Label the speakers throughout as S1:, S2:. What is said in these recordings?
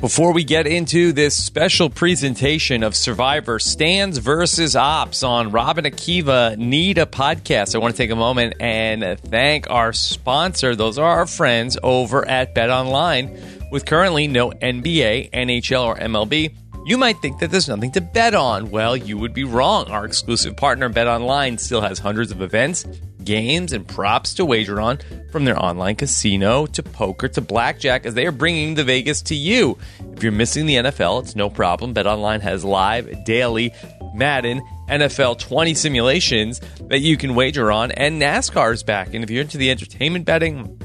S1: Before we get into this special presentation of Survivor Stands versus Ops on Robin Akiva Need a Podcast, I want to take a moment and thank our sponsor. Those are our friends over at Bet Online. With currently no NBA, NHL, or MLB, you might think that there's nothing to bet on. Well, you would be wrong. Our exclusive partner, Bet Online, still has hundreds of events games and props to wager on from their online casino to poker to blackjack as they are bringing the Vegas to you. If you're missing the NFL, it's no problem. BetOnline has live, daily, Madden, NFL 20 simulations that you can wager on, and NASCAR's back. And if you're into the entertainment betting,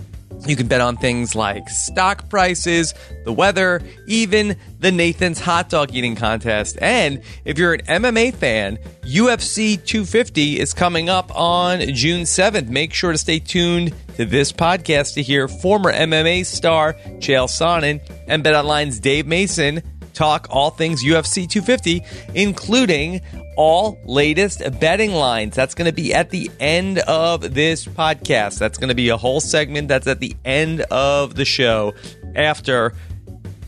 S1: you can bet on things like stock prices, the weather, even the Nathan's hot dog eating contest. And if you're an MMA fan, UFC 250 is coming up on June 7th. Make sure to stay tuned to this podcast to hear former MMA star Chael Sonnen and BetOnline's Dave Mason talk all things UFC 250, including all latest betting lines. That's going to be at the end of this podcast. That's going to be a whole segment that's at the end of the show after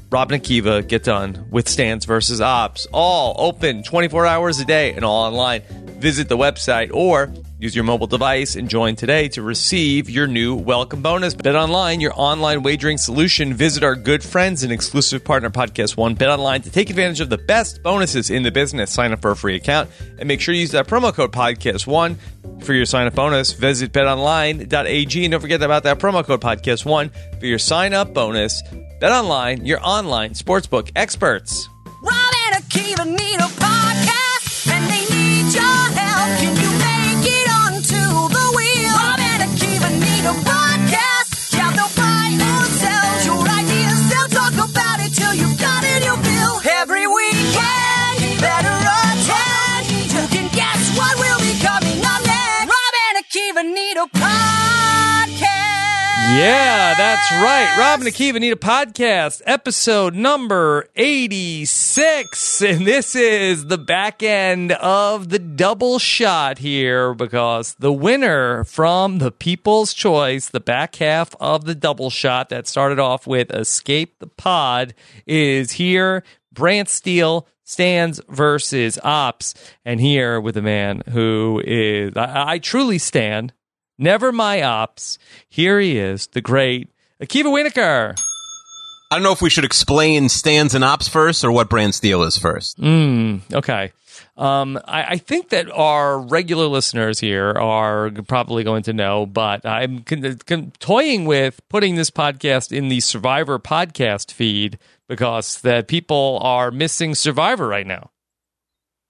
S1: Rob and Akiva get done with stands versus ops. All open 24 hours a day and all online. Visit the website or use your mobile device and join today to receive your new welcome bonus. Bet online, your online wagering solution. Visit our good friends and exclusive partner podcast One Bet Online to take advantage of the best bonuses in the business. Sign up for a free account and make sure you use that promo code podcast one for your sign up bonus. Visit betonline.ag and don't forget about that promo code podcast one for your sign up bonus. Bet online, your online sportsbook experts.
S2: Rob and Akiva need a podcast, and they need your help. Can you make it onto the wheel? Rob and Akiva need a podcast. Yeah, they'll buy or sell your ideas. They'll talk about it till you've got it, you'll feel every weekend. Better attend. You can guess what will be coming up next. Rob and Akiva need a podcast.
S1: Yeah, that's right. Rob and Akiva need a podcast, episode number 86. And this is the back end of the double shot here because the winner from the People's Choice, the back half of the double shot that started off with Escape the Pod, is here. Brant Steele stands versus Ops. And here with a man who is, I, I truly stand. Never my ops. Here he is, the great Akiva Winokur.
S3: I don't know if we should explain stands and ops first or what brand steel is first.
S1: Hmm, Okay. Um, I, I think that our regular listeners here are probably going to know, but I'm con- con- toying with putting this podcast in the Survivor podcast feed because the people are missing Survivor right now.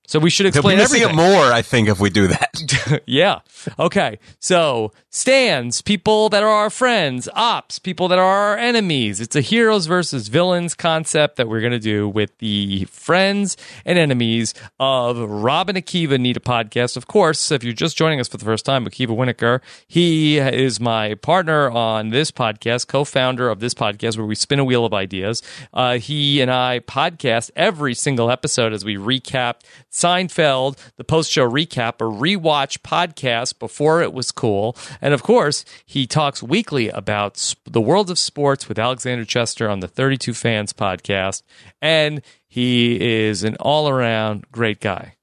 S1: So we should
S3: They'll be
S1: explain
S3: missing
S1: everything.
S3: it more, I think, if we do that.
S1: yeah. Okay. So stands, people that are our friends, ops, people that are our enemies. It's a heroes versus villains concept that we're going to do with the friends and enemies of Robin Akiva Need a Podcast. Of course, if you're just joining us for the first time, Akiva Winokur, he is my partner on this podcast, co founder of this podcast where we spin a wheel of ideas. Uh, he and I podcast every single episode as we recap Seinfeld, the post show recap, a rewatch podcast before it was cool. And of course, he talks weekly about sp- the world of sports with Alexander Chester on the 32 Fans podcast. And he is an all around great guy.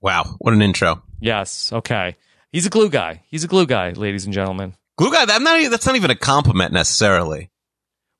S3: wow, what an intro.
S1: Yes. Okay. He's a glue guy. He's a glue guy, ladies and gentlemen.
S3: Glue guy, that- not e- that's not even a compliment necessarily.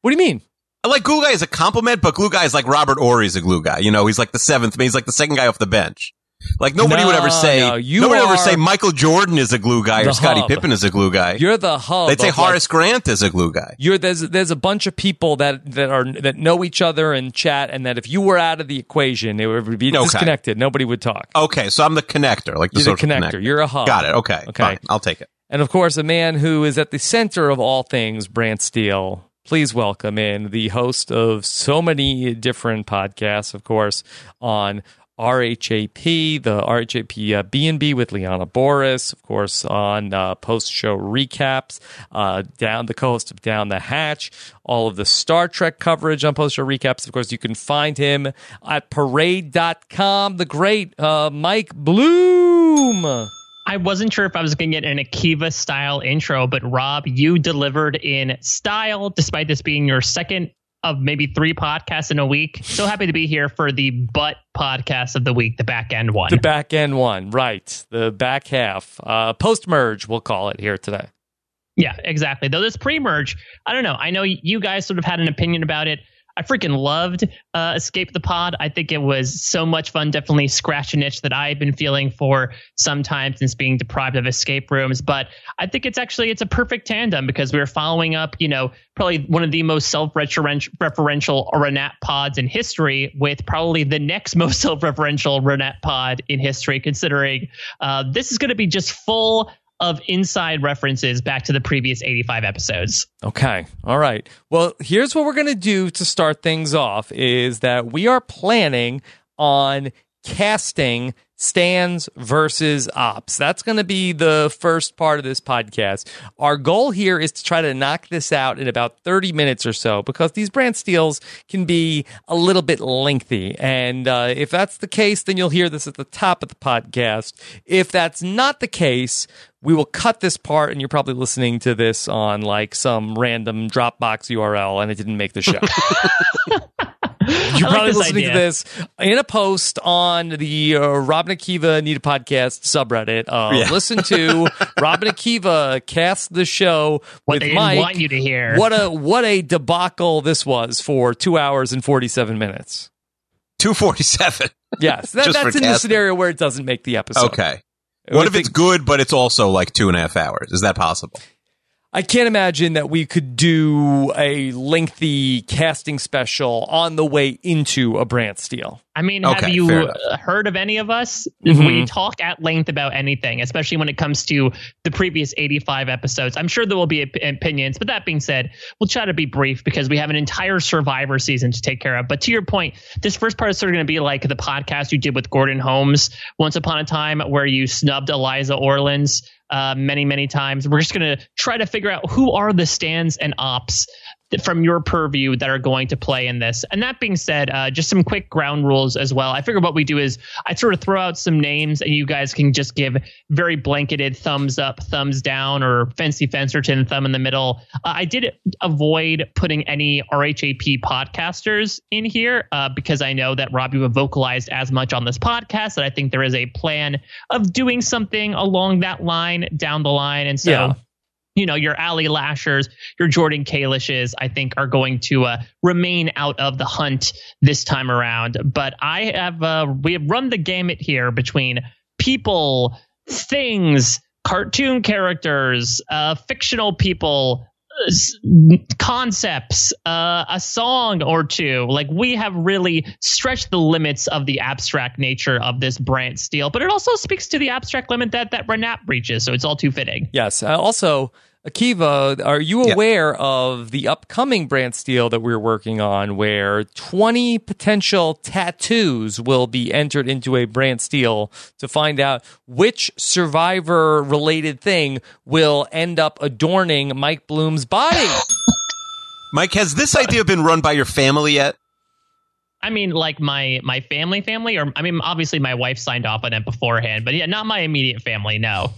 S1: What do you mean?
S3: I like glue guy is a compliment, but glue guy is like Robert Ory's a glue guy. You know, he's like the seventh, he's like the second guy off the bench. Like nobody would ever
S1: No,
S3: say,
S1: no, you
S3: nobody would
S1: are
S3: ever say Michael Jordan is a glue guy
S1: the
S3: or Scottie
S1: hub.
S3: Pippen is a glue guy.
S1: You're the hub.
S3: They'd say
S1: of, like,
S3: Horace Grant is a glue guy.
S1: you're there's there's a bunch of people that that are that know each other and chat, and that if you were out of the equation, it would be
S3: Okay.
S1: disconnected. Nobody would talk.
S3: Okay, so I'm the connector, like the
S1: You're the
S3: social
S1: connector. You're a hub.
S3: Got it. Okay.
S1: Okay.
S3: Fine. I'll take it.
S1: And of course, a man who is at the center of all things, Brant Steele. Please welcome in the host of so many different podcasts, of course, on RHAP, the RHAP uh, B&B with Liana Boris, of course, on uh, post-show recaps, uh, down the coast of Down the Hatch, all of the Star Trek coverage on post-show recaps. Of course, you can find him at parade.com, the great uh, Mike Bloom.
S4: I wasn't sure if I was going to get an Akiva style intro, but Rob, you delivered in style, despite this being your second
S5: of maybe three podcasts in a week. So happy to be here for the butt podcast of the week, the back end one.
S1: The back end one, right? The back half, uh, post merge, we'll call it here today.
S5: Yeah, exactly. Though this pre-merge, I don't know. I know you guys sort of had an opinion about it. I freaking loved uh, Escape the Pod. I think it was so much fun. Definitely scratch an itch that I've been feeling for some time since being deprived of escape rooms. But I think it's actually it's a perfect tandem because we we're following up, you know, probably one of the most self-referential Renat pods in history, with probably the next most self-referential Renat pod in history. Considering uh, this is going to be just full of inside references back to the previous 85 episodes.
S1: Okay. All right. Well, here's what we're going to do to start things off is that we are planning on casting stands versus ops. That's going to be the first part of this podcast. Our goal here is to try to knock this out in about 30 minutes or so because these brand steals can be a little bit lengthy. And uh, if that's the case, then you'll hear this at the top of the podcast. If that's not the case, we will cut this part and you're probably listening to this on like some random Dropbox URL and it didn't make the show. You're
S5: I like
S1: probably
S5: this
S1: listening
S5: idea.
S1: to this in a post on the uh, Robin Akiva Need a Podcast subreddit. Uh,
S6: Yeah.
S1: Listen to Robin Akiva cast the show
S5: What
S1: with
S5: they didn't
S1: Mike.
S5: want you to hear.
S1: What a what a debacle this was for two hours and forty seven minutes.
S6: 247.
S1: Yes, that,
S6: Just for
S1: that's in the
S6: casting.
S1: scenario where it doesn't make the episode.
S6: okay.
S1: I
S6: What if
S1: think-
S6: it's good, but it's also like two and a half hours? Is that possible?
S1: I can't imagine that we could do a lengthy casting special on the way into a brand steal.
S5: I mean, have
S6: Okay,
S5: you
S6: fair enough.
S5: uh, heard of any of us?
S1: Mhm.
S5: We talk at length about anything, especially when it comes to the previous 85 episodes. I'm sure there will be op- opinions, but that being said, we'll try to be brief because we have an entire survivor season to take care of. But to your point, this first part is sort of going to be like the podcast you did with Gordon Holmes once upon a time, where you snubbed Eliza Orleans uh, many, many times. We're just going to try to figure out who are the stands and ops th- from your purview that are going to play in this. And that being said, uh, just some quick ground rules as well. I figure what we do is I sort of throw out some names and you guys can just give very blanketed thumbs up, thumbs down, or fancy fencerton thumb in the middle. Uh, I did avoid putting any RHAP podcasters in here uh, because I know that Robbie would vocalized as much on this podcast that I think there is a plan of doing something along that line down the line. And so
S1: Yeah.
S5: you know, your Ali Lashers, your Jordan Kalishes, I think are going to uh, remain out of the hunt this time around. But I have, uh, we have run the gamut here between people, things, cartoon characters, uh, fictional people, uh, s- concepts, uh, a song or two. Like we have really stretched the limits of the abstract nature of this brand steel, but it also speaks to the abstract limit that that Renap reaches. So it's all too fitting.
S1: Yes. Uh, also, Akiva, are you
S6: Yeah.
S1: aware of the upcoming brand steal that we're working on where 20 potential tattoos will be entered into a brand steal to find out which survivor related thing will end up adorning Mike Bloom's body?
S6: Mike, has this
S1: Uh,
S6: idea been run by your family yet?
S5: I mean, like my my family, family, or I mean, obviously my wife signed off on it beforehand, but yeah, not my immediate family. No,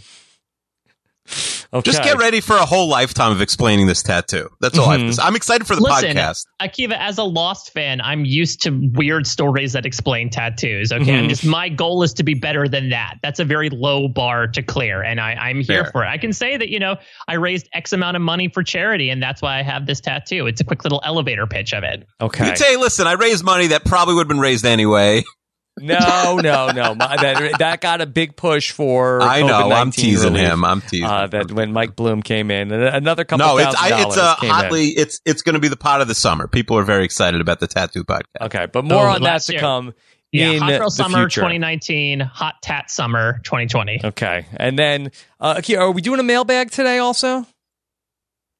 S1: Okay.
S6: Just get ready for a whole lifetime of explaining this tattoo. That's all I have
S1: Mhm.
S6: to say. I'm excited for the
S5: Listen,
S6: podcast.
S5: Akiva, as a Lost fan, I'm used to weird stories that explain tattoos. Okay,
S1: Mhm.
S5: I'm just my goal is to be better than that. That's a very low bar to clear, and I, I'm here
S6: Fair.
S5: for it. I can say that you know I raised X amount of money for charity, and that's why I have this tattoo. It's a quick little elevator pitch of it.
S1: Okay.
S6: You say, listen, I raised money that probably would have been raised anyway.
S1: no, no, no. My, that, that got a big push for.
S6: I know. I'm
S1: COVID-19
S6: teasing
S1: relief,
S6: him. I'm teasing.
S1: Uh,
S6: him.
S1: that when Mike Bloom came in, and another couple
S6: no, it's
S1: thousand
S6: I, it's
S1: dollars
S6: a
S1: came in.
S6: hotly it's it's going to be the pot of the summer. People are very excited about the tattoo podcast.
S1: Okay, but more
S5: Oh,
S1: on that
S5: last
S1: to
S5: year.
S1: come
S5: Yeah,
S1: in
S5: hot girl
S1: the
S5: summer
S1: future.
S5: 2019, hot tat summer 2020.
S1: Okay, and then uh, Akira, are we doing a mailbag today? Also,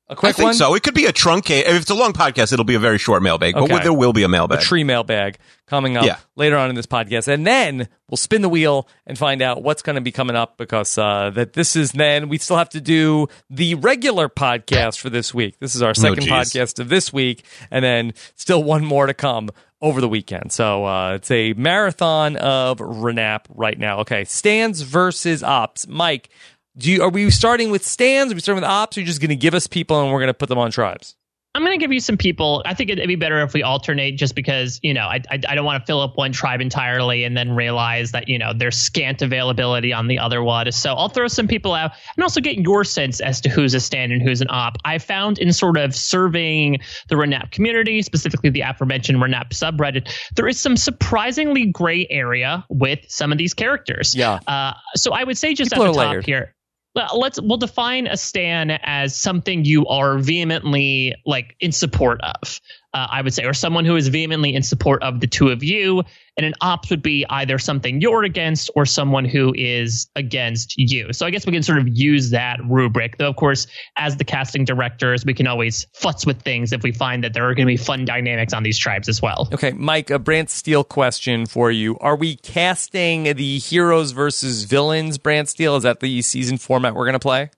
S1: a
S6: I
S1: quick
S6: think
S1: one,
S6: so. It could be a truncate. If it's a long podcast, it'll be a very short mailbag, but
S1: Okay.
S6: there will be a
S1: a
S6: mailbag.
S1: tree mailbag coming up
S6: Yeah.
S1: later on in this podcast, and then we'll spin the wheel and find out what's going to be coming up because uh, that this is then we still have to do the regular podcast for this week. This is our second
S6: Oh, geez.
S1: podcast of this week, and then still one more to come over the weekend. So uh, it's a marathon of Renap right now. Okay, stands versus ops, Mike. Do you, are we starting with stands? Are we starting with ops? Or are you just going to give us people and we're going to put them on tribes?
S5: I'm going to give you some people. I think it'd be better if we alternate just because, you know, I, I, I don't want to fill up one tribe entirely and then realize that, you know, there's scant availability on the other one. So I'll throw some people out and also get your sense as to who's a stand and who's an op. I found in sort of surveying the Renap community, specifically the aforementioned Renap subreddit, there is some surprisingly gray area with some of these characters.
S1: Yeah.
S5: Uh, so I would say just
S1: People
S5: at
S1: are
S5: the top
S1: layered.
S5: here. le- Let's we'll define a stan as something you are vehemently like in support of. Uh, I would say, or someone who is vehemently in support of the two of you, and an ops would be either something you're against or someone who is against you. So I guess we can sort of use that rubric. Though, of course, as the casting directors, we can always futz with things if we find that there are going to be fun dynamics on these tribes as well.
S1: Okay, Mike, a Brant Steele question for you. Are we casting the heroes versus villains, Brant Steele? Is that the season format we're going to play?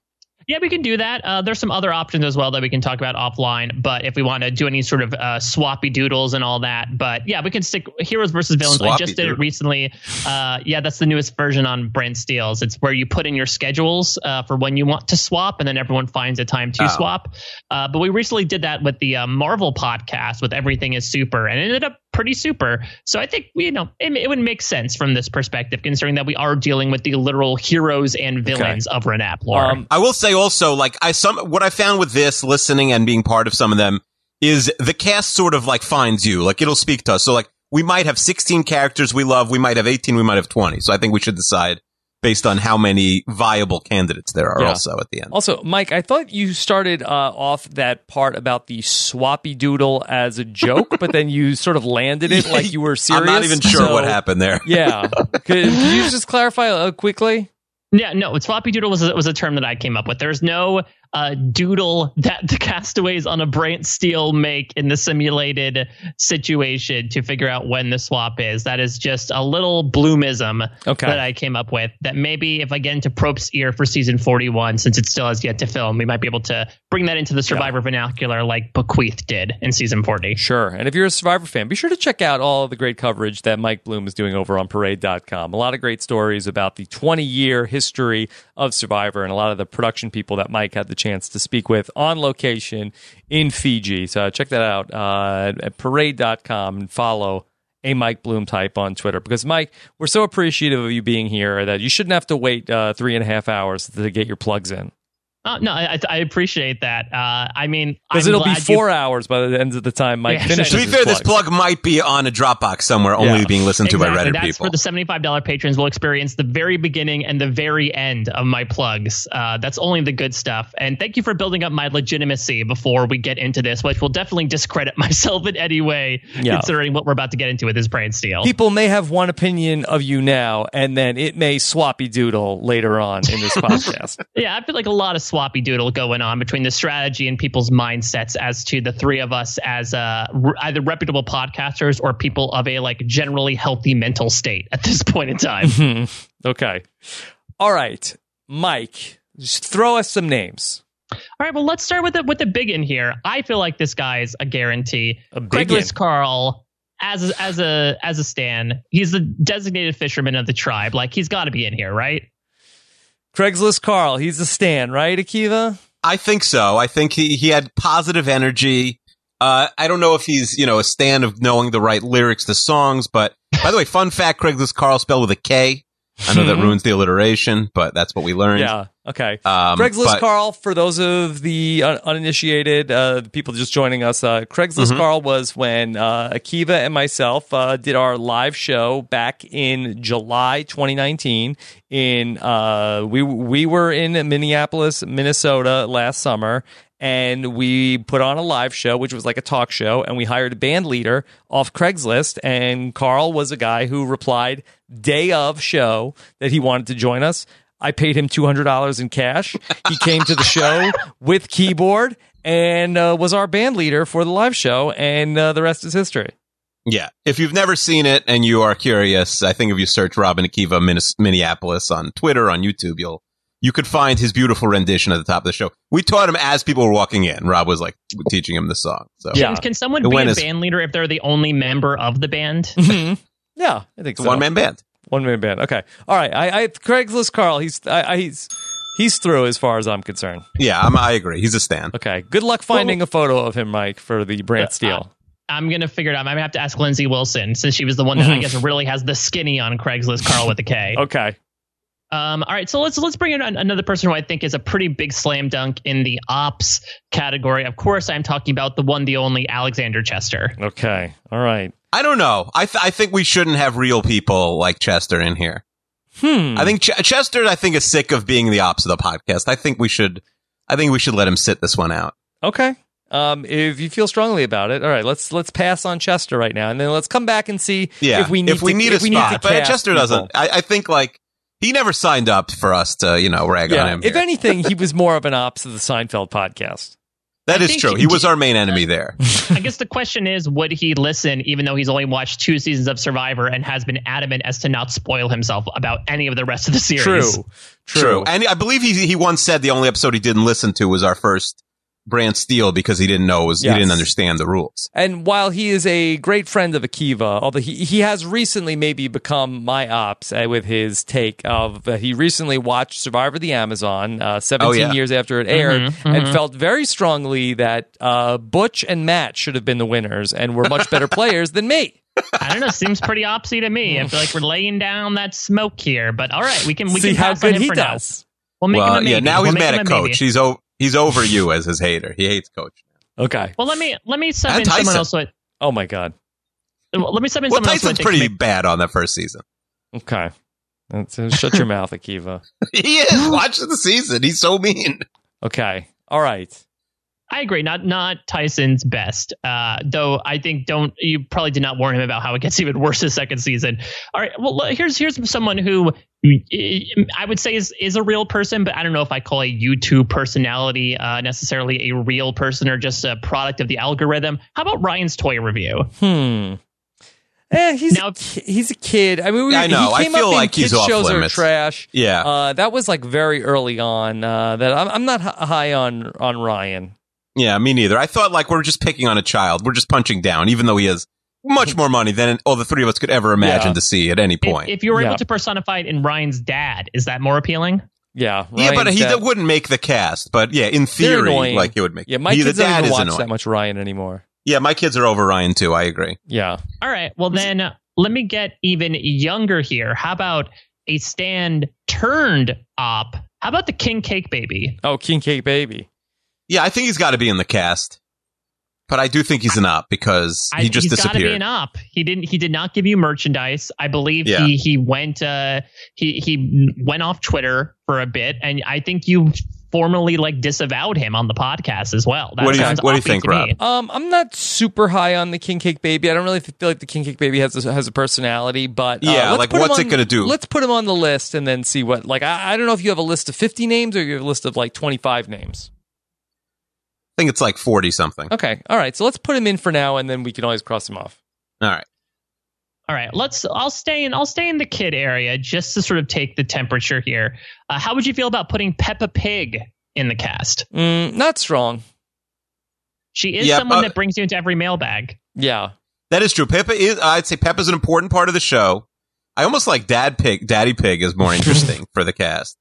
S5: Yeah, we can do that. Uh, there's some other options as well that we can talk about offline. But if we want to do any sort of uh, swappy doodles and all that, but yeah, we can stick heroes versus villains. I
S6: Swappy
S5: just did
S6: doodles.
S5: it recently. Uh, yeah, that's the newest version on Brent Steels. It's where you put in your schedules uh, for when you want to swap, and then everyone finds a time to
S6: Oh.
S5: swap. Uh, but we recently did that with the uh, Marvel podcast with Everything is Super, and it ended up pretty super. So I think you know it, it would make sense from this perspective, considering that we are dealing with the literal heroes and villains of Renap lore.
S1: Um,
S6: I will say also, like I some what I found with this listening and being part of some of them is the cast sort of like finds you, like it'll speak to us. So like we might have 16 characters we love, we might have 18, we might have 20. So I think we should decide based on how many viable candidates there are
S1: Yeah.
S6: also at the end.
S1: Also, Mike, I thought you started uh, off that part about the swappy doodle as a joke, but then you sort of landed it like you were serious.
S6: I'm not even sure
S1: so-
S6: what happened there.
S1: Yeah. Could, could you just clarify uh, quickly?
S5: Yeah, no, floppy doodle was a, was a term that I came up with. There's no uh, doodle that the castaways on a Brant Steel make in the simulated situation to figure out when the swap is. That is just a little bloomism
S1: Okay.
S5: that I came up with. That maybe if I get into Prope's ear for season 41, since it still has yet to film, we might be able to bring that into the Survivor vernacular like Bequeath did in season 40.
S1: Sure. And if you're a Survivor fan, be sure to check out all the great coverage that Mike Bloom is doing over on parade.com. A lot of great stories about the 20 year history of Survivor and a lot of the production people that Mike had the chance to speak with on location in Fiji. So check that out uh, at parade.com and follow a Mike Bloom type on Twitter because Mike, we're so appreciative of you being here that you shouldn't have to wait uh, three and a half hours to get your plugs in
S5: Oh, no, I, I appreciate that. Uh, I mean,
S1: because
S5: I'm
S1: it'll be
S5: glad you-
S1: four hours by the end of the time Mike
S5: Yeah,
S1: finishes.
S6: To be
S1: his
S6: fair, this
S1: plugs.
S6: plug might be on a Dropbox somewhere, only
S1: Yeah.
S6: being listened to by
S5: Exactly.
S6: Reddit
S5: That's
S6: people.
S5: for the seventy-five dollar patrons. will experience the very beginning and the very end of my plugs. Uh, that's only the good stuff. And thank you for building up my legitimacy before we get into this, which will definitely discredit myself in any way,
S1: Yeah.
S5: considering what we're about to get into with this brain steal.
S1: people may have one opinion of you now, and then it may swappy doodle later on in this podcast.
S5: Yeah, I feel like a lot of swappy doodle going on between the strategy and people's mindsets as to the three of us as uh, re- either reputable podcasters or people of a like generally healthy mental state at this point in time.
S1: Hmm. okay. All right, Mike, just throw us some names.
S5: All right, well, let's start with the with the big in here. I feel like this guy is a guarantee.
S1: A big in.
S5: Craigslist Carl as a, as a as a stan, he's the designated fisherman of the tribe. Like he's got to be in here, right?
S1: Craigslist Carl, he's a stan, right, Akiva?
S6: I think so. I think he, he had positive energy. Uh, I don't know if he's, you know, a stand of knowing the right lyrics to songs, but by the way, fun fact, Craigslist Carl spelled with a K. I know that ruins the alliteration, but that's what we learned.
S1: Hmm. Yeah. Okay.
S6: Um,
S1: Craigslist
S6: but-
S1: Carl, for those of the un- uninitiated, uh, the people just joining us, uh, Craigslist
S6: Mhm.
S1: Carl was when uh, Akiva and myself uh, did our live show back in July 2019. In uh, we we were in Minneapolis, Minnesota last summer, and we put on a live show, which was like a talk show, and we hired a band leader off Craigslist, and Carl was a guy who replied day of show that he wanted to join us. I paid him two hundred dollars in cash. He came to the show with keyboard and uh, was our band leader for the live show, and uh, the rest is history.
S6: Yeah. If you've never seen it and you are curious, I think if you search Robin Akiva Minnes- Minneapolis on Twitter, on YouTube, you'll, you could find his beautiful rendition at the top of the show. We taught him as people were walking in. Rob was like teaching him the song. So
S1: Yeah.
S5: Can, can someone
S6: The
S5: be
S6: win
S5: a
S6: is-
S5: band leader if they're the only member of the band?
S1: Mm-hmm. Yeah, I think
S6: it's a
S1: so.
S6: one man band.
S1: one man band. Okay, all right. I, I Craigslist Carl. He's I, I, he's He's through as far as I'm concerned.
S6: Yeah, I'm, I agree. He's a stan.
S1: Okay. Good luck finding a photo of him, Mike, for the Brant Steele.
S5: I'm gonna figure it out. I'm gonna have to ask Lindsay Wilson since she was the one that I guess really has the skinny on Craigslist Carl with a K.
S1: Mm-hmm. Okay.
S5: Um, all right, so let's let's bring in an, another person who I think is a pretty big slam dunk in the ops category. Of course, I'm talking about the one, the only Alexander Chester.
S1: Okay. All right.
S6: I don't know. I th- I think we shouldn't have real people like Chester in here.
S1: Hmm.
S6: I think Ch- Chester. I think is sick of being the ops of the podcast. I think we should. I think we should let him sit this one out.
S1: Okay. Um, if you feel strongly about it, all right. Let's let's pass on Chester right now, and then let's come back and see
S6: Yeah,
S1: if we need to,
S6: a
S1: if we need to
S6: spot, but
S1: cast
S6: Chester
S1: people.
S6: doesn't. I, I think like he never signed up for us to you know rag on
S1: Yeah.
S6: him.
S1: If
S6: here.
S1: anything, he was more of an ops of the Seinfeld podcast.
S6: that
S5: I
S6: is
S5: think-
S6: true. He was our main enemy there.
S5: I guess the question is, would he listen, even though he's only watched two seasons of Survivor and has been adamant as to not spoil himself about any of the rest of the series?
S1: True. True.
S6: and I believe he he once said the only episode he didn't listen to was our first Brand Steel because he didn't know it was
S1: Yes.
S6: he didn't understand the rules.
S1: And while he is a great friend of Akiva, although he, he has recently maybe become my ops uh, with his take of uh, he recently watched Survivor the Amazon uh, 17
S6: Oh, yeah.
S1: years after it aired
S5: Mhm,
S1: and
S5: mhm.
S1: felt very strongly that uh, Butch and Matt should have been the winners and were much better players than me.
S5: I don't know. Seems pretty opsy to me. I feel like we're laying down that smoke here. But all right, we can we
S1: See
S5: can
S1: how
S5: pass on
S1: good
S5: him
S1: he
S5: for
S1: does.
S5: Now. We'll make him a
S6: well,
S5: maybe.
S6: yeah, now
S5: We'll
S6: he's
S5: make
S6: mad
S5: him
S6: at
S5: a maybe.
S6: Coach. He's o- he's over you as his hater. He hates Coach.
S1: Okay.
S5: Well, let me let me sub
S6: And
S5: in someone
S6: Tyson.
S5: else. With,
S1: Oh my god.
S5: let me sub in
S6: Well,
S5: someone else.
S6: Tyson's
S5: who I think can
S6: pretty
S5: make-
S6: bad on that first season.
S1: Okay. That's, uh, shut your mouth, Akiva.
S6: He is. Watch the season. He's so mean.
S1: Okay. All right.
S5: I agree. Not not Tyson's best, uh, though. I think don't you probably did not warn him about how it gets even worse his second season. All right. Well, le- here's here's someone who eh, I would say is is a real person, but I don't know if I call a YouTube personality uh, necessarily a real person or just a product of the algorithm. How about Ryan's toy review?
S1: Hmm. Eh, he's
S5: Now-
S1: a ki- he's a kid. I mean, we,
S6: I know.
S1: He
S6: I
S1: came
S6: feel
S1: up in
S6: like he's
S1: kids
S6: off
S1: shows
S6: limits.
S1: are trash.
S6: Yeah.
S1: Uh, that was like very early on. Uh, that I'm, I'm not h- high on on Ryan.
S6: yeah, me neither. I thought like we're just picking on a child. We're just punching down, even though he has much more money than all the three of us could ever imagine
S1: Yeah.
S6: to see at any
S5: If,
S6: point.
S5: if you were
S1: Yeah.
S5: able to personify it in Ryan's dad, is that more appealing?
S1: Yeah,
S6: yeah, but
S1: Ryan's
S6: he
S1: dad-
S6: wouldn't make the cast. But yeah, in
S1: They're
S6: theory,
S1: annoying.
S6: like it would make.
S1: yeah, my
S6: he,
S1: kids
S6: the
S1: don't
S6: dad
S1: even
S6: is
S1: watch
S6: annoying.
S1: that much Ryan anymore.
S6: Yeah, my kids are over Ryan too. I agree.
S1: Yeah,
S5: All right. Well, then uh, let me get even younger here. How about a stand turned op? How about the King Cake Baby?
S1: oh, King Cake Baby.
S6: Yeah, I think he's got to be in the cast. But I do think he's an op because
S5: I,
S6: he just
S5: he's got to be
S6: disappeared.
S5: an op. He didn't. He did not give you merchandise. I believe
S6: Yeah.
S5: he he went. Uh, he he went off Twitter for a bit, and I think you formally like disavowed him on the podcast as well. That
S6: What do you-
S5: sounds
S6: what do you
S5: oppy
S6: think,
S5: to me.
S6: Rob?
S1: Um, I'm not super high on the King Cake Baby. I don't really feel like the King Cake Baby has a, has a personality, but uh,
S6: Yeah,
S1: let's
S6: like,
S1: put him
S6: what's it
S1: on-
S6: gonna do?
S1: Let's put him on the list and then see what. Like, I, I don't know if you have a list of 50 names or you have a list of like 25 names.
S6: I think it's like forty something.
S1: Okay, all right. So let's put him in for now, and then we can always cross him off.
S6: All right.
S5: All right, let's. I'll stay in. I'll stay in the kid area just to sort of take the temperature here. Uh, how would you feel about putting Peppa Pig in the cast?
S1: Mm, not strong.
S5: She is
S6: Yeah,
S5: someone
S6: uh,
S5: that brings you into every mailbag.
S1: Yeah.
S6: That is true. Peppa is. I'd say Peppa's an important part of the show. I almost like Dad Pig. Daddy Pig is more interesting for the cast.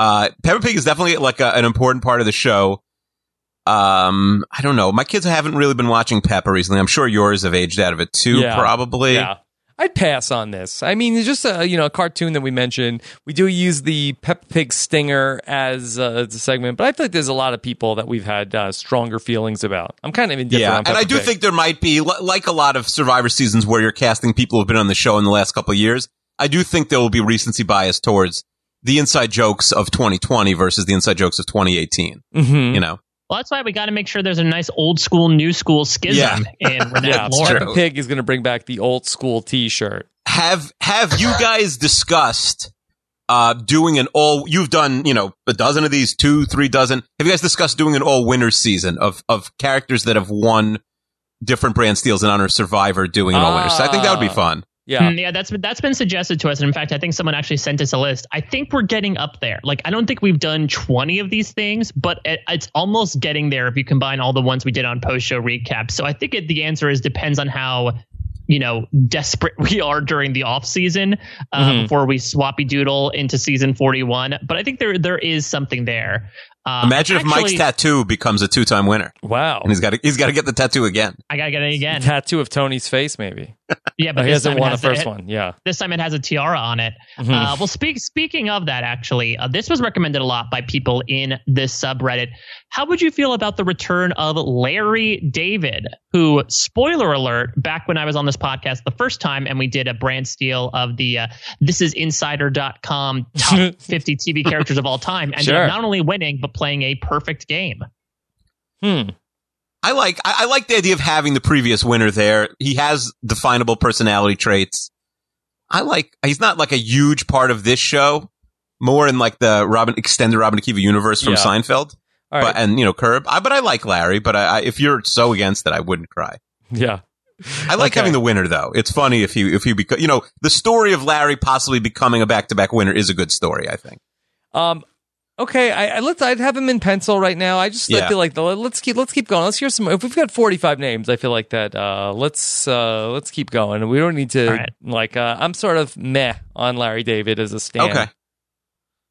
S6: Uh, Peppa Pig is definitely like a, an important part of the show. Um, I don't know. My kids haven't really been watching Peppa recently. I'm sure yours have aged out of it too,
S1: Yeah.
S6: probably.
S1: Yeah. I'd pass on this. I mean, it's just a you know a cartoon that we mentioned. We do use the Peppa Pig stinger as, uh, as a segment, but I feel like there's a lot of people that we've had uh, stronger feelings about. I'm kind of indifferent.
S6: Yeah,
S1: on
S6: and
S1: Peppa
S6: I do
S1: Pig.
S6: think there might be li- like a lot of Survivor seasons where you're casting people who've been on the show in the last couple of years. I do think there will be recency bias towards the inside jokes of 2020 versus the inside jokes of 2018.
S1: Mhm.
S6: You know,
S5: Well, that's why we got to make sure there's a nice old school, new school schism in Renee
S1: yeah,
S5: Lord.
S1: Peppa Pig is going to bring back the old school T-shirt.
S6: have have you guys discussed uh doing an all? You've done you know a dozen of these, two, three dozen. Have you guys discussed doing an all winner season of of characters that have won different brand steals in honor of Survivor doing an all winner? So I think that would
S1: Ah.
S6: be fun.
S1: Yeah.
S5: Mm, Yeah, that's that's been suggested to us, and in fact, I think someone actually sent us a list. I think we're getting up there. Like, I don't think we've done twenty of these things, but it, it's almost getting there if you combine all the ones we did on post show recap. So I think it, the answer is depends on how you know desperate we are during the off season uh,
S6: Mm-hmm.
S1: Mhm.
S5: before we swappy doodle into season 41 but i think there there is something there um,
S6: Imagine if Mike's
S5: actually-
S6: tattoo becomes a two time winner,
S5: Hmm.
S1: Wow.
S6: and he's got to he's got to get the tattoo again.
S5: i gotta get it again
S1: Tattoo of Tony's face, maybe.
S5: yeah but
S1: Oh, he
S5: this
S1: hasn't
S5: time, it
S1: won the
S5: has
S1: first
S5: it-
S1: one. Mm-hmm. Yeah.
S5: this time it has a tiara on it Uh, well, speak, speaking of that, actually, uh, this was recommended a lot by people in this subreddit. How would you feel about the return of Larry David, who, spoiler alert, back when I was on this podcast the first time and we did a brand steal of the uh, This Is Insider.com top 50 TV characters of all time, and
S1: Sure.
S5: not only winning, but playing a perfect game.
S1: Hmm.
S6: I like I, I like the idea of having the previous winner there. He has definable personality traits. I like he's not like a huge part of this show, more in like the Robin extended Robin Akiva universe from
S1: Yeah.
S6: Seinfeld,
S1: All right.
S6: but, uh, and you know Curb. I, but I like Larry. But I, I, if you're so against it, I wouldn't cry.
S1: yeah.
S6: I like
S1: Okay.
S6: having the winner though. It's funny if you if you beco- you know the story of Larry possibly becoming a back to back winner is a good story. I think.
S1: Um. Okay. I, I let's. I'd have him in pencil right now. I just. I
S6: Yeah.
S1: feel like the, let's keep. Let's keep going. Let's hear some. If we've got forty-five names, I feel like that. Uh. Let's. Uh. Let's keep going. We don't need to.
S5: All right.
S1: Like. Uh, I'm sort of meh on Larry David as a stand.
S6: Okay.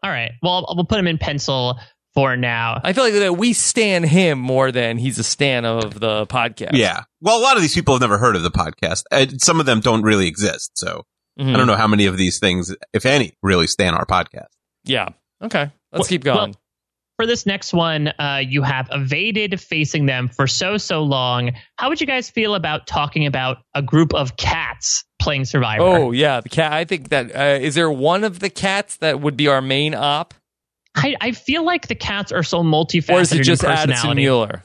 S5: All right. Well, we'll put him in pencil for now.
S1: I feel like that we stan him more than he's a stan of the podcast.
S6: Yeah. Well, a lot of these people have never heard of the podcast. Uh, some of them don't really exist. So
S1: Mhm.
S6: I don't know how many of these things, if any, really stay on our podcast.
S1: Yeah. Okay. Let's
S5: Well-
S1: keep going.
S5: for this next one, uh, you have evaded facing them for so so long. How would you guys feel about talking about a group of cats playing Survivor?
S1: oh yeah. The cat. I think that uh, is there one of the cats that would be our main op,
S5: I, I feel like the cats are so multifaceted.
S1: or is it
S5: in
S1: just Addison
S5: personality.
S1: Mueller?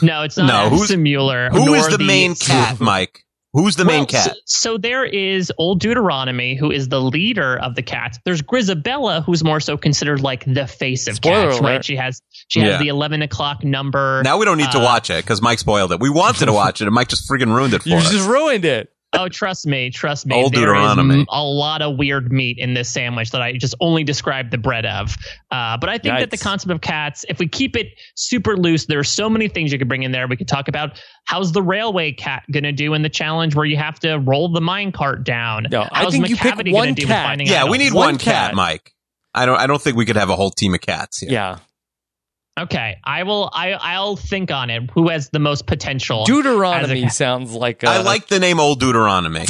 S5: No, it's not
S6: No, who's-
S5: Addison Mueller.
S6: Who is
S5: nor
S6: the main cat, Mike? Who's the main
S5: Well,
S6: cat?
S5: So, so there is old Deuteronomy, who is the leader of the cats. There's Grisabella, who's more so considered like the face of
S1: Spoiler
S5: cats,
S1: alert.
S5: right? She has she
S6: Yeah.
S5: has the eleven o'clock number.
S6: now we don't need to
S5: uh,
S6: watch it because Mike spoiled it. We wanted to watch it, and Mike just friggin' ruined it for
S1: You
S6: us.
S1: just ruined it.
S5: Oh, trust me, trust me.
S6: Old
S5: There is
S6: Deuteronomy.
S5: m- a lot of weird meat in this sandwich that I just only described the bread of. Uh, but I think that the
S1: Yikes.
S5: concept of cats, if we keep it super loose, there are so many things you could bring in there. We could talk about how's the railway cat going to do in the challenge where you have to roll the minecart down.
S1: No, I
S5: how's
S1: think you pick
S5: McCavity gonna
S1: one
S5: do with
S1: cat.
S5: finding
S6: yeah,
S5: out?
S6: we need
S1: One
S6: one, cat,
S1: cat.
S6: Mike. I don't. I don't think we could have a whole team of cats here.
S1: Yeah.
S5: Okay, I will. I I'll think on it. Who has the most potential?
S1: Deuteronomy
S5: as a-
S1: sounds like uh, a,
S6: I like the name Old Deuteronomy.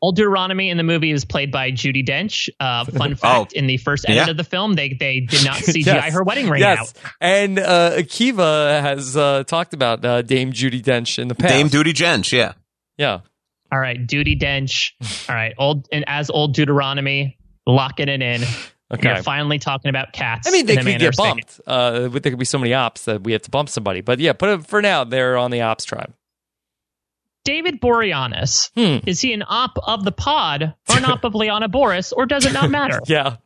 S5: Old Deuteronomy in the movie is played by Judy Dench. Uh, fun fact: in the first edit
S6: Yeah.
S5: of the film, they they did not CGI
S1: Oh. Yes.
S5: her wedding ring
S1: yes,
S5: out.
S1: and uh, Akiva has uh, talked about uh, Dame Judy Dench in the past.
S6: Dame Duty Gench. Yeah.
S1: yeah,
S5: All right, Judy Dench. All right, old and as old Deuteronomy, locking it in. And
S1: okay.
S5: You're finally talking about cats.
S1: I mean, they
S5: in a
S1: could
S5: manner
S1: get
S5: of speaking.
S1: bumped. Uh, but there could be so many ops that we have to bump somebody. But yeah, but uh, for now, they're on the ops tribe.
S5: David Boreanaz.
S1: Hmm.
S5: Is he an op of the pod or an op of Liana Boris, or does it not matter?
S1: Yeah,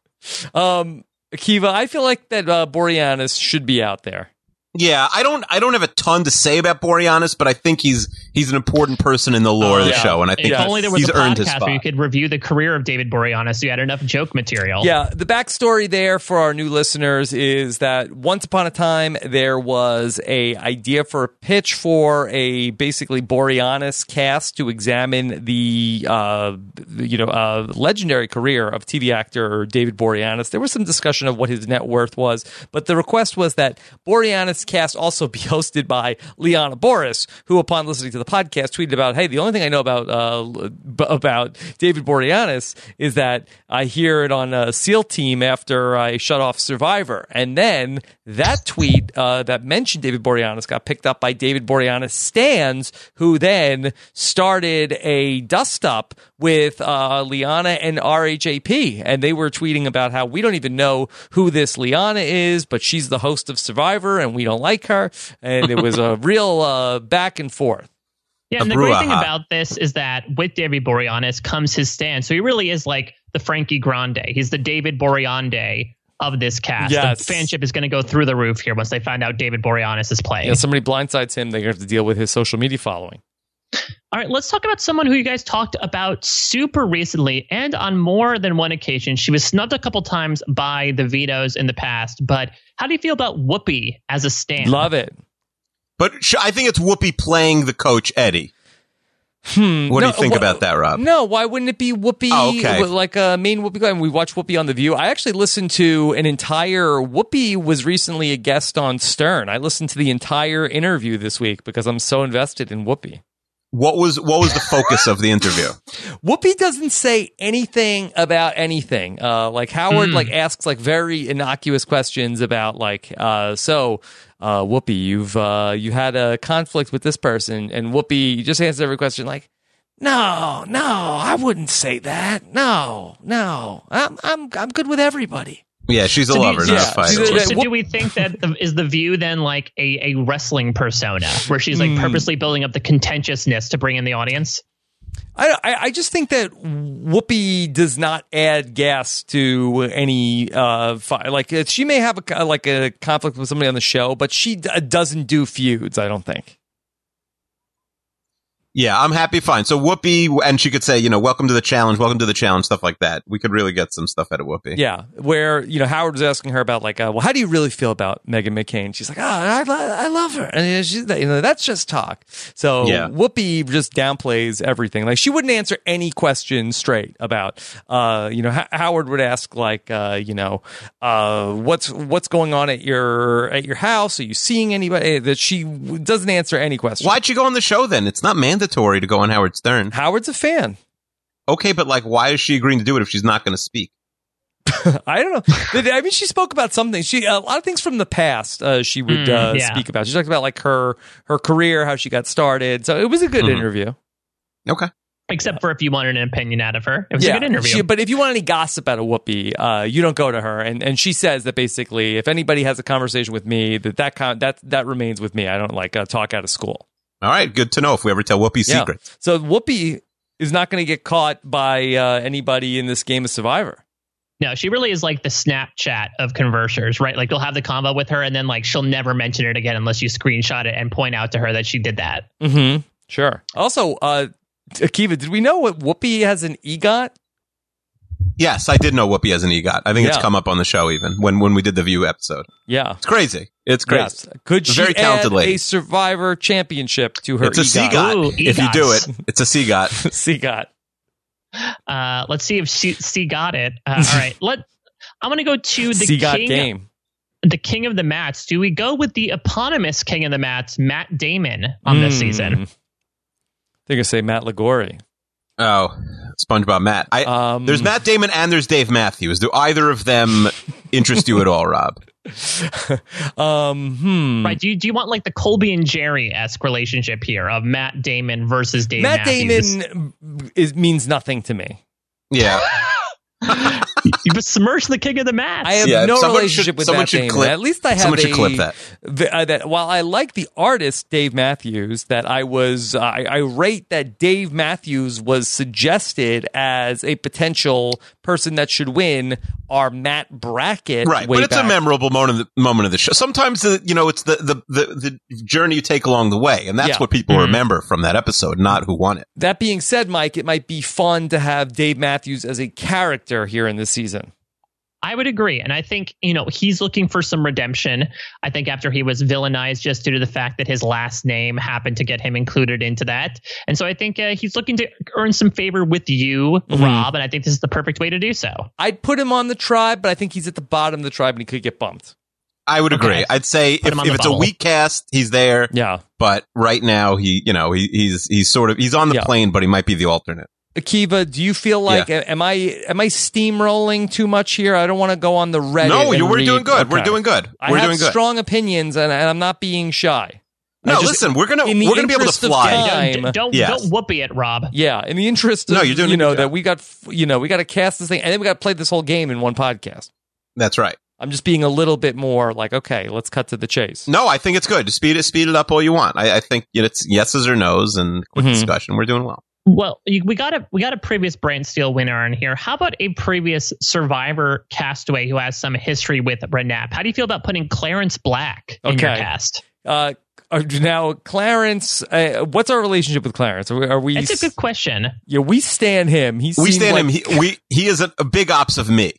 S1: um, Akiva, I feel like that uh, Boreanaz should be out there.
S6: Yeah, I don't. I don't have a ton to say about Boreanaz, but I think he's he's an important person in the lore of the
S1: Oh, Yeah.
S6: show, and I
S5: If
S6: think
S1: Yeah.
S5: only there was
S6: he's
S5: a
S6: earned his
S5: podcast where you
S6: spot.
S5: could review the career of David Boreanaz, so you had enough joke material.
S1: Yeah, the backstory there for our new listeners is that once upon a time there was a idea for a pitch for a basically Boreanaz cast to examine the uh, you know uh, legendary career of TV actor David Boreanaz. There was some discussion of what his net worth was, but the request was that Boreanaz cast also be hosted by Liana Boris, who upon listening to the podcast tweeted about, "Hey, the only thing I know about uh, l- b- about David Boreanaz is that I hear it on a SEAL team after I shut off Survivor. And then that tweet uh, that mentioned David Boreanaz got picked up by David Boreanaz Stans, who then started a dust up with uh, Liana and RHAP. And they were tweeting about how we don't even know who this Liana is, but she's the host of Survivor and we don't like her. And it was a real uh, back and forth.
S5: Yeah,
S6: a
S5: and the great thing
S6: brouhaha.
S5: about this is that with David Boreanaz comes his stand. So he really is like the Frankie Grande. He's the David Boreanaz of this cast.
S1: Yes.
S5: The fanship is going to go through the roof here once they find out David Boreanaz is playing.
S1: You know, somebody blindsides him, they're going to have to deal with his social media following.
S5: All right, let's talk about someone who you guys talked about super recently and on more than one occasion. She was snubbed a couple times by the Vetoes in the past, but how do you feel about Whoopi as a stand?
S1: Love it.
S6: But sh- I think it's Whoopi playing the coach Eddie. What do
S1: Hmm. Mm, No,
S6: you think
S1: wha-
S6: about that, Rob?
S1: No, why wouldn't it be Whoopi?
S6: Oh, okay.
S1: Like uh, main Whoopi, and we watch Whoopi on the View. I actually listened to an entire Whoopi was recently a guest on Stern. I listened to the entire interview this week because I'm so invested in Whoopi.
S6: What was what was the focus of the interview?
S1: Whoopi doesn't say anything about anything. Uh, like Howard, like asks like very innocuous questions about like, uh, so uh, Whoopi, you've uh, you had a conflict with this person, and Whoopi just answers every question like, no, no, I wouldn't say that. No, no, I'm I'm I'm good with everybody.
S6: Yeah, she's a
S5: do you-
S6: lover, not
S1: yeah,
S6: a
S1: she's
S6: fighter.
S1: a-
S5: So, so
S1: Whoop.
S5: do we think that the, is the view then like a, a wrestling persona where she's
S1: Hmm.
S5: like purposely building up the contentiousness to bring in the audience?
S1: I, I, I just think that Whoopi does not add gas to any uh fi- like uh, she may have a co- like a conflict with somebody on the show, but she d- doesn't do feuds. I don't think.
S6: yeah, I'm happy. Fine. So Whoopi, and she could say, you know, welcome to the challenge, welcome to the challenge, stuff like that. We could really get some stuff out of Whoopi.
S1: Yeah, where you know Howard was asking her about like, uh, well, how do you really feel about Megan McCain? She's like, oh, I, lo- I love her, and you know, she's you know that's just talk. So
S6: Yeah.
S1: Whoopi just downplays everything. Like she wouldn't answer any question straight about, uh, you know, Ho- Howard would ask like, uh, you know, uh, what's what's going on at your at your house? Are you seeing anybody? That she w- doesn't answer any question.
S6: Why'd you go on the show then? It's not mandatory to go on Howard Stern.
S1: Howard's a fan.
S6: Okay, but like, why is she agreeing to do it if she's not going to speak?
S1: I don't know. I mean, she spoke about something. She a lot of things from the past. Uh, she would
S5: Mm,
S1: uh,
S5: yeah.
S1: speak about. She talked about like her her career, how she got started. So it was a good
S5: Mm-hmm.
S6: Mhm.
S1: interview.
S6: Okay.
S5: Except for if you wanted an opinion out of her, it was a good
S1: She-
S5: interview.
S1: but if you want any gossip out of Whoopi, uh, you don't go to her. And and she says that basically, if anybody has a conversation with me, that that con- that that remains with me. I don't like uh, talk out of school.
S6: All right. Good to know if we ever tell Whoopi's
S1: Yeah.
S6: secret.
S1: So Whoopi is not going to get caught by uh, anybody in this game of Survivor.
S5: no, she really is like the Snapchat of conversers, right? Like you'll have the combo with her, and then like she'll never mention it again unless you screenshot it and point out to her that she did that.
S1: Mm-hmm. Sure. Also, uh, Akiva, did we know what Whoopi has an E EGOT?
S6: Yes, I did know Whoopi as an EGOT. I think it's
S1: Yeah.
S6: come up on the show even when when we did the View episode.
S1: Yeah.
S6: It's crazy. It's crazy.
S1: Yes. Could
S6: A
S1: she
S6: very
S1: add
S6: talented lady.
S1: a Survivor Championship to her E
S6: It's a
S1: EGOT? E
S6: CGOT.
S5: Ooh,
S6: if you do it,
S5: EGOTs.
S6: it's a CGOT.
S1: Seagot.
S5: Uh, let's see if she, she got it. Uh, all right, let I'm gonna go to the
S1: Seagot
S5: king,
S1: game.
S5: the king of the mats. Do we go with the eponymous king of the mats, Matt Damon, on this
S1: Mm.
S5: season?
S1: They're gonna say Matt Ligori.
S6: Oh, SpongeBob Matt. I,
S1: Um,
S6: there's Matt Damon and there's Dave Matthews. Do either of them interest you at all, Rob?
S1: um, hmm.
S5: Right? Do you, do you want like the Colby and Jerry esque relationship here of Matt Damon versus Dave
S1: Matt
S5: Matthews?
S1: Damon is, means nothing to me.
S6: Yeah.
S5: you besmirched the king of the mats.
S1: I have
S6: Yeah,
S1: no
S6: someone
S1: relationship
S6: should-
S1: with
S6: someone
S1: Matt
S6: should
S1: Damon.
S6: clip-
S1: At least I have
S6: someone should
S1: a-
S6: clip that.
S1: the- uh, that while I like the artist Dave Matthews, that I was I, I rate that Dave Matthews was suggested as a potential person that should win our Matt Brackett.
S6: Right.
S1: way
S6: But it's a
S1: back.
S6: memorable moment of the, moment of the show. Sometimes, the, you know, it's the, the, the, the journey you take along the way. And that's
S1: Yeah.
S6: what people remember from that episode, not who won it.
S1: That being said, Mike, it might be fun to have Dave Matthews as a character here in this season.
S5: I would agree. And I think, you know, he's looking for some redemption. I think after he was villainized just due to the fact that his last name happened to get him included into that. And so I think uh, he's looking to earn some favor with you,
S1: Mm-hmm.
S5: Rob. And I think this is the perfect way to do so.
S1: I'd put him on the tribe, but I think he's at the bottom of the tribe and he could get bumped.
S6: I would agree.
S5: Okay.
S6: I'd say if,
S5: him on
S6: if
S5: the
S6: it's a
S5: bottle.
S6: weak cast, he's there.
S1: Yeah.
S6: But right now, he, you know, he, he's, he's sort of, he's on the
S1: Yeah.
S6: plane, but he might be the alternate.
S1: Akiva, do you feel like am I am I steamrolling too much here? I don't want to go on the Reddit.
S6: no,
S1: and
S6: you, we're
S1: read-
S6: doing good. We're
S1: Okay.
S6: doing good.
S1: I
S6: we're
S1: have
S6: doing good.
S1: strong opinions, and, and I'm not being shy. I
S6: no,
S1: just-
S6: listen, we're gonna,
S1: in the
S6: we're gonna be able to
S1: interest of
S6: fly.
S1: time-
S5: Don't,
S1: I'm-
S5: don't,
S6: Yes.
S5: don't whoopee it, Rob.
S1: Yeah, in the interest of
S6: No, you're doing
S1: you
S6: a good
S1: know
S6: job.
S1: that we got f- you know we got to cast this thing, and then we got to play this whole game in one podcast.
S6: That's right.
S1: I'm just being a little bit more like, okay, let's cut to the chase.
S6: No, I think it's good. Speed it, speed it up all you want. I, I think it's yeses or nos and quick
S1: Mhm.
S6: discussion. We're doing well.
S5: Well, you, we got a we got a previous brand steel winner in here. How about a previous Survivor castaway who has some history with Renap? How do you feel about putting Clarence Black in your
S1: Okay.
S5: cast?
S1: Uh, are- now, Clarence, uh, what's our relationship with Clarence? Are we? Are we
S5: That's a good question.
S1: yeah, we stand him. He
S6: We
S1: seemed
S6: stand
S1: like-
S6: him. He, we he is a, a big ops of me.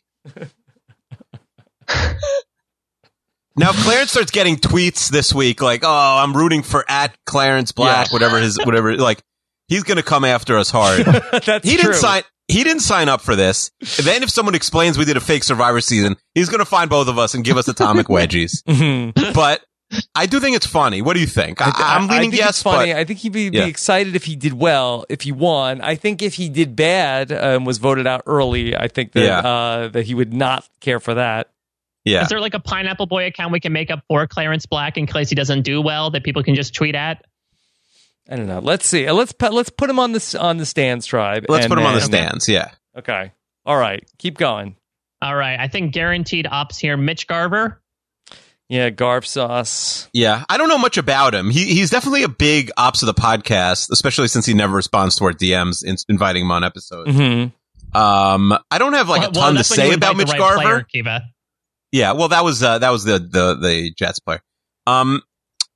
S6: now if Clarence starts getting tweets this week like, "Oh, I'm rooting for at Clarence Black,"
S1: Yeah.
S6: whatever his whatever like. he's going to come after us hard.
S1: That's
S6: he
S1: true.
S6: didn't sign. He didn't sign up for this. Then, if someone explains we did a fake Survivor season, he's going to find both of us and give us atomic wedgies.
S1: Mhm.
S6: But I do think it's funny. What do you think? I,
S1: I-
S6: am
S1: I
S6: leaning
S1: think
S6: yes,
S1: It's funny.
S6: but
S1: I think he'd be,
S6: Yeah.
S1: be excited if he did well, if he won. I think if he did bad uh, and was voted out early, I think that
S6: Yeah.
S1: uh, that he would not care for that.
S6: yeah,
S5: Is there like a Pineapple Boy account we can make up for Clarence Black in case he doesn't do well that people can just tweet at?
S1: I don't know. Let's see. Uh, Let's pu- let's put him on this on the stands tribe.
S6: let's
S1: and
S6: put him on the
S1: then-
S6: stands. Yeah,
S1: Okay. All right. Keep going.
S5: All right, I think guaranteed ops here. Mitch Garver.
S1: Yeah, Garf sauce.
S6: yeah. I don't know much about him. He he's definitely a big ops of the podcast, especially since he never responds to our DMs in, inviting him on episodes.
S1: hmm
S6: Um, I don't have like a
S5: Well,
S6: ton to
S5: that's when you
S6: say about
S5: invite
S6: Mitch
S5: the right
S6: Garver.
S5: player, Kiva.
S6: Yeah, well, that was uh, that was the the the Jets player. Um,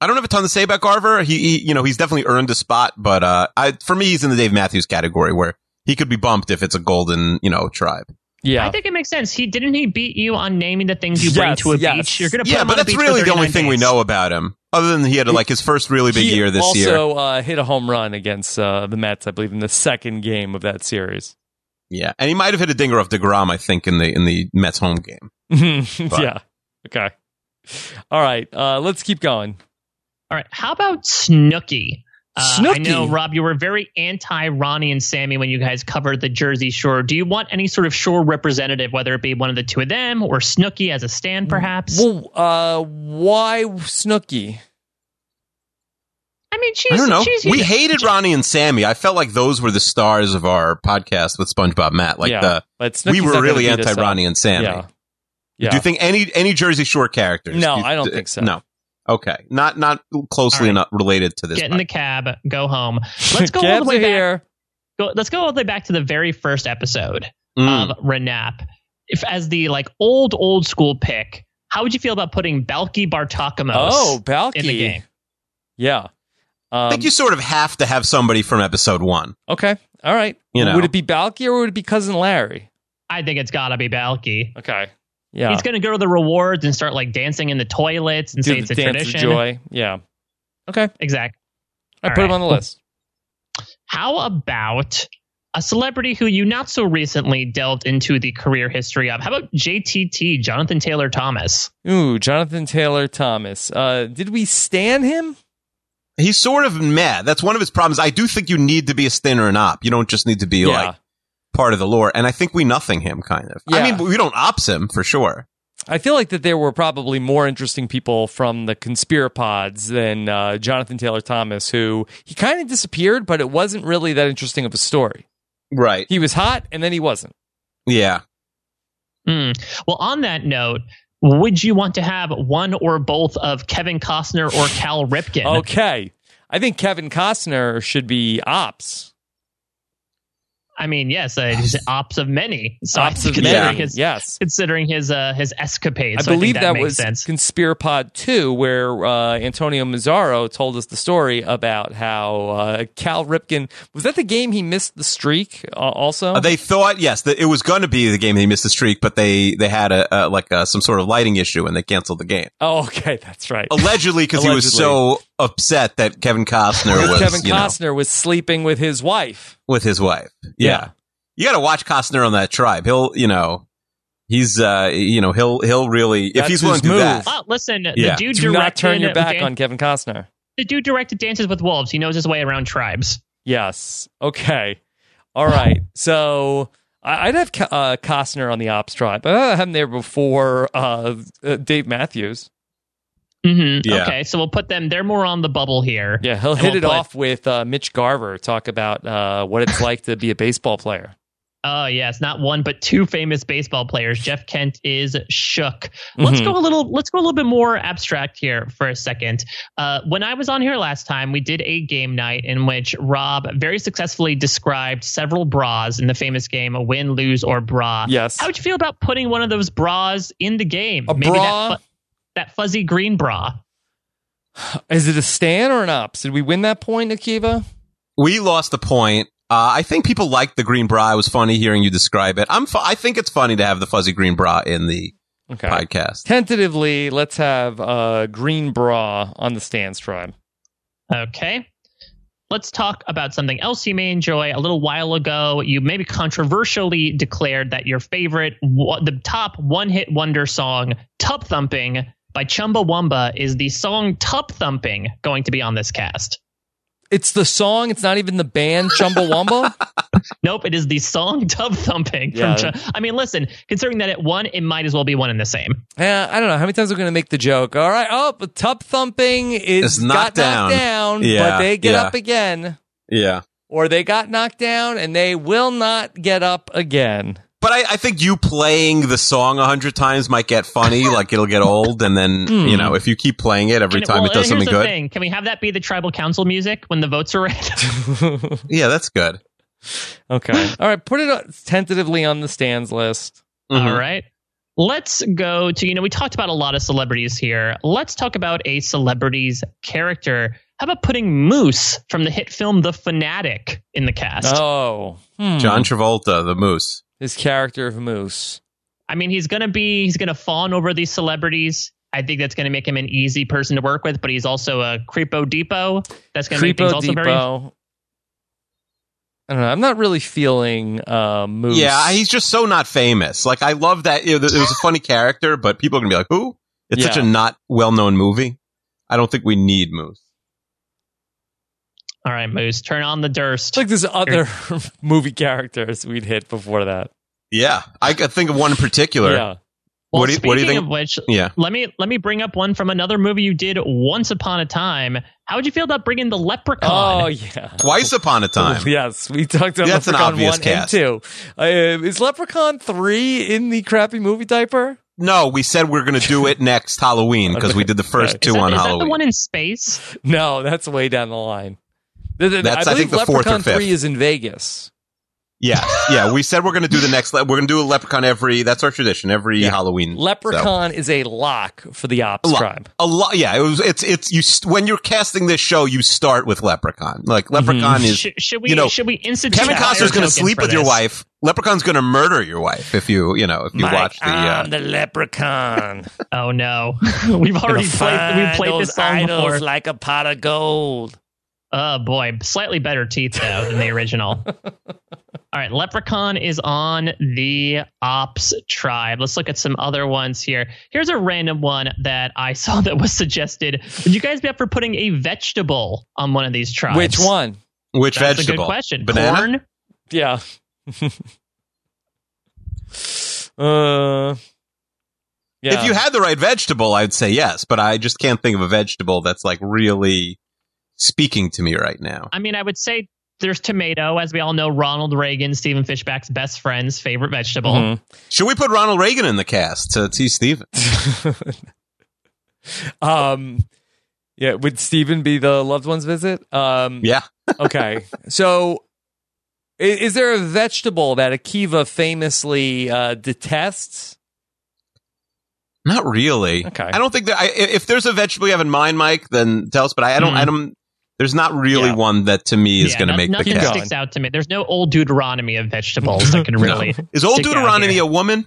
S6: I don't have a ton to say about Garver. He, he you know, he's definitely earned a spot, but uh, I for me, he's in the Dave Matthews category where he could be bumped if it's a golden, you know, tribe.
S1: Yeah.
S5: I think it makes sense. He didn't he beat you on naming the things you bring
S1: Yes,
S5: to a
S1: yes.
S5: beach. You're gonna put
S6: Yeah,
S5: him
S6: but
S5: on a
S6: that's
S5: beach for
S6: really the only
S5: 39
S6: thing we
S5: days.
S6: know about him, other than he had like his first really big
S1: He
S6: year this
S1: also,
S6: year.
S1: uh, hit a home run against uh, the Mets, I believe, in the second game of that series.
S6: Yeah, and he might have hit a dinger off Degrom, I think, in the in the Mets home game.
S1: yeah. Okay. All right. Uh, let's keep going.
S5: All right, how about Snooky? I
S1: Snooki?
S5: know, Rob, you were very anti Ronnie and Sammy when you guys covered the Jersey Shore. Do you want any sort of Shore representative, whether it be one of the two of them or Snooky as a stand,
S6: Mm,
S5: perhaps?
S1: Well, uh, why Snooky?
S5: I mean, she's
S6: I don't know.
S5: she's
S6: We hated Ronnie and Sammy. I felt like those were the stars of our podcast with SpongeBob Matt. Like
S1: yeah,
S6: the
S1: but
S6: we
S1: Snooki's not
S6: were
S1: gonna
S6: really
S1: beat us
S6: anti
S1: up.
S6: Ronnie and Sammy.
S1: Yeah. Yeah.
S6: Do you think any any Jersey Shore characters?
S1: No,
S6: you-
S1: I don't think so.
S6: No. Okay, not not closely
S5: All right.
S6: enough related to this.
S5: get in the
S6: podcast.
S5: cab, go home. Let's go all
S1: Cabs
S5: the way
S1: are
S5: back.
S1: here.
S5: Go, let's go all the way back to the very first episode
S6: Mm.
S5: of Renap. If as the like old old school pick, how would you feel about putting Balky Bartakamos
S1: Oh, Balky.
S5: in the game?
S1: Yeah.
S6: I
S1: Um,
S6: think you sort of have to have somebody from episode one.
S1: okay. All right.
S6: You know.
S1: Would it be Balky or would it be Cousin Larry?
S5: I think it's gotta be Balky.
S1: Okay. Yeah.
S5: He's gonna go to the rewards and start like dancing in the toilets and
S1: Do
S5: say
S1: the
S5: it's a
S1: dance
S5: tradition.
S1: of joy. Yeah. Okay.
S5: Exactly.
S1: I
S5: All
S1: put him
S5: right.
S1: on the list.
S5: How about a celebrity who you not so recently delved into the career history of? How about JTT, Jonathan Taylor Thomas?
S1: Ooh, Jonathan Taylor Thomas. Uh, did we stan him?
S6: He's sort of meh. That's one of his problems. I do think you need to be a stin or an op. You don't just need to be like part of the lore. And I think we nothing him kind of. I
S1: Yeah.
S6: mean, we don't ops him for sure.
S1: I feel like that there were probably more interesting people from the conspirapods than uh, Jonathan Taylor Thomas, who he kind of disappeared, but it wasn't really that interesting of a story.
S6: Right.
S1: He was hot, and then he wasn't.
S6: Yeah.
S5: Hmm. Well, on that note, would you want to have one or both of Kevin Costner or Cal Ripken?
S1: Okay, I think Kevin Costner should be ops.
S5: I mean, yes, uh, he's ops of many. So I
S1: ops
S5: think
S1: of
S5: considering
S1: many.
S5: His,
S1: Yes,
S5: Considering his uh, his escapades,
S1: I
S5: so I
S1: believe
S5: think
S1: that
S5: makes
S1: was
S5: sense.
S1: Conspirapod Two, where uh, Antonio Mazzaro told us the story about how uh, Cal Ripken was that the game he missed the streak. Uh, also,
S6: Uh, They thought yes that it was going to be the game he missed the streak, but they they had a, a like a, some sort of lighting issue and they canceled the game
S1: oh, okay, that's right.
S6: allegedly because he was so upset that Kevin Costner was
S1: Kevin
S6: you know,
S1: Costner was sleeping with his wife.
S6: with his wife.
S1: Yeah.
S6: Yeah. You got to watch Costner on that tribe. He'll, you know, he's, uh, you know, he'll, he'll really, if
S1: That's
S6: he's willing to
S1: his
S6: do
S1: move.
S6: that.
S5: Oh, listen, the
S6: Yeah.
S5: dude
S1: Do
S5: directed
S1: not turn your back
S5: Dan-
S1: on Kevin Costner.
S5: the dude directed Dances with Wolves. He knows his way around tribes.
S1: Yes. Okay. All right. So I- I'd have Co- uh, Costner on the ops tribe. I had him there before uh, uh, Dave Matthews.
S5: hmm
S6: Yeah.
S5: Okay, so we'll put them. They're more on the bubble here.
S1: Mm-hmm. Yeah, he'll
S5: And
S1: hit
S5: we'll
S1: it
S5: put-
S1: off with uh, Mitch Garver. Talk about uh, what it's like to be a baseball player.
S5: Oh yes, not one but two famous baseball players. Jeff Kent is shook. Let's
S1: Mhm.
S5: go a little. Let's go a little bit more abstract here for a second. Uh, when I was on here last time, we did a game night in which Rob very successfully described several bras in the famous game "Win, Lose, or Bra."
S1: Yes.
S5: How would you feel about putting one of those bras in the game?
S1: A bra?
S5: That, fu- that fuzzy green bra.
S1: Is it a stan or an ops? Did we win that point, Akiva?
S6: We lost the point. Uh, I think people liked the green bra. It was funny hearing you describe it. I'm, fu- I think it's funny to have the fuzzy green bra in the
S1: Okay.
S6: podcast.
S1: Tentatively, let's have uh, green bra on the stands tribe.
S5: Okay. let's talk about something else you may enjoy. A little while ago, you maybe controversially declared that your favorite, wa- the top one hit wonder song, Tub Thumping by Chumbawamba, is the song Tub Thumping going to be on this cast.
S1: It's the song. It's not even the band Chumbawamba.
S5: Nope, it is the song Tub Thumping.
S1: Yeah.
S5: From Ch- I mean, listen, considering that it won, it might as well be one and the same.
S1: yeah, I don't know how many times we're going to make the joke. All right, oh, the tub thumping
S6: It's
S1: is
S6: knocked
S1: got knocked
S6: down.
S1: down,
S6: Yeah,
S1: but they get
S6: yeah.
S1: up again,
S6: Yeah.
S1: or they got knocked down and they will not get up again.
S6: But I, I think you playing the song a hundred times might get funny. like it'll get old, and then you know if you keep playing it every
S5: And-
S6: time
S5: Hmm. well,
S6: it does
S5: here's
S6: something
S5: the
S6: good.
S5: Thing. Can we have that be the tribal council music when the votes are read?
S6: Yeah, that's good.
S1: Okay, all right, put it on, tentatively on the stands list.
S6: Mhm.
S5: All right. Let's go to, you know, we talked about a lot of celebrities here. Let's talk about a celebrity's character. How about putting Moose from the hit film The Fanatic in the cast?
S1: Oh, hmm.
S6: John Travolta, the moose.
S1: his character of Moose.
S5: I mean, he's going to be, he's going to fawn over these celebrities. I think that's going to make him an easy person to work with, but he's also a creepo depot. That's going to make things
S1: Creepo
S5: also
S1: Depot.
S5: very.
S1: I don't know. I'm not really feeling uh, Moose.
S6: Yeah, he's just so not famous. Like I love that you know, it was a funny character, but people are gonna be like, "Who?" It's such
S1: Yeah.
S6: a not well-known movie. I don't think we need moose.
S5: All right, Moose, turn on the Durst.
S1: It's like there's other movie characters we'd hit before that.
S6: Yeah, I could think of one in particular.
S1: Yeah.
S5: Well,
S6: What do you-
S5: speaking
S6: what do you think-
S5: of which,
S6: Yeah.
S5: let me let me bring up one from another movie you did once upon a time. How would you feel about bringing the leprechaun?
S1: Oh yeah.
S6: Twice upon a time.
S1: Yes, we talked about
S6: That's an
S1: Leprechaun
S6: obvious
S1: one
S6: cast.
S1: and two. Uh, is Leprechaun three in the crappy movie diaper?
S6: No, we said we are going to do it next Halloween because we did the first
S5: is
S6: two
S5: that,
S6: on
S5: is that
S6: Halloween.
S5: the one in space?
S1: No, that's way down the line. The- the-
S6: That's, I
S1: believe
S6: think, the fourth or
S1: Leprechaun
S6: fifth.
S1: three is in Vegas.
S6: yeah, yeah. We said we're going to do the next. Le- we're going to do a leprechaun every. That's our tradition every Halloween. So.
S1: Leprechaun is a lock for the ops
S6: Lo-
S1: tribe.
S6: A lot. Yeah, it was. It's. It's. You. St- when you're casting this show, you start with leprechaun. Like
S5: Mm-hmm.
S6: leprechaun is.
S5: Should, should we
S6: you know,
S5: should we institute
S6: Kevin
S5: higher
S6: Costner's going to
S5: tokens
S6: sleep
S5: for
S6: with your
S5: this?
S6: wife. Leprechaun's going to murder your wife if you. You know if you
S1: Mike,
S6: watch the.
S1: I'm
S6: Uh,
S1: the Leprechaun.
S5: Oh no, we've already played we played this song before.
S1: like a pot of gold.
S5: Oh boy, slightly better teeth though than the original. All right, Leprechaun is on the Ops tribe. Let's look at some other ones here. Here's a random one that I saw that was suggested. Would you guys be up for putting a vegetable on one of these tribes?
S1: Which one?
S6: which
S5: That's a
S6: vegetable?
S5: good question.
S6: Banana.
S5: Corn.
S1: Yeah. uh, yeah.
S6: If you had the right vegetable, I'd say yes, but I just can't think of a vegetable that's like really speaking to me right now.
S5: I mean, I would say there's tomato, as we all know. Ronald Reagan, Stephen Fishback's best friend's favorite vegetable.
S6: Mm-hmm.
S1: Mhm.
S6: Should we put Ronald Reagan in the cast to T. Stevens?
S1: Mm-hmm. um, yeah. Would Steven be the loved ones visit? Um,
S6: Yeah.
S1: okay. So, i- is, there a vegetable that Akiva famously uh, detests?
S6: Not really.
S1: Okay.
S6: I don't think that I, i- if there's a vegetable you have in mind, Mike, then tell us. But I, I don't. I don't. There's not really
S1: Mm-hmm. Yeah.
S6: one that to me is
S5: Yeah,
S6: going to
S5: no-
S6: make the
S5: nothing
S1: Keep
S6: cast.
S1: going.
S5: sticks out to me. There's no old Deuteronomy of vegetables that can
S6: No.
S5: really.
S6: Is old
S5: stick out
S6: Deuteronomy
S5: here.
S6: a woman?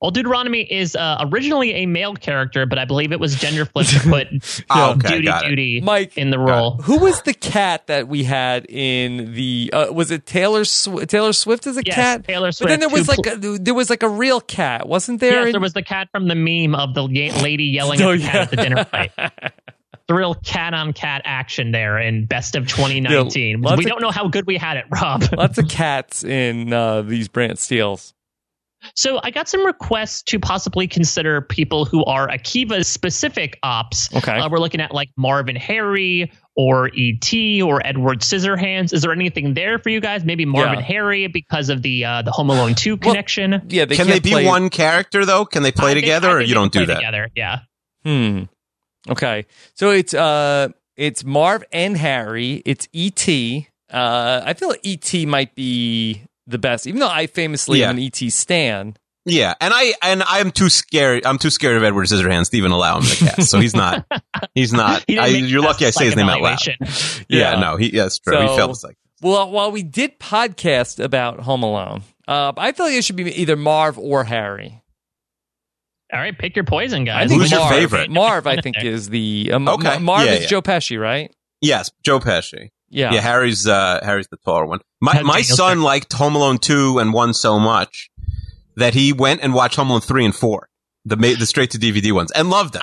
S5: Old Deuteronomy is uh, originally a male character, but I believe it was gender flipped to put um,
S6: Oh, okay,
S5: Duty
S6: got it.
S5: Duty
S1: Mike,
S5: in the role.
S1: Who was the cat that we had in the? Uh, was it Taylor Sw- Taylor Swift as a
S5: Yes,
S1: cat?
S5: Taylor
S1: But then
S5: Swift,
S1: there was
S5: who
S1: like a, there was like a real cat, wasn't there?
S5: Yes,
S1: in-
S5: there was the cat from the meme of the ye- lady yelling at
S1: Oh,
S5: the cat at the
S1: yeah.
S5: dinner fight. The real cat on cat action there in Best of 2019.
S1: Yeah, lots
S5: we
S1: of-
S5: don't know how good we had it, Rob.
S1: lots of cats in uh, these Brant Steels.
S5: So I got some requests to possibly consider people who are Akiva specific ops.
S1: Okay.
S6: Um,
S5: Uh, we're looking at like Marvin Harry or ET or Edward Scissorhands. Is there anything there for you guys? Maybe Marvin
S1: Yeah.
S5: Harry because of the uh, the Home Alone 2 connection.
S1: Yeah, they
S6: Can
S1: can't
S6: they be
S1: play-
S6: one character though? Can they play
S5: I think-
S6: together,
S5: I
S6: or
S5: think
S6: you
S5: they
S6: don't
S5: can
S6: do
S5: play
S6: that?
S5: Together. Yeah.
S1: Hmm. Okay, so it's uh, it's Marv and Harry. It's E.T. Uh, I feel E.T. might be the best, even though I famously
S6: Yeah.
S1: am an E.T. stan.
S6: Yeah, and I and I'm too scared. I'm too scared of Edward Scissorhands to even allow him to cast. So he's not. He's not.
S5: He didn't
S6: I,
S5: make
S6: you're
S5: the
S6: lucky I say his name out loud.
S5: evaluation.
S6: Yeah, no, he. Yes, true. he
S1: So-
S6: failed the psych.
S1: Well, while we did podcast about Home Alone, uh, I feel like it should be either Marv or Harry.
S5: All right, pick your poison, guys.
S1: I think
S6: Who's your
S1: Marv,
S6: favorite?
S1: Marv, I think, is the uh, Ma-
S6: Okay.
S1: Marv
S6: Yeah,
S1: is
S6: yeah.
S1: Joe Pesci, right?
S6: Yes, Joe Pesci.
S1: Yeah.
S6: Yeah, Harry's uh, Harry's the taller one. My
S5: Ted
S6: my
S5: Daniels
S6: son liked Home Alone two and one so much that he went and watched Home Alone three and four, the ma- the straight to DVD ones, and loved them.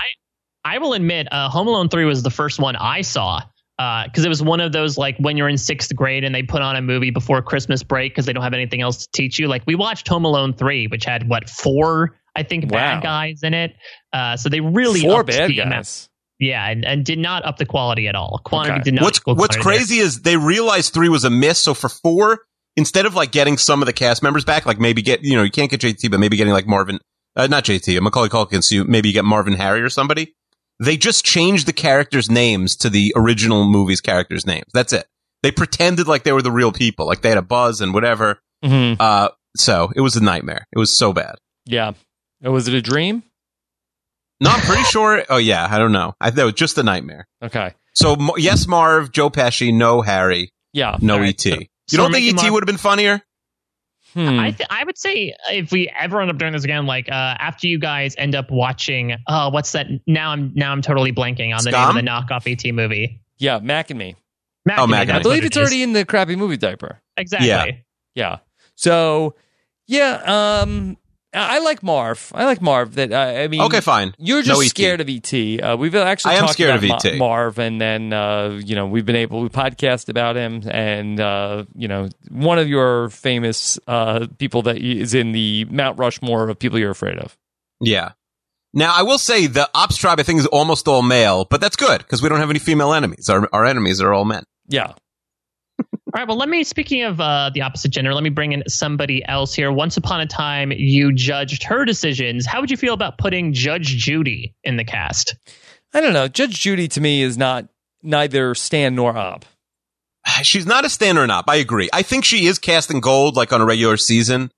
S5: I will admit, uh, Home Alone 3 was the first one I saw because it was one of those like when you're in sixth grade and they put on a movie before Christmas break because they don't have anything else to teach you. Like we watched Home Alone 3, which had what, four, I think,
S1: Wow.
S5: bad guys in it. Uh, so they really
S1: Four
S5: upped
S1: bad
S5: the amount-
S1: guys.
S5: Yeah, and, and did not up the quality at all. Quantity
S1: Okay.
S5: did not
S6: what's
S5: equal
S6: what's
S5: quantity.
S6: crazy is they realized three was a miss, so for four, instead of like getting some of the cast members back, like maybe get you know you can't get JT, but maybe getting like Marvin, uh, not JT, Macaulay Culkin, so you, maybe you get Marvin Harry or somebody. They just changed the characters' names to the original movie's characters' names. That's it. They pretended like they were the real people, like they had a buzz and whatever.
S1: Mhm.
S6: Uh, so it was a nightmare. It was so bad.
S1: Yeah. Oh, was it a dream?
S6: No, I'm pretty sure. Oh yeah, I don't know. I that was just a nightmare.
S1: Okay.
S6: So Mo- yes, Marv, Joe Pesci, no Harry,
S1: Yeah.
S6: no
S1: All right.
S6: ET. You
S5: so
S6: don't
S5: Ricky
S6: think ET
S5: Marv-
S6: would have been funnier?
S1: Hmm.
S5: I, th- I would say uh, if we ever end up doing this again, like uh, after you guys end up watching, uh, what's that? Now I'm now I'm totally blanking on the
S6: Scum?
S5: name of the knockoff ET movie.
S1: yeah. Mac and me.
S5: Mac
S6: Oh,
S5: and Me,
S6: Mac and
S5: that's
S1: I
S6: Right. Me.
S1: believe
S5: what
S1: it's
S5: it is.
S1: already in the crappy movie diaper.
S5: Exactly.
S6: Yeah.
S1: Yeah. So, yeah. Um, I I like Marv. I like Marv. That I I mean,
S6: Okay, fine.
S1: You're just
S6: No ET.
S1: scared of ET. Uh, we've actually
S6: I am
S1: talked
S6: scared
S1: about
S6: of E ET.
S1: Ma- Marv, and then uh, you know we've been able we podcast about him, and uh, you know one of your famous uh, people that is in the Mount Rushmore of people you're afraid of.
S6: Yeah. Now I will say the ops tribe I think is almost all male, but that's good because we don't have any female enemies. Our our enemies are all men.
S1: Yeah.
S5: All right. Well, let me. Speaking of uh, the opposite gender, let me bring in somebody else here. Once upon a time, you judged her decisions. How would you feel about putting Judge Judy in the cast?
S1: I don't know. Judge Judy to me is not neither Stan nor Ob.
S6: She's not a stand or an op. I agree. I think she is casting gold like on a regular season.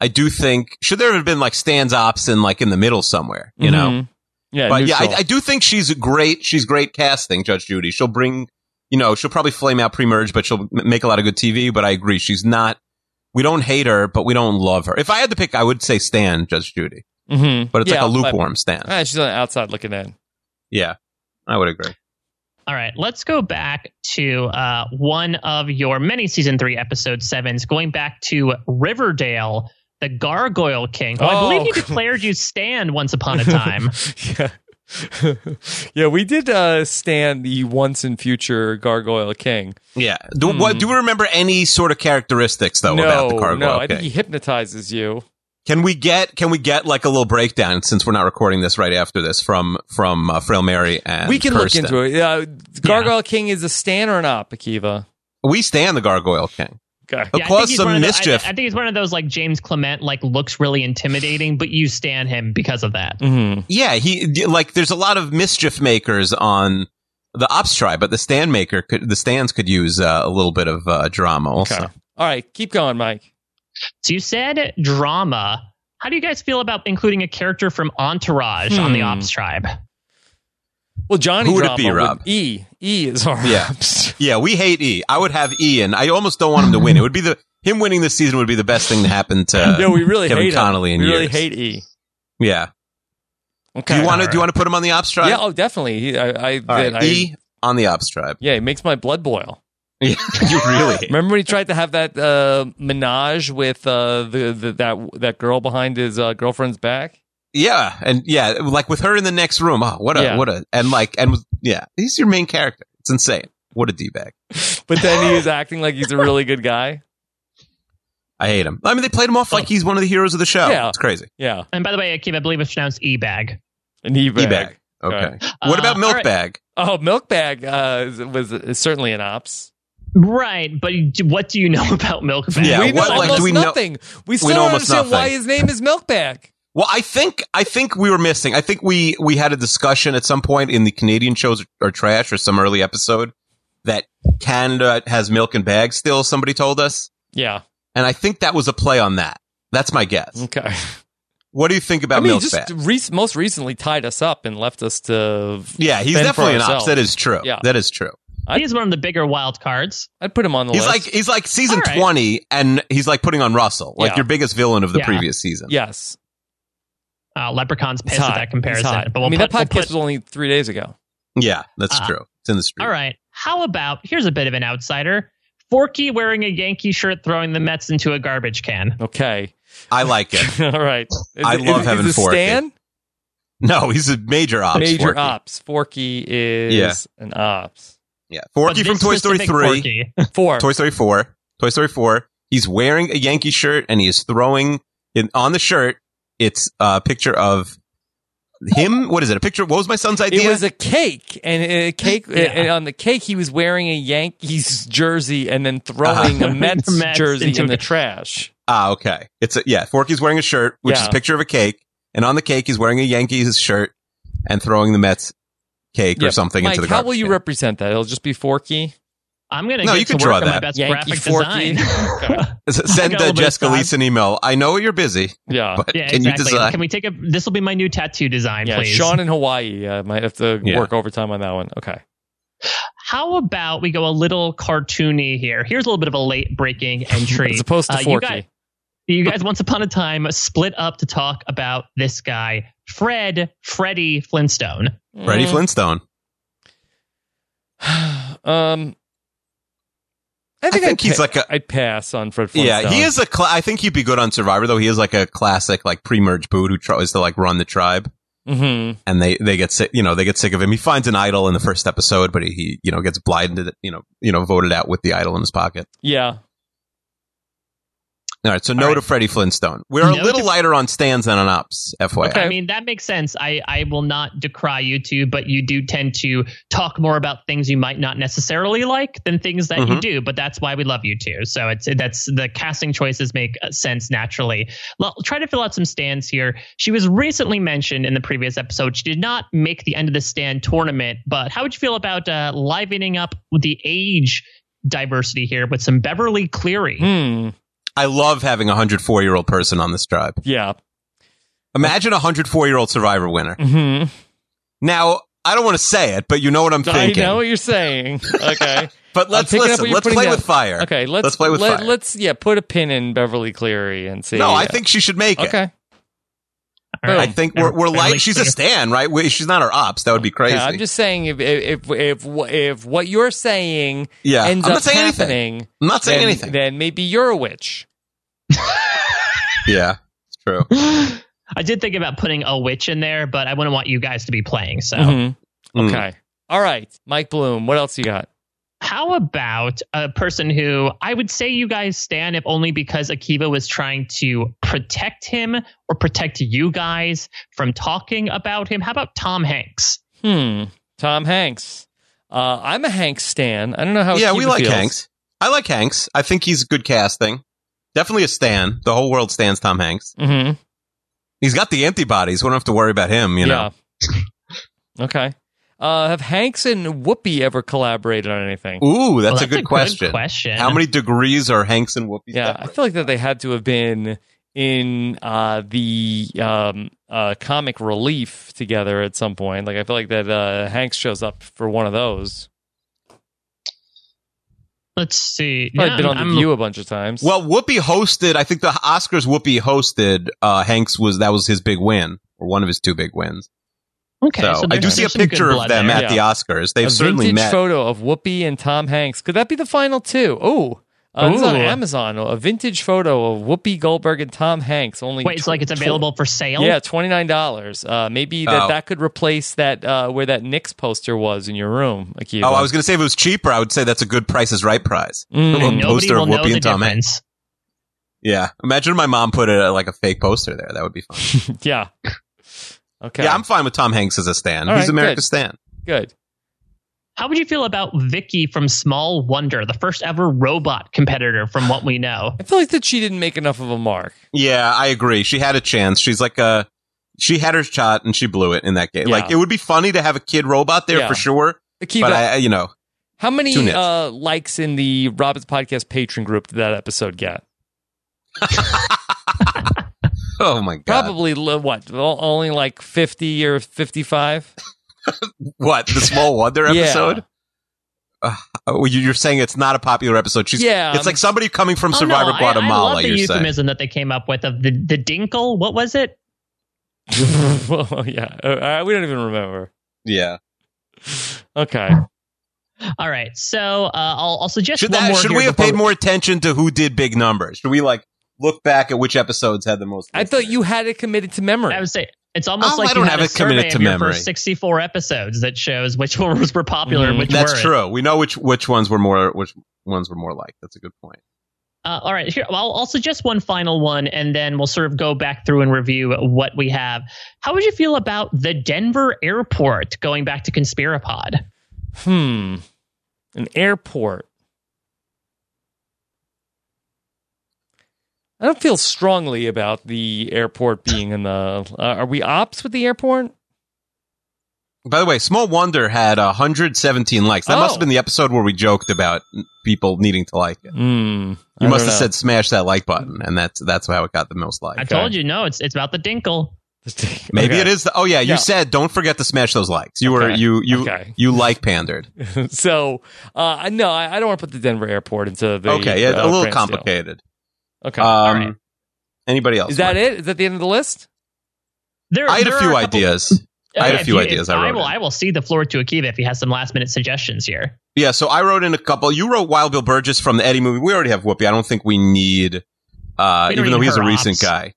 S6: I do think should there have been like stands ops in like in the middle somewhere, you know?
S1: Mhm. Yeah.
S6: But yeah, I,
S1: neutral.
S6: I do think she's great. She's great casting, Judge Judy. She'll bring, you know, she'll probably flame out pre-merge, but she'll m- make a lot of good TV. But I agree, she's not. We don't hate her, but we don't love her. If I had to pick, I would say Stan, Judge Judy.
S1: Mhm.
S6: But it's
S1: Yeah,
S6: like a lukewarm Stan.
S1: Ah, she's on the outside looking in.
S6: yeah, I would agree.
S5: All right, let's go back to uh, one of your many season three episode sevens, going back to Riverdale, the Gargoyle King. who I
S1: Oh.
S5: believe you declared you stand once upon a time.
S1: yeah. yeah, we did uh, stand the once in future Gargoyle King.
S6: Yeah. Do,
S1: Hmm.
S6: what, do we remember any sort of characteristics though
S1: no,
S6: about the cargo?
S1: no, I
S6: Okay.
S1: think he hypnotizes you.
S6: Can we get can we get like a little breakdown since we're not recording this right after this from from uh, Frail Mary and
S1: we can
S6: Kirsten.
S1: look into it. Yeah, Gargoyle King is a stan or an op, Akiva.
S6: We stand the Gargoyle King.
S1: Okay.
S6: He'll
S5: Yeah, I think
S6: cause
S5: he's
S6: some
S5: one of the- I-
S6: mischief.
S5: I, think he's one of those like James Clement, like looks really intimidating, but you stand him because of that.
S1: Mm-hmm.
S6: Yeah, he d- like there's a lot of mischief makers on the ops tribe, but the stand maker could the stands could use uh, a little bit of uh, drama also.
S1: Okay. All right, keep going, Mike.
S5: So you said drama. How do you guys feel about including a character from Entourage on the
S1: Hmm.
S5: Ops Tribe?
S1: Well, Johnny
S6: Who would it
S1: Drama
S6: be,
S1: would-
S6: Rob?
S1: E. E is our
S6: Yeah.
S1: ops.
S6: Yeah, we hate E. I would have E, and I almost don't want him to win. It would be the him winning this season would be the best thing to happen to.
S1: yeah, we really
S6: Kevin
S1: hate
S6: Connolly
S1: him.
S6: in
S1: We really
S6: years.
S1: hate E.
S6: yeah.
S1: Okay.
S6: Do you want to
S5: Alright.
S6: do you want to put him on the ops tribe?
S1: Yeah, oh, definitely. He, I, I,
S6: All right,
S1: I-
S6: E on the ops tribe.
S1: yeah, he makes my blood boil.
S6: Yeah, you really. hate-
S1: Remember when he tried to have that uh, menage with uh, the, the that that girl behind his uh, girlfriend's back?
S6: Yeah, and yeah, like with her in the next room. Oh, what a
S1: Yeah.
S6: what a and like and with- yeah, he's your main character. It's insane. What a d bag.
S1: But then he was acting like he's a really good guy.
S6: I hate him. I mean, they played him off like he's one of the heroes of the show.
S1: Oh. Yeah.
S6: It's crazy.
S1: Yeah,
S5: And by the way, Akiva, I believe it's pronounced E-Bag.
S1: an e
S6: E bag. Okay.
S1: Alright.
S6: What about
S5: Uh,
S6: milk
S5: alright.
S6: bag?
S1: Oh, milk bag uh, is- was is certainly an ops.
S5: Right, but you- what do you know about Milk Bag?
S6: Yeah,
S1: we know
S6: what, like,
S1: almost
S6: do we know-
S1: nothing. we still
S6: know
S1: don't
S6: almost
S1: understand why
S6: nothing.
S1: his name is milk bag.
S6: Well, I think I think we were missing. I think we we had a discussion at some point in the Canadian shows are trash or some early episode that Canada has milk and bag still. Somebody told us,
S1: Yeah.
S6: and I think that was a play on that. That's my guess.
S1: Okay.
S6: What do you think about
S1: Mm. I mean, he
S6: milk
S1: just
S6: bag?
S1: re- most recently tied us up and left us to.
S6: Yeah, he's
S1: fend for
S6: definitely an ops.
S1: ourselves.
S6: That is true.
S1: Yeah.
S6: That is true.
S5: He's one of the bigger wild cards.
S1: I'd put him on the
S6: He's
S1: list.
S6: like he's like season
S5: All right.
S6: twenty, and he's like putting on Russell, like
S1: Yeah.
S6: your biggest villain of the
S5: Yeah.
S6: previous season.
S1: yes,
S5: Uh, Leprechaun's
S1: He's
S5: pissed at
S1: hot.
S5: that
S1: He's
S5: comparison.
S1: hot.
S5: But we'll
S1: I mean,
S5: put,
S1: that podcast
S5: we'll put-
S1: was only three days ago.
S6: Yeah, that's
S5: Uh,
S6: true. It's in the street.
S5: all right. How about here's a bit of an outsider: Forky wearing a Yankee shirt, throwing the Mets into a garbage can.
S1: Okay.
S6: I like it.
S1: All right. Is
S6: I
S1: it-
S6: love
S1: is,
S6: having
S1: is it
S6: Forky.
S1: Stan?
S6: No, he's a major ops.
S1: Major
S6: Forky.
S1: ops. Forky is an ops.
S6: Yeah,
S5: But
S6: Forky from
S5: this
S6: Toy Story
S5: specific
S6: three.
S5: Forky-
S1: Four.
S6: Toy Story 4. Toy Story 4. He's wearing a Yankee shirt and he is throwing in, on the shirt. It's a picture of him. What is it? A picture? What was my son's idea?
S1: It was a cake, and a cake,
S5: Yeah.
S1: and on the cake he was wearing a Yankees jersey and then throwing a Mets,
S5: Mets
S1: jersey
S5: into
S1: in
S5: a-
S1: the trash.
S6: ah, okay. It's a, yeah. Forky's wearing a shirt, which is
S1: Yeah.
S6: a picture of a cake. And on the cake, he's wearing a Yankees shirt and throwing the Mets cake
S1: Yeah.
S6: or something
S1: Mike,
S6: into the
S1: how
S6: garbage
S1: will you
S6: can.
S1: represent that? It'll just be Forky.
S5: I'm gonna
S6: No,
S5: get
S6: you
S5: to
S6: can
S5: work
S6: draw
S5: on my
S6: that.
S5: best
S1: Yankee
S5: graphic
S1: Forky.
S5: design.
S1: Okay.
S6: Send
S5: I got a
S6: uh,
S5: little bit of
S6: Jessica
S5: time. Oh,
S6: Lisa an email. I know you're busy,
S1: Yeah,
S6: but
S5: yeah,
S6: can
S5: exactly.
S6: you design?
S5: Can we take a? This will be my new tattoo design,
S1: yeah.
S5: please.
S1: Sean in Hawaii uh, might have to
S6: Yeah.
S1: work overtime on that one. Okay.
S5: How about we go a little cartoony here? Here's a little bit of a late breaking entry.
S1: As opposed to
S5: Uh, you
S1: Forky.
S5: guys, you guys once upon a time split up to talk about this guy, Fred, Freddie Flintstone.
S6: Freddie Flintstone.
S1: um, I think,
S6: I
S1: I'd
S6: think he's
S1: pa-
S6: like a-
S1: I'd pass on Fred Flintstone.
S6: Yeah, he is a. Cl- I think he'd be good on Survivor, though. He is like a classic, like pre-merge boot who tries to like run the tribe.
S1: hmm
S6: and they they get sick you know they get sick of him he finds an idol in the first episode but he, he you know gets blinded you know you know voted out with the idol in his pocket
S1: Yeah.
S6: all right so no
S5: All right.
S6: to freddie flintstone we're a
S5: No
S6: little
S5: to-
S6: lighter on stands than on ups fyi
S1: Okay.
S5: I mean, that makes sense. I, I will not decry you two, but you do tend to talk more about things you might not necessarily like than things that you
S6: Mhm.
S5: do. But that's why we love you two. So it's that's the casting choices make uh, sense naturally. Well, try to fill out some stands here. She was recently mentioned in the previous episode. She did not make the end of the stand tournament, but how would you feel about uh, livening up with the age diversity here with some Beverly Cleary?
S1: Hmm.
S6: i love having a 104 year old person on this tribe
S1: Yeah.
S6: imagine a 104 year old survivor winner
S1: hmm
S6: now i don't want to say it but you know what i'm
S1: I
S6: thinking
S1: know what you're saying. Okay.
S6: but let's
S1: picking up
S6: listen
S1: what you're
S6: let's
S1: putting
S6: play
S1: down.
S6: with fire
S1: Okay. Let's,
S6: Let's play with
S1: let,
S6: fire.
S1: us yeah put a pin in Beverly Cleary and see.
S6: no i
S1: uh,
S6: think she should make it
S1: Okay.
S5: All
S6: i
S5: right.
S6: think we're, we're
S5: Beverly
S6: light she's a
S5: Cleary.
S6: stan right We- she's not our ops that would be crazy
S1: Yeah, I'm just saying if if if if, if what you're saying
S6: Yeah,
S1: ends
S6: i'm
S1: up
S6: not saying anything
S1: happening,
S6: i'm not saying
S1: then,
S6: anything
S1: then maybe you're a witch.
S6: yeah it's true
S5: I did think about putting a witch in there, but I wouldn't want you guys to be playing. So,
S1: Mhm.
S6: Mm.
S1: Okay. All right, Mike Bloom. What else you got?
S5: how about a person who I would say you guys stand if only because Akiva was trying to protect him or protect you guys from talking about him? How about Tom Hanks?
S1: Hmm. Tom Hanks. Uh, I'm a Hanks stan. I don't know how.
S6: yeah,
S1: Akiva
S6: we like
S1: feels.
S6: Hanks. I like Hanks. I think he's good casting. Definitely a Stan. The whole world stands Tom Hanks.
S1: hmm
S6: He's got the antibodies. We don't have to worry about him, you know.
S1: Yeah. okay. Uh, have Hanks and Whoopi ever collaborated on anything?
S6: Ooh, that's
S5: Well,
S6: a good question.
S5: question.
S6: How many degrees are Hanks and Whoopi?
S1: yeah, I feel like that they had to have been in uh, the um, uh, comic relief together at some point. Like I feel like that uh, Hanks shows up for one of those.
S5: Let's see.
S1: Probably
S5: No,
S1: been on
S5: I'm-
S1: the View a bunch of times.
S6: Well, Whoopi hosted. I think the Oscars Whoopi hosted. Uh, Hanks was that was his big win or one of his two big wins.
S5: okay,
S6: so, I
S5: there's-
S6: do see a
S5: there's some good
S6: picture of
S5: blood
S6: them
S5: there.
S6: at
S1: Yeah.
S6: the Oscars. They've
S1: a
S6: certainly
S1: vintage
S6: met.
S1: photo of Whoopi and Tom Hanks. Could that be the final two? Oh, uh, this is on
S5: Ooh.
S1: Amazon. A vintage photo of Whoopi Goldberg and Tom Hanks. Only
S5: Wait, it's
S1: tw-
S5: like it's
S1: tw-
S5: available for sale?
S1: Yeah, twenty nine dollars. Uh, maybe that
S6: Oh.
S1: that could replace that uh, where that Knicks poster was in your room, Akiva.
S6: Oh, I was going to say if it was cheaper, I would say that's a good Price is Right prize.
S1: Mm.
S6: Little
S5: And nobody
S6: poster
S5: will
S6: of
S5: know
S6: Whoopi
S5: the
S6: and Tom Hanks.
S5: difference.
S6: Yeah, imagine if my mom put a, like a fake poster there. That would be fun.
S1: Mm, yeah. Okay.
S6: Yeah, I'm fine with Tom Hanks as a Stan.
S1: All
S6: He's
S1: right,
S6: America's
S1: good.
S6: Stan.
S1: good.
S5: How would you feel about Vicky from Small Wonder, the first ever robot competitor from what we know?
S1: I feel like that she didn't make enough of a mark.
S6: Yeah, I agree. She had a chance. She's like a she had her shot and she blew it in that game.
S1: Yeah.
S6: Like it would be funny to have a kid robot there
S1: Yeah.
S6: for sure,
S1: Akiva,
S6: but I, I- you know,
S1: how
S6: Two
S1: many
S6: nits.
S1: uh, likes in the Robbins Podcast patron group did that episode get?
S6: oh my god,
S1: Probably li- what? o- Only like fifty or fifty five.
S6: what the Small Wonder
S1: Yeah.
S6: episode? Uh, oh, you- you're saying it's not a popular episode. She's
S1: Yeah,
S6: it's
S1: I'm-
S6: like somebody coming from
S5: Oh,
S6: Survivor
S5: no, I- I,
S6: Guatemala.
S5: love the
S6: you're saying.
S5: euphemism that they came up with of the, the dinkle. What was it?
S1: well, yeah, uh, uh, we don't even remember.
S6: Yeah,
S1: Okay,
S5: All right. So uh, I'll, I'll suggest
S6: Should
S5: one
S6: that
S5: more
S6: should
S5: here
S6: we have
S5: before
S6: paid more attention to who did big numbers? Should we like look back at which episodes had the most?
S1: I thought you had it committed to memory.
S5: I would say it's almost
S6: Oh,
S5: like
S6: I don't
S5: you
S6: have
S5: had a
S6: it committed
S5: survey
S6: to
S5: of your
S6: memory.
S5: first 64 episodes that shows which ones were popular
S1: Mhm.
S5: and which
S6: That's
S5: weren't.
S6: true. We know which which ones were more which ones were more like. That's a good point.
S5: Uh, all right, here I'll, I'll suggest one final one, and then we'll sort of go back through and review what we have. How would you feel about the Denver airport going back to Conspirapod?
S1: hmm. An airport. I don't feel strongly about the airport being in the. Uh, are we ops with the airport?
S6: By the way, Small Wonder had 117 likes. That
S1: Oh.
S6: must have been the episode where we joked about people needing to like it.
S1: Hmm. I
S6: You
S1: don't
S6: must have
S1: know.
S6: said smash that like button, and that's that's how it got the most likes.
S5: I told you, no, it's it's about the Dinkle.
S6: Maybe
S1: Okay.
S6: it is. The, oh yeah, you
S1: Yeah.
S6: said don't forget to smash those likes. You were
S1: Okay.
S6: you you
S1: Okay.
S6: you like pandered.
S1: so uh, no, I, I don't want to put the Denver airport into the.
S6: okay, yeah,
S1: uh,
S6: a little
S1: grand scale.
S6: complicated.
S1: Okay,
S6: Um,
S5: right.
S6: Anybody else?
S1: is that
S6: Mike?
S1: it? Is that the end of the list?
S5: There,
S6: I had
S5: there
S6: a
S5: are
S6: few
S5: couple-
S6: ideas. I had a
S5: if
S6: few
S5: you-
S6: ideas
S5: if-
S6: I
S5: I
S6: wrote in.
S5: will. I will see the floor to Akiva if he has some last minute suggestions here.
S6: Yeah, so I wrote in a couple. You wrote Wild Bill Burgess from the Eddie movie. We already have Whoopi. I don't think we need, uh,
S5: We don't
S6: even though
S5: need
S6: he's a
S5: her
S6: recent
S5: ops.
S6: guy.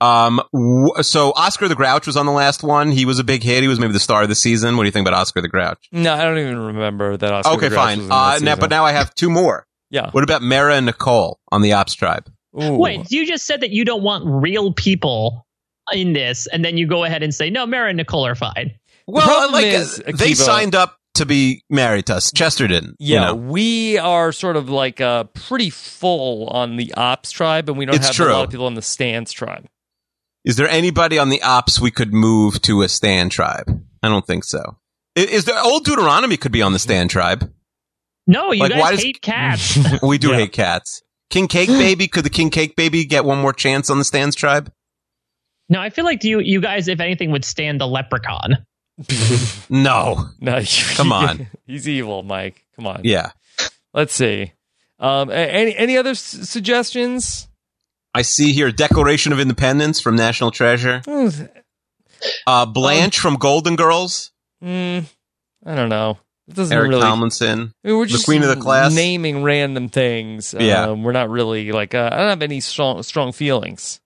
S6: Um, w- so Oscar the Grouch was on the last one. He was a big hit. He was maybe the star of the season. What do you think about Oscar the Grouch?
S1: No, I don't even remember that. Oscar
S6: Okay,
S1: Grouch was
S6: fine.
S1: in that
S6: Uh, now,
S1: season.
S6: but now I have two more.
S1: yeah.
S6: What about Mara and Nicole on the Ops Tribe?
S1: Ooh.
S5: Wait, you just said that you don't want real people in this, and then you go ahead and say no, Mara and Nicole are fine.
S1: problem
S6: like
S1: is,
S6: uh, they
S1: Akiva-
S6: signed up to be married to us. Chester didn't. you
S1: Yeah,
S6: know.
S1: we are sort of like uh, pretty full on the ops tribe, and we don't
S6: It's
S1: have a
S6: true.
S1: lot of people on the stands tribe.
S6: Is there anybody on the ops we could move to a Stan tribe? I don't think so. I- Is there old Deuteronomy could be on the Stan tribe?
S5: No, you
S6: Like, why
S5: guys
S6: does-
S5: hate cats.
S6: We do
S1: Yeah.
S6: hate cats. King Cake Baby could the King Cake Baby get one more chance on the Stan's tribe?
S5: No, I feel like you you guys, if anything, would stand the leprechaun.
S6: No.
S1: No,
S6: Come on.
S1: he's evil, Mike. Come on.
S6: Yeah,
S1: Let's see. Um, a- any any other s- suggestions?
S6: I see here Declaration of Independence from National Treasure.
S1: Mm,
S6: Uh,
S1: Oh.
S6: Blanche from Golden Girls.
S1: mm, I don't know. It doesn't
S6: Eric
S1: really.
S6: Tomlinson.
S1: I mean, we're
S6: The
S1: just
S6: queen of the class.
S1: naming random things.
S6: Yeah.
S1: um, we're not really like uh, I don't have any strong strong feelings.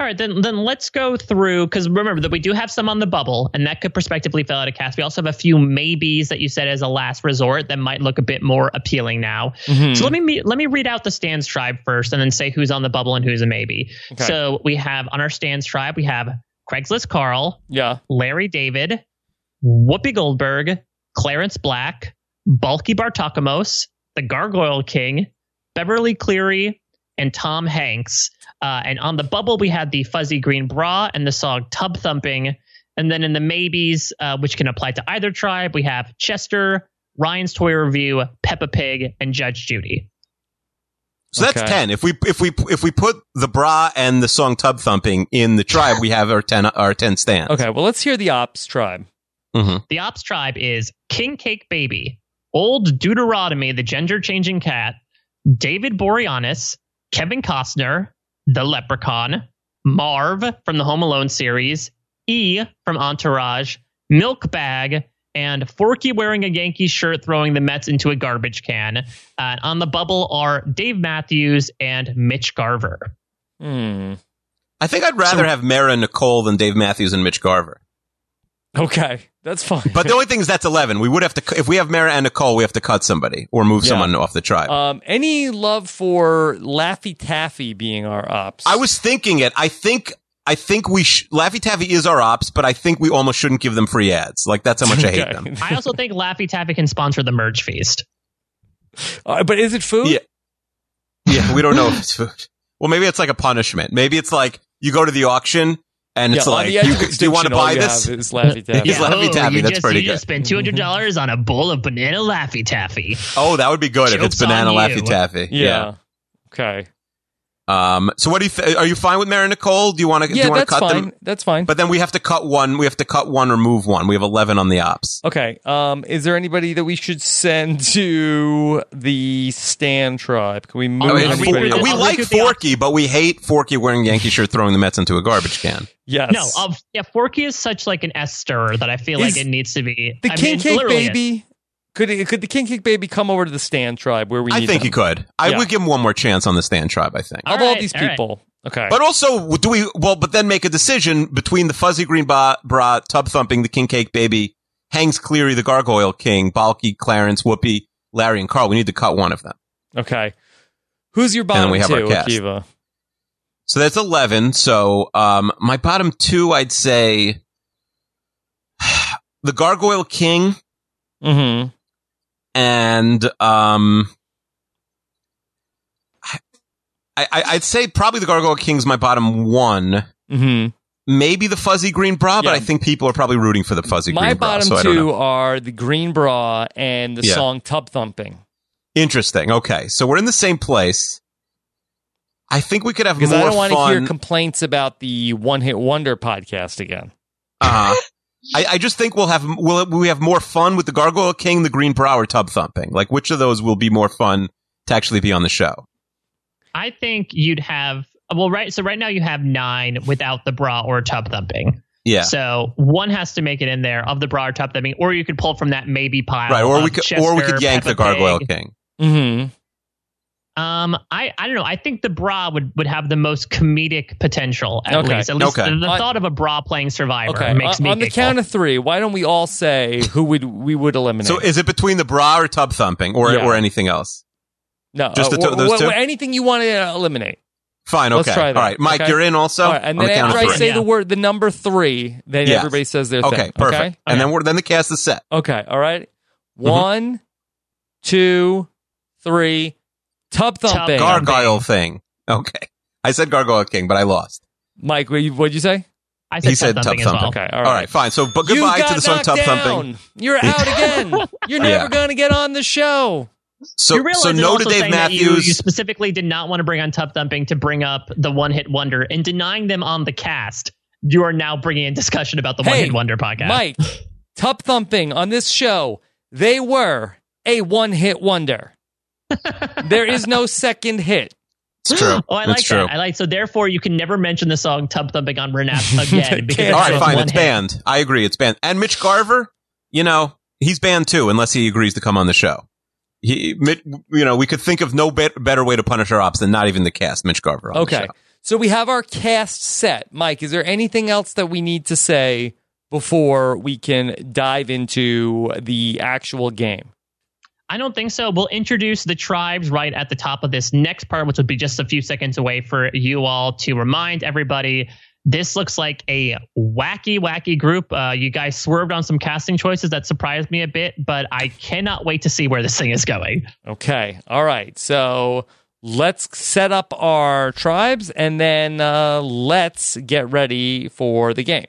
S5: All right, then then let's go through because remember that we do have some on the bubble, and that could prospectively fill out a cast. We also have a few maybes that you said as a last resort that might look a bit more appealing now. So let me me let me read out the stands tribe first, and then say who's on the bubble and who's a maybe.
S1: Okay.
S5: So we have on our stands tribe we have Craigslist Carl,
S1: yeah,
S5: Larry David, Whoopi Goldberg, Clarence Black, Bulky Bartakamos, the Gargoyle King, Beverly Cleary, and Tom Hanks. Uh, and on the bubble, we had the fuzzy green bra and the song Tub Thumping. And then in the maybes, uh, which can apply to either tribe, we have Chester, Ryan's Toy Review, Peppa Pig, and Judge Judy.
S6: So that's
S1: Okay.
S6: ten. If we if we if we put the bra and the song Tub Thumping in the tribe, we have our ten our ten Mm-hmm. stands.
S1: Okay, well, let's hear the ops tribe.
S5: The ops tribe is King Cake Baby, Old Deuteronomy, the gender changing cat, David Boreanaz, Kevin Costner, The Leprechaun, Marv from the Home Alone series, E from Entourage, Milk Bag, and Forky wearing a Yankees shirt throwing the Mets into a garbage can. Uh, and on the bubble are Dave Matthews and Mitch Garver.
S1: Hmm.
S6: I think I'd rather have Mara and Nicole than Dave Matthews and Mitch Garver.
S1: Okay, that's fine.
S6: But the only thing is that's eleven. We would have to if we have Mara and Nicole, we have to cut somebody or move
S1: Yeah.
S6: someone off the tribe.
S1: um, any love for Laffy Taffy being our ops?
S6: I was thinking it. I think I think we sh- Laffy Taffy is our ops, but I think we almost shouldn't give them free ads. Like that's how much I hate
S1: Okay.
S6: them.
S5: I also think Laffy Taffy can sponsor the Merge Feast.
S1: Uh, but is it food?
S6: Yeah. Yeah, we don't know if it's food. Well, maybe it's like a punishment. Maybe it's like you go to the auction and it's
S1: Yeah, on
S6: like
S1: the edge
S6: you,
S1: of
S6: do you want
S1: extinction,
S6: to
S1: all
S6: buy this?
S1: have is Laffy Taffy.
S6: He's Laffy Taffy,
S5: Oh, you
S6: that's
S5: just,
S6: pretty
S5: you just spent two hundred dollars on a bowl of banana Laffy Taffy.
S6: Oh, that would be good if it's
S5: Joke's on
S6: banana
S5: you.
S6: Laffy Taffy.
S1: yeah. Okay.
S6: Um. So what do you? Th- are you fine with Mary and Nicole? Do you want to? do
S1: Yeah,
S6: you want to
S1: that's
S6: cut
S1: fine.
S6: them?
S1: That's fine.
S6: But then we have to cut one. We have to cut one or move one. We have eleven on the ops.
S1: okay. Um, is there anybody that we should send to the Stan tribe? Can we move
S5: Oh,
S6: I
S5: yeah,
S6: mean,
S5: we-
S1: anybody?
S6: we,
S5: we-
S1: else?
S6: we
S5: I'll
S6: like
S5: look at the ops.
S6: Forky, but we hate Forky wearing Yankee shirt throwing the Mets into a garbage can.
S1: yes.
S5: No, um, yeah, Forky is such like an S stirrer that I feel
S1: Is
S5: like it needs to be
S1: the
S5: I mean,
S1: King
S5: it's
S1: Cake
S5: literally it.
S1: Baby Could it, could the King Kick Baby come over to the Stan tribe where we?
S6: I
S1: need
S6: think
S1: them?
S6: he could. I
S1: Yeah.
S6: would give him one more chance on the stand tribe. I think.
S1: Of
S5: All
S1: all
S5: right,
S1: these
S5: all right.
S1: people, okay.
S6: But also, do we well? But then make a decision between the fuzzy green bra, bra tub thumping, the king cake baby, Hanks Cleary, the gargoyle king, Balky, Clarence, Whoopi, Larry, and Carl. We need to cut one of them.
S1: okay, who's your bottom
S6: then we have our
S1: two,
S6: cast.
S1: Akiva?
S6: So that's eleven. So um, my bottom two, I'd say, the gargoyle king
S1: Mm-hmm.
S6: and um. I, I, I'd say probably the Gargoyle King's my bottom one.
S1: Mm-hmm.
S6: maybe the fuzzy green bra, but
S1: Yeah.
S6: I think people are probably rooting for the fuzzy
S1: My
S6: green bra.
S1: bottom
S6: so I don't know.
S1: two are the Green Bra and the
S6: Yeah.
S1: song Tub Thumping.
S6: Interesting. Okay, so we're in the same place. I think we could have more
S1: Because I don't want to
S6: fun.
S1: hear complaints about the One Hit Wonder podcast again.
S6: uh, I, I just think we'll have we'll we have more fun with the Gargoyle King, the Green Bra, or Tub Thumping. Like, which of those will be more fun to actually be on the show?
S5: I think you'd have well, right. So right now you have nine without the bra or tub thumping.
S6: Yeah,
S5: So one has to make it in there of the bra or tub thumping, or you could pull from that maybe pile.
S6: right. Or
S5: of
S6: we could
S5: Chester,
S6: or we could yank
S5: Peppa
S6: the Gargoyle
S5: Pig.
S6: King.
S1: Mm-hmm.
S5: Um, I, I don't know. I think the bra would, would have the most comedic potential at
S1: Okay.
S5: least. At least
S6: Okay.
S5: the, the
S1: On-
S5: thought of a bra playing Survivor
S1: Okay.
S5: makes
S1: on
S5: me
S1: on the
S5: giggle.
S1: count of three, why don't we all say who would we would eliminate?
S6: So is it between the bra or Tub Thumping or
S1: Yeah.
S6: or anything else?
S1: no,
S6: just the two-
S1: wh-
S6: those
S1: wh-
S6: two?
S1: anything you want to eliminate.
S6: Fine. Okay.
S1: Let's try that.
S6: All right, Mike,
S1: Okay.
S6: you're in also
S1: all right, and
S6: on
S1: then
S6: the count
S1: after
S6: of
S1: I
S6: three.
S1: say
S5: Yeah.
S1: the word the number three, then
S6: Yes.
S1: everybody says their
S6: okay,
S1: thing.
S6: perfect.
S1: Okay.
S6: And then we're then the cast is set.
S1: Okay. All right.
S6: Mm-hmm.
S1: One, two, three. Tub thumping.
S5: Gar-
S6: gargoyle thing. Okay. I said gargoyle king, but I lost.
S1: Mike, what you, what'd you say?
S5: I said
S6: He said
S5: tub thumping as
S6: tub
S5: well.
S1: Okay.
S6: All right, fine. So, but
S1: You
S6: goodbye
S1: got
S6: to the song
S1: knocked
S6: Tub
S1: down.
S6: Thumping.
S1: You're out again. You're
S6: Yeah.
S1: never gonna get on the show.
S6: So,
S5: you realize
S6: so
S5: it's
S6: no to
S5: also
S6: Dave
S5: saying that you- You,
S6: Matthews.
S5: specifically did not want to bring on tub thumping to bring up the one hit wonder and denying them on the cast. You are now bringing in discussion about the
S1: Hey,
S5: one hit wonder podcast.
S1: Mike, Tub Thumping on this show, they were a one hit wonder. there is no second hit.
S6: It's true.
S5: Oh, I
S6: It's
S5: like
S6: true.
S5: that. I like so. Therefore, you can never mention the song "Tub Thumping" on Renap again because
S1: All
S6: All
S1: It's
S6: right,
S5: it's
S6: fine.
S5: one
S6: It's
S5: hit.
S6: banned. I agree. It's banned. And Mitch Garver, you know, he's banned too, unless he agrees to come on the show. He, Mitch, you know, we could think of no bet- better way to punish our ops than not even the cast, Mitch Garver. On the
S1: Okay.
S6: show.
S1: So we have our cast set. Mike, is there anything else that we need to say before we can dive into the actual game?
S5: I don't think so. We'll introduce the tribes right at the top of this next part, which would be just a few seconds away for you all to remind everybody. This looks like a wacky, wacky group. Uh, you guys swerved on some casting choices that surprised me a bit, but I cannot wait to see where this thing is going.
S1: Okay. All right. So let's set up our tribes and then uh, let's get ready for the game.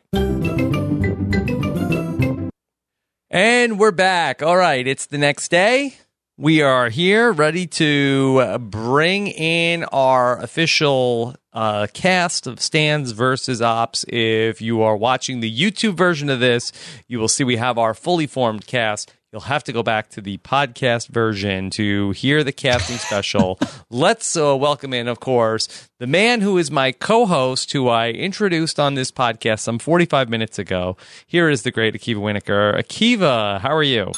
S1: And we're back. All right. It's the next day. We are here ready to uh, bring in our official uh, cast of stands versus ops. If you are watching the YouTube version of this, you will see we have our fully formed cast. You'll have to go back to the podcast version to hear the casting special. Let's uh, welcome in, of course, the man who is my co host, who I introduced on this podcast some 45 minutes ago. Here is the great Akiva Winokur. Akiva, how are you?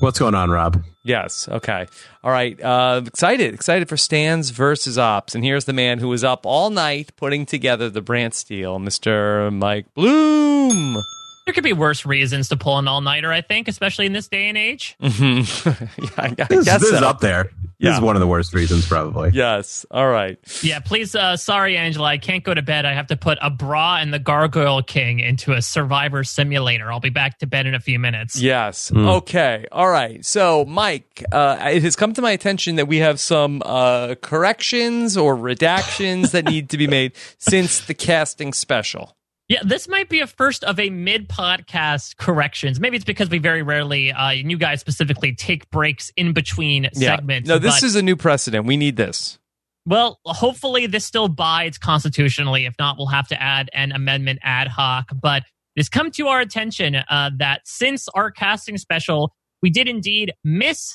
S7: What's going on, Rob?
S1: Yes. Okay. All right. Uh, excited. Excited for Stans versus Ops. And here's the man who was up all night putting together the brand steal, Mr. Mike Bloom.
S5: There could be worse reasons to pull an all nighter, I think, especially in this day and age.
S1: Mhm. yeah, I, I
S7: This,
S1: guess
S7: this
S1: so.
S7: is up there. This
S1: Yeah.
S7: is one of the worst reasons, probably.
S1: Yes. All right.
S5: Yeah, please. Uh, sorry, Angela, I can't go to bed. I have to put a bra and the Gargoyle King into a Survivor simulator. I'll be back to bed in a few minutes.
S1: Yes.
S7: Hmm.
S1: Okay. All right. So, Mike, uh, it has come to my attention that we have some uh, corrections or redactions that need to be made since the casting special.
S5: Yeah, this might be a first of a mid podcast corrections. Maybe it's because we very rarely, uh, and you guys specifically, take breaks in between segments.
S1: No, this
S5: but-
S1: is a new precedent. We need this.
S5: Well, hopefully this still bides constitutionally. If not, we'll have to add an amendment ad hoc. But it's come to our attention uh, that since our casting special, we did indeed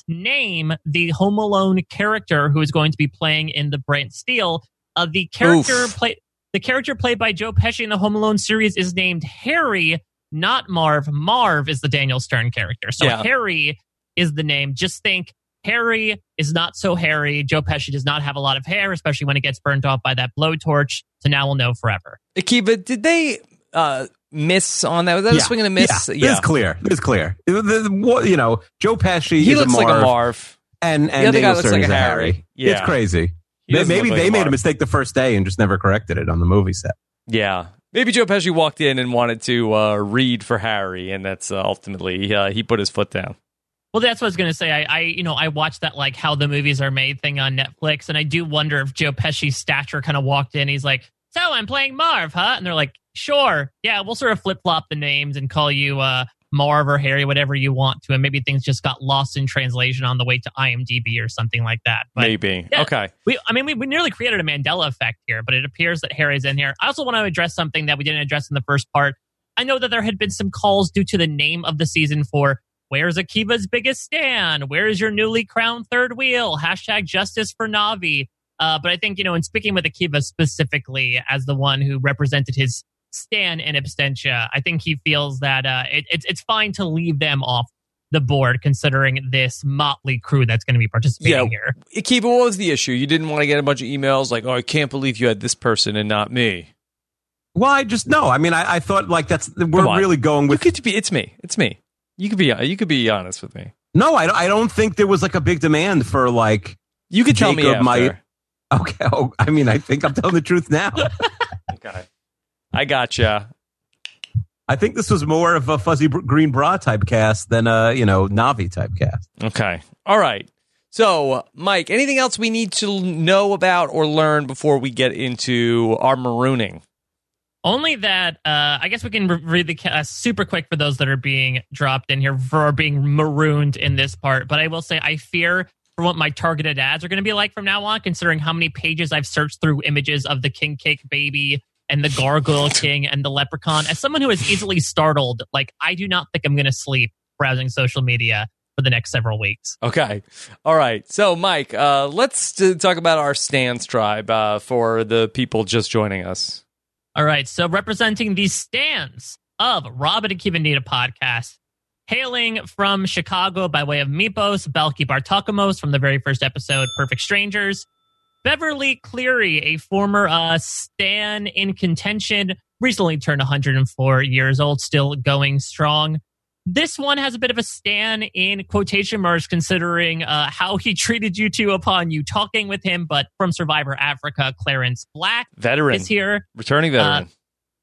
S5: misname the Home Alone character who is going to be playing in the Brent Steele. Uh, the character
S1: Oof.
S5: play, the character played by Joe Pesci in the Home Alone series is named Harry, not Marv. Marv is the Daniel Stern character. So
S1: Yeah.
S5: Harry is the name. Just think Harry is not so hairy. Joe Pesci does not have a lot of hair, especially when it gets burnt off by that blowtorch. So now we'll know forever.
S1: Akiva, did they uh, miss on that? Was that a
S6: Yeah.
S1: swing and a miss?
S6: Yeah, it's clear. It's clear. The- the- what- you know, Joe Pesci.
S1: He
S6: is
S1: looks
S6: a Marv,
S1: like a Marv.
S6: and and
S1: The other guy
S6: Daniel
S1: looks
S6: Stern
S1: like
S6: is
S1: a
S6: a
S1: Harry.
S6: Harry.
S1: Yeah.
S6: It's crazy.
S1: He
S6: They,
S1: doesn't
S6: maybe
S1: look like
S6: they made
S1: Marv.
S6: a mistake the first day and just never corrected it on the movie set.
S1: Yeah. Maybe Joe Pesci walked in and wanted to uh, read for Harry, and that's uh, ultimately uh, he put his foot down.
S5: Well, that's what I was gonna say. I, I, you know, I watched that like how the movies are made thing on Netflix, and I do wonder if Joe Pesci's stature kind of walked in. He's like, "So I'm playing Marv, huh?" And they're like, "Sure, yeah, we'll sort of flip flop the names and call you uh, Marv or Harry, whatever you want to." And maybe things just got lost in translation on the way to IMDb or something like that. But
S1: Maybe.
S5: Yeah.
S1: Okay.
S5: we, I mean, we, we nearly created a Mandela effect here, but it appears that Harry's in here. I also want to address something that we didn't address in the first part. I know that there had been some calls due to the name of the season for Where's Akiva's biggest stand? Where's your newly crowned third wheel? Hashtag justice for Navi. Uh, but I think, you know, in speaking with Akiva specifically as the one who represented his stand in absentia, I think he feels that uh, it, it's, it's fine to leave them off the board considering this motley crew that's going to be
S1: Yeah,
S5: participating here.
S1: Akiva, what was the issue? You didn't want to get a bunch of emails like, oh, I can't believe you had this person and not me.
S6: Well, I just no. I mean, I, I thought like that's we're
S1: on.
S6: really going
S1: You
S6: with
S1: could be, it's me. It's me. You could be, you could be honest with me.
S6: no. I don't, I don't think there was like a big demand for like
S1: You could tell me
S6: Jacob, my-
S1: after.
S6: okay. Oh, I mean, I think I'm telling the truth now.
S1: Okay. I gotcha.
S6: I think this was more of a fuzzy br- green bra type cast than a you know Navi type cast.
S1: Okay. All right. So, Mike, anything else we need to know about or learn before we get into our marooning?
S5: Only that, uh, I guess we can re- read the ca- uh, super quick for those that are being dropped in here for being marooned in this part. But I will say, I fear for what my targeted ads are going to be like from now on, considering how many pages I've searched through images of the king cake baby and the gargoyle king and the leprechaun. As someone who is easily startled, like I do not think I'm going to sleep browsing social media for the next several weeks.
S1: Okay. All right. So, Mike, uh, let's uh, talk about our Stans tribe uh, for the people just joining us.
S5: All right. So representing the stands of Robin and Kivanita podcast, hailing from Chicago by way of Mipos, Belki Bartakamos from the very first episode, Perfect Strangers, Beverly Cleary, a former uh, Stan in contention, recently turned 104 years old, still going strong. This one has a bit of a Stan in quotation marks, considering uh, how he treated you two upon you talking with him, but from Survivor Africa, Clarence Black
S1: Veteran.
S5: is uh, here.
S1: Returning veteran.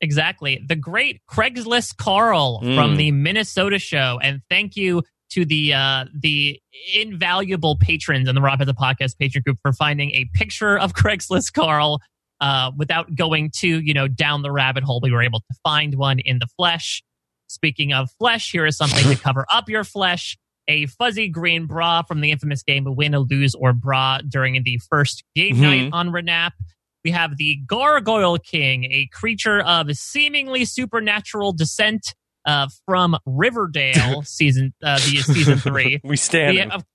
S5: Exactly. The great Craigslist Carl
S1: Mm.
S5: from the Minnesota show. And thank you to the uh, the invaluable patrons in the Rob Has a Podcast patron group for finding a picture of Craigslist Carl uh, without going too, you know, down the rabbit hole. We were able to find one in the flesh. Speaking of flesh, here is something to cover up your flesh. A fuzzy green bra from the infamous game Win or Lose or Bra during the first game
S1: Mhm.
S5: night on Renap. We have the Gargoyle King, a creature of seemingly supernatural descent uh, from Riverdale, season uh, the season three.
S1: we stand.
S5: The- of-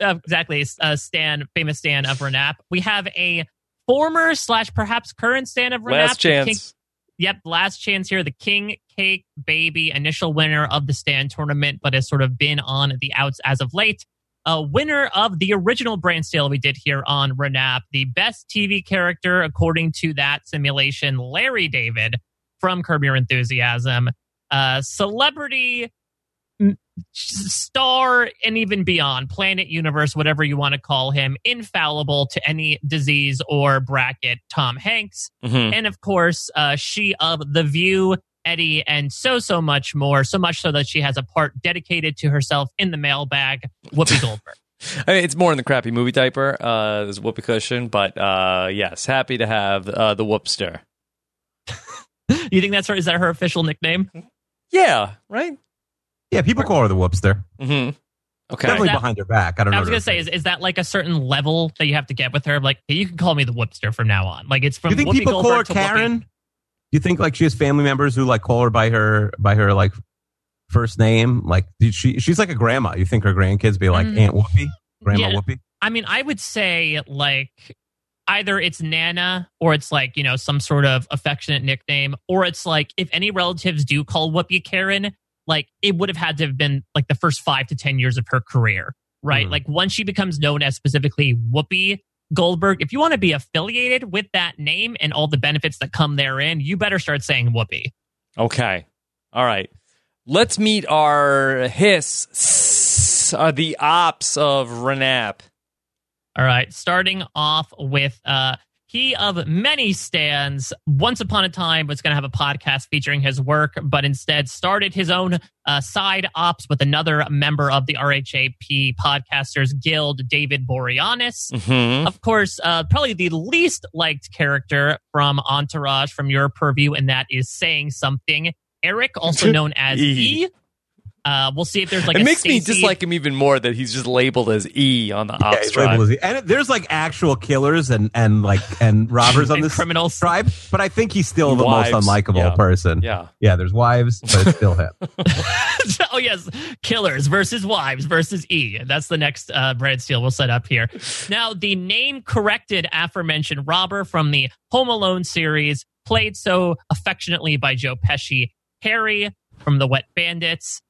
S5: of- exactly, uh, Stan, famous Stan of Renap. We have a former slash perhaps current Stan of Renap,
S1: Last
S5: the King-
S1: chance.
S5: yep, last chance here. The King Cake Baby, initial winner of the Stan tournament, but has sort of been on the outs as of late. A winner of the original brand sale we did here on Renap, the best TV character according to that simulation, Larry David from Curb Your Enthusiasm, uh, celebrity m- s- star and even beyond planet universe whatever you want to call him infallible to any disease or bracket tom hanks
S1: Mhm.
S5: and of course, uh, she of The View, Eddie, and so, so much more. So much so that she has a part dedicated to herself in the mailbag, Whoopi Goldberg.
S1: I mean, it's more in the crappy movie diaper. Uh, there's a whoopee cushion, but uh, yes, happy to have uh, the whoopster.
S5: you think that's her? Is that her official nickname?
S1: Yeah, right.
S6: Yeah, people call her the whoopster.
S1: Mm-hmm. Okay.
S6: Definitely
S5: That-
S6: behind her back. I don't
S5: I
S6: know.
S5: was
S6: what
S5: going
S6: her
S5: to say,
S6: name
S5: is, is that like a certain level that you have to get with her? Like, you can call me the Whoopster from now on. Like, it's from
S6: you think
S5: Whoopi
S6: people
S5: Goldberg
S6: call her
S5: to Whoopi.
S6: Karen? Do you think like she has family members who like call her by her by her like first name? Like did she she's like a grandma. You think her grandkids be like
S5: Mm.
S6: Aunt Whoopi, Grandma
S5: Yeah.
S6: Whoopi?
S5: I mean, I would say like either it's Nana or it's like, you know, some sort of affectionate nickname, or it's like if any relatives do call Whoopi Karen, like it would have had to have been like the first five to ten years of her career, right?
S6: Mhm.
S5: Like once she becomes known as specifically Whoopi Goldberg, if you want to be affiliated with that name and all the benefits that come therein, you better start saying Whoopi.
S1: Okay. All right. Let's meet our hiss, s- uh, the ops of Renap.
S5: All right, starting off with uh he of many stands once upon a time was going to have a podcast featuring his work but instead started his own uh, side ops with another member of the RHAP podcasters guild David Boreanis
S1: Mm-hmm.
S5: of course, uh, probably the least liked character from Entourage from your purview, and that is saying something. Eric, also known as
S1: E.
S5: E. Uh, we'll see if there's like
S1: it
S5: a
S1: makes me
S5: Stacey-
S1: dislike him even more that he's just labeled as E on the
S6: Yeah,
S1: ops
S6: it's
S1: drive.
S6: labeled as- and there's like actual killers and and like and robbers on
S5: and
S6: this
S5: criminals.
S6: tribe, but I think he's still the
S1: Wives,
S6: most unlikable
S1: yeah.
S6: person.
S1: Yeah.
S6: Yeah, there's wives, but it's still him.
S5: oh yes, killers versus wives versus E. That's the next uh, bread steel we'll set up here. Now, the name corrected aforementioned robber from the Home Alone series, played so affectionately by Joe Pesci, Harry from the Wet Bandits.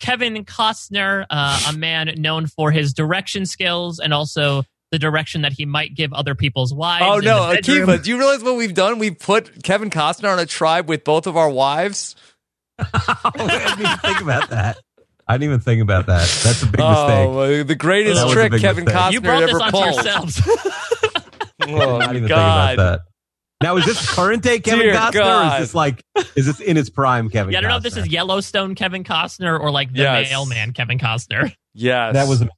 S5: Kevin Costner, uh, a man known for his direction skills and also the direction that he might give other people's wives.
S1: Oh
S5: in
S1: no,
S5: the bedroom.
S1: Akiva! Do you realize what we've done? We've put Kevin Costner on a tribe with both of our wives.
S6: I didn't even think about that. I didn't even think about that. That's a big mistake.
S1: oh, uh, the
S6: That
S1: greatest
S6: was a
S1: trick
S6: big
S1: Kevin
S6: mistake.
S1: Costner
S5: You brought this
S1: ever
S5: onto
S1: pulled.
S5: yourselves.
S1: Oh
S6: I didn't
S1: my
S6: even think
S1: god!
S6: about that. Now is this current day Kevin
S1: Dear
S6: Costner, or
S1: God.
S6: is this like is this in his prime Kevin?
S5: Yeah, I don't know if
S6: Costner?
S5: this is Yellowstone Kevin Costner or like the
S1: Yes.
S5: mailman Kevin Costner.
S1: Yes,
S6: that was a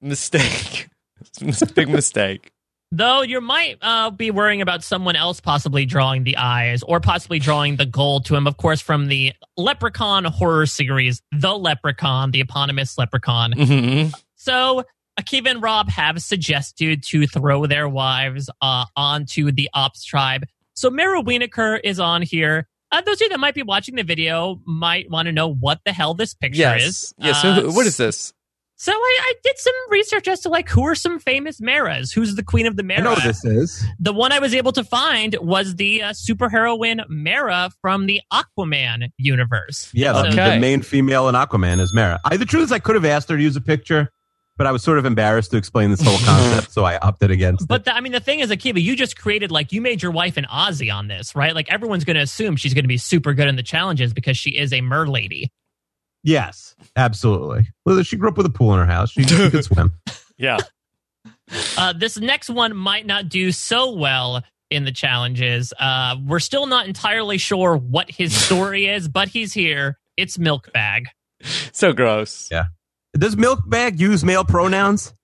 S6: mistake.
S1: mistake. It's a big mistake.
S5: Though you might uh, be worrying about someone else possibly drawing the eyes or possibly drawing the gold to him, of course, from the Leprechaun horror series, The Leprechaun, the eponymous Leprechaun.
S1: Mhm.
S5: So Akiva and Rob have suggested to throw their wives uh, onto the Ops tribe. So Mara Wienerker is on here. Uh, those of you that might be watching the video might want to know what the hell this picture
S1: Yes,
S5: is.
S1: yes.
S5: Uh,
S1: who- what is this?
S5: So I, I did some research as to like who are some famous Maras. Who's the queen of the
S6: I know
S5: Mara?
S6: what this is.
S5: The one I was able to find was the uh, superheroine Mara from the Aquaman universe.
S6: Yeah, the-
S5: Okay.
S6: the, main female in Aquaman is Mara. I, the truth is, I could have asked her to use a picture, but I was sort of embarrassed to explain this whole concept, so I opted against. it.
S5: But the, I mean, the thing is, Akiva, you just created like you made your wife an Aussie on this, right? Like everyone's going to assume she's going to be super good in the challenges because she is a mer lady.
S6: yes, absolutely. Well, she grew up with a pool in her house. She, she could swim.
S1: Yeah.
S5: Uh, this next one might not do so well in the challenges. Uh, we're still not entirely sure what his story is, but he's here. It's Milk Bag.
S1: So gross.
S6: Yeah. Does milk bag use male pronouns?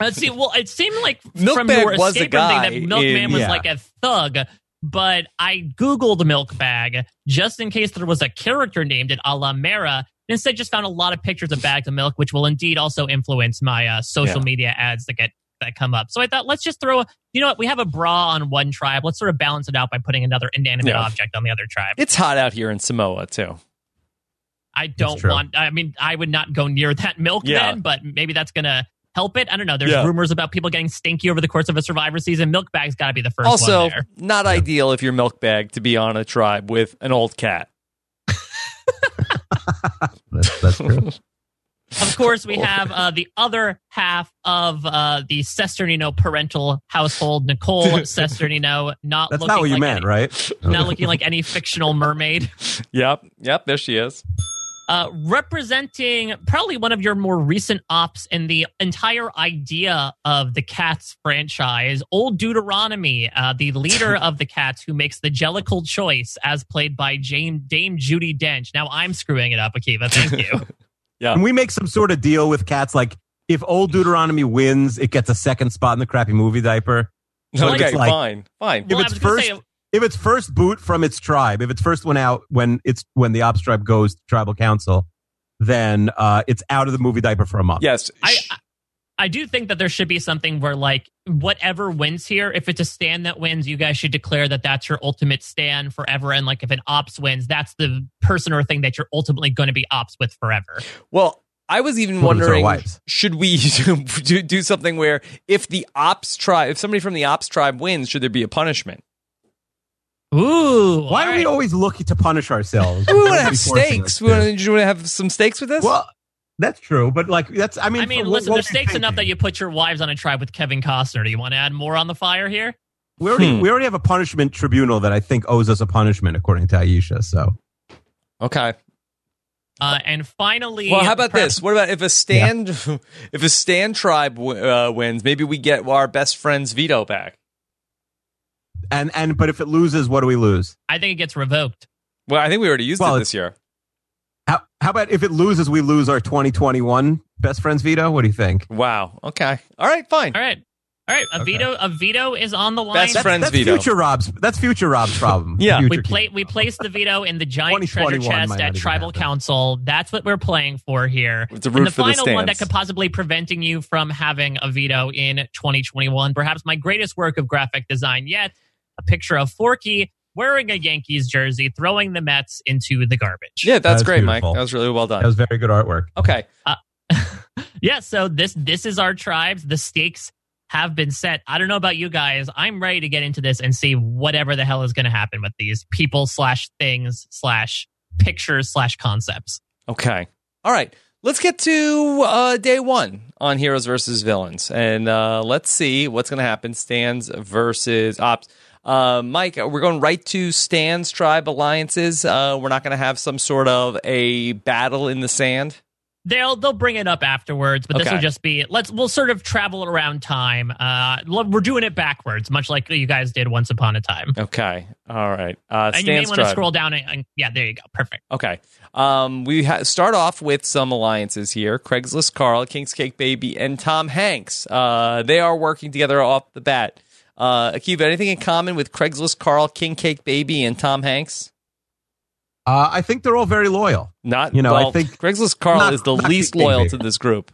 S5: Let's see. Well, it seemed like
S1: Milk
S5: from
S1: Bag
S5: your
S1: was a
S5: escape room
S1: guy
S5: thing that Milkman
S1: in-
S5: was
S6: yeah.
S5: like a thug. But I googled Milk Bag just in case there was a character named it a la Mara. and Instead, just found a lot of pictures of bags of milk, which will indeed also influence my uh, social
S1: Yeah.
S5: media ads that get that come up. So I thought, let's just throw. A, you know what? We have a bra on one tribe. Let's sort of balance it out by putting another inanimate
S1: Yeah.
S5: object on the other tribe.
S1: It's hot out here in Samoa too.
S5: I don't
S6: true.
S5: want. I mean, I would not go near that milk
S1: Yeah.
S5: then, but maybe that's gonna help it. I don't know. There's
S1: Yeah.
S5: rumors about people getting stinky over the course of a Survivor season. Milk bag's got to be the first
S1: also,
S5: one there.
S1: not ideal if you're milk bag to be on a tribe with an old cat.
S6: That's, that's true.
S5: Of course, we have uh, the other half of uh, the Sesternino parental household, Nicole Sesternino, not
S6: That's
S5: looking
S6: not what you
S5: like
S6: meant,
S5: any,
S6: right?
S5: Not looking like any fictional mermaid.
S1: Yep. Yep. There she is.
S5: uh, representing probably one of your more recent ops in the entire idea of the Cats franchise, Old Deuteronomy, uh, the leader of the Cats who makes the jellicle choice, as played by Jame, Dame Judy Dench. Now I'm screwing it up, Akiva. Thank you.
S6: Can we make some sort of deal with cats? Like, if old Deuteronomy wins, it gets a second spot in the crappy movie diaper. But
S1: okay.
S6: it's like-
S1: fine. Fine.
S6: If
S5: Well, I
S6: it's
S5: was gonna
S6: first, if it's first boot from its tribe, if it's first one out when it's when the ops tribe goes to tribal council, then uh, it's out of the movie diaper for a month.
S1: Yes.
S5: I, I I do think that there should be something where like whatever wins here, if it's a stand that wins, you guys should declare that that's your ultimate stand forever. And like if an ops wins, that's the person or thing that you're ultimately going to be ops with forever.
S1: well, I was even
S6: Children are
S1: wondering.
S6: wives.
S1: should we do, do something where if the ops tribe, if somebody from the ops tribe wins, should there be a punishment?
S6: Why
S5: Ooh.
S6: do
S5: all
S6: we
S5: right.
S6: always look to punish ourselves?
S1: We want to have
S6: Before saying
S1: steaks.
S6: this,
S1: We want to, you want to have some steaks with us?
S6: Well, that's true, but like that's I mean,
S5: I mean,
S6: for what-
S5: listen,
S6: what
S5: there's
S6: we're
S5: stakes enough that
S6: thinking.
S5: you put your wives on a tribe with Kevin Costner. Do you want to add more on the fire here?
S6: we already
S1: Hmm.
S6: we already have a punishment tribunal that I think owes us a punishment according to Aisha. So
S1: okay.
S5: Uh, and finally,
S1: Well, how about
S5: perhaps-
S1: this? What about if a stand, if a stand tribe w- uh, wins, maybe we get our best friend's veto back.
S6: and and but if it loses, what do we lose?
S5: I think it gets revoked.
S1: Well, I think we already used
S6: Well,
S1: it this year.
S6: How, how about if it loses, we lose our 2021 best friends veto? What do you think?
S1: Wow. Okay. All right. Fine.
S5: All right. All right. A veto, a veto is on the line.
S1: Best friend- Friends
S6: that's
S1: veto.
S6: future Rob's. That's future Rob's problem.
S1: Yeah.
S6: Future
S5: We
S6: Keith.
S5: play. We place the veto in the giant treasure
S6: 2021 might
S5: chest
S6: not
S5: at
S6: even
S5: Tribal
S6: happen.
S5: Council. That's what we're playing for here.
S1: It's a
S5: and
S1: root
S5: the
S1: for the
S5: final one that
S1: stands.
S5: could possibly preventing you from having a veto in 2021, perhaps my greatest work of graphic design yet, a picture of Forky wearing a Yankees jersey, throwing the Mets into the garbage.
S1: Yeah, that's
S6: That's
S1: great,
S6: beautiful.
S1: Mike. That was really well
S6: That
S1: done.
S6: was very good artwork.
S1: Okay.
S5: yeah so this this is our tribes the stakes have been set i don't know about you guys i'm ready to get into this and see whatever the hell is going to happen with these people slash things slash pictures slash concepts
S1: Okay. All right. Let's get to uh, day one on heroes versus villains, and uh, let's see what's going to happen. Stands versus ops. Uh, Mike, we're going right to stands tribe alliances. Uh, we're not going to have some sort of a battle in the sand.
S5: they'll they'll bring it up afterwards but this
S1: Okay.
S5: will just be let's we'll sort of travel around time uh lo- we're doing it backwards much like you guys did once upon a time
S1: Okay. All right. Uh,
S5: and you may
S1: stands
S5: want to
S1: tribe.
S5: scroll down and, and yeah there you go perfect
S1: Okay. Um, we ha- start off with some alliances here Craigslist Carl, King's Cake Baby, and Tom Hanks. Uh, they are working together off the bat. Uh, Akiva, anything in common with Craigslist Carl, King Cake Baby, and Tom Hanks?
S6: Uh, I think they're all very loyal.
S1: Not,
S6: You know, I
S1: well,
S6: think-
S1: Craigslist Carl
S6: not-
S1: is the
S6: not
S1: least
S6: King Cake
S1: loyal
S6: Baby.
S1: to this group.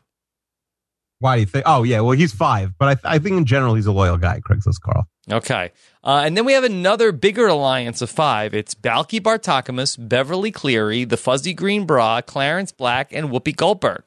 S6: Why do you think? Oh yeah, well he's five, but I, I think in general he's a loyal guy. Craigslist Carl.
S1: Okay. Uh, and then we have another bigger alliance of five. It's Balky Bartakamus, Beverly Cleary, the Fuzzy Green Bra, Clarence Black, and Whoopi Goldberg.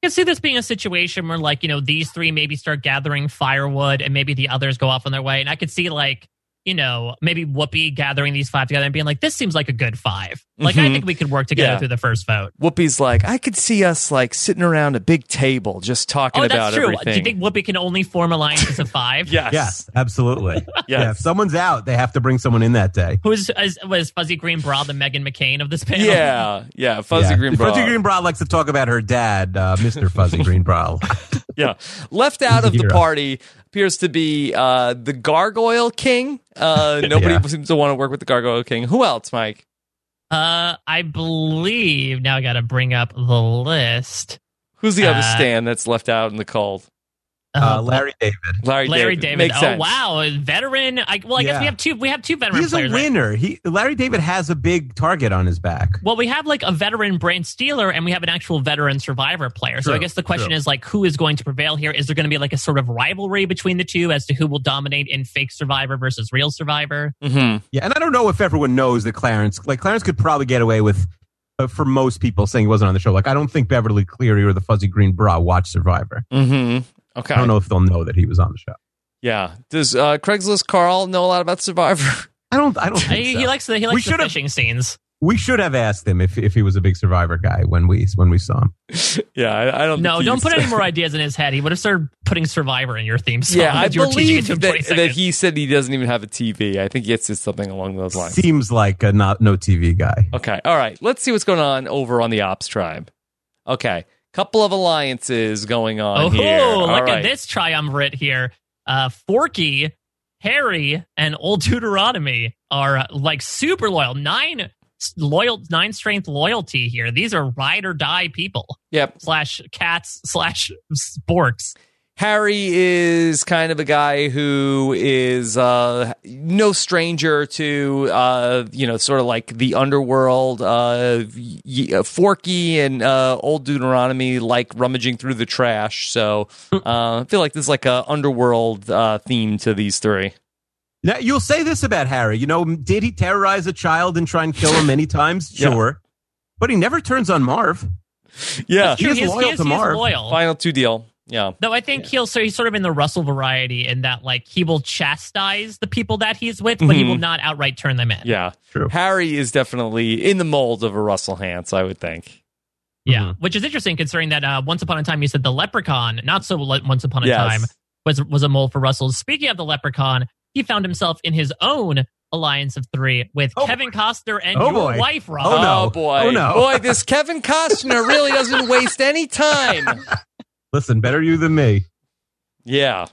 S5: I can see this being a situation where, like, you know, these three maybe start gathering firewood and maybe the others go off on their way. And I could see, like, you know, maybe Whoopi gathering these five together and being like, this seems like a good five. Like, I
S1: Mhm.
S5: think we could work together
S1: Yeah.
S5: through the first vote.
S1: Whoopi's like, I could see us like sitting around a big table just talking
S5: oh,
S1: about
S5: that's true.
S1: everything.
S5: Do you think Whoopi can only form alliances of five?
S1: yes.
S6: Yes, absolutely. Yeah, if
S1: Yes.
S6: someone's out, they have to bring someone in that day.
S5: Who's is, was Fuzzy Green Bra the Megan McCain of this
S1: Yeah.
S5: panel?
S1: Yeah. Fuzzy
S6: Yeah.
S1: Green Bra.
S6: Fuzzy Green Bra likes to talk about her dad, uh, Mr. Fuzzy Green Bra.
S1: Yeah. Left out of the
S6: Hero.
S1: party appears to be uh, the Gargoyle King. Uh, nobody
S6: Yeah.
S1: seems to want to work with the Gargoyle King. Who else, Mike?
S5: Uh, I believe now I got to bring up the list.
S1: Who's the other
S5: Uh,
S1: stand that's left out in the cold?
S6: Uh, Larry David.
S1: Larry,
S5: Larry
S1: David.
S5: David.
S1: Makes
S5: oh
S1: sense.
S5: wow, a veteran. I, well, I guess
S6: Yeah.
S5: we have two. We have two veteran
S6: He's a
S5: players. right?
S6: winner. He Larry David has a big target on his back.
S5: Well, we have like a veteran brain stealer and we have an actual veteran survivor player. So I
S6: True,
S5: guess the question
S6: true.
S5: is like who is going to prevail here? Is there going to be like a sort of rivalry between the two as to who will dominate in fake survivor versus real survivor?
S1: Mhm.
S6: Yeah, and I don't know if everyone knows that Clarence, like Clarence, could probably get away with, uh, for most people, saying he wasn't on the show. Like I don't think Beverly Cleary or the Fuzzy Green Bra watched Survivor.
S1: Mhm. Okay.
S6: I don't know if they'll know that he was on the show.
S1: Yeah. Does uh, Craigslist Carl know a lot about Survivor?
S6: I don't. I don't. Think
S5: He,
S6: so.
S5: he likes the he likes the
S6: should've-
S5: fishing scenes.
S6: we should have asked him if if he was a big Survivor guy when we when we saw him.
S1: yeah. I, I don't.
S5: No,
S1: think
S5: don't
S1: he's-
S5: put any more ideas in his head. He would have started putting survivor in your theme song.
S1: Yeah, I
S5: that you were teaching it
S1: believe
S5: to him
S1: that,
S5: 20
S1: that
S5: seconds.
S1: he said he doesn't even have a TV. I think it's just something along those lines.
S6: Seems like a not no TV guy.
S1: Okay, all right. Let's see what's going on over on the Ops tribe. Okay, couple of alliances going on
S5: Oh,
S1: here. All
S5: look
S1: right.
S5: at this triumvirate here. Uh, Forky, Harry, and Old Deuteronomy are uh, like super loyal. Nine s- loyal, nine strength loyalty here. These are ride or die people
S1: Yep,
S5: slash cats slash sporks.
S1: Harry is kind of a guy who is uh, no stranger to uh, you know sort of like the underworld. Uh, y- uh, Forky and uh, Old Deuteronomy like rummaging through the trash. So uh, I feel like there's like a underworld uh, theme to these three.
S6: Now you'll say this about Harry. You know, did he terrorize a child and try and kill him many times?
S1: Yeah.
S6: Sure, but he never turns on Marv.
S1: Yeah,
S6: He is
S5: He's-
S6: loyal
S5: he's-
S6: to
S5: he's
S6: Marv.
S5: loyal.
S1: final two deal. Yeah.
S5: No, I think he'll so he's sort of in the Russell variety in that like he will chastise the people that he's with, but he
S1: Mhm.
S5: will not outright turn them in.
S1: Yeah.
S6: True.
S1: Harry is definitely in the mold of a Russell Hance, I would think.
S5: Yeah,
S6: Mm-hmm.
S5: which is interesting considering that uh, once upon a time you said the leprechaun, not so le- once upon a
S1: Yes.
S5: time was was a mole for Russell. Speaking of the leprechaun, he found himself in his own alliance of three with
S6: Oh,
S5: Kevin Costner and
S6: Oh,
S5: your
S6: boy.
S5: wife, Rob.
S6: Oh, no.
S1: boy.
S6: Oh, no.
S1: Boy, this Kevin Costner really doesn't waste any time.
S6: Listen, better you than me.
S1: Yeah.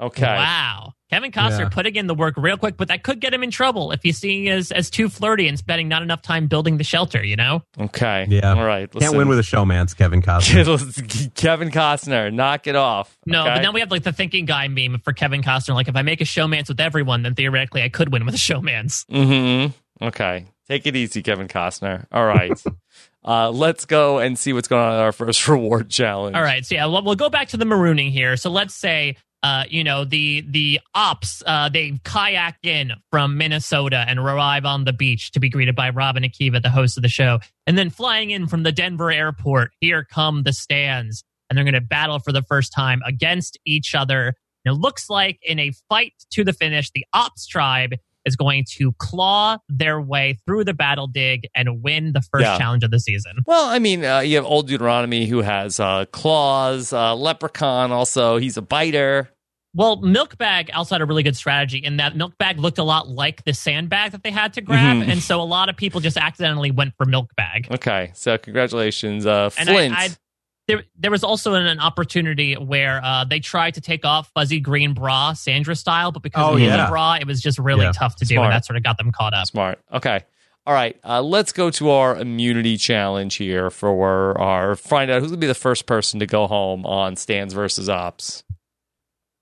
S1: Okay.
S5: Wow. Kevin Costner
S6: Yeah.
S5: putting in the work real quick, but that could get him in trouble if he's seen as, as too flirty and spending not enough time building the shelter, you know?
S1: Okay.
S6: Yeah.
S1: All right.
S6: Can't win with a showman's Kevin Costner.
S1: with Kevin Costner. Knock it off.
S5: No,
S1: okay?
S5: but now we have like the thinking guy meme for Kevin Costner. Like, if I make a showman's with everyone, then theoretically I could win with a showman's.
S1: Mm-hmm. Okay. Take it easy, Kevin Costner. All right. uh, let's go and see what's going on in our first reward challenge.
S5: All right, so yeah, we'll, we'll go back to the marooning here. So let's say, uh, you know, the the ops uh, they kayak in from Minnesota and arrive on the beach to be greeted by Robin Akiva, the host of the show, and then flying in from the Denver airport. Here come the stands, and they're going to battle for the first time against each other. And it looks like in a fight to the finish, the ops tribe is going to claw their way through the battle dig and win the first
S1: Yeah.
S5: challenge of the season.
S1: Well, I mean, uh, you have Old Deuteronomy who has uh, claws, uh, leprechaun also. He's a biter.
S5: Well, Milkbag also had a really good strategy in that Milkbag looked a lot like the sandbag that they had to grab.
S6: Mm-hmm.
S1: Mhm.
S5: And so a lot of people just accidentally went for Milkbag.
S1: Okay. So, congratulations, uh,
S5: And
S1: Flint.
S5: I, I, there, there was also an, an opportunity where uh, they tried to take off Fuzzy Green Bra, Sandra style, but because
S6: Oh,
S5: of Fuzzy
S6: yeah.
S5: Bra, it was just really
S6: Yeah.
S5: tough to do.
S1: Smart.
S5: And that sort of got them caught up.
S1: Smart. Okay. All right. Uh, let's go to our immunity challenge here for our find out who's going to be the first person to go home on stands versus ops.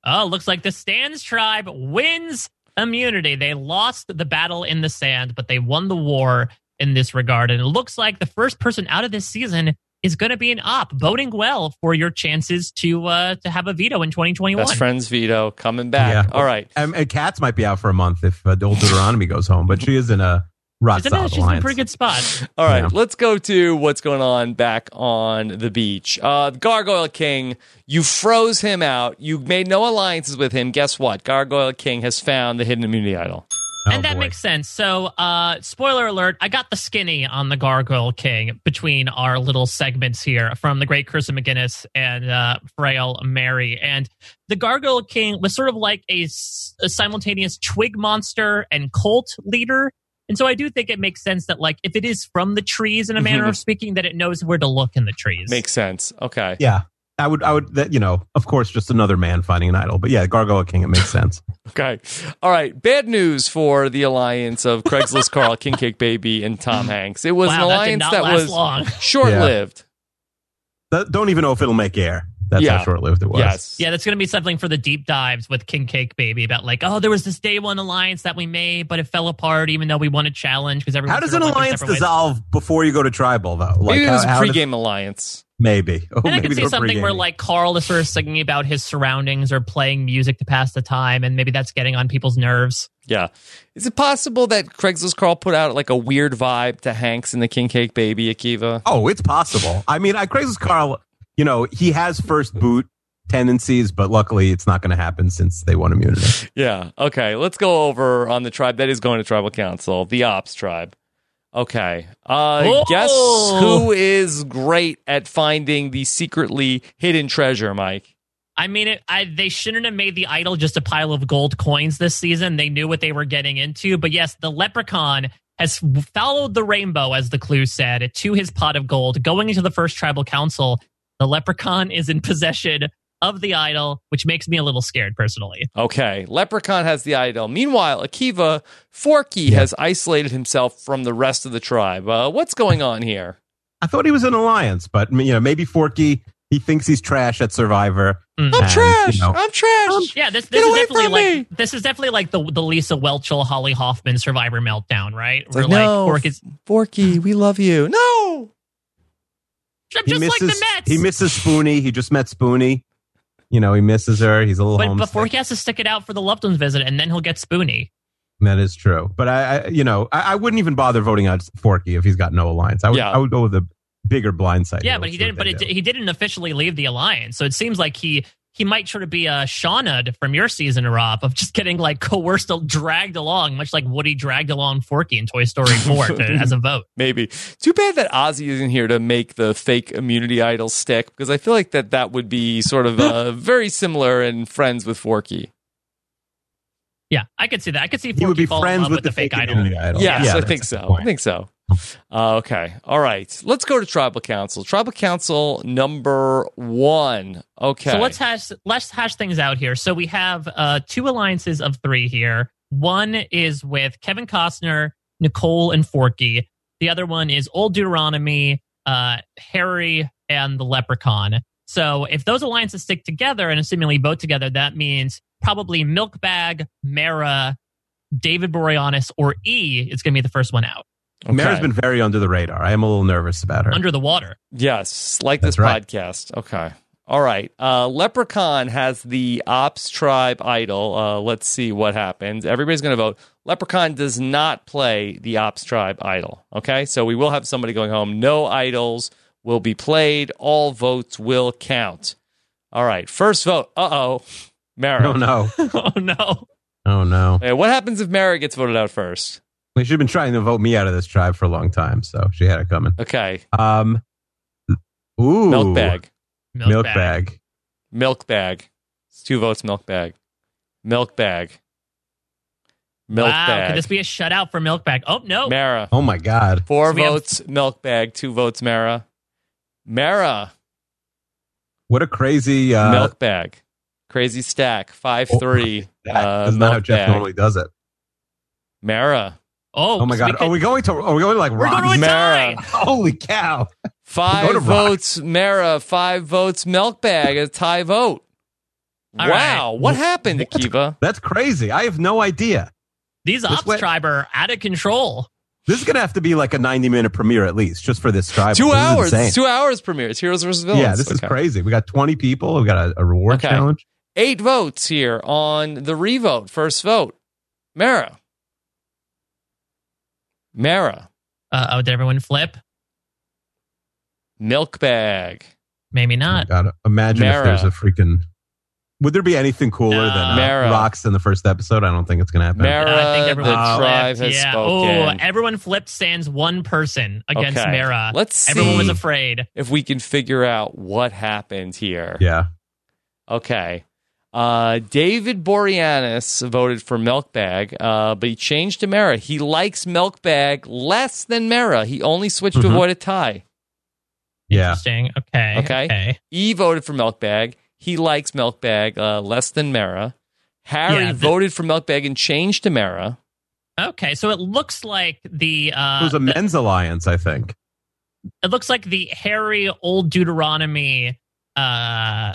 S5: Oh, looks like the Stands tribe wins immunity. They lost the battle in the sand, but they won the war in this regard. And it looks like the first person out of this season is going to be an op, boding well for your chances to uh, to have a veto in 2021.
S1: Best friends veto coming back.
S6: Yeah.
S1: All right.
S6: And, and Cats might be out for a month if uh, old Deuteronomy goes home, but she is in a rock
S5: Isn't it?
S6: solid
S5: She's in a
S6: alliance.
S5: pretty good spot.
S1: All right,
S6: Yeah.
S1: let's go to what's going on back on the beach. Uh, Gargoyle King, you froze him out. You made no alliances with him. Guess what? Gargoyle King has found the hidden immunity idol.
S6: Oh,
S5: and that
S6: boy.
S5: makes sense. So, uh, spoiler alert, I got the skinny on the Gargoyle King between our little segments here from the great Kirsten McGinnis and uh, Frail Mary. And the Gargoyle King was sort of like a, s- a simultaneous twig monster and cult leader. And so I do think it makes sense that, like, if it is from the trees in a manner of speaking, that it knows where to look in the trees.
S1: Mm-hmm. Makes sense. Okay.
S6: Yeah. I would, I would, that, you know, of course, just another man finding an idol. But yeah, Gargoyle King, it makes sense.
S1: Okay. All right. Bad news for the alliance of Craigslist Carl, King Cake Baby, and Tom Hanks. It was
S5: wow,
S1: an
S5: that did
S1: alliance
S5: not
S1: that,
S5: last
S1: was
S5: long.
S1: short lived.
S6: That- don't even know if it'll make air. That's
S1: Yeah.
S6: how short lived it was.
S1: Yes.
S5: Yeah, that's going to be something for the deep dives with King Cake Baby about like, oh, there was this day one alliance that we made, but it fell apart even though we won a challenge because everyone.
S6: How does an
S5: sort of went their
S6: alliance
S5: separate ways.
S6: dissolve before you go to tribal, though? Like,
S1: Maybe it
S6: how-
S1: was a
S6: how does-
S1: pregame alliance.
S6: maybe. Oh,
S5: And I
S6: maybe
S5: could
S6: they
S5: see
S6: were
S5: something where
S6: pregaming.
S5: like Carl is sort of singing about his surroundings or playing music to pass the time, and maybe that's getting on people's nerves.
S1: Yeah. Is it possible that Craigslist Carl put out like a weird vibe to Hanks and the King Cake Baby, Akiva?
S6: Oh, it's possible. I mean, I crazy Carl. You know, he has first boot tendencies, but luckily, it's not going to happen since they won immunity.
S1: Yeah. Okay. Let's go over on the tribe that is going to tribal council, the Ops tribe. Okay. Uh,
S5: Oh!
S1: guess who is great at finding the secretly hidden treasure, Mike?
S5: I mean, it, I, they shouldn't have made the idol just a pile of gold coins this season. They knew what they were getting into. But yes, the leprechaun has followed the rainbow, as the clue said, to his pot of gold. Going into the first tribal council, the leprechaun is in possession of the idol, which makes me a little scared personally.
S1: Okay. Leprechaun has the idol. Meanwhile, Akiva Forky has isolated himself from the rest of the tribe. Uh, what's going on here?
S6: I thought he was an alliance, but you know, maybe Forky. He thinks he's trash at Survivor.
S5: Mm.
S6: and, you know, um,
S1: I'm trash.
S5: Yeah, this
S1: Get
S5: this is
S1: away
S5: definitely
S1: from
S5: like
S1: me.
S5: this is definitely like the the Lisa Welchel Holly Hoffman Survivor meltdown, right?
S1: like, no.
S5: Orc is-
S1: Forky, we love you. No.
S5: I'm
S6: he
S5: just like
S6: misses.
S5: the Mets.
S6: He misses Spoonie. He just met Spoonie. You know, he misses her. He's a little
S5: but
S6: homesick.
S5: before he has to stick it out for the loved ones visit, and then he'll get spoony.
S6: That is true. But I, I you know, I, I wouldn't even bother voting out Forky if he's got no alliance. I would,
S1: Yeah.
S6: I would go with the bigger blindside.
S5: Yeah,
S6: here,
S5: but
S6: which
S5: he
S6: is what
S5: didn't. But
S6: they
S5: it,
S6: do.
S5: he didn't officially leave the alliance, so it seems like he he might sort of be a Shauna from your season, Rob, of just getting like coerced, dragged along, much like Woody dragged along Forky in Toy Story Four to, as a vote.
S1: Maybe. Too bad that Ozzy isn't here to make the fake immunity idol stick because I feel like that that would be sort of uh, very similar and friends with Forky.
S5: Yeah, I could see that. I could see Forky
S6: He would be
S5: fall in
S6: friends
S5: love
S6: with, the fake
S5: idol.
S6: identity idol.
S1: Yes, I
S6: that's
S1: think
S6: the
S1: so.
S6: point.
S1: I think so. Uh, okay. All right. Let's go to tribal council. Tribal council number one. Okay.
S5: So let's hash let's hash things out here. So we have uh, two alliances of three here. One is with Kevin Costner, Nicole, and Forky. The other one is Old Deuteronomy, uh, Harry, and the Leprechaun. So if those alliances stick together and assumingly vote together, that means probably Milkbag, Mara, David Boreanaz, or E is going to be the first one out
S1: Okay.
S6: Mara's been very under the radar. I am a little nervous about her.
S5: under the water.
S1: Yes, like
S6: That's
S1: this
S6: right.
S1: podcast. Okay. All right. Uh, Leprechaun has the Ops Tribe idol. Uh, let's see what happens. Everybody's going to vote. Leprechaun does not play the Ops Tribe idol. Okay. So we will have somebody going home. No idols will be played. All votes will count. All right. First vote. Uh oh. Mara.
S6: oh no!
S5: oh no!
S6: Oh no!
S1: Hey, what happens if Mara gets voted out first?
S6: Well, she's been trying to vote me out of this tribe for a long time, so she had it coming.
S1: Okay.
S6: Um, ooh,
S1: Milk bag.
S5: Milkbag.
S6: milk bag.
S1: Milk bag. It's two votes, milk bag. Milk bag. Milk
S5: wow,
S1: bag.
S5: could this be a shutout for Milkbag? Oh no!
S1: Mara.
S6: Oh my god!
S1: Four
S5: So we have-
S1: votes, milk bag. Two votes, Mara. Mara,
S6: What a crazy uh,
S1: milk bag. Crazy stack. Five
S6: Oh,
S1: three.
S6: That,
S1: uh,
S6: that's not how
S1: milk
S6: Jeff
S1: bag.
S6: normally does it.
S1: Mara.
S5: Oh,
S6: Oh my
S5: so we
S6: god!
S5: could-
S6: are we going to? Are we going to like
S5: We're
S6: rock?
S5: going to a
S1: Mara.
S5: tie.
S6: Holy cow!
S1: Five
S6: Go to rock.
S1: votes, Mara. Five votes, milk bag. A tie vote.
S5: All
S1: wow. What happened, Akiva?
S6: That's crazy. I have no idea.
S5: These ops
S6: way-
S5: tribe are out of control.
S6: This is gonna have to be like a ninety-minute premiere at least, just for this tribe.
S1: Two
S6: This is
S1: hours.
S6: insane.
S1: Two hours premiere. It's Heroes versus Villains.
S6: yeah, this is
S1: Okay.
S6: crazy. We got twenty people. We got a, a reward
S1: Okay.
S6: challenge.
S1: Eight votes here on the revote. First vote. Mara. Mara.
S5: Uh oh, did everyone flip?
S1: Milk bag.
S5: Maybe
S6: Oh my
S5: not.
S6: God, imagine
S1: Mara.
S6: if there's a freaking. Would there be anything cooler
S5: No.
S6: than uh,
S1: Mara.
S6: rocks in the first episode? I don't think it's gonna happen.
S1: Mara,
S5: I think everyone
S1: Uh, the
S5: flipped.
S1: tribe has
S5: yeah.
S1: spoken.
S5: Oh, everyone flipped stands one person against
S1: Okay.
S5: Mara.
S1: Let's see
S5: Everyone was afraid.
S1: if we can figure out what happened here.
S6: Yeah.
S1: Okay. Uh, David Boreanaz voted for Milkbag, uh, but he changed to Mara. He likes Milkbag less than Mara. He only switched to
S6: Mhm.
S1: avoid a tie.
S6: Yeah.
S5: Interesting. Okay.
S1: Okay. E voted for Milkbag. He likes Milkbag uh, less than Mara. Harry
S5: Yeah, the-
S1: voted for Milkbag and changed to Mara.
S5: Okay. So it looks like the uh,
S6: It was a men's alliance, I think.
S5: it looks like the Harry Old Deuteronomy uh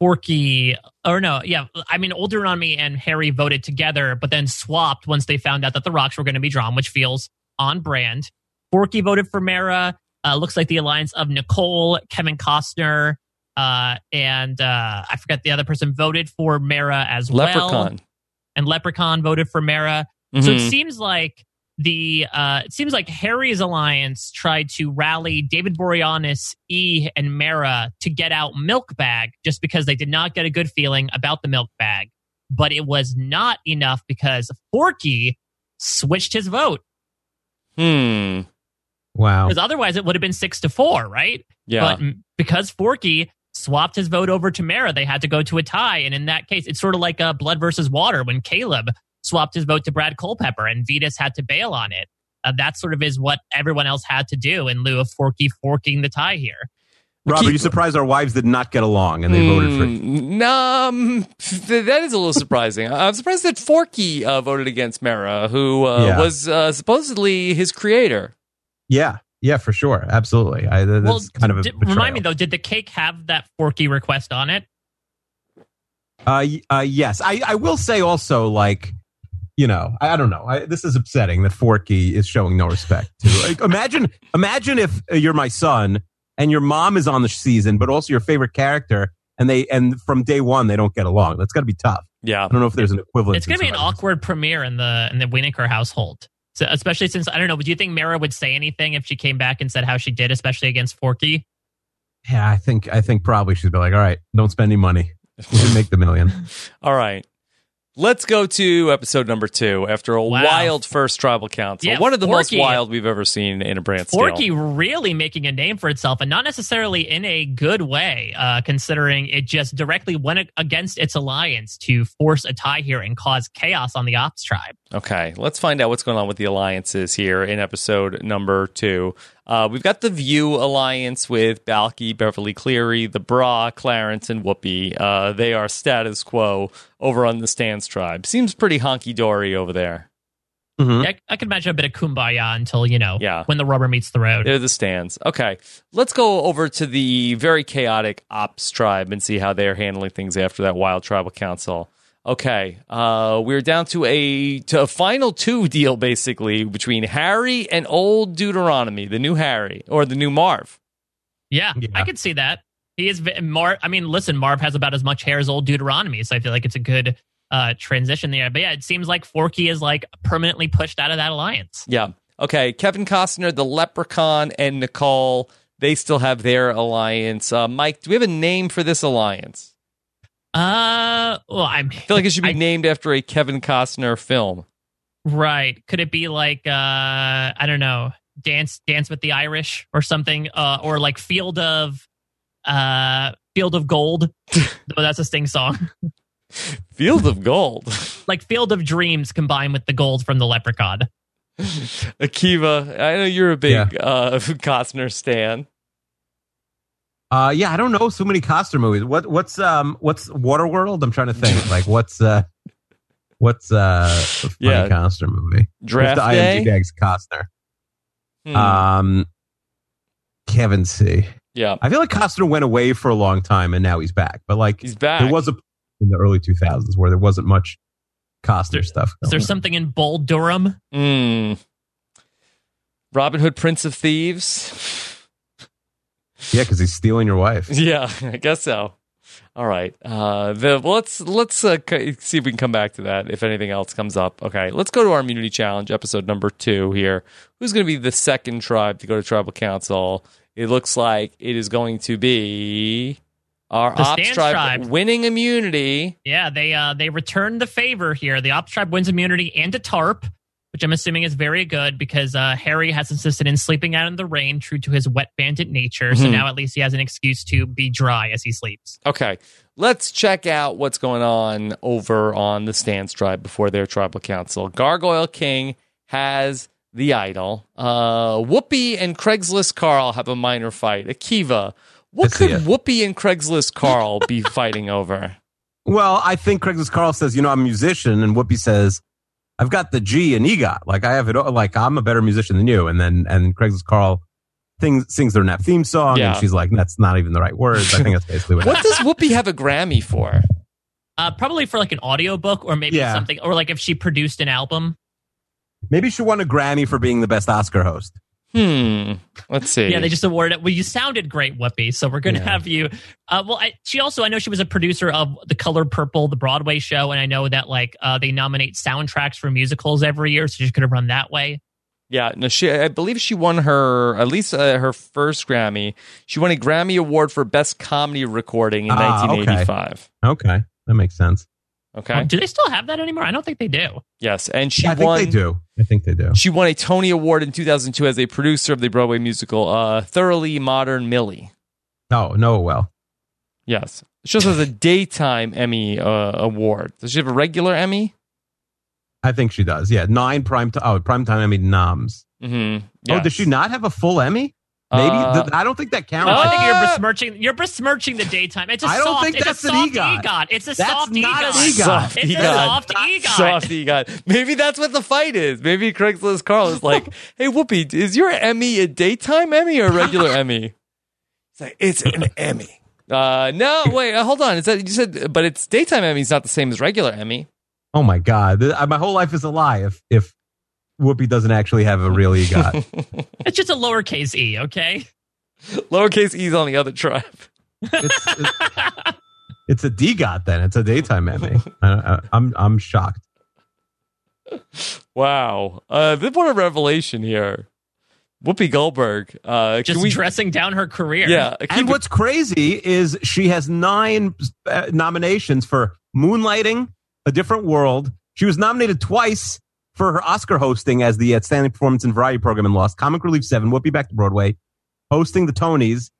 S5: Forky or no, yeah, I mean Old Deuteronomy and Harry voted together, but then swapped once they found out that the rocks were going to be drawn, which feels on brand. Forky voted for Mara. Uh, looks like the alliance of Nicole, Kevin Costner, uh, and uh, I forgot the other person voted for Mara as well.
S1: Leprechaun.
S5: And Leprechaun voted for Mara. So
S1: Mhm.
S5: it seems like the uh, it seems like Harry's alliance tried to rally David Boreanaz, E, and Mara to get out Milkbag just because they did not get a good feeling about the Milkbag, but it was not enough because Forky switched his vote
S1: Hmm.
S6: Wow.
S5: because otherwise it would have been six to four, right?
S1: Yeah.
S5: But m- because Forky swapped his vote over to Mara, they had to go to a tie. And in that case, it's sort of like uh, Blood versus Water when Caleb swapped his vote to Brad Culpepper and Vetus had to bail on it. Uh, that sort of is what everyone else had to do in lieu of Forky forking the tie here.
S6: Rob,
S1: Keep-
S6: are you surprised our wives did not get along and they voted
S1: Mm, um, th- that is a little surprising. I- I'm surprised that Forky uh, voted against Mara, who uh,
S6: Yeah.
S1: was uh, supposedly his creator.
S6: for? Yeah. Yeah, for sure. Absolutely. I, that- that's kind of a
S5: did-
S6: betrayal.
S5: remind me though, did the cake have that Forky request on it?
S6: Uh, y- uh, yes. I, I will say also, like, you know, I, I don't know. I, this is upsetting that Forky is showing no respect. To, like, imagine, imagine if uh, you're my son and your mom is on the season, but also your favorite character, and they and from day one they don't get along. That's got to be tough.
S1: Yeah.
S6: I don't know if there's an equivalent.
S5: It's going to be an awkward premiere in the in the Winokur household. So especially since I don't know, do you think Mara would say anything if she came back and said how she did, especially against Forky?
S6: Yeah, I think I think probably she'd be like, all right, don't spend any money. We didn't make the million.
S1: All right. Let's go to episode number two after a
S5: Wow.
S1: wild first tribal council.
S5: Yeah,
S1: One of the most
S5: Forky-
S1: wild we've ever seen in a brand
S5: Forky
S1: steal.
S5: really making a name for itself, and not necessarily in a good way, uh, considering it just directly went a- against its alliance to force a tie here and cause chaos on the Ops tribe.
S1: Okay, let's find out what's going on with the alliances here in episode number two. Uh, we've got the View alliance with Balky, Beverly Cleary, the Bra, Clarence, and Whoopi. Uh, they are status quo over on the Stans tribe. Seems pretty honky dory over there.
S3: Mhm.
S5: Yeah, I, I could imagine a bit of kumbaya until, you know,
S1: Hmm. Yeah.
S5: when the rubber meets the road.
S1: They're the stands. Okay. Let's go over to the very chaotic ops tribe and see how they're handling things after that wild tribal council. Okay. Uh, we're down to a to a final two deal basically between Harry and old Deuteronomy, the new Harry or the new Marv.
S5: Yeah,
S6: Yeah.
S5: I could see that. He is ve- Marv. I mean, listen, Marv has about as much hair as old Deuteronomy, so I feel like it's a good uh, transition there. But yeah, it seems like Forky is like permanently pushed out of that alliance.
S1: Yeah. Okay. Kevin Costner, the leprechaun, and Nicole, they still have their alliance. Uh, Mike, do we have a name for this alliance?
S5: Uh, well, I'm
S1: I feel like it should be
S5: I-
S1: named after a Kevin Costner film.
S5: right. Could it be like uh, I don't know, dance dance with the Irish or something, uh, or like Field of uh Field of Gold? Though that's a Sting song.
S1: Field of Gold.
S5: Like Field of Dreams combined with the gold from the Leprechaun.
S1: Akiva, I know you're a big uh, Costner stan.
S6: Uh, yeah, I don't know so many Costner movies. What what's um what's Waterworld? I'm trying to think. Like what's uh what's uh a funny
S1: Yeah.
S6: Costner movie?
S1: Draft
S6: What's the
S1: day.
S6: IMDb ex- Costner.
S1: Hmm,
S6: Um, Kevin C.
S1: yeah,
S6: I feel like Costner went away for a long time and now he's back. But like
S1: he's back.
S6: there was a in the early 2000s where there wasn't much Costner stuff.
S5: Is there
S6: going on.
S5: something in Bold Durham?
S1: Hmm. Robin Hood, Prince of Thieves.
S6: yeah, because he's stealing your wife.
S1: yeah, I guess so. All right. Uh, the well, let's let's uh, c- see if we can come back to that if anything else comes up. Okay, let's go to our immunity challenge episode number two here. Who's going to be the second tribe to go to tribal council? It looks like it is going to be our
S5: The
S1: ops
S5: Stans
S1: tribe
S5: tribe.
S1: winning immunity.
S5: Yeah, they uh they returned the favor here. The Ops tribe wins immunity and a tarp, which I'm assuming is very good because uh, Harry has insisted in sleeping out in the rain, true to his wet bandit nature. So
S1: Mhm.
S5: now at least he has an excuse to be dry as he sleeps.
S1: Okay. Let's check out what's going on over on the Stans tribe before their tribal council. Gargoyle King has the idol. Uh, Whoopi and Craigslist Carl have a minor fight. Akiva, what
S6: I see
S1: could
S6: it.
S1: Whoopi and Craigslist Carl be fighting over?
S6: Well, I think Craigslist Carl says, you know, I'm a musician, and Whoopi says, I've got the G and EGOT. Like I have it. all Like I'm a better musician than you. And then and Craigslist Carl things, sings their nap theme song,
S1: Yeah.
S6: and she's like, that's not even the right words. I think that's basically what.
S1: What does Whoopi have a Grammy for?
S5: Uh, probably for like an audiobook or maybe
S6: Yeah.
S5: something, or like if she produced an album.
S6: Maybe she won a Grammy for being the best Oscar host.
S1: Hmm. Let's see.
S5: Yeah, they just awarded it. Well, you sounded great, Whoopi. So we're going to
S1: Yeah.
S5: have you. Uh, well, I, she also, I know she was a producer of The Color Purple, the Broadway show. And I know that like uh, they nominate soundtracks for musicals every year. So she could have run that way.
S1: Yeah, no, she. I believe she won her at least uh, her first Grammy. She won a Grammy award for best comedy recording in
S6: Ah, okay.
S1: 1985.
S6: Okay, that makes sense.
S1: Okay.
S5: Um, do they still have that anymore? I don't think they do.
S1: Yes, and she
S6: I think
S1: won.
S6: they do. I think they do.
S1: She won a Tony Award in 2002 as a producer of the Broadway musical uh, Thoroughly Modern Millie.
S6: No, no, Oh, well,
S1: Yes. She also has a daytime Emmy uh, award. Does she have a regular Emmy?
S6: I think she does. Yeah, nine prime. T- oh, primetime Emmy noms.
S1: Mm-hmm.
S6: Oh, does she not have a full Emmy? Maybe
S1: Uh,
S6: Th- I don't think that counts.
S5: No, I think
S1: Ah!
S5: you're besmirching. You're besmirching the daytime. It's a
S6: I don't
S5: soft.
S6: think
S5: it's
S6: that's
S5: a
S6: an
S5: soft
S6: EGOT.
S5: It's a
S6: That's
S5: soft
S6: not an
S5: EGOT.
S6: EGOT.
S1: Soft
S5: It's a
S1: EGOT.
S5: soft EGOT.
S1: Soft EGOT. Maybe that's what the fight is. Maybe Craigslist Carl is like, hey, Whoopi, is your Emmy a daytime Emmy or a regular Emmy? It's like, it's an Emmy. Uh, no, wait, uh, hold on. Is that, you said, but it's daytime Emmy's not the same as regular Emmy.
S6: Oh my god, Th- I- my whole life is a lie. If if Whoopi doesn't actually have a real EGOT,
S5: It's just a lowercase e. Okay.
S1: Lowercase e's on the other tribe.
S6: it's, it's, it's a DGOT. Then it's a daytime Emmy. I, I, I'm I'm shocked.
S1: Wow. Uh, th- what a revelation here. Whoopi Goldberg. Uh,
S5: Just
S1: can we,
S5: dressing down her career.
S1: Yeah. keep
S6: And
S1: it-
S6: what's crazy is she has nine uh, nominations for Moonlighting, A Different World. She was nominated twice for her Oscar hosting as the Outstanding Performance in Variety Program and lost. Comic Relief 7, Whoopi Back to Broadway, hosting the Tonys,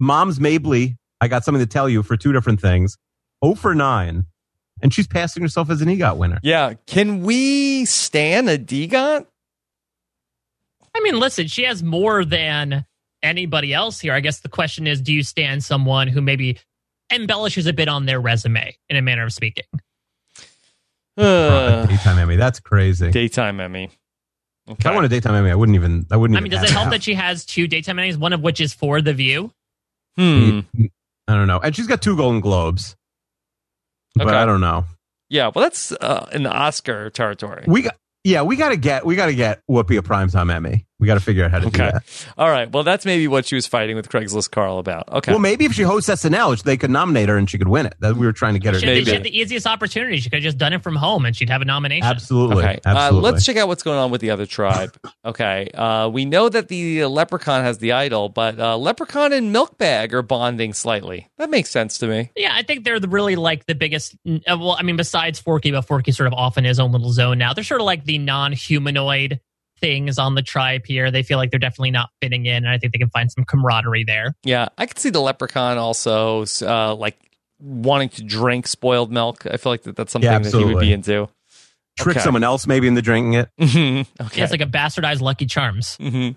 S6: Mom's Mabley, I Got Something to Tell You for two different things, 0 for 9. And she's passing herself as an E EGOT winner.
S1: yeah. Can we stand a Degont?
S5: I mean, listen, she has more than anybody else here. I guess the question is do you stand someone who maybe embellishes a bit on their resume, in a manner of speaking?
S1: Uh,
S6: daytime Emmy. That's crazy.
S1: daytime Emmy.
S6: if
S1: Okay.
S6: I won a daytime Emmy, I wouldn't even. I wouldn't.
S5: I
S6: even
S5: mean, does
S6: ask.
S5: it help that she has two daytime Emmys, one of which is for The View?
S1: Hmm.
S6: I don't know. And she's got two Golden Globes, but
S1: Okay.
S6: I don't know.
S1: Yeah. Well, that's uh, in Oscar territory.
S6: We got yeah, we gotta get we gotta get Whoopi a primetime Emmy. We gotta figure out how to do
S1: Okay.
S6: that.
S1: All right. Well, that's maybe what she was fighting with Craigslist Carl about. Okay.
S6: Well, maybe if she hosts SNL, they could nominate her and she could win it. That we were trying to get her.
S5: She
S6: to
S5: had,
S6: do
S5: the, she
S6: that.
S5: had the easiest opportunity. She could have just done it from home and she'd have a nomination.
S6: Absolutely.
S1: Okay. Uh,
S6: Absolutely.
S1: let's check out what's going on with the other tribe. Okay. Uh, we know that the leprechaun has the idol, but uh, leprechaun and milkbag are bonding slightly. That makes sense to me.
S5: Yeah, I think they're the, really like the biggest. uh, Well, I mean, besides Forky, but Forky sort of off in his own little zone now. They're sort of like the non-humanoid things on the tribe here. They feel like they're definitely not fitting in, and I think they can find some camaraderie there.
S1: Yeah. I could see the leprechaun also uh, like wanting to drink spoiled milk. I feel like that, that's something
S6: Yeah,
S1: that he would be into.
S6: Trick
S1: okay.
S6: someone else maybe into drinking it.
S1: Mhm.
S5: Yeah,
S1: okay.
S5: it's like a bastardized Lucky Charms.
S1: hmm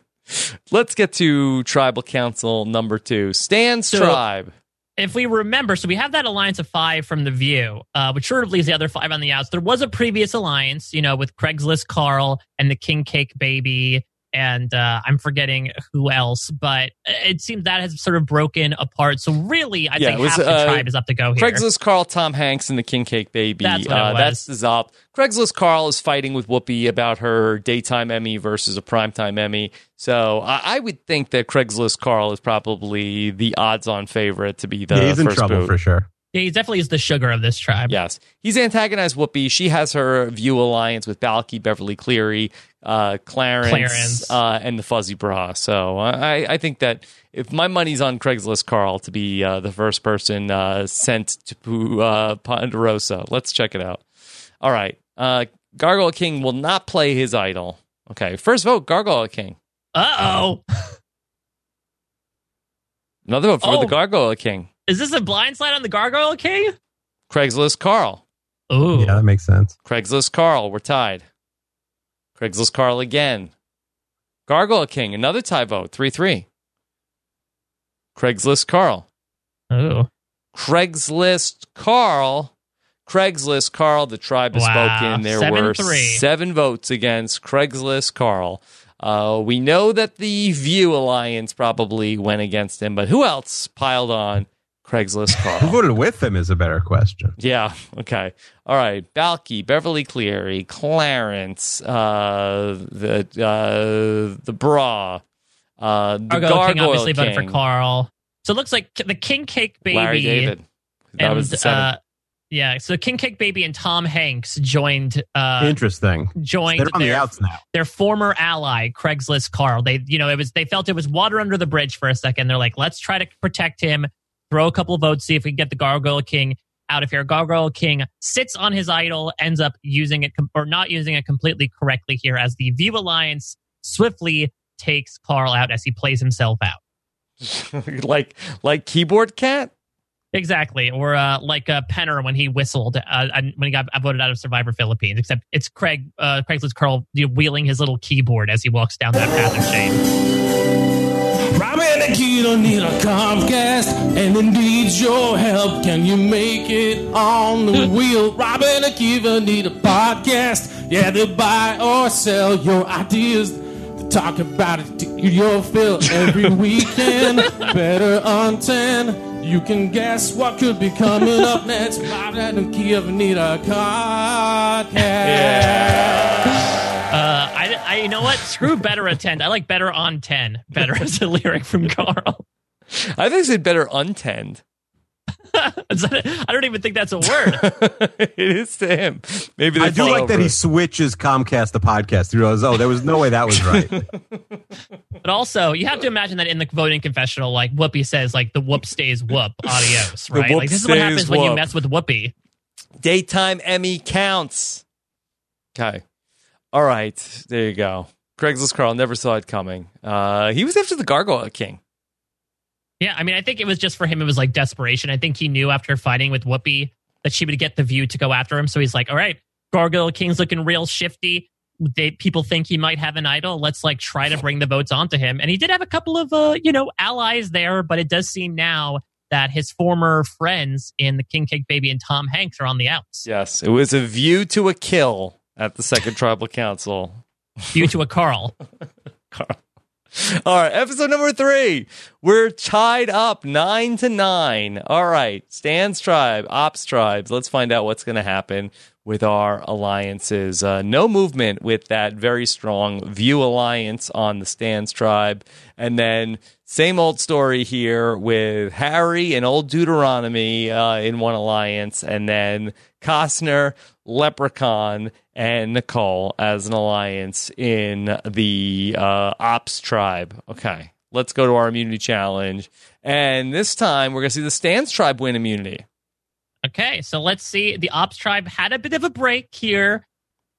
S1: Let's get to tribal council number two. Stan's
S5: So-
S1: tribe.
S5: If we remember, so we have that alliance of five from The View, uh, which sort of leaves the other five on the outs. There was a previous alliance, you know, with Craigslist Carl and the King Cake Baby. And uh, I'm forgetting who else, but it seems that has sort of broken apart. So really, I
S1: Yeah,
S5: think
S1: it was,
S5: half the
S1: uh,
S5: tribe is up to go here.
S1: Craigslist Carl, Tom Hanks, and the King Cake Baby.
S5: That's what it
S1: uh,
S5: was.
S1: that's dissolved. Craigslist Carl is fighting with Whoopi about her daytime Emmy versus a primetime Emmy. So I, I would think that Craigslist Carl is probably the odds-on favorite to be the
S6: yeah, he's in
S1: first
S6: trouble
S1: vote.
S6: for sure.
S5: Yeah, he definitely is the sugar of this tribe.
S1: Yes. He's antagonized Whoopi. She has her view alliance with Balky, Beverly Cleary, uh, Clarence,
S5: Clarence.
S1: Uh, and the Fuzzy Bra. So uh, I, I- I think that if my money's on Craigslist Carl to be uh, the first person uh, sent to uh, Ponderosa, let's check it out. All right. Uh, Gargoyle King will not play his idol. Okay. First vote, Gargoyle King.
S5: Uh oh.
S1: Another vote for
S5: Oh.
S1: the Gargoyle King.
S5: Is this a blind slide on the Gargoyle King?
S1: Craigslist Carl.
S5: Ooh.
S6: Yeah, that makes sense.
S1: Craigslist Carl, we're tied. Craigslist Carl again. Gargoyle King, another tie vote, 3 3. Craigslist Carl.
S5: Ooh.
S1: Craigslist Carl. Craigslist Carl, the tribe has
S5: Wow,
S1: spoken. There were
S5: 7-3.
S1: seven votes against Craigslist Carl. Uh, we know that the View Alliance probably went against him, but who else piled on Craigslist
S6: Who
S1: Carl?
S6: voted with him is a better question.
S1: Yeah. Okay. All right. Balky, Beverly Cleary, Clarence, uh, the uh, the bra, uh, the
S5: Gargoyle, King obviously voted for
S1: King,
S5: Carl. So it looks like the King Cake Baby
S1: Larry David. That
S5: and
S1: was the seventh.
S5: uh, yeah, so King Cake Baby and Tom Hanks joined uh
S6: Interesting. They're
S5: joined
S6: on the
S5: their,
S6: outs now.
S5: their former ally Craigslist Carl. They you know it was they felt it was water under the bridge for a second. They're like, let's try to protect him, throw a couple votes, see if we can get the Gargoyle King out of here. Gargoyle King sits on his idol, ends up using it com- or not using it completely correctly here as the View Alliance swiftly takes Carl out as he plays himself out. uh,
S1: like like keyboard cat.
S5: Exactly, or uh, like uh, Penner when he whistled uh, and when he got voted out of Survivor Philippines. Except it's Craig uh, Craigslist Carl you know, wheeling his little keyboard as he walks down that path of shame.
S8: Robbie and the key don't need a Comcast and it needs your help. Can you make it on the
S1: Hmm.
S8: wheel? Robbie and Akiva need a podcast. Yeah, they buy or sell your ideas. They Talk about it to your fill every weekend. Better on 10. You can guess what could be coming up next. Robbie and Akiva need a podcast.
S5: Uh, I, I, you know what? Screw better attend. I like better on ten. Better is a lyric from Carl.
S1: I think it said better untend.
S5: Is that- I don't even think that's a word.
S1: it is to him. Maybe they
S6: I do
S1: fall
S6: like that
S1: over.
S6: he switches Comcast to podcast. He realizes, oh, there was no way that was right.
S5: but also, you have to imagine that in the voting confessional, like Whoopi says, like the whoop stays whoop, adios, right?
S1: whoop
S5: Like this is what
S1: stays
S5: happens when you
S1: whoop.
S5: mess with Whoopi.
S1: Daytime Emmy counts. Okay. All right. There you go. Craigslist Carl never saw it coming. Uh, he was after the Gargoyle King.
S5: Yeah, I mean, I think it was just for him. It was like desperation. I think he knew after fighting with Whoopi that she would get the view to go after him. So he's like, "All right, Gargoyle King's looking real shifty. They, people think he might have an idol. Let's like try to bring the votes onto him." And he did have a couple of uh, you know allies there, but it does seem now that his former friends in the King Cake Baby and Tom Hanks are on the outs
S1: Yes. It was a view to a kill at the Second Tribal Council.
S5: due to a Carl.
S1: All right, episode number three. We're tied up nine to nine. All right, Stan's tribe, Ops tribes. Let's find out what's going to happen with our alliances. Uh, no movement with that very strong View alliance on the Stan's tribe. And then same old story here with Harry and old Deuteronomy uh, in one alliance. And then Costner, Leprechaun, and Nicole as an alliance in the uh, Ops tribe. Okay, let's go to our immunity challenge. And this time we're going to see the Stans tribe win immunity.
S5: Okay, so let's see. The Ops tribe had a bit of a break here.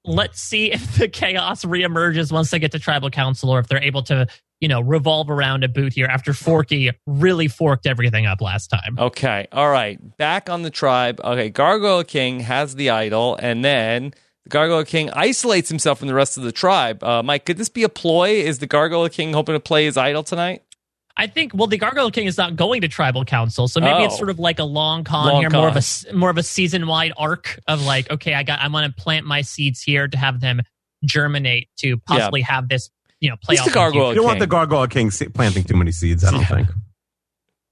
S5: Let's see if the chaos reemerges once they get to tribal council or if they're able to, you know, revolve around a boot here after Forky really forked everything up last time.
S1: Okay, all right, back on the tribe. Okay, Gargoyle King has the idol, and then. The Gargoyle King isolates himself from the rest of the tribe. Uh, Mike, could this be a ploy? Is the Gargoyle King hoping to play his idol tonight?
S5: I think well the Gargoyle King is not going to tribal council, so maybe
S1: Oh.
S5: it's sort of like a long con
S1: Long
S5: here, more of
S1: con.
S5: a s- more of a season wide arc of like, okay, I got I want to plant my seeds here to have them germinate to possibly have this, you know, playoff.
S1: He's the Gargoyle
S6: You don't want
S1: King.
S6: the Gargoyle King se- planting too many seeds, I don't think.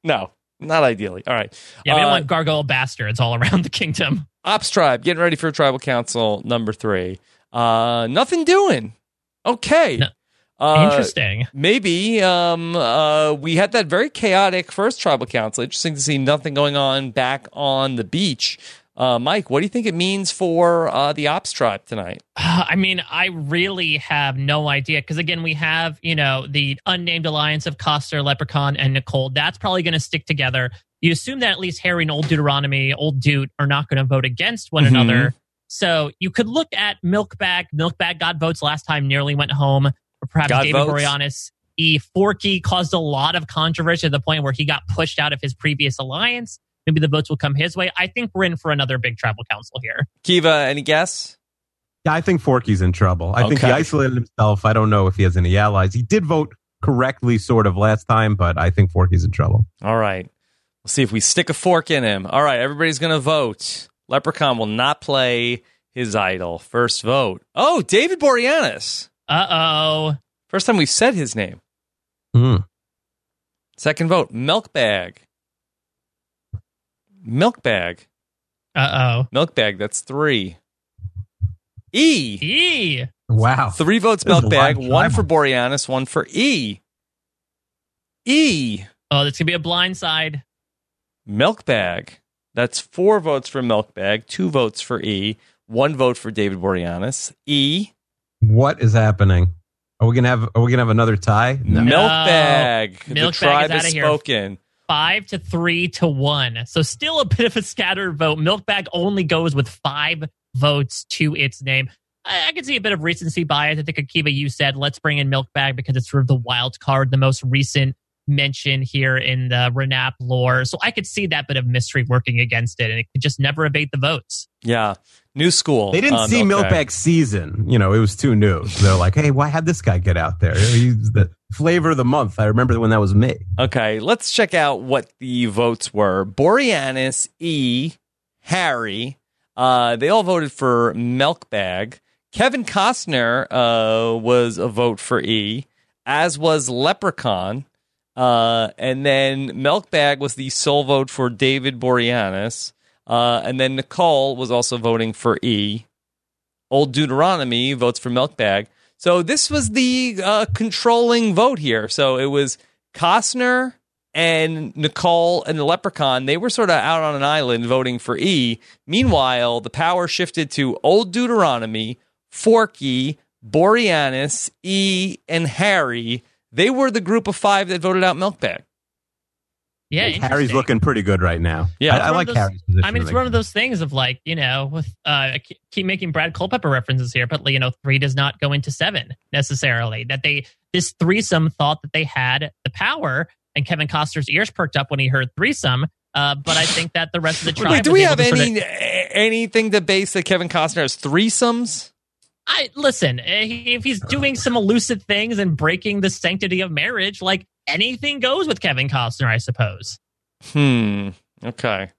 S1: No, not ideally. All right.
S5: Yeah, we
S1: Uh,
S5: don't want gargoyle bastards all around the kingdom.
S1: Ops tribe getting ready for tribal council number three. Uh, nothing doing. Okay.
S5: No.
S1: Uh,
S5: Interesting.
S1: Maybe um, uh, we had that very chaotic first tribal council. Interesting to see nothing going on back on the beach. Uh, Mike, what do you think it means for uh, the ops tribe tonight?
S5: Uh, I mean, I really have no idea because again, we have you know the unnamed alliance of Coster, Leprechaun, and Nicole. That's probably going to stick together. You assume that at least Harry and Old Deuteronomy, Old Dude, are not going to vote against one
S1: Mhm.
S5: another. So you could look at Milkbag. Milkbag got votes last time, nearly went home. Or perhaps
S1: Got
S5: David
S1: votes?
S5: Boreanaz. E. Forky caused a lot of controversy to the point where he got pushed out of his previous alliance. Maybe the votes will come his way. I think we're in for another big tribal council here.
S1: Kiva, any guess?
S6: Yeah, I think Forky's in trouble. I think he
S1: Okay.
S6: isolated himself. I don't know if he has any allies. He did vote correctly, sort of, last time, but I think Forky's in trouble.
S1: All right. We'll see if we stick a fork in him. All right. Everybody's going to vote. Leprechaun will not play his idol. First vote. Oh, David Boreanaz.
S5: Uh oh.
S1: First time we've said his name.
S6: Hmm.
S1: Second vote, milk bag. Milk bag.
S5: Uh
S1: Milk bag, that's three. E.
S5: oh. E.
S6: Wow.
S1: Three votes,
S6: There's
S1: milk
S6: a
S1: bag.
S6: lot of
S1: One
S6: drama.
S1: for Boreanis, one for E. E.
S5: Oh, that's gonna be a blind side.
S1: Milk bag. That's four votes for milk bag, two votes for E, one vote for David Boreanis. E.
S6: What is happening? Are we gonna have are we gonna have another tie?
S1: Milk bag.
S5: Milk bag
S1: the tribe
S5: is outta
S1: has
S5: here.
S1: spoken.
S5: Five to three to one. So still a bit of a scattered vote. Milkbag only goes with five votes to its name. I, I can see a bit of recency bias. I think Akiva, you said let's bring in Milkbag because it's sort of the wild card, the most recent mention here in the Renap lore. So I could see that bit of mystery working against it, and it could just never abate the votes.
S1: Yeah. New school.
S6: They didn't
S1: uh,
S6: see Milk Bag season. You know, it was too new. So they're like, hey, why had this guy get out there? He's the flavor of the month. I remember when that was me.
S1: Okay, let's check out what the votes were. Boreanis, E, Harry, uh, they all voted for Milkbag. Kevin Costner uh, was a vote for E, as was Leprechaun. Uh, and then Milkbag was the sole vote for David Boreanis. Uh, and then Nicole was also voting for E. Old Deuteronomy votes for Milkbag. So this was the uh, controlling vote here. So it was Costner, and Nicole and the Leprechaun, they were sort of out on an island voting for E. Meanwhile, the power shifted to Old Deuteronomy, Forky, Boreanaz, E, and Harry. They were the group of five that voted out Milkbag.
S5: Yeah,
S6: Harry's
S5: interesting.
S6: looking pretty good right now.
S1: Yeah.
S6: I, I
S5: One of
S6: like
S5: those-
S6: Harry's position.
S5: I mean, it's
S6: the
S5: one of those things of like, you know, with uh, I ke- keep making Brad Culpepper references here, but you know, three does not go into seven necessarily. That they this threesome thought that they had the power, and Kevin Costner's ears perked up when he heard threesome. Uh, but I think that the rest of the tribe.
S1: Wait, do
S5: was
S1: we
S5: able
S1: have
S5: to sort of-
S1: any anything to base that Kevin Costner has threesomes?
S5: I listen. eh, he- If he's doing some elusive things and breaking the sanctity of marriage, like anything goes with Kevin Costner, I suppose.
S1: Hmm. Okay.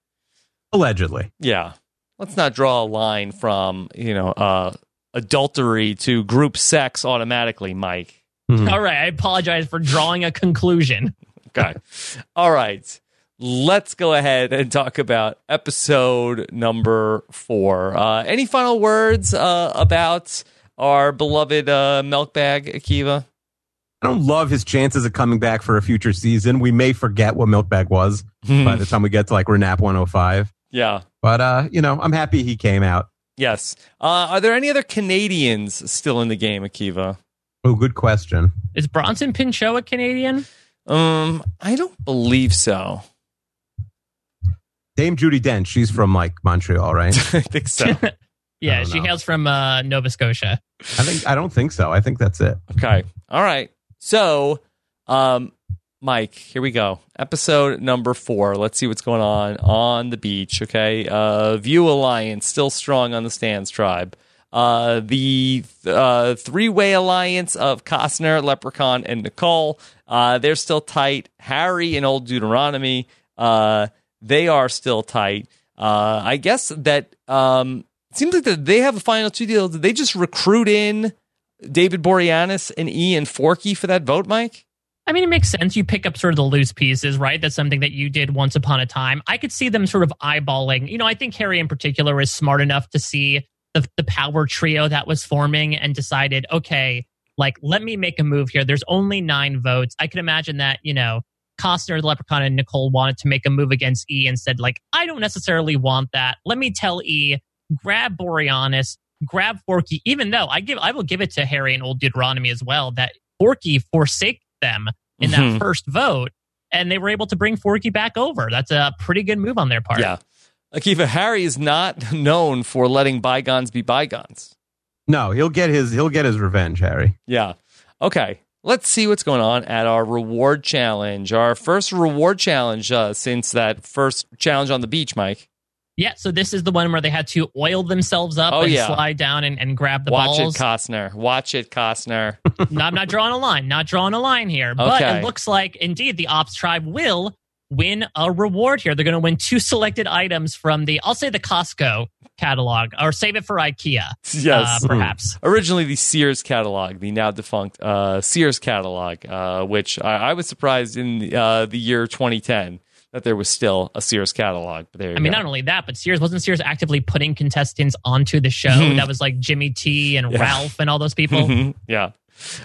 S6: allegedly.
S1: Yeah. Let's not draw a line from, you know, uh adultery to group sex automatically, Mike.
S6: Mhm.
S5: All right, I apologize for drawing a conclusion.
S1: Okay. All right. Let's go ahead and talk about episode number four. Uh, any final words uh, about our beloved uh, milk bag, Akiva?
S6: I don't love his chances of coming back for a future season. We may forget what Milkbag was
S1: Hmm.
S6: by the time we get to like Renap 105.
S1: yeah.
S6: But uh, you know, I'm happy he came out.
S1: Yes. Uh, are there any other Canadians still in the game, Akiva?
S6: Oh, good question.
S5: Is Bronson Pinchot a Canadian?
S1: Um, I don't believe so.
S6: Dame Judy Dench, she's from like Montreal, right?
S1: I think so.
S5: Yeah,
S6: don't
S5: she
S6: know.
S5: hails from uh, Nova Scotia.
S6: I think I don't think so. I think that's it.
S1: Okay. All right. So, um, Mike, here we go. Episode number four. Let's see what's going on on the beach. Okay. Uh, View Alliance still strong on the Stands tribe. Uh, the uh, three way alliance of Costner, Leprechaun, and Nicole. Uh, they're still tight. Harry and Old Deuteronomy. Uh, they are still tight. Uh, I guess that um, it seems like that they have a final two deal. Did they just recruit in? David Boreanaz and Ian Forkey for that vote, Mike?
S5: I mean, it makes sense. You pick up sort of the loose pieces, right? That's something that you did once upon a time. I could see them sort of eyeballing. You know, I think Harry in particular is smart enough to see the, the power trio that was forming and decided, okay, like, let me make a move here. There's only nine votes. I can imagine that, you know, Costner, the Leprechaun, and Nicole wanted to make a move against E and said, like, I don't necessarily want that. Let me tell E, grab Boreanaz, grab Forky, even though I give I will give it to Harry and old Deuteronomy as well, that Forky forsake them in
S1: Mhm.
S5: that first vote, and they were able to bring Forky back over. That's a pretty good move on their part.
S1: Yeah. Akiva Harry is not known for letting bygones be bygones.
S6: No, he'll get his he'll get his revenge, Harry.
S1: Yeah. Okay. Let's see what's going on at our reward challenge. Our first reward challenge uh, since that first challenge on the beach, Mike.
S5: Yeah, so this is the one where they had to oil themselves up
S1: Oh,
S5: and
S1: yeah.
S5: slide down and, and grab the
S1: Watch
S5: balls.
S1: it, Costner. Watch it, Costner.
S5: no, I'm not drawing a line. Not drawing a line here. But
S1: Okay.
S5: it looks like indeed the ops tribe will win a reward here. They're going to win two selected items from the I'll say the Costco catalog or save it for IKEA.
S1: yes. Hmm.
S5: uh, perhaps.
S1: Um, originally the Sears catalog, the now defunct uh, Sears catalog, uh, which I, I was surprised in uh, the year 2010 that there was still a Sears catalog. But there you
S5: I mean,
S1: go.
S5: not only that, but Sears wasn't Sears actively putting contestants onto the show. that was like Jimmy T and
S1: Mm-hmm. Yeah.
S5: Ralph and all those people.
S1: Mhm. Yeah.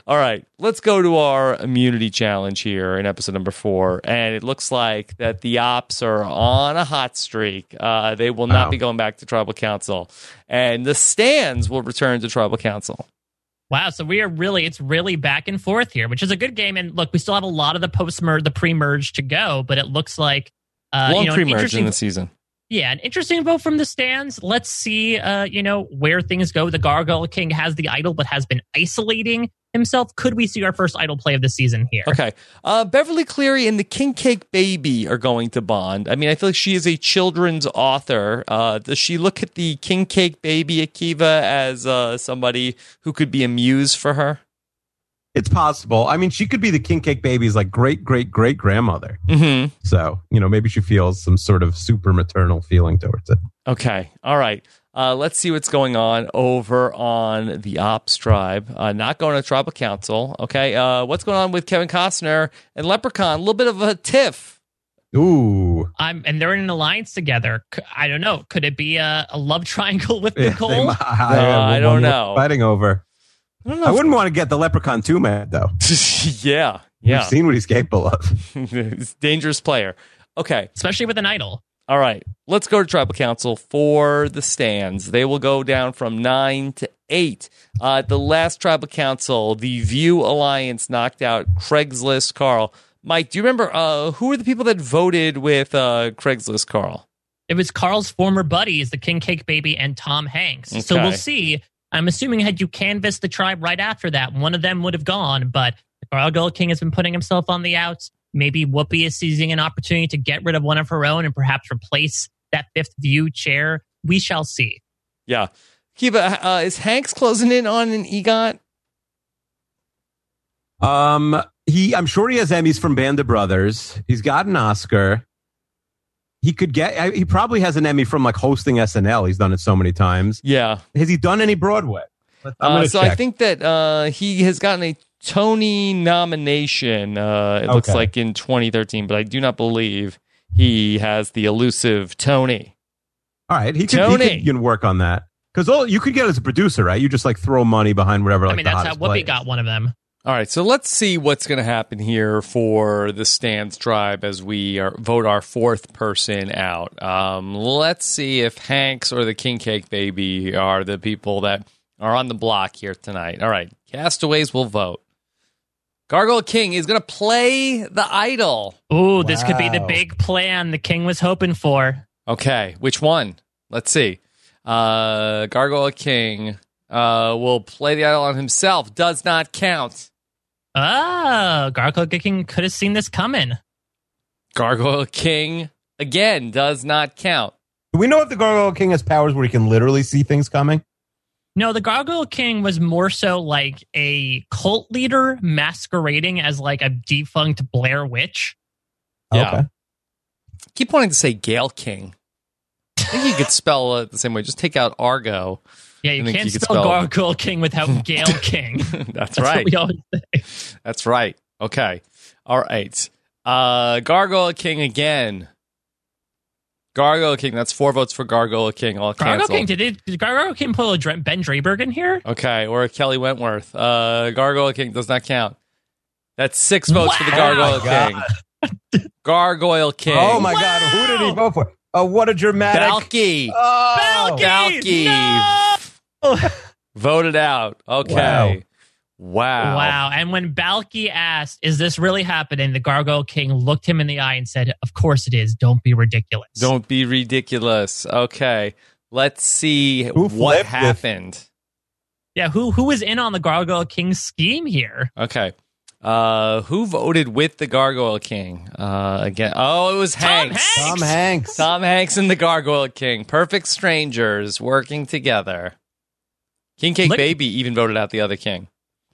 S1: All right. Let's go to our immunity challenge here in episode number four. And it looks like that the ops are on a hot streak. Uh, they will not
S6: Wow.
S1: be going back to tribal council. And the stands will return to tribal council.
S5: Wow, so we are really it's really back and forth here, which is a good game. And look, we still have a lot of the post merge, the pre merge to go, but it looks like uh,
S1: Long
S5: you know, an
S1: pre merge in
S5: interesting-
S1: the season.
S5: yeah, an interesting vote from the stands. Let's see, uh, you know, where things go. The Gargoyle King has the idol, but has been isolating himself. Could we see our first idol play of the season here?
S1: Okay. Uh, Beverly Cleary and the King Cake Baby are going to bond. I mean, I feel like she is a children's author. Uh, does she look at the King Cake Baby Akiva as uh, somebody who could be a muse for her?
S6: It's possible. I mean, she could be the King Cake Baby's like great great great grandmother.
S1: Mm hmm.
S6: So, you know, maybe she feels some sort of super maternal feeling towards it.
S1: Okay. All right. Uh, let's see what's going on over on the Ops Tribe. Uh, not going to Tribal Council. Okay. Uh, what's going on with Kevin Costner and Leprechaun? A little bit of a tiff.
S6: Ooh.
S5: I'm, and they're in an alliance together. C- I don't know. Could it be a, a love triangle with
S6: Yeah,
S5: Nicole?
S6: they might-
S1: I
S6: one
S1: don't
S6: they're
S1: know.
S6: Fighting over.
S1: I don't
S6: I
S1: know.
S6: wouldn't want to get the leprechaun too mad though.
S1: yeah.
S6: We've seen what he's capable of.
S1: He's a dangerous player. Okay.
S5: especially with an idol.
S1: All right, let's go to tribal council for the stands. They will go down from nine to eight. Uh, at the last tribal council, the View Alliance knocked out Craigslist Carl. Mike, do you remember uh, who were the people that voted with uh, Craigslist Carl?
S5: It was Carl's former buddies, the King Cake Baby and Tom Hanks. So
S1: Okay.
S5: we'll see. I'm assuming had you canvassed the tribe right after that, one of them would have gone. But Carl Gold King has been putting himself on the outs. Maybe Whoopi is seizing an opportunity to get rid of one of her own and perhaps replace that fifth view chair. We shall see.
S1: Yeah, Kiva, uh, is Hanks closing in on an EGOT?
S6: Um, he, I'm sure he has Emmys from Band of Brothers. He's got an Oscar. He could get. I- He probably has an Emmy from like hosting SNL. He's done it so many times.
S1: Yeah,
S6: Has he done any Broadway? Let's- I'm
S1: uh,
S6: gonna
S1: so I
S6: check.
S1: think that uh, he has gotten a Tony nomination. Uh, it looks
S6: Okay.
S1: like in 2013, but I do not believe he has the elusive Tony.
S6: All right, he could, he
S1: Tony.
S6: could you can work on that because all you could get as a producer, right? You just like throw money behind whatever. Like,
S5: I mean,
S6: the
S5: that's how
S6: hottest
S5: Whoopi
S6: play is.
S5: got one of them.
S1: All right, so let's see what's going to happen here for the Stans tribe as we are, vote our fourth person out. Um, let's see if Hanks or the King Cake Baby are the people that are on the block here tonight. All right, castaways will vote. Gargoyle King is going to play the idol.
S5: Ooh, this could be the
S6: Wow.
S5: big plan the king was hoping for.
S1: Okay, which one? Let's see. Uh, Gargoyle King uh, will play the idol on himself. Does not count.
S5: Oh, Gargoyle King could have seen this coming.
S1: Gargoyle King again does not count.
S6: Do we know if the Gargoyle King has powers where he can literally see things coming?
S5: No, the Gargoyle King was more so like a cult leader masquerading as like a defunct Blair Witch.
S1: Yeah.
S6: Okay.
S1: Keep wanting to say Gale King. I think you could spell it the same way. Just take out Argo.
S5: Yeah,
S1: I
S5: you
S1: think
S5: can't
S1: you could
S5: spell,
S1: spell-
S5: Gargoyle King without Gale King.
S1: That's,
S5: what
S1: right.
S5: we always say.
S1: That's right. Okay. All right. Uh, Gargoyle King again. Gargoyle King. That's four votes for Gargoyle King. All
S5: Gargoyle
S1: canceled.
S5: King, did, it, did Gargoyle King put a Dre- Ben Drayberg in here?
S1: Okay, or Kelly Wentworth. Uh, Gargoyle King does not count. That's six votes for the Gargoyle
S6: Oh my
S1: King. Gargoyle King.
S6: Oh my God! Who did he vote for? Oh, what a dramatic!
S1: Balky.
S6: oh,
S1: Balky. Voted out. Okay. Wow.
S5: Wow. And when Balky asked, Is this really happening? The Gargoyle King looked him in the eye and said, Of course it is. Don't be ridiculous.
S1: Don't be ridiculous. Okay. Let's see
S6: Who
S1: what
S6: flipped with-
S1: happened.
S5: Yeah, who who was in on the Gargoyle King scheme here?
S1: Okay. Uh, who voted with the Gargoyle King? Uh, again. Oh, it was Hanks.
S6: Tom Hanks.
S1: Tom Hanks and the Gargoyle King, perfect strangers working together. King Cake
S5: Look-
S1: Baby even voted out the other king.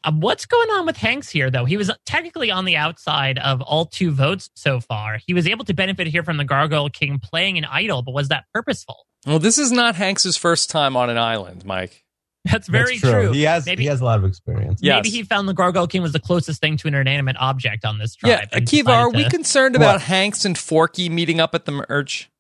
S5: Um, what's going on with Hanks here, though? He was technically on the outside of all two votes so far. He was able to benefit here from the Gargoyle King playing an idol, but was that purposeful?
S1: Well, this is not Hanks's first time on an island, Mike.
S6: That's
S5: That's very true.
S6: He has
S5: Maybe-
S6: he has a lot of experience.
S1: Yes.
S5: Maybe he found the Gargoyle King was the closest thing to an inanimate object on this tribe.
S1: yeah,
S5: and
S1: Akiva, are
S5: decided
S1: we
S5: to-
S1: concerned about Hanks and Forky meeting up at the merge?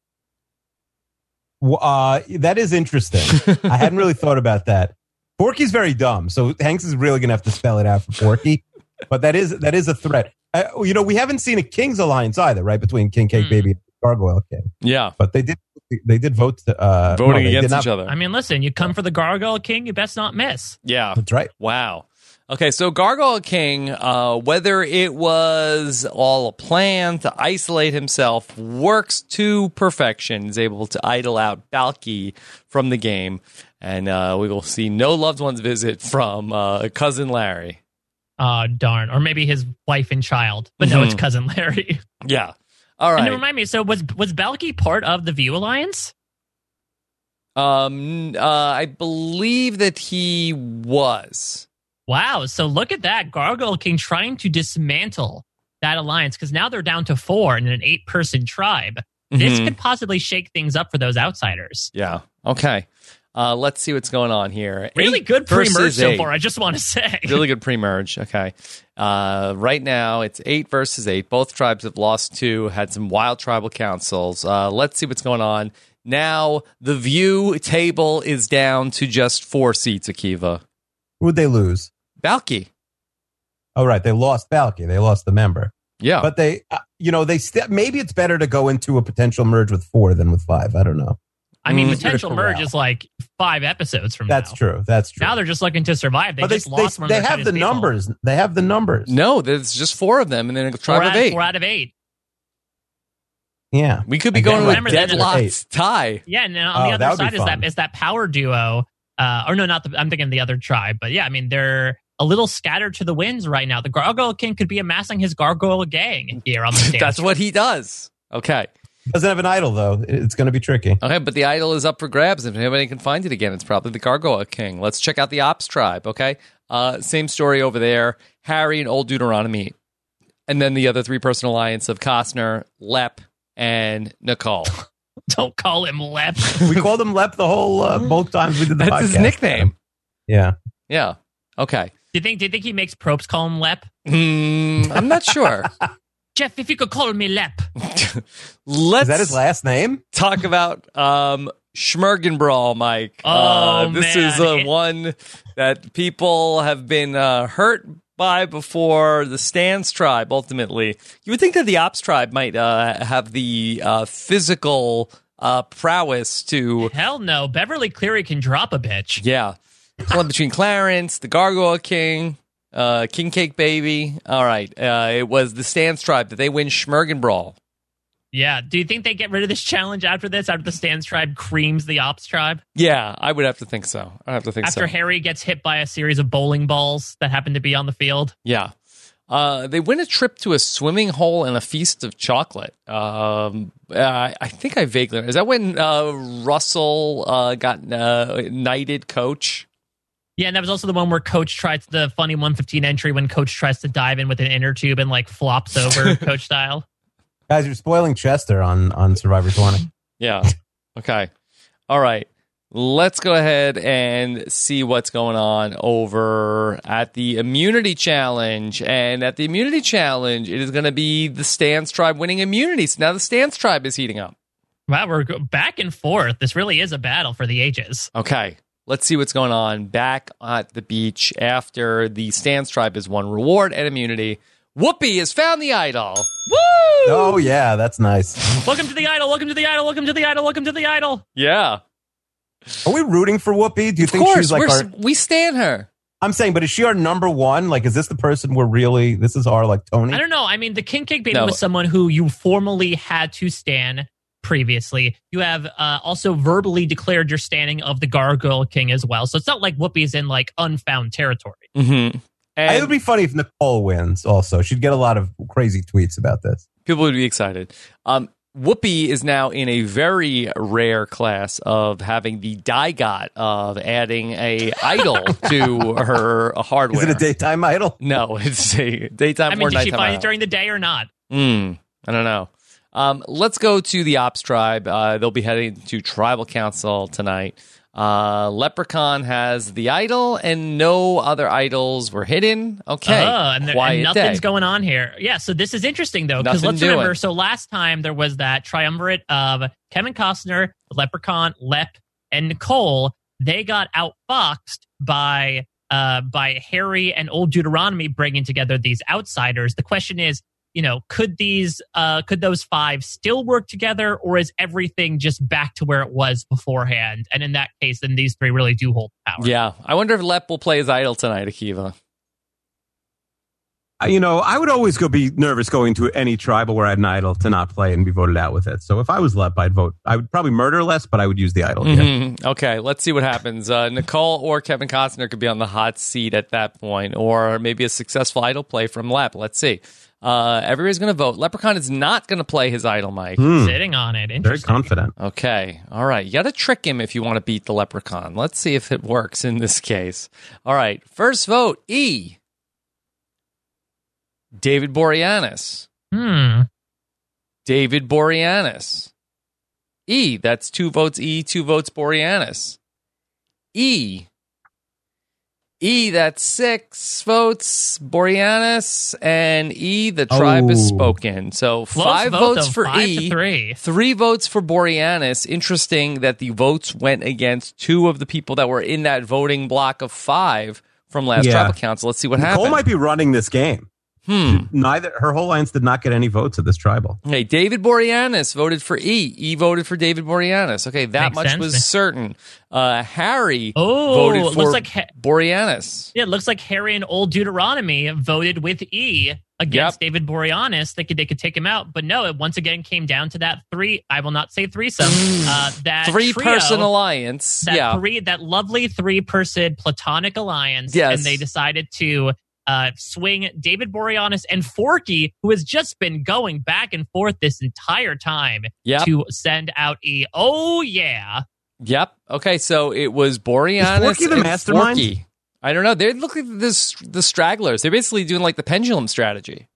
S6: Well, Uh, that is interesting. I hadn't really thought about that. Porky's very dumb, so Hanks is really gonna have to spell it out for Porky. but that is that is a threat. Uh, you know, we haven't seen a King's alliance either, right? Between King Cake
S5: Hmm.
S6: Baby and Gargoyle King,
S1: Yeah,
S6: but they did they did vote to, uh,
S1: voting
S6: no, they did
S1: against
S6: not-
S1: each other.
S5: I mean, listen, you come for the Gargoyle King, you best not miss.
S1: yeah,
S6: That's right.
S1: Wow. Okay, so Gargoyle King, uh, whether it was all a plan to isolate himself, works to perfection, is able to idle out Balky from the game, and uh, we will see no loved ones visit from uh, cousin Larry.
S5: Oh, darn. Or maybe his wife and child. But no, it's
S1: Mhm.
S5: cousin Larry.
S1: Yeah. All
S5: And
S1: right.
S5: remind me, so was was Balky part of the View Alliance?
S1: Um, uh, I believe that he was.
S5: Wow. So look at that. Gargoyle King trying to dismantle that alliance because now they're down to four in an eight person tribe. This
S1: Mhm.
S5: could possibly shake things up for those outsiders.
S1: yeah. Okay. Uh, let's see what's going on here.
S5: Really
S1: Eight
S5: good pre merge
S1: versus
S5: so
S1: eight.
S5: far, I just want to say.
S1: really good pre-merge. Okay, uh, right now it's eight versus eight. Both tribes have lost two. Had some wild tribal councils. Uh, let's see what's going on now. The view table is down to just four seats. Akiva
S6: Who would they lose?
S1: Balky.
S6: oh, right, they lost Balky, they lost the member,
S5: Oh.
S1: Yeah.
S6: but they, uh, you know, they st- maybe it's better to go into a potential merge with four than with five. I don't know.
S5: I mean,
S6: Mm.
S5: potential
S6: Critical
S5: merge
S6: route.
S5: is like five episodes from
S6: That's
S5: now.
S6: true. That's true.
S5: Now they're just looking to survive. They
S6: but they,
S5: just lost
S6: they,
S5: one.
S6: they
S5: of their
S6: have the
S5: toughest people.
S6: numbers. They have the numbers.
S1: no, there's just four of them, and then a
S5: Four
S1: tribe of
S5: out,
S1: eight.
S5: four out of eight.
S6: Yeah.
S1: We could be
S6: I
S1: going to a
S5: remember that.
S1: deadlocked tie.
S5: Yeah, and then on
S6: Oh,
S5: the
S6: that
S5: other
S6: would be
S5: side is
S6: fun.
S5: that is that power duo, uh, or no, not the. I'm thinking the other tribe, but yeah, I mean they're a little scattered to the winds right now. The Gargoyle King could be amassing his Gargoyle gang here on the stage.
S1: That's what he does. Okay.
S6: Doesn't have an idol though. It- It's going to be tricky.
S1: Okay, but the idol is up for grabs. If anybody can find it again, it's probably the Gargoyle King. Let's check out the Ops tribe, okay? Uh, same story over there. Harry and Old Deuteronomy. And then the other three person alliance of Costner, Lep, and Nicole.
S5: Don't call him Lep.
S6: we called him Lep the whole uh, both times we did the
S1: That's his
S6: podcast.
S1: nickname.
S6: Yeah.
S1: Yeah. Okay.
S5: do you think? Do you think he makes Probes call him Lep?
S1: Mm, I'm not sure.
S5: Jeff, if you could call me Lep,
S1: Let's
S6: Is that his last name?
S1: talk about um Schmergenbrawl, Mike.
S5: Oh,
S1: uh, this
S5: man.
S1: is uh,
S5: It-
S1: one that people have been uh, hurt by before the Stans tribe. Ultimately, you would think that the Ops tribe might uh, have the uh, physical uh, prowess to,
S5: hell no. Beverly Cleary can drop a bitch.
S1: yeah, club between Clarence, the Gargoyle King. Uh, King Cake Baby. All right. Uh, it was the Stans tribe that they win Schmergenbrawl.
S5: Yeah. Do you think they get rid of this challenge after this? After the Stans tribe creams the Ops tribe?
S1: Yeah, I would have to think so. I have to think so.
S5: After Harry gets hit by a series of bowling balls that happen to be on the field?
S1: Yeah. Uh, they win a trip to a swimming hole and a feast of chocolate. Um, I, I think I vaguely is that when uh, Russell uh, got uh, knighted coach.
S5: Yeah, and that was also the one where Coach tries the funny 115 entry when Coach tries to dive in with an inner tube and like flops over Coach style.
S6: Guys, you're spoiling Chester on on Survivor 20.
S1: Yeah. Okay. All right. Let's go ahead and see what's going on over at the immunity challenge. And at the immunity challenge, it is going to be the Stance tribe winning immunity. So now the Stance tribe is heating up.
S5: Wow, we're go- back and forth. This really is a battle for the ages.
S1: Okay, let's see what's going on back at the beach after the Stans tribe has won reward and immunity. Whoopi has found the idol.
S6: Oh yeah, that's nice.
S5: Welcome to the idol. Welcome to the idol. Welcome to the idol. Welcome to the idol.
S1: Yeah,
S6: Are we rooting for Whoopi? Do you
S1: of
S6: think
S1: course
S6: she's
S1: we're,
S6: like our?
S1: we stand her.
S6: I'm saying, but is she our number one? Like, is this the person we're really? This is our like Tony.
S5: I don't know. I mean, the King Cake Baby
S1: No.
S5: was someone who you formally had to stand previously. You have uh, also verbally declared your standing of the Gargoyle King as well. So it's not like Whoopi's in like unfound territory.
S1: Mm-hmm.
S6: It would
S1: And
S6: be funny if Nicole wins. Also, she'd get a lot of crazy tweets about this.
S1: people would be excited. Um, Whoopi is now in a very rare class of having the digot of adding a idol to her hardware.
S6: Is it a daytime idol?
S1: No, it's a daytime
S5: I mean,
S1: or
S5: did she
S1: nighttime.
S5: find
S1: idol.
S5: it during the day or not?
S1: Mm, I don't know. Um, let's go to the Ops tribe. Uh, they'll be heading to tribal council tonight. Uh, Leprechaun has the idol, and no other idols were hidden. Okay,
S5: Oh, and, there,
S1: quiet
S5: and nothing's
S1: day.
S5: going on here. Yeah, so this is interesting though, because
S1: Nothing
S5: let's
S1: doing.
S5: remember. So last time there was that triumvirate of Kevin Costner, Leprechaun, Lep, and Nicole. They got outfoxed by uh, by Harry and Old Deuteronomy bringing together these outsiders. The question is, you know, could these uh, could those five still work together, or is everything just back to where it was beforehand? And in that case, then these three really do hold power.
S1: Yeah, I wonder if Lep will play his idol tonight, Akiva.
S6: Uh, You know, I would always go be nervous going to any tribal where I had an idol to not play and be voted out with it. So if I was left, I'd vote. I would probably murder less, but I would use the idol. Oh, yeah.
S1: Mhm. Okay, let's see what happens. Uh, Nicole or Kevin Costner could be on the hot seat at that point, or maybe a successful idol play from Lep. Let's see. Uh, everybody's going to vote. Leprechaun is not going to play his idol, Mike.
S6: Hmm.
S5: Sitting on it,
S6: Very
S5: interesting.
S6: confident.
S1: Okay. All right. You got to trick him if you want to beat the leprechaun. Let's see if it works in this case. All right. First vote E. David Boreanaz.
S5: Hmm.
S1: David Boreanaz. E. That's two votes E, two votes Boreanaz. E. E. That's six votes Boreanaz. And E. The tribe has
S6: Oh.
S1: spoken. So
S5: Close
S1: five
S5: vote,
S1: votes
S5: though,
S1: for
S5: five
S1: E.
S5: To three.
S1: Three votes for Boreanaz. Interesting that the votes went against two of the people that were in that voting block of five from last
S6: Yeah.
S1: tribal council. Let's see what
S6: Nicole
S1: happens.
S6: might be running this game.
S1: hmm.
S6: Neither her whole alliance did not get any votes at this tribal.
S1: Okay, David Boreanaz voted for E. E voted for David Boreanaz. Okay, that
S5: Makes
S1: much
S5: sense.
S1: was certain. Uh, Harry
S5: Oh,
S1: voted
S5: looks
S1: for
S5: like Ha-
S1: Boreanaz.
S5: Yeah, it looks like Harry and Old Deuteronomy voted with E against David Boreanaz. They could they could take him out, but no, it once again came down to that three. I will not say threesome. uh, that
S1: Three
S5: trio,
S1: person alliance.
S5: That
S1: yeah.
S5: three, that lovely three person platonic alliance.
S1: Yes.
S5: and they decided to. Uh, swing David Boreanaz and Forky, who has just been going back and forth this entire time
S1: Yep.
S5: to send out E. Oh yeah,
S1: Yep. Okay, so it was Boreanaz.
S6: Is Forky the
S1: and
S6: mastermind?
S1: Forky. I don't know. They look like the, the stragglers. They're basically doing like the pendulum strategy.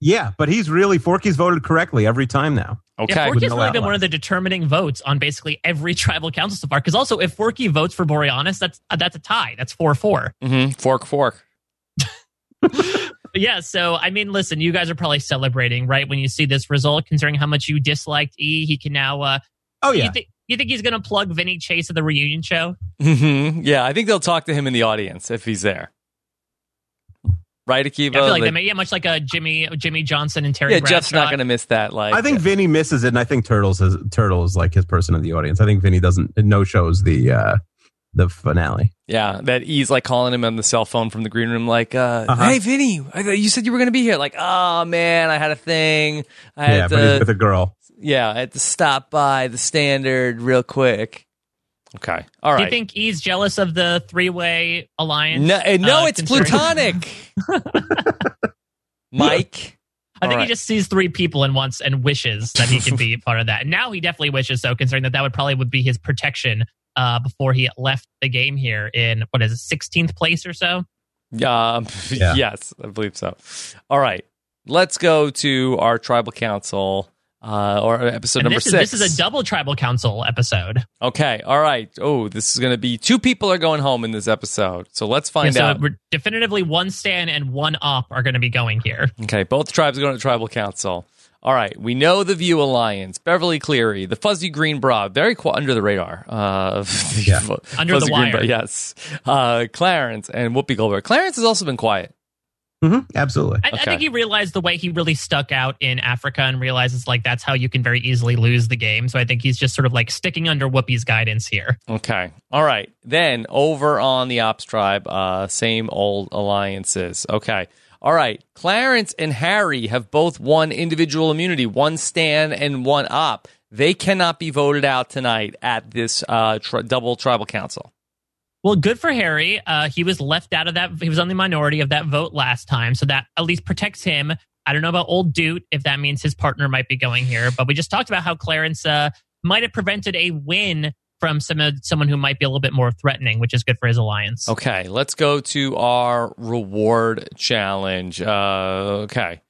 S6: Yeah, but he's really Forky's voted correctly every time now.
S1: Okay.
S5: Yeah,
S6: with
S5: Forky's
S6: no
S5: really been
S6: outlier.
S5: one of the determining votes on basically every tribal council so far. Because also, if Forky votes for Boreanaz, that's uh, that's a tie. That's four four.
S1: Mhm. Fork, fork.
S5: But yeah. So I mean, listen, you guys are probably celebrating, right, when you see this result, considering how much you disliked E. He can now. uh
S6: Oh yeah,
S5: You, thi- you think he's gonna plug Vinny Chase at the reunion show?
S1: hmm Yeah, I think they'll talk to him in the audience if he's there. Right, Akiva?
S5: I feel like
S1: Like-
S5: that may, yeah, much like a Jimmy Jimmy Johnson and Terry.
S1: yeah, Jeff's not
S5: Bradshaw.
S1: going to miss that. Like,
S6: I think Vinny misses it, and I think Turtles is Turtles like his person in the audience. I think Vinny doesn't no shows the uh the finale.
S1: Yeah, that E's like calling him on the cell phone from the green room, like, uh,
S6: Uh-huh.
S1: "Hey, Vinny, I thought you said you were going to be here." Like, "Oh man, I had a thing. I
S6: yeah,
S1: had
S6: but he's
S1: to,
S6: with a girl.
S1: yeah, I had to stop by the standard real quick." Okay, all
S5: Do
S1: right.
S5: you think E's jealous of the three way alliance?
S1: no, eh, no,
S5: uh,
S1: it's
S5: considering-
S1: plutonic, Mike.
S5: I
S1: All
S5: think
S1: right.
S5: he just sees three people and wants and wishes that he can be part of that. And now he definitely wishes so, considering that that would probably would be his protection uh, before he left the game here in what is it, 16th place or so.
S1: Um,
S6: Yeah.
S1: Yes, I believe so. All right, let's go to our tribal council uh, or episode
S5: and
S1: number
S5: this is,
S1: six.
S5: this is a double tribal council episode.
S1: Okay. All right. Oh, this is going to be two people are going home in this episode. So let's
S5: Yeah,
S1: find
S5: so
S1: out.
S5: we're definitively one Stan and one Op are going to be going here.
S1: Okay. Both tribes are going to tribal council. All right. We know the View Alliance, Beverly Cleary, the Fuzzy Green Bra, very qu- under the radar. Uh, the
S6: Yeah.
S1: fu-
S5: Under the
S1: Fuzzy Green
S5: wire.
S1: Bra, yes. Uh, Clarence and Whoopi Goldberg. Clarence has also been quiet.
S6: hmm Absolutely.
S5: I, I
S1: Okay.
S5: think he realized the way he really stuck out in Africa and realizes like that's how you can very easily lose the game. So I think he's just sort of like sticking under Whoopi's guidance here.
S1: Okay. All right. Then over on the Ops tribe, uh, same old alliances. Okay. All right. Clarence and Harry have both one individual immunity, one Stan and one Op. They cannot be voted out tonight at this uh, tri- double tribal council.
S5: Well, good for Harry. Uh, he was left out of that. He was on the minority of that vote last time, so that at least protects him. I don't know about old Dude if that means his partner might be going here, but we just talked about how Clarence uh, might have prevented a win from some uh, someone who might be a little bit more threatening, which is good for his alliance.
S1: Okay. Let's go to our reward challenge. Uh, okay.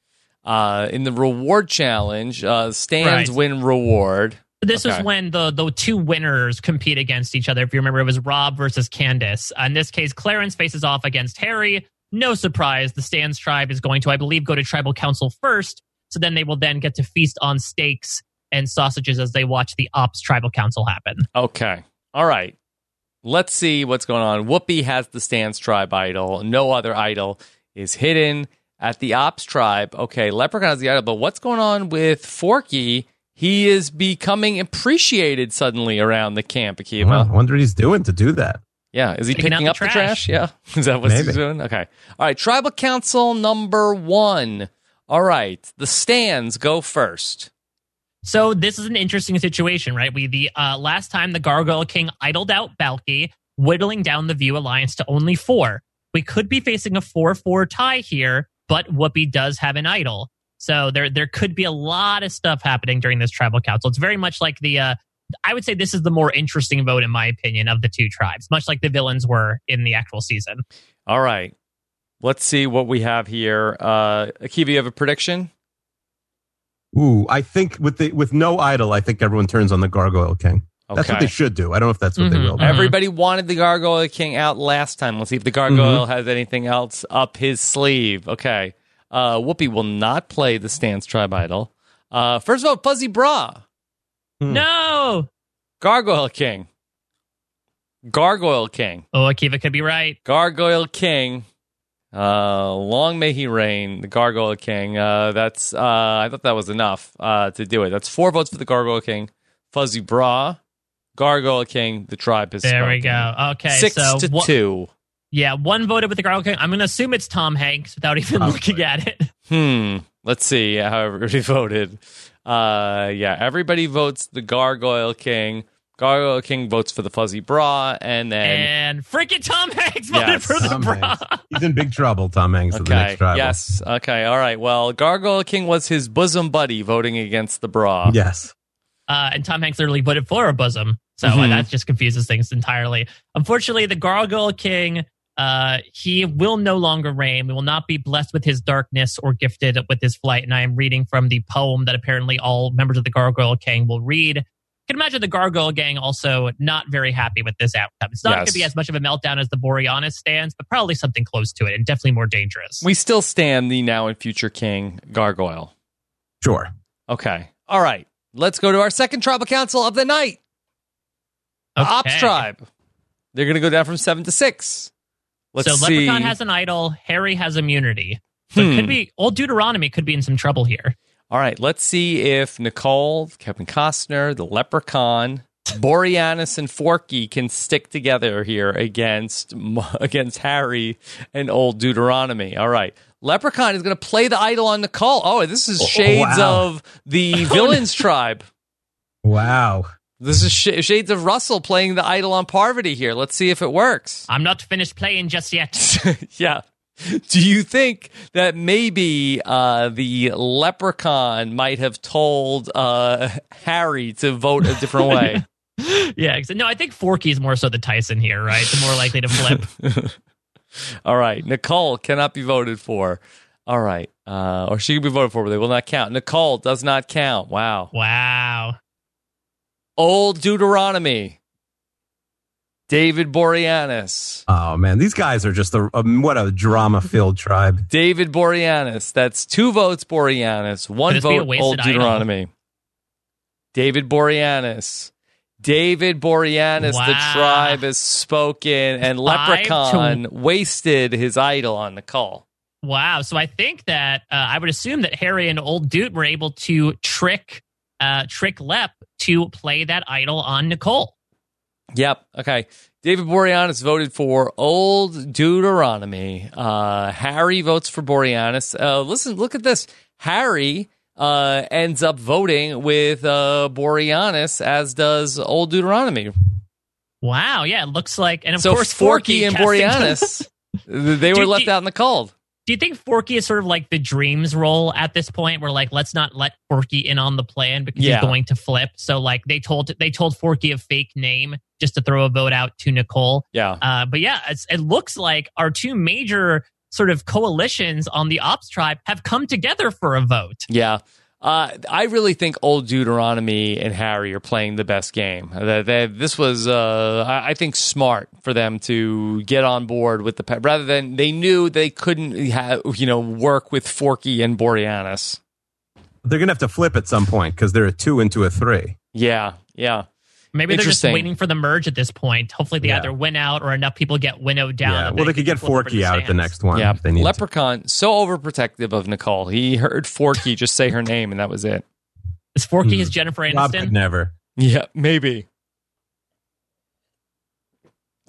S1: Uh, in the reward challenge, uh, Stans
S5: Right.
S1: win reward.
S5: This
S1: Okay.
S5: was when the the two winners compete against each other. If you remember, it was Rob versus Candace. Uh, In this case, Clarence faces off against Harry. No surprise, the Stans tribe is going to, I believe, go to tribal council first. So then they will then get to feast on steaks and sausages as they watch the Ops tribal council happen.
S1: Okay. All right. Let's see what's going on. Whoopi has the Stans tribe idol. No other idol is hidden at the Ops tribe. Okay, Leprechaun has the idol, but what's going on with Forky? He is becoming appreciated suddenly around the camp, Akiva.
S6: Wow, I wonder what he's doing to do that.
S1: Yeah, is he
S5: Taking
S1: picking up
S5: out the
S1: the trash? Yeah, is that what he's
S6: Maybe.
S1: doing? Okay. All right, tribal council number one. All right, the Stans go first.
S5: So this is an interesting situation, right? We the uh, last time the Gargoyle King idled out Balky, whittling down the View Alliance to only four. We could be facing a four-four tie here, but Whoopi does have an idol, so there there could be a lot of stuff happening during this tribal council. It's very much like the. Uh, I would say this is the more interesting vote, in my opinion, of the two tribes, much like the villains were in the actual season.
S1: All right, let's see what we have here. Uh, Akiva, you have a prediction?
S6: Ooh, I think with the with no idol, I think everyone turns on the Gargoyle King.
S1: Okay. Mm-hmm,
S6: That's what they should do. I don't know if that's what
S5: Mhm.
S6: they will. do.
S5: Mhm.
S1: Everybody wanted the Gargoyle King out last time. Let's see if the Gargoyle
S5: Mm-hmm.
S1: has anything else up his sleeve. Okay. Uh, Whoopi will not play the Stance Tribe Idol. Uh, first of all, Fuzzy Bra,
S6: Hmm.
S5: No,
S1: Gargoyle King. Gargoyle King.
S5: Oh, Akiva could be right.
S1: Gargoyle King. Uh, long may he reign, the Gargoyle King. Uh, that's uh, I thought that was enough uh, to do it. That's four votes for the Gargoyle King. Fuzzy Bra, Gargoyle King. The tribe is
S5: There we
S1: spoken.
S5: go. Okay,
S1: Six
S5: so
S1: to
S5: one-
S1: two.
S5: Yeah, one voted with the Gargoyle King. I'm going to assume it's Tom Hanks without even looking at it.
S1: Hmm. Let's see how everybody voted. Uh, yeah, everybody votes the Gargoyle King. Gargoyle King votes for the Fuzzy Bra, and then
S5: And, freaking Tom Hanks voted
S1: Yes.
S5: for the
S6: Tom
S5: bra.
S6: Hanks. He's in big trouble, Tom Hanks, at the
S1: okay,
S6: next trial.
S1: yes, okay, all right. Well, Gargoyle King was his bosom buddy voting against the Bra.
S6: Yes.
S5: Uh, and Tom Hanks literally voted for a bosom. So uh,
S1: Mhm.
S5: that just confuses things entirely. Unfortunately, the Gargoyle King, uh, he will no longer reign. We will not be blessed with his darkness or gifted with his flight. And I am reading from the poem that apparently all members of the Gargoyle King will read. can imagine the Gargoyle Gang also not very happy with this outcome. It's not going
S1: Yes.
S5: to be as much of a meltdown as the Boreanis stands, but probably something close to it and definitely more dangerous.
S1: We still stand the now and future king, Gargoyle.
S6: Sure.
S1: Okay. All right. Let's go to our second tribal council of the night, the
S5: Okay.
S1: Ops Tribe. They're going to go down from seven to six. Let's
S5: so
S1: see.
S5: Leprechaun has an idol, Harry has immunity. So it
S1: Hmm.
S5: could be old Deuteronomy could be in some trouble here.
S1: All right. Let's see if Nicole, Kevin Costner, the Leprechaun, Boreanis, and Forky can stick together here against against Harry and Old Deuteronomy. All right. Leprechaun is going to play the idol on Nicole. Oh, this is shades
S6: wow.
S1: of the Villains Tribe.
S6: Wow.
S1: This is sh- shades of Russell playing the idol on Parvati here. Let's see if it works.
S5: I'm not finished playing just yet.
S1: yeah. Do you think that maybe uh, the leprechaun might have told uh, Harry to vote a different way?
S5: yeah, ex- no, I think Forky's more so the Tyson here, right? The more likely to flip.
S1: All right. Nicole cannot be voted for. All right. Uh, or she can be voted for, but they will not count. Nicole does not count. Wow.
S5: wow.
S1: Old Deuteronomy. David Boreanis.
S6: Oh man, these guys are just a, um, what a drama-filled tribe.
S1: David Boreanis. That's two votes Boreanis, one
S5: Could this be a
S1: vote
S5: wasted
S1: Old
S5: item?
S1: Deuteronomy. David Boreanis. David Boreanis, the
S5: Wow.
S1: tribe is spoken, and
S5: Five to-
S1: Leprechaun wasted his idol on the call.
S5: Wow. So I think that uh, I would assume that Harry and old dude were able to trick uh, trick Lep to play that idol on Nicole.
S1: Yep. Okay. David Boreanis voted for Old Deuteronomy. Uh, Harry votes for Boreanis. Uh, listen, look at this. Harry uh, ends up voting with uh, Boreanis, as does Old Deuteronomy.
S5: Wow. Yeah, it looks like and of
S1: so
S5: course
S1: Forky, and
S5: casting-
S1: Boreanis, th- they were
S5: Do-
S1: left
S5: do-
S1: out in the cold.
S5: Do you think Forky is sort of like the dreams role at this point, where like let's not let Forky in on the plan because
S1: Yeah.
S5: he's going to flip? So like they told they told Forky a fake name just to throw a vote out to Nicole.
S1: Yeah.
S5: Uh, but yeah, it's, it looks like our two major sort of coalitions on the Ops tribe have come together for a vote.
S1: Yeah. Uh, I really think Old Deuteronomy and Harry are playing the best game. Uh, That they, this was, uh, I I think, smart for them to get on board with the pet rather than they knew they couldn't, ha- you know, work with Forky and Boreanis.
S6: They're gonna have to flip at some point because they're a two into a three.
S1: Yeah, yeah.
S5: Maybe they're just
S1: Interesting.
S5: waiting for the merge at this point. Hopefully, they
S6: Yeah.
S5: either win out or enough people get winnowed down.
S6: yeah.
S5: that
S6: Well, they could get
S5: flip over
S6: Forky out at the
S5: stands.
S6: next one.
S1: yeah.
S6: If they need. to.
S1: Leprechaun, so overprotective of Nicole. He heard Forky just say her name and that was it.
S5: Is Forky
S6: Hmm.
S5: is Jennifer
S6: Rob could
S5: Aniston?
S6: never.
S1: Yeah, maybe.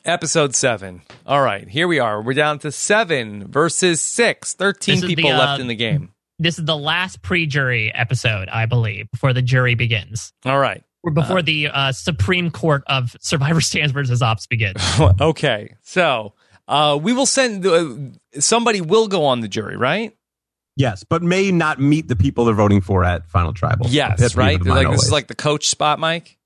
S1: Episode seven. All right, here we are. We're down to seven versus six. Thirteen
S5: This is
S1: people
S5: the, uh,
S1: left in the game.
S5: This is the last pre-jury episode, I believe, before the jury begins,
S1: All right.
S5: or before the uh, Supreme Court of Survivor Stands versus Ops begins.
S1: okay. So uh, we will send uh, somebody will go on the jury, right?
S6: Yes, but may not meet the people they're voting for at final tribal.
S1: Yes,
S6: That's
S1: right.
S6: even mine
S1: Like this
S6: always.
S1: is like the coach spot, Mike.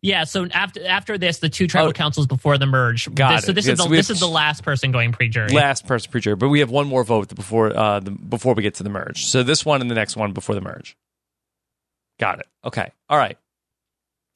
S5: Yeah. So after after this, the two tribal
S1: Oh.
S5: councils before the merge.
S1: Got
S5: this,
S1: it.
S5: So this
S1: Yes,
S5: is the
S1: we have-
S5: this is the last person going pre-jury.
S1: Last person per jury, but we have one more vote before uh, the, before we get to the merge. So this one and the next one before the merge. Got it. Okay. All right.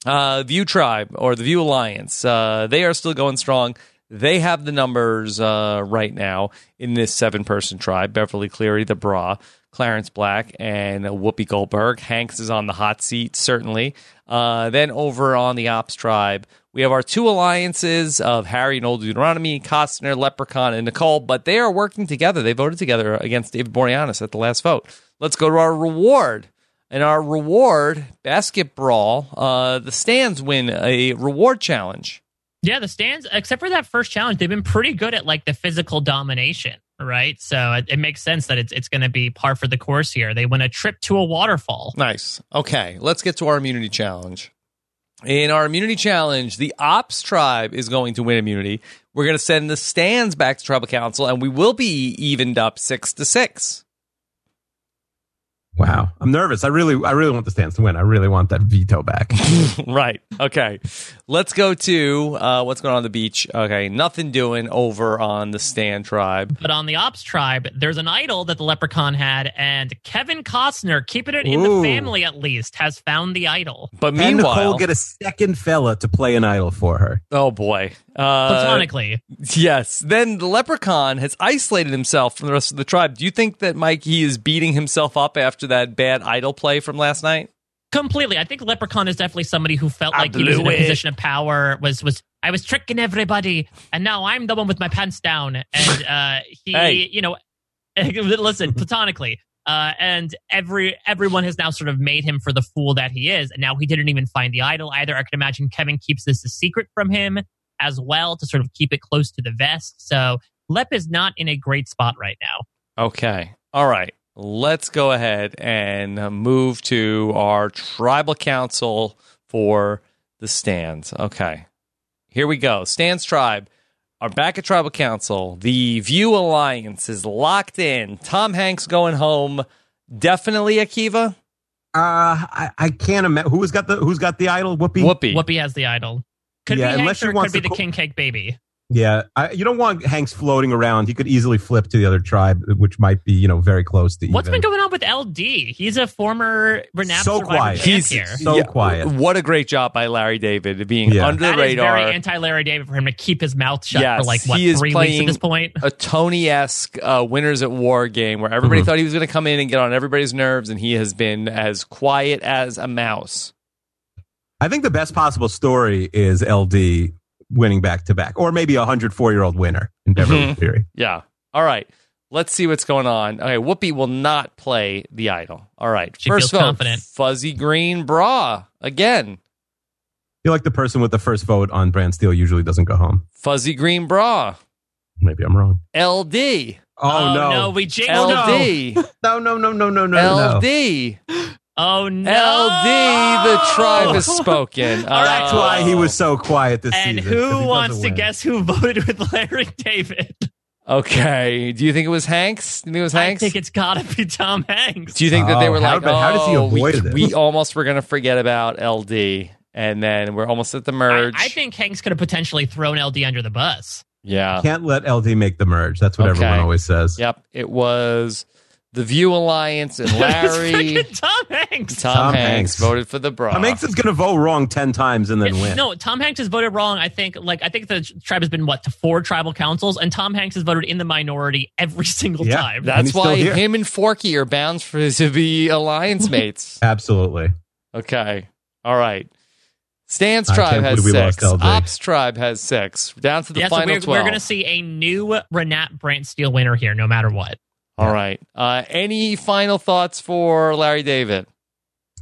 S1: Uh, View Tribe or the View Alliance, uh, they are still going strong. They have the numbers uh, right now in this seven person tribe Beverly Cleary, the bra, Clarence Black, and Whoopi Goldberg. Hanks is on the hot seat, certainly. Uh, then over on the Ops tribe, we have our two alliances of Harry and Old Deuteronomy, Costner, Leprechaun, and Nicole, but they are working together. They voted together against David Boreanaz at the last vote. Let's go to our reward. And our reward, Basket Brawl, uh, the stands win a reward challenge.
S5: Yeah, the stands, except for that first challenge, they've been pretty good at like the physical domination, right? So it, it makes sense that it's it's going to be par for the course here. They win a trip to a waterfall.
S1: Nice. Okay, let's get to our immunity challenge. In our immunity challenge, the ops tribe is going to win immunity. We're going to send the stands back to tribal council, and we will be evened up six to six.
S6: Wow, I'm nervous. I really, I really want the stands to win. I really want that veto back.
S1: right. Okay. Let's go to uh, what's going on, on the beach. Okay, nothing doing over on the stand tribe.
S5: But on the Ops tribe, there's an idol that the leprechaun had, and Kevin Costner, keeping it in
S6: Ooh.
S5: the family at least, has found the idol.
S1: But
S6: and Nicole
S1: meanwhile,
S6: get a second fella to play an idol for her.
S1: oh boy, uh,
S5: Platonically.
S1: yes. Then the leprechaun has isolated himself from the rest of the tribe. Do you think that Mike he is beating himself up after that bad idol play from last night?
S5: completely. I think Leprechaun is definitely somebody who felt
S1: I
S5: like he was in
S1: blew
S5: a
S1: it.
S5: position of power. Was was I was tricking everybody, and now I'm the one with my pants down. And uh, he,
S1: Hey.
S5: you know, listen platonically. Uh, and every everyone has now sort of made him for the fool that he is. And now he didn't even find the idol either. I can imagine Kevin keeps this a secret from him as well to sort of keep it close to the vest. So Lep is not in a great spot right now.
S1: Okay. All right. Let's go ahead and uh, move to our tribal council for the stands. Okay. Here we go. Stands tribe are back at tribal council. The View Alliance is locked in. Tom Hanks going home. Definitely Akiva.
S6: Uh, I, I can't imagine who's got the who's got the idol. Whoopi.
S1: Whoopi.
S5: Whoopi has the idol. Could
S6: Yeah,
S5: be
S6: unless
S5: Hanks
S6: she
S5: or it
S6: wants
S5: could be
S6: to
S5: the
S6: co-
S5: king cake baby.
S6: Yeah, I, you don't want Hanks floating around. He could easily flip to the other tribe, which might be you know very close to.
S5: What's
S6: even.
S5: been going on with LD? He's a former Renap
S6: So
S5: survivor
S6: quiet.
S5: champ
S1: He's-
S5: here.
S6: so quiet.
S1: What a great job by Larry David being
S6: Yeah.
S1: under the
S5: That is
S1: radar.
S5: very anti-Larry David for him to keep his mouth shut
S1: Yes,
S5: for like what
S1: he is
S5: three weeks
S1: playing-
S5: at this point.
S1: a Tony esque uh, winners at war game where everybody
S6: Mm-hmm.
S1: thought he was going to come in and get on everybody's nerves, and he has been as quiet as a mouse.
S6: I think the best possible story is LD winning back to back, or maybe a hundred four year old winner in Beverly
S1: Mhm.
S6: Theory.
S1: Yeah. All right. Let's see what's going on. Okay. Whoopi will not play the idol. All right.
S5: She
S1: First
S5: feels
S1: vote,
S5: confident.
S1: fuzzy green bra again.
S6: I feel like the person with the first vote on Brand Steel usually doesn't go home.
S1: Fuzzy green bra.
S6: Maybe I'm wrong.
S1: LD.
S6: Oh, no.
S5: we jingled. him.
S1: LD.
S6: no! No! No! No! No! No! no.
S1: LD.
S5: Oh no,
S1: LD. The tribe has spoken.
S5: All right.
S6: That's why he was so quiet this
S5: And
S6: season. 'cause he
S5: who
S6: doesn't
S5: wants to
S6: win.
S5: guess who voted with Larry David?
S1: Okay. Do you think it was Hanks? Do you think it was
S5: I
S1: Hanks?
S5: think it's gotta be Tom Hanks.
S1: Do you think that they
S6: Oh,
S1: were
S6: how-
S1: like,
S6: but how does he
S1: "Oh, we-
S6: avoid it?"
S1: we, almost were going to forget about LD, and then we're almost at the merge.
S5: I, I think Hanks could have potentially thrown LD under the bus. Uh-huh.
S1: yeah,
S6: Can't let LD make the merge. That's what
S1: Okay.
S6: everyone always says.
S1: yep. It was the View Alliance and Larry.
S5: It's freaking Tom Hanks.
S1: Tom,
S6: Tom
S1: Hanks,
S6: Hanks.
S1: voted for the bra.
S6: Tom Hanks is going to vote wrong ten times and then
S5: Yeah,
S6: win.
S5: No, Tom Hanks has voted wrong. I think like I think the tribe has been what to four tribal councils, and Tom Hanks has voted in the minority every single
S6: Yeah.
S5: time.
S6: That-
S1: That's
S6: he's still
S1: why
S6: here.
S1: him and Forky are bound for to be alliance mates.
S6: Absolutely.
S1: Okay, all right. Stan's
S6: I
S1: tribe
S6: can't
S1: has
S6: believe we
S1: six.
S6: lost LD.
S1: Ops tribe has six. Down to the
S5: yeah, so
S1: final
S5: we're,
S1: twelve.
S5: we're gonna see a new Renat Brant Steele winner here, no matter what.
S1: All right. Uh, any final thoughts for Larry David?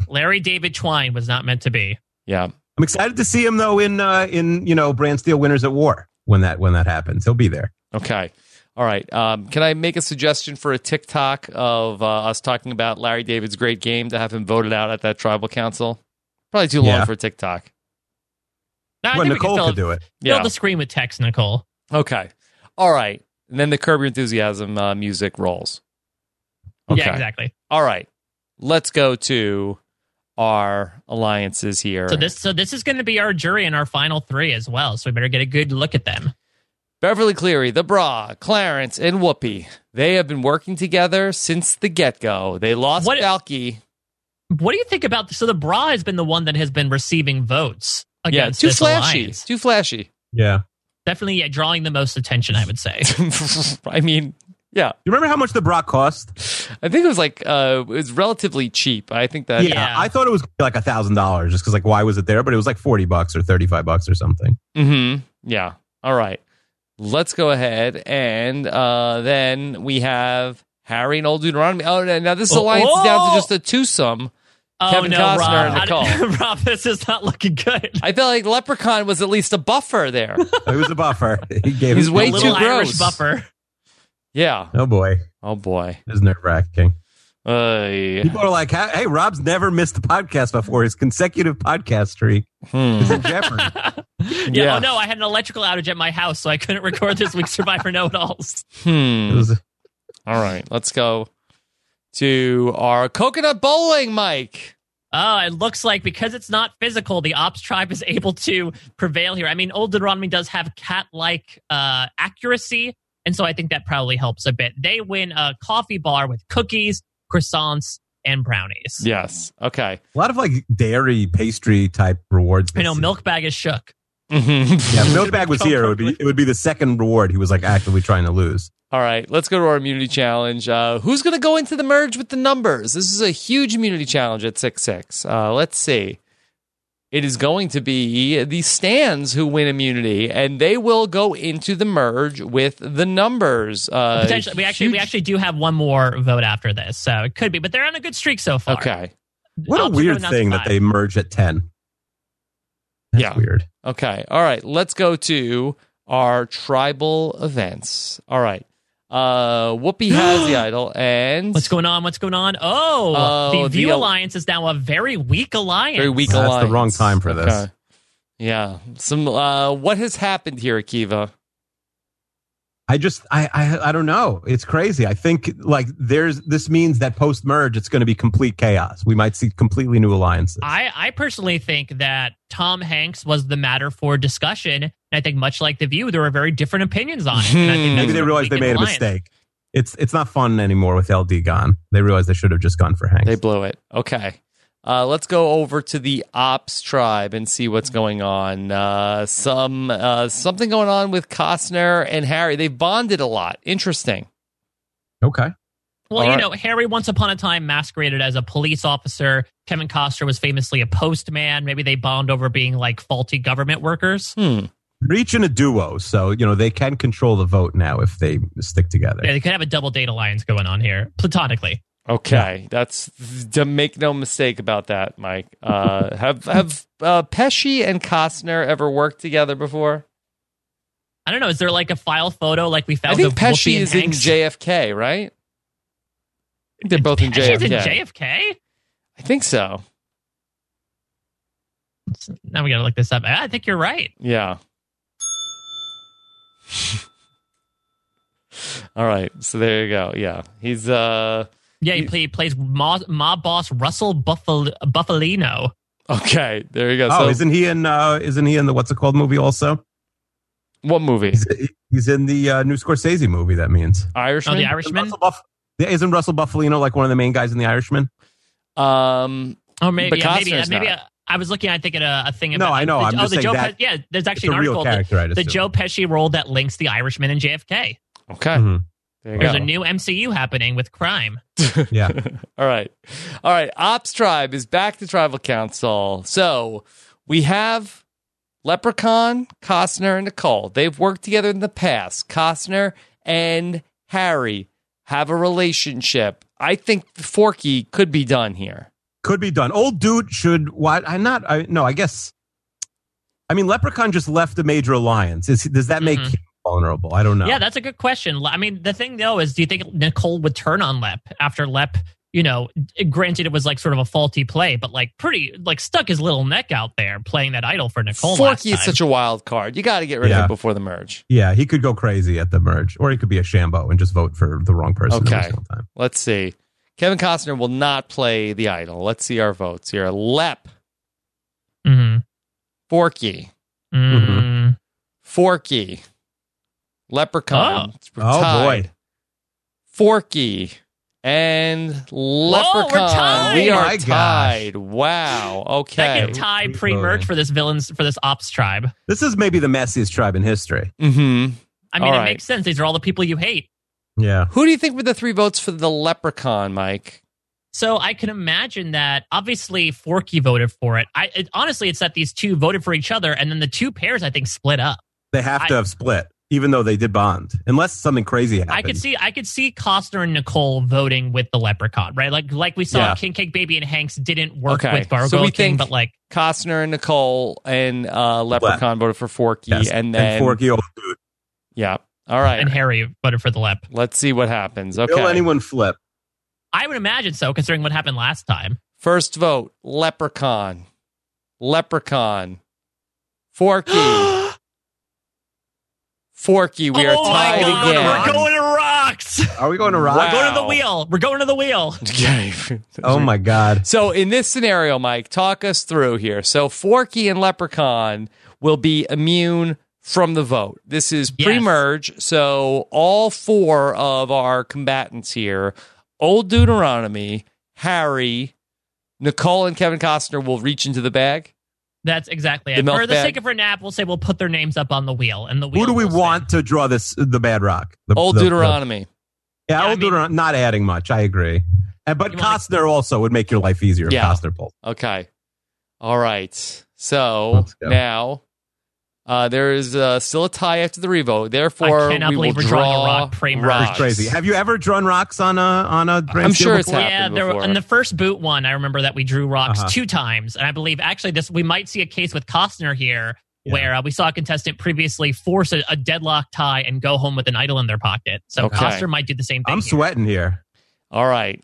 S5: Larry David Twine was not meant to be.
S1: Yeah.
S6: I'm excited to see him though in uh, in you know Brand Steel Winners at War when that when that happens. He'll be there.
S1: Okay. All right. Um, can I make a suggestion for a TikTok of uh, us talking about Larry David's great game to have him voted out at that tribal council? Probably too long
S6: Yeah.
S1: for a TikTok.
S5: No, I
S6: well,
S5: think we can
S6: Nicole
S5: fill,
S6: could do it.
S5: fill
S1: Yeah.
S5: the screen with text, Nicole.
S1: Okay. All right. And then the Curb Your Enthusiasm uh, music rolls.
S5: Yeah, exactly.
S1: All right. Let's go to our alliances here.
S5: So this so this is going to be our jury and our final three as well. So we better get a good look at them.
S1: Beverly Cleary, The Bra, Clarence, and Whoopi. They have been working together since the get go. They lost
S5: What-
S1: Balky.
S5: What do you think about so the bra has been the one that has been receiving votes
S1: Yeah,
S5: against
S1: too
S5: this
S1: flashy.
S5: alliance.
S1: Too flashy.
S6: Yeah.
S5: Definitely, yeah, drawing the most attention, I would say.
S1: I mean, yeah,
S6: You remember how much the bra cost?
S1: I think it was like uh, it was relatively cheap. I think that
S5: Uh, Yeah.
S6: I thought it was like a thousand dollars just because like why was it there? But it was like forty bucks or thirty five bucks or something.
S1: hmm Yeah. All right. Let's go ahead and uh, then we have Harry and Old Deuteronomy. Oh, no, now this alliance is down to
S5: Oh!
S1: just a twosome.
S5: Oh
S1: Kevin
S5: no,
S1: Costner
S5: Rob!
S1: and Nicole.
S5: How did- Rob, this is not looking good.
S1: I felt like Leprechaun was at least a buffer there.
S6: It was a buffer. he gave
S1: He's
S6: it-
S1: way
S5: A
S1: too
S5: little Irish
S1: gross.
S5: buffer.
S1: yeah.
S6: Oh boy,
S1: Oh boy.
S6: it's nerve wracking.
S1: Uh,
S6: People are like, "Hey, Rob's never missed a podcast before. His consecutive podcast streak
S1: hmm.
S6: is in jeopardy."
S5: Yeah.
S1: Yeah.
S5: Oh no, I had an electrical outage at my house, so I couldn't record this week's Survivor Know It Alls.
S6: It
S1: Hmm.
S6: was-
S1: All right. Let's go to our coconut bowling, Mike.
S5: Oh, it looks like because it's not physical, the Ops tribe is able to prevail here. I mean, Old Deuteronomy does have cat-like uh, accuracy, and so I think that probably helps a bit. They win a coffee bar with cookies, croissants, and brownies.
S1: Yes. Okay.
S6: a lot of like dairy pastry type rewards.
S5: I know
S6: this
S5: milk bag is shook.
S1: Mhm.
S6: Yeah, if Milkbag was here. It would be it would be the second reward he was like actively trying to lose.
S1: All right, let's go to our immunity challenge. Uh, who's going to go into the merge with the numbers? This is a huge immunity challenge at 6 6. Uh, let's see. It is going to be the stands who win immunity, and they will go into the merge with the numbers. Uh,
S5: Potentially, we actually we
S1: huge-
S5: actually do have one more vote after this, so it could be. But they're on a good streak so far.
S1: Okay.
S6: What a
S5: Ops are
S6: weird
S5: going down to
S6: thing that
S5: five.
S6: they merge at ten. That's
S1: Yeah.
S6: weird.
S1: Okay. All right. Let's go to our tribal events. All right. Uh, Whoopi has the idol, and
S5: What's going on? What's going on? Oh,
S1: Oh,
S5: the View
S1: the-
S5: Alliance is now a very weak alliance.
S1: very weak
S6: That's the
S1: alliance.
S6: wrong time for this.
S1: Yeah. Some. Uh, what has happened here, Akiva?
S6: I just I, I I don't know. It's crazy. I think like there's this means that post merge it's going to be complete chaos. We might see completely new alliances.
S5: I, I personally think that Tom Hanks was the matter for discussion. And I think, much like The View, there were very different opinions on it. And I think
S1: Hmm.
S5: that's
S6: Maybe they
S5: what
S6: realize they
S5: weakened
S6: made a
S5: Alliance.
S6: mistake. It's it's not fun anymore with LD gone. They realize they should have just gone for Hanks.
S1: They blew it. Okay. Uh, let's go over to the ops tribe and see what's going on. Uh, some uh, something going on with Costner and Harry. They bonded a lot. Interesting.
S6: okay.
S5: Well,
S1: All
S5: you
S1: right.
S5: know, Harry once upon a time masqueraded as a police officer. Kevin Costner was famously a postman. Maybe they bond over being like faulty government workers.
S1: Hmm.
S6: Reach in a duo, so you know they can control the vote now if they stick together.
S5: Yeah, they could have a double date alliance going on here, platonically.
S1: Okay, that's to make no mistake about that, Mike. Uh, have have uh, Pesci and Costner ever worked together before?
S5: I don't know. Is there like a file photo like we found?
S1: I think
S5: of Whoopi
S1: Pesci
S5: and
S1: is in
S5: Hanks?
S1: JFK, right? I think They're both in
S5: Pesci's in
S1: JFK.
S5: JFK?
S1: I think so.
S5: Now we got to look this up. I think you're right.
S1: Yeah. All right. So there you go. Yeah. He's uh
S5: Yeah,
S1: You-
S5: he, play, plays mob, mob boss Russell Buffal- Buffalino. Oh,
S1: okay, there you go.
S6: oh,
S1: so
S6: isn't he in? Uh, isn't he in the what's it called movie also?
S1: what movie?
S6: He's, he's in the uh, new Scorsese movie. That means
S5: Oh,
S1: Irishman?
S5: the Irishman.
S6: Russell Buff- Yeah, isn't Russell Buffalino like one of the main guys in The Irishman?
S1: um
S5: Oh, maybe,
S1: But
S5: yeah, maybe,
S1: Costner's
S5: maybe.
S1: not.
S5: uh, I was looking. I think at a, a thing.
S6: No,
S5: about,
S6: I know,
S5: The,
S6: I'm
S5: oh,
S6: just
S5: the
S6: saying
S5: Joe.
S6: that-
S5: Pe- yeah, there's
S6: It's
S5: actually
S6: a
S5: an
S6: real
S5: article. The,
S6: character. I
S5: the
S6: assume.
S5: Joe Pesci role that links the Irishman and JFK.
S1: okay.
S6: Mhm.
S1: There you
S5: There's
S1: go.
S5: a new MCU happening with crime.
S6: Yeah.
S1: All right. All right. Ops Tribe is back to Tribal Council. So we have Leprechaun, Costner, and Nicole. They've worked together in the past. Costner and Harry have a relationship. I think Forky could be done here.
S6: could be done. Old dude should what? I'm not. I no. I guess. I mean, Leprechaun just left a major alliance. Is does that make
S5: Mhm.
S6: him vulnerable? I don't know.
S5: Yeah, that's a good question. Le- I mean, the thing though is, do you think Nicole would turn on Lep after Lep? You know, granted, it was like sort of a faulty play, but like pretty, like stuck his little neck out there playing that idol for Nicole. last
S1: Forky is
S5: time.
S1: such a wild card. You got to get rid of
S6: Yeah.
S1: it before the merge.
S6: yeah, he could go crazy at the merge, or he could be a Shambo and just vote for the wrong person
S1: Okay.
S6: every single time.
S1: Let's see. Kevin Costner will not play the idol. Let's see our votes here. Lep,
S5: Mhm.
S1: Forky,
S5: Mm.
S1: Mm-hmm. Forky, Leprechaun.
S6: Oh
S1: Tied.
S6: boy,
S1: Forky and Leprechaun.
S5: tied!
S1: we
S5: Oh
S1: are
S6: my gosh.
S1: tied. Wow. Okay.
S5: Second tie pre-merch for this villains for this ops tribe.
S6: This is maybe the messiest tribe in history.
S1: hmm
S5: I mean,
S1: All
S5: it
S1: right.
S5: makes sense. These are all the people you hate.
S6: Yeah.
S1: Who do you think were the three votes for the Leprechaun, Mike?
S5: So I can imagine that obviously Forky voted for it. I it, honestly, it's that these two voted for each other, and then the two pairs I think split up.
S6: They have to
S5: I-
S6: have split, even though they did bond, unless something crazy happened.
S5: I could see I could see Costner and Nicole voting with the Leprechaun, right? Like like we saw
S1: Yeah.
S5: King Cake Baby and Hanks didn't work
S1: Okay.
S5: with Gargoyle
S1: So we
S5: King,
S1: think-
S5: but like
S1: Costner and Nicole and uh, Leprechaun voted for Forky,
S6: Yes.
S1: and then
S6: and Forky old dude.
S1: Yeah. All right.
S5: and Harry voted for the Lep.
S1: Let's see what happens. Okay.
S6: Will anyone flip?
S5: I would imagine so, considering what happened last time.
S1: First vote Leprechaun. Leprechaun. Forky. Forky, we are
S5: oh my
S1: tied
S5: God,
S1: again.
S5: We're going to rocks.
S6: Are we going to rock?
S1: Wow.
S5: Go to the wheel. We're going to the wheel.
S1: Okay.
S6: Oh my God.
S1: So in this scenario, Mike, talk us through here. So Forky and Leprechaun will be immune from the vote. This is
S5: Yes.
S1: pre-merge, so all four of our combatants here, Old Deuteronomy, Harry, Nicole and Kevin Costner will reach into the bag.
S5: That's exactly
S1: The
S5: it.
S1: milk
S5: For the
S1: bag.
S5: sake of our nap, we'll say we'll put their names up on the wheel. And the wheel
S6: Who do we
S5: will say-
S6: want to draw this the bad rock? The,
S1: Old
S6: the- the-
S1: Deuteronomy.
S6: yeah,
S5: Yeah, I
S6: old
S5: mean-
S6: Deuteronomy. Not adding much. I agree. And, but
S5: You wanna-
S6: Costner also would make your life easier.
S1: Yeah.
S6: If Costner pulls.
S1: Okay. All right. So
S6: Let's go.
S1: now uh, there is uh, still a tie after the revote. Therefore,
S5: I cannot
S1: we
S5: believe
S1: will
S5: we're drawing a
S1: draw
S5: rock pre-merge.
S1: rocks.
S6: It's crazy. Have you ever drawn rocks on a on a? brand
S1: sure
S6: steel
S1: it's
S6: before?
S1: happened.
S5: Yeah, there
S1: before.
S5: in the first boot one, I remember that we drew rocks
S6: Uh-huh.
S5: two times, and I believe actually this we might see a case with Costner here
S6: Yeah.
S5: where uh, we saw a contestant previously force a, a deadlock tie and go home with an idol in their pocket. So
S1: Okay.
S5: Costner might do the same thing.
S6: I'm
S5: here.
S6: sweating here.
S1: All right.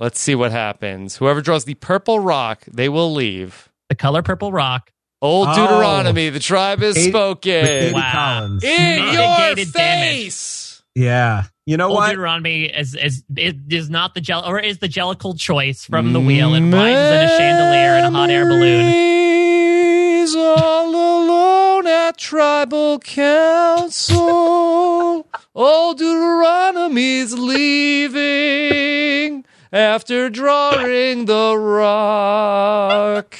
S1: Let's see what happens. Whoever draws the purple rock, they will leave.
S5: The color purple rock.
S1: Old
S6: Oh.
S1: Deuteronomy, the tribe has
S6: Eight-
S1: spoken.
S6: Katie
S5: Wow.
S6: Collins.
S1: In your
S5: Mitigated damage.
S1: face.
S6: Yeah. You know
S5: Old
S6: what?
S5: Deuteronomy is is is, is not the gel or is the jellicle choice from the
S6: Mm,
S5: wheel and winds in a chandelier and a hot air balloon.
S1: Memories all alone at tribal council. Old Deuteronomy's leaving after drawing the rock.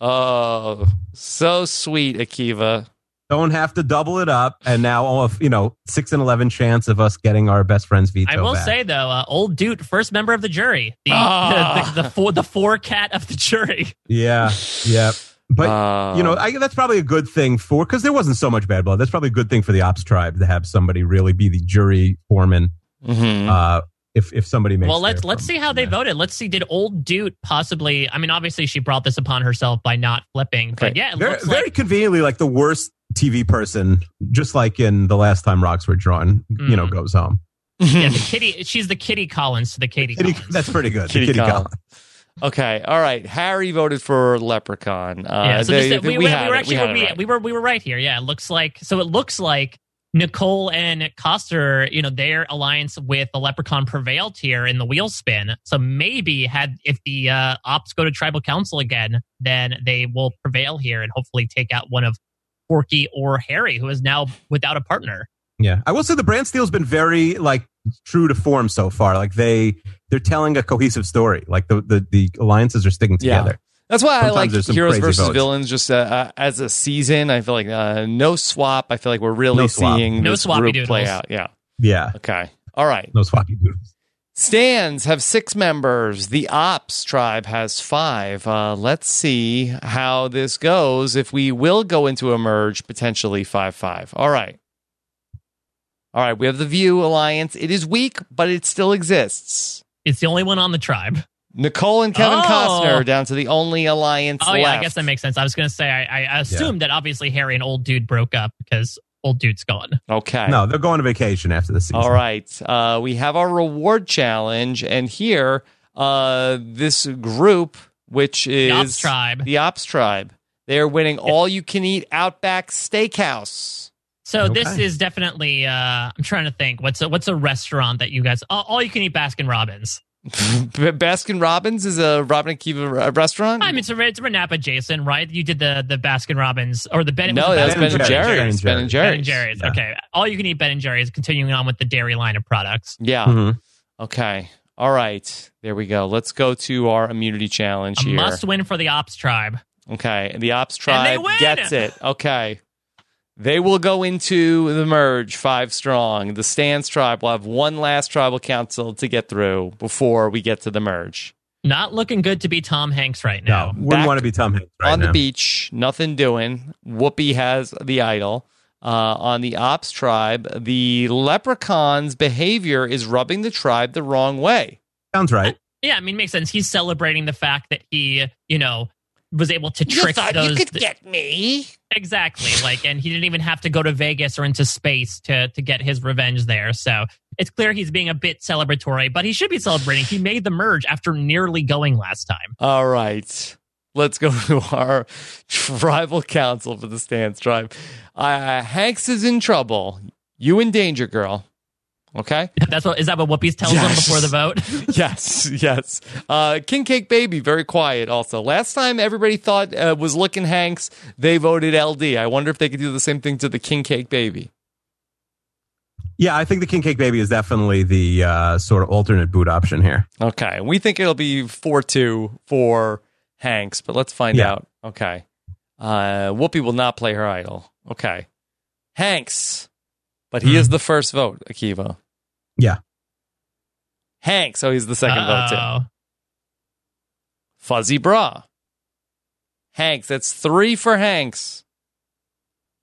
S1: Oh, so sweet, Akiva.
S6: Don't have to double it up. And now, all of, you know, six and eleven chance of us getting our best friend's veto.
S5: I will
S6: back.
S5: say though, uh, old Dude, first member of the jury, the,
S1: Ah.
S5: the, the, the four the four cat of the jury.
S6: Yeah. Yeah. But
S1: Oh.
S5: Um,
S6: you know, I, that's probably a good thing for because there wasn't so much bad blood. That's probably a good thing for the ops tribe to have somebody really be the jury foreman.
S1: Mhm.
S6: Uh, if if somebody makes
S5: Mm. Well, let's
S6: their
S5: let's
S6: firm-
S5: see how they voted. Let's see. Did old Dude possibly? I mean, obviously she brought this upon herself by not flipping. But
S1: Okay.
S5: yeah, it
S6: Very,
S5: looks
S6: very
S5: like
S6: conveniently, like the worst TV person, just like in the last time rocks were drawn, you know,
S5: Mhm.
S6: goes home.
S5: yeah, the kitty. She's the Kitty Collins to the Katie.
S6: Kitty,
S5: Collins.
S6: that's pretty good.
S1: Kitty
S6: Kitty,
S1: Collins.
S6: Collins.
S1: Okay, all right. Harry voted for Leprechaun. Uh,
S5: yeah, so
S1: they-
S5: just, that- we,
S1: we
S5: we, we
S1: had
S5: were
S1: it.
S5: actually
S1: had
S5: we,
S1: it
S5: we,
S1: right.
S5: were we were right here. Yeah, it looks like so. It looks like Nicole and Coster, you know, their alliance with the Leprechaun prevailed here in the wheel spin. So maybe had if the uh, ops go to Tribal Council again, then they will prevail here and hopefully take out one of Forky or Harry, who is now without a partner.
S6: Yeah, I will say the brand steel's been very like true to form so far. Like they they're telling a cohesive story. Like the the, the alliances are sticking
S1: Yeah.
S6: together.
S1: That's why I
S6: Sometimes
S1: like
S6: there's some
S1: heroes
S6: crazy
S1: versus
S6: votes.
S1: villains just uh, uh, as a season. I feel like uh, no swap. I feel like we're really
S6: No swap.
S1: seeing
S5: No
S1: this
S5: swappy
S1: group
S5: doodles.
S1: play out. Yeah.
S6: Yeah,
S1: Okay. All right.
S6: no swappy doodles.
S1: Stands have six members. The Ops tribe has five. Uh, let's see how this goes. If we will go into a merge, potentially 5 5. All right. All right. We have the View Alliance. It is weak, but it still exists.
S5: It's the only one on the tribe.
S1: Nicole and Kevin
S5: Oh.
S1: Costner are down to the only alliance
S5: Oh
S1: left.
S5: yeah, I guess that makes sense. I was gonna say I, I assumed that obviously Harry and old dude broke up because old dude's gone.
S1: Okay.
S6: No, they're going on vacation after the season.
S1: All right. Uh, we have our reward challenge, and here, uh, this group, which is
S5: The Ops tribe.
S1: the Ops Tribe, they are winning all you can eat Outback Steakhouse.
S5: So this
S6: Okay.
S5: is definitely. Uh, I'm trying to think. What's a, what's a restaurant that you guys all, all you can eat Baskin Robbins?
S1: Baskin Robbins is a Robin and Kiva re- restaurant.
S5: I mean, it's a it's a Napa Jason, right? You did the the Baskin Robbins or the Ben.
S1: no, that's
S5: was it
S1: Ben
S6: Ben
S1: and
S6: and Jerry's.
S1: Jerry's. Ben and
S5: Ben and
S1: Jerry's.
S5: Jerry's.
S6: Yeah.
S1: Mm-hmm.
S5: Okay, all you can eat Ben and Jerry's. Continuing on with the dairy line of products.
S1: Yeah.
S6: Mhm.
S1: Okay. All right, there we go. Let's go to our immunity challenge
S5: A
S1: here.
S5: must win for the ops tribe.
S1: Okay, and the ops
S5: And they
S1: tribe
S5: win!
S1: gets it. Okay. They will go into the merge five strong. The stands tribe will have one last tribal council to get through before we get to the merge.
S5: Not looking good to be Tom Hanks right
S6: No,
S5: now.
S6: wouldn't
S1: Back
S6: want to be Tom Hanks right
S1: on the
S6: now.
S1: beach, nothing doing. Whoopi has the idol. Uh, on the ops tribe, the leprechaun's behavior is rubbing the tribe the wrong way.
S6: Sounds right.
S5: Yeah, I mean, makes sense. He's celebrating the fact that he, you know, was able to trick those.
S1: get me?
S5: exactly. Like, and he didn't even have to go to Vegas or into space to to get his revenge there. So it's clear he's being a bit celebratory, but he should be celebrating. He made the merge after nearly going last time.
S1: All right. Let's go to our tribal council for the Stance tribe. Uh, Hanks is in trouble. You in danger, girl. Okay?
S5: That's what is that what Whoopi's tells him
S1: Yes.
S5: before the vote?
S1: yes, yes. Uh, King Cake Baby, very quiet also. Last time everybody thought uh, was Lickin' Hanks, they voted LD. I wonder if they could do the same thing to the King Cake Baby.
S6: Yeah, I think the King Cake Baby is definitely the uh, sort of alternate boot option here.
S1: Okay. We think it'll be 4 2 for Hanks, but let's find
S6: Yeah.
S1: out. Okay. Uh, Whoopi will not play her idol. Okay. Hanks, but he is the first vote, Akiva.
S6: Hmm. Yeah.
S1: Hanks, oh, he's the 2nd vote, too.
S5: Uh-oh.
S1: Fuzzy Bra. Hanks, that's three for Hanks.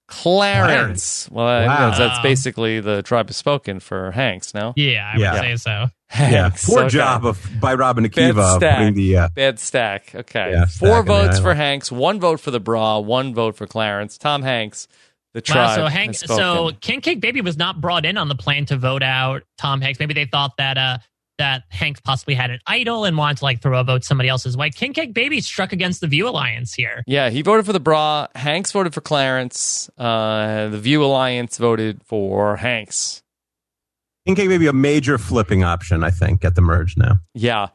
S1: Clarence. Well, I-
S6: Wow.
S1: that's basically the tribe has spoken for Hanks now.
S5: Yeah, I
S6: Yeah.
S5: would say so.
S6: Yeah,
S1: Hanks.
S6: poor
S1: okay.
S6: job of by Robin
S1: Bad
S6: Akiva of
S1: stack.
S6: putting the. Uh,
S1: Bad stack. Okay. Four
S6: Yeah, stack in the
S1: votes for
S6: island.
S1: Hanks, one vote for the bra, one vote for Clarence. Tom Hanks, the tribe.
S5: Wow, so Hank,
S1: has spoken.
S5: so King Cake Baby was not brought in on the plan to vote out Tom Hanks. Maybe they thought that uh that Hanks possibly had an idol and wanted to like throw a vote somebody else's way. King Cake Baby struck against the View Alliance here.
S1: yeah, he voted for the bra. Hanks voted for Clarence. Uh, the View Alliance voted for Hanks.
S6: King Cake Baby a major flipping option, I think, at the merge now.
S1: Yeah.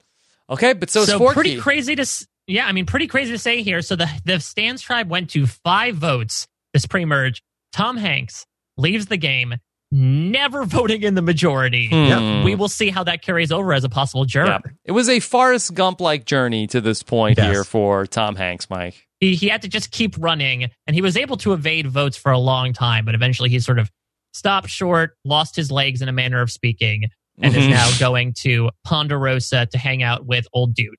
S1: Okay, but so,
S5: so
S1: it's Forky.
S5: pretty crazy to s- yeah, I mean pretty crazy to say here. So the the Stans tribe went to five votes this pre-merge. Tom Hanks leaves the game, never voting in the majority.
S1: Hmm.
S6: Yeah.
S5: We will see how that carries over as a possible juror.
S1: Yeah. It was a Forrest Gump like journey to this point
S6: Yes.
S1: here for Tom Hanks, Mike.
S5: he, he had to just keep running and he was able to evade votes for a long time but eventually he sort of stopped short lost his legs in a manner of speaking and is
S1: Mhm.
S5: now going to ponderosa to hang out with old dude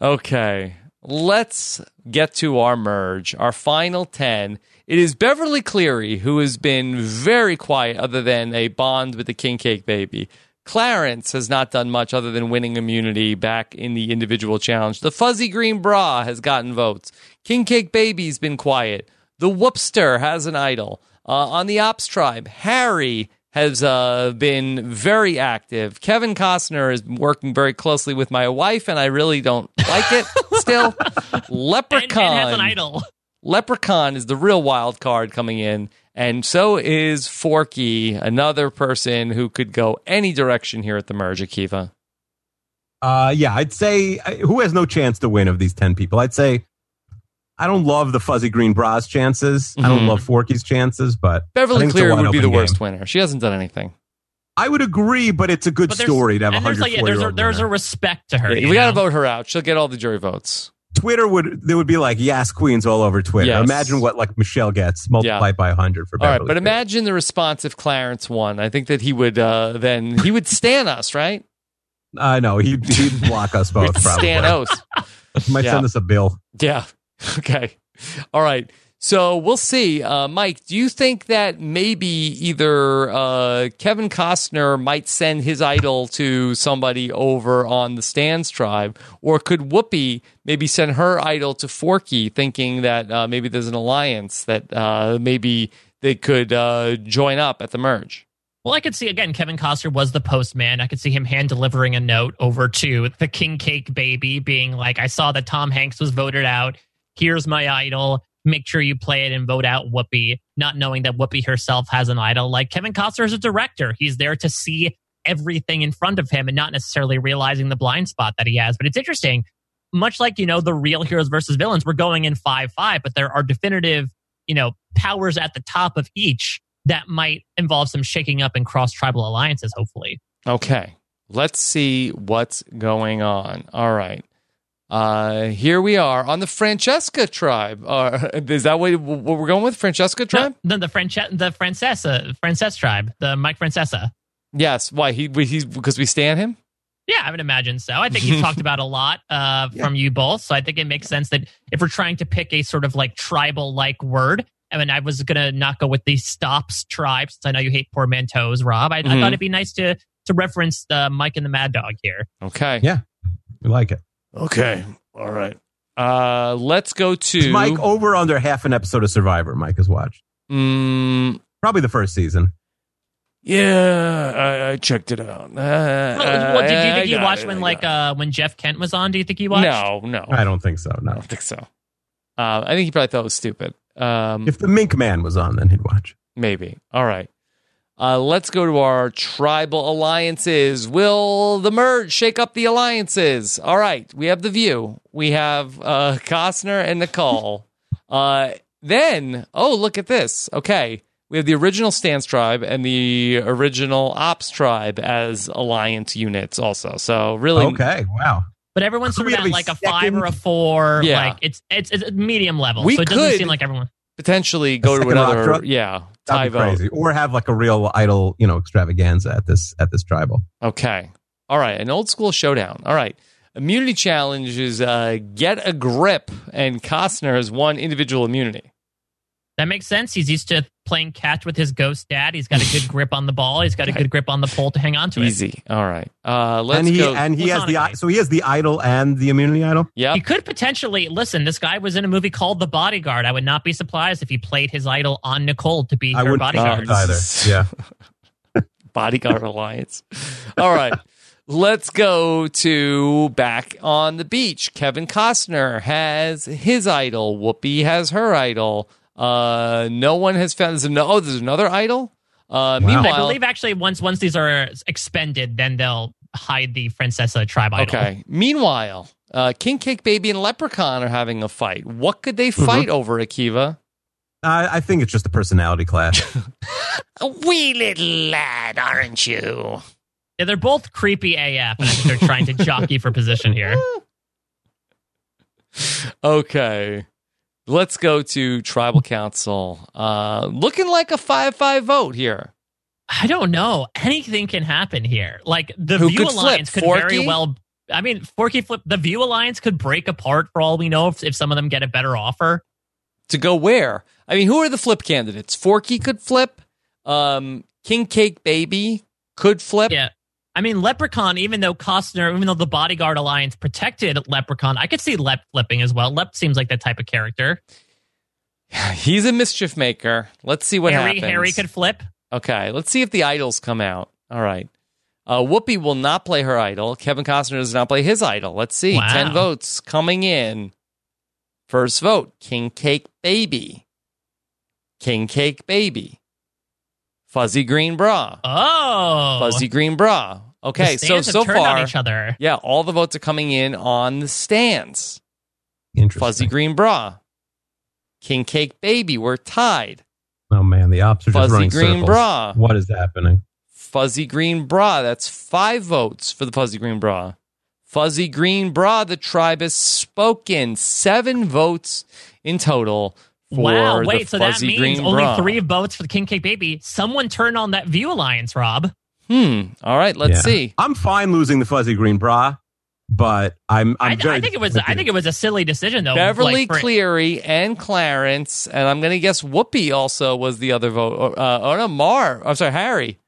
S1: Okay. Let's get to our merge, our final 10. It is Beverly Cleary, who has been very quiet other than a bond with the King Cake Baby. Clarence has not done much other than winning immunity back in the individual challenge. The fuzzy green bra has gotten votes. King Cake Baby's been quiet. The whoopster has an idol. Uh, on the ops tribe, Harry has uh, been very active. Kevin Costner is working very closely with my wife, and I really don't like it still.
S5: and, and
S1: Leprechaun.
S5: has an idol
S1: Leprechaun is the real wild card coming in, and so is Forky, another person who could go any direction here at the merge, Akiva.
S6: Uh, yeah, I'd say I- who has no chance to win of these 10 people? I'd say I don't love the fuzzy green bra's chances. I don't
S1: Mhm.
S6: love Forky's chances, but I
S1: Beverly
S6: think it's a
S1: Cleary would be
S6: wide-open
S1: the
S6: game.
S1: worst winner. She hasn't done anything.
S6: I would agree, but it's a good
S5: there's-
S6: story to have a
S5: and there's
S6: hundred
S5: like yeah, there's a, there's a
S6: winner.
S5: respect to her
S1: Yeah,
S5: you
S1: we got to
S5: know?
S1: vote her out. She'll get all the jury votes.
S6: Twitter would there would be like yes queens all over Twitter.
S1: Yes.
S6: Imagine what like Michelle gets multiplied by a hundred for
S1: All
S6: Beverly.
S1: right, but
S6: Cleary.
S1: imagine the response if Clarence won. I think that he would uh, then he would stan us, right?
S6: I know he'd, he'd block us both. probably
S1: Stanos.
S6: He might
S1: Yeah.
S6: send us a bill.
S1: Yeah. Okay. All right. So we'll see. Uh, Mike, do you think that maybe either uh, Kevin Costner might send his idol to somebody over on the Stans tribe, or could Whoopi maybe send her idol to Forky, thinking that uh, maybe there's an alliance that uh, maybe they could uh, join up at the merge?
S5: well i could see again kevin costner was the postman i could see him hand delivering a note over to the king cake baby being like i saw that tom hanks was voted out here's my idol. Make sure you play it and vote out Whoopi, not knowing that Whoopi herself has an idol. Like Kevin Costner is a director. He's there to see everything in front of him and not necessarily realizing the blind spot that he has. But it's interesting, much like, you know, the real heroes versus villains, we're going in 5 5, but there are definitive, you know, powers at the top of each that might involve some shaking up and cross tribal alliances, hopefully.
S1: Okay. Let's see what's going on. All right. Uh, here we are on the Francesca tribe. Uh, is that what, what we're going with? Francesca tribe?
S5: No, then the French, the Francesa, Frances tribe, the Mike Francesa.
S1: Yes. Why? He, we- he's because we stand him?
S5: Yeah, I would imagine so. I think he's talked about a lot uh, from you both, so I think it makes sense that if we're trying to pick a sort of like tribal like word, I mean, I was gonna not go with the stops tribe since I know you hate portmanteaus, Rob. I, I
S1: Mhm.
S5: thought it'd be nice to to reference the Mike and the Mad Dog here.
S1: Okay.
S6: Yeah. We like it.
S1: Okay. All right. Uh, let's go
S6: Is
S1: to
S6: Mike over under half an episode of Survivor. Mike has watched
S1: Mm,
S6: probably the first season.
S1: yeah, I, I checked it out. Uh,
S5: Well, well, did you
S1: I
S5: think you
S1: got
S5: watched
S1: it,
S5: when
S1: I
S5: like
S1: got
S5: uh, when Jeff Kent was on? Do you think you
S1: it.
S5: watched?
S1: No, no,
S6: I don't think so.
S1: I
S6: No.
S1: don't think so. Uh, I think he probably thought it was stupid. Um,
S6: If the Mink Man was on, then he'd watch.
S1: maybe. All right. Uh, let's go to our tribal alliances. Will the merge shake up the alliances? All right. We have the view. We have uh, Costner and Nicole. uh, then, oh, look at this. Okay. We have the original Stance tribe and the original Ops tribe as alliance units, also. So, really,
S6: Okay. Wow.
S5: But everyone's
S6: Could
S5: sort
S6: we
S5: of
S6: have
S5: at
S6: a
S5: like a
S6: second-
S5: five or a four.
S1: Yeah.
S5: Like it's it's, it's medium level,
S1: We
S5: so it doesn't
S1: could-
S5: seem like everyone.
S1: potentially go to
S6: second rock
S1: another.
S6: drop?
S1: Yeah. Tie
S6: That'd be
S1: vote.
S6: crazy. Or have like a real idol, you know, extravaganza at this at this tribal.
S1: Okay. All right. An old school showdown. All right. Immunity challenge is uh, get a grip, and Costner has won individual immunity.
S5: That makes sense. He's used to playing catch with his ghost dad. He's got a good grip on the ball. He's got a good grip on the pole to hang on to it.
S1: Easy. All right. Uh, let's
S6: and he
S1: go.
S6: and he has the
S5: platonically.
S6: i- so he has the idol and the immunity idol.
S1: yep.
S5: He could potentially listen. This guy was in a movie called The Bodyguard. I would not be surprised if he played his idol on Nicole to be
S6: I
S5: her
S6: wouldn't be
S5: bodyguard.
S1: Oh,
S6: either. Yeah.
S1: Bodyguard Alliance. All right. Let's go to back on the beach. Kevin Costner has his idol. Whoopi has her idol. Uh, no one has found. There's no, oh, there's another idol. Uh,
S5: I
S1: Meanwhile,
S5: believe actually once once these are expended, then they'll hide the Francesa tribe idol.
S1: Okay. Meanwhile, uh, King Cake Baby and Leprechaun are having a fight. What could
S5: Mm-hmm.
S1: they fight over, Akiva?
S6: I, I think it's just a personality clash.
S1: A wee little lad, aren't you?
S5: Yeah, they're both creepy AF, and I think they're trying to jockey for position here.
S1: Okay. Let's go to tribal council. Uh, looking like a 5 5 vote here.
S5: I don't know. Anything can happen here. Like the
S1: Who
S5: View
S1: could flip?
S5: Alliance could
S1: Forky?
S5: very well. I mean, Forky flip. The View Alliance could break apart for all we know if, if some of them get a better offer.
S1: To go where? I mean, who are the flip candidates? Forky could flip. Um, King Cake Baby could flip.
S5: Yeah. I mean, Leprechaun, even though Costner, even though the Bodyguard Alliance protected Leprechaun, I could see Lep flipping as well. Lep seems like that type of character.
S1: He's a mischief maker. Let's see what
S5: Harry,
S1: happens.
S5: Harry could flip.
S1: Okay, let's see if the idols come out. All right. Uh, Whoopi will not play her idol. Kevin Costner does not play his idol. Let's see.
S5: Wow.
S1: 10 votes coming in. First vote King Cake Baby. King Cake Baby. Fuzzy Green Bra.
S5: Oh,
S1: Fuzzy Green Bra.
S5: The
S1: Okay, so
S5: stands have
S1: so
S5: turned on
S1: far,
S5: each other.
S1: yeah, all the votes are coming in on the stands.
S6: Interesting.
S1: Fuzzy Green Bra. King Cake Baby. We're tied.
S6: Oh man, the ops are just
S1: Fuzzy
S6: running
S1: green
S6: circles.
S1: bra.
S6: What is happening?
S1: Fuzzy Green Bra. That's five votes for the Fuzzy Green Bra. Fuzzy Green Bra, the tribe has spoken. Seven votes in total for
S5: Wow,
S1: the
S5: wait, so that
S1: Fuzzy
S5: means
S1: Green
S5: only
S1: Bra.
S5: three votes for the King Cake Baby. Someone turned on that View Alliance, Rob.
S1: Hmm. All right, let's
S6: Yeah.
S1: see.
S6: I'm fine losing the fuzzy green bra, but I'm I'm
S5: I,
S6: very
S5: I think it was. I think it was a silly decision though.
S1: Beverly
S5: Oh, like, for-
S1: Cleary and Clarence, and I'm going to guess Whoopi also was the other vote. Uh, oh, no, Marv. I'm sorry, Harry.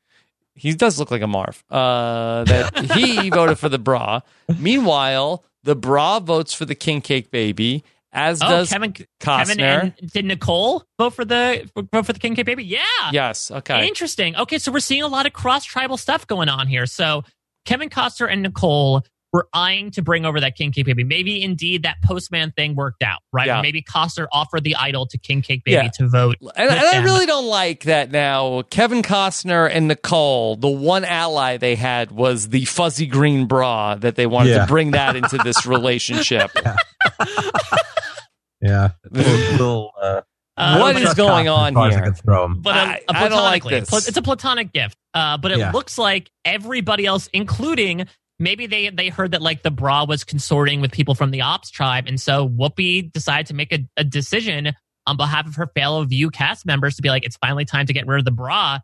S1: He does look like a Marv. Uh, that he voted for the bra. Meanwhile, the bra votes for the King Cake Baby, as
S5: Oh,
S1: does
S5: Kevin,
S1: Costner.
S5: Kevin, and did Nicole vote for the vote for the King Cake Baby? Yeah.
S1: Yes. Okay.
S5: Interesting. Okay, so we're seeing a lot of cross tribal stuff going on here. So Kevin Costner and Nicole were eyeing to bring over that King Cake Baby. Maybe indeed that postman thing worked out, right?
S1: Yeah.
S5: Or Maybe Costner offered the idol to King Cake Baby
S1: Yeah.
S5: to vote.
S1: and,
S5: with
S1: and I
S5: them.
S1: really don't like that now. Kevin Costner and Nicole, the one ally they had was the fuzzy green bra that they wanted
S6: Yeah.
S1: to bring that into this relationship.
S6: yeah, little, little, uh, I don't
S1: What
S6: trust
S1: is going
S6: cops as
S1: on
S6: far as I
S1: here?
S6: can throw 'em.
S5: but a,
S1: I-
S5: a
S1: I don't like
S5: platonically, a pla-
S1: this.
S5: it's a platonic gift. Uh, but it
S6: Yeah.
S5: looks like everybody else, including maybe they they heard that like the bra was consorting with people from the ops tribe, and so Whoopi decided to make a, a decision on behalf of her fellow View cast members to be like, it's finally time to get rid of the bra.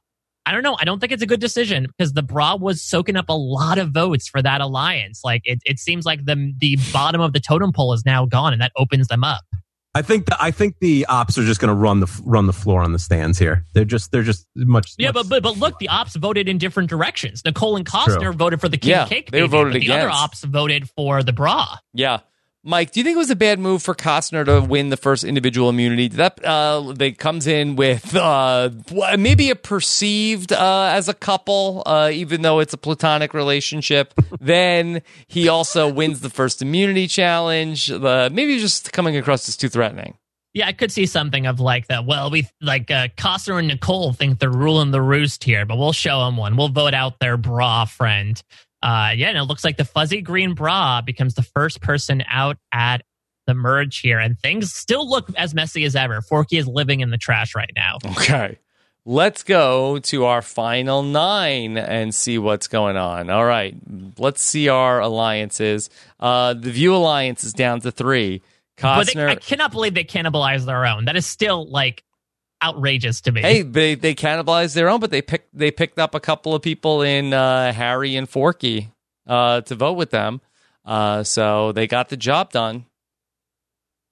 S5: I don't know. I don't think it's a good decision because the bra was soaking up a lot of votes for that alliance. Like it, it seems like the the bottom of the totem pole is now gone, and that opens them up.
S6: I think the, I think the ops are just going to run the f- run the floor on the stands here. They're just they're just much.
S5: Yeah,
S6: much-
S5: but, but but look, the ops voted in different directions. Nicole and Costner
S6: True.
S5: voted for the king
S1: Yeah,
S5: cake.
S1: they
S5: baby,
S1: voted
S5: but The other
S1: against.
S5: ops voted for the bra.
S1: Yeah. Mike, do you think it was a bad move for Costner to win the first individual immunity? Did That uh, they comes in with uh, wh- maybe a perceived uh, as a couple, uh, even though it's a platonic relationship. then he also wins the first immunity challenge. The maybe just coming across as too threatening.
S5: Yeah, I could see something of like that. Well, we like uh, Costner and Nicole think they're ruling the roost here, but we'll show them one. We'll vote out their bra friend. Uh, yeah, and it looks like the fuzzy green bra becomes the first person out at the merge here, and things still look as messy as ever. Forky is living in the trash right now.
S1: Okay. Let's go to our final nine and see what's going on. All right. Let's see our alliances. Uh, the View Alliance is down to three.
S5: But they,
S1: Costner.
S5: I cannot believe they cannibalized their own. That is still like outrageous to me.
S1: Hey, they they cannibalized their own, but they picked they picked up a couple of people in uh, Harry and Forky uh, to vote with them, uh, so they got the job done.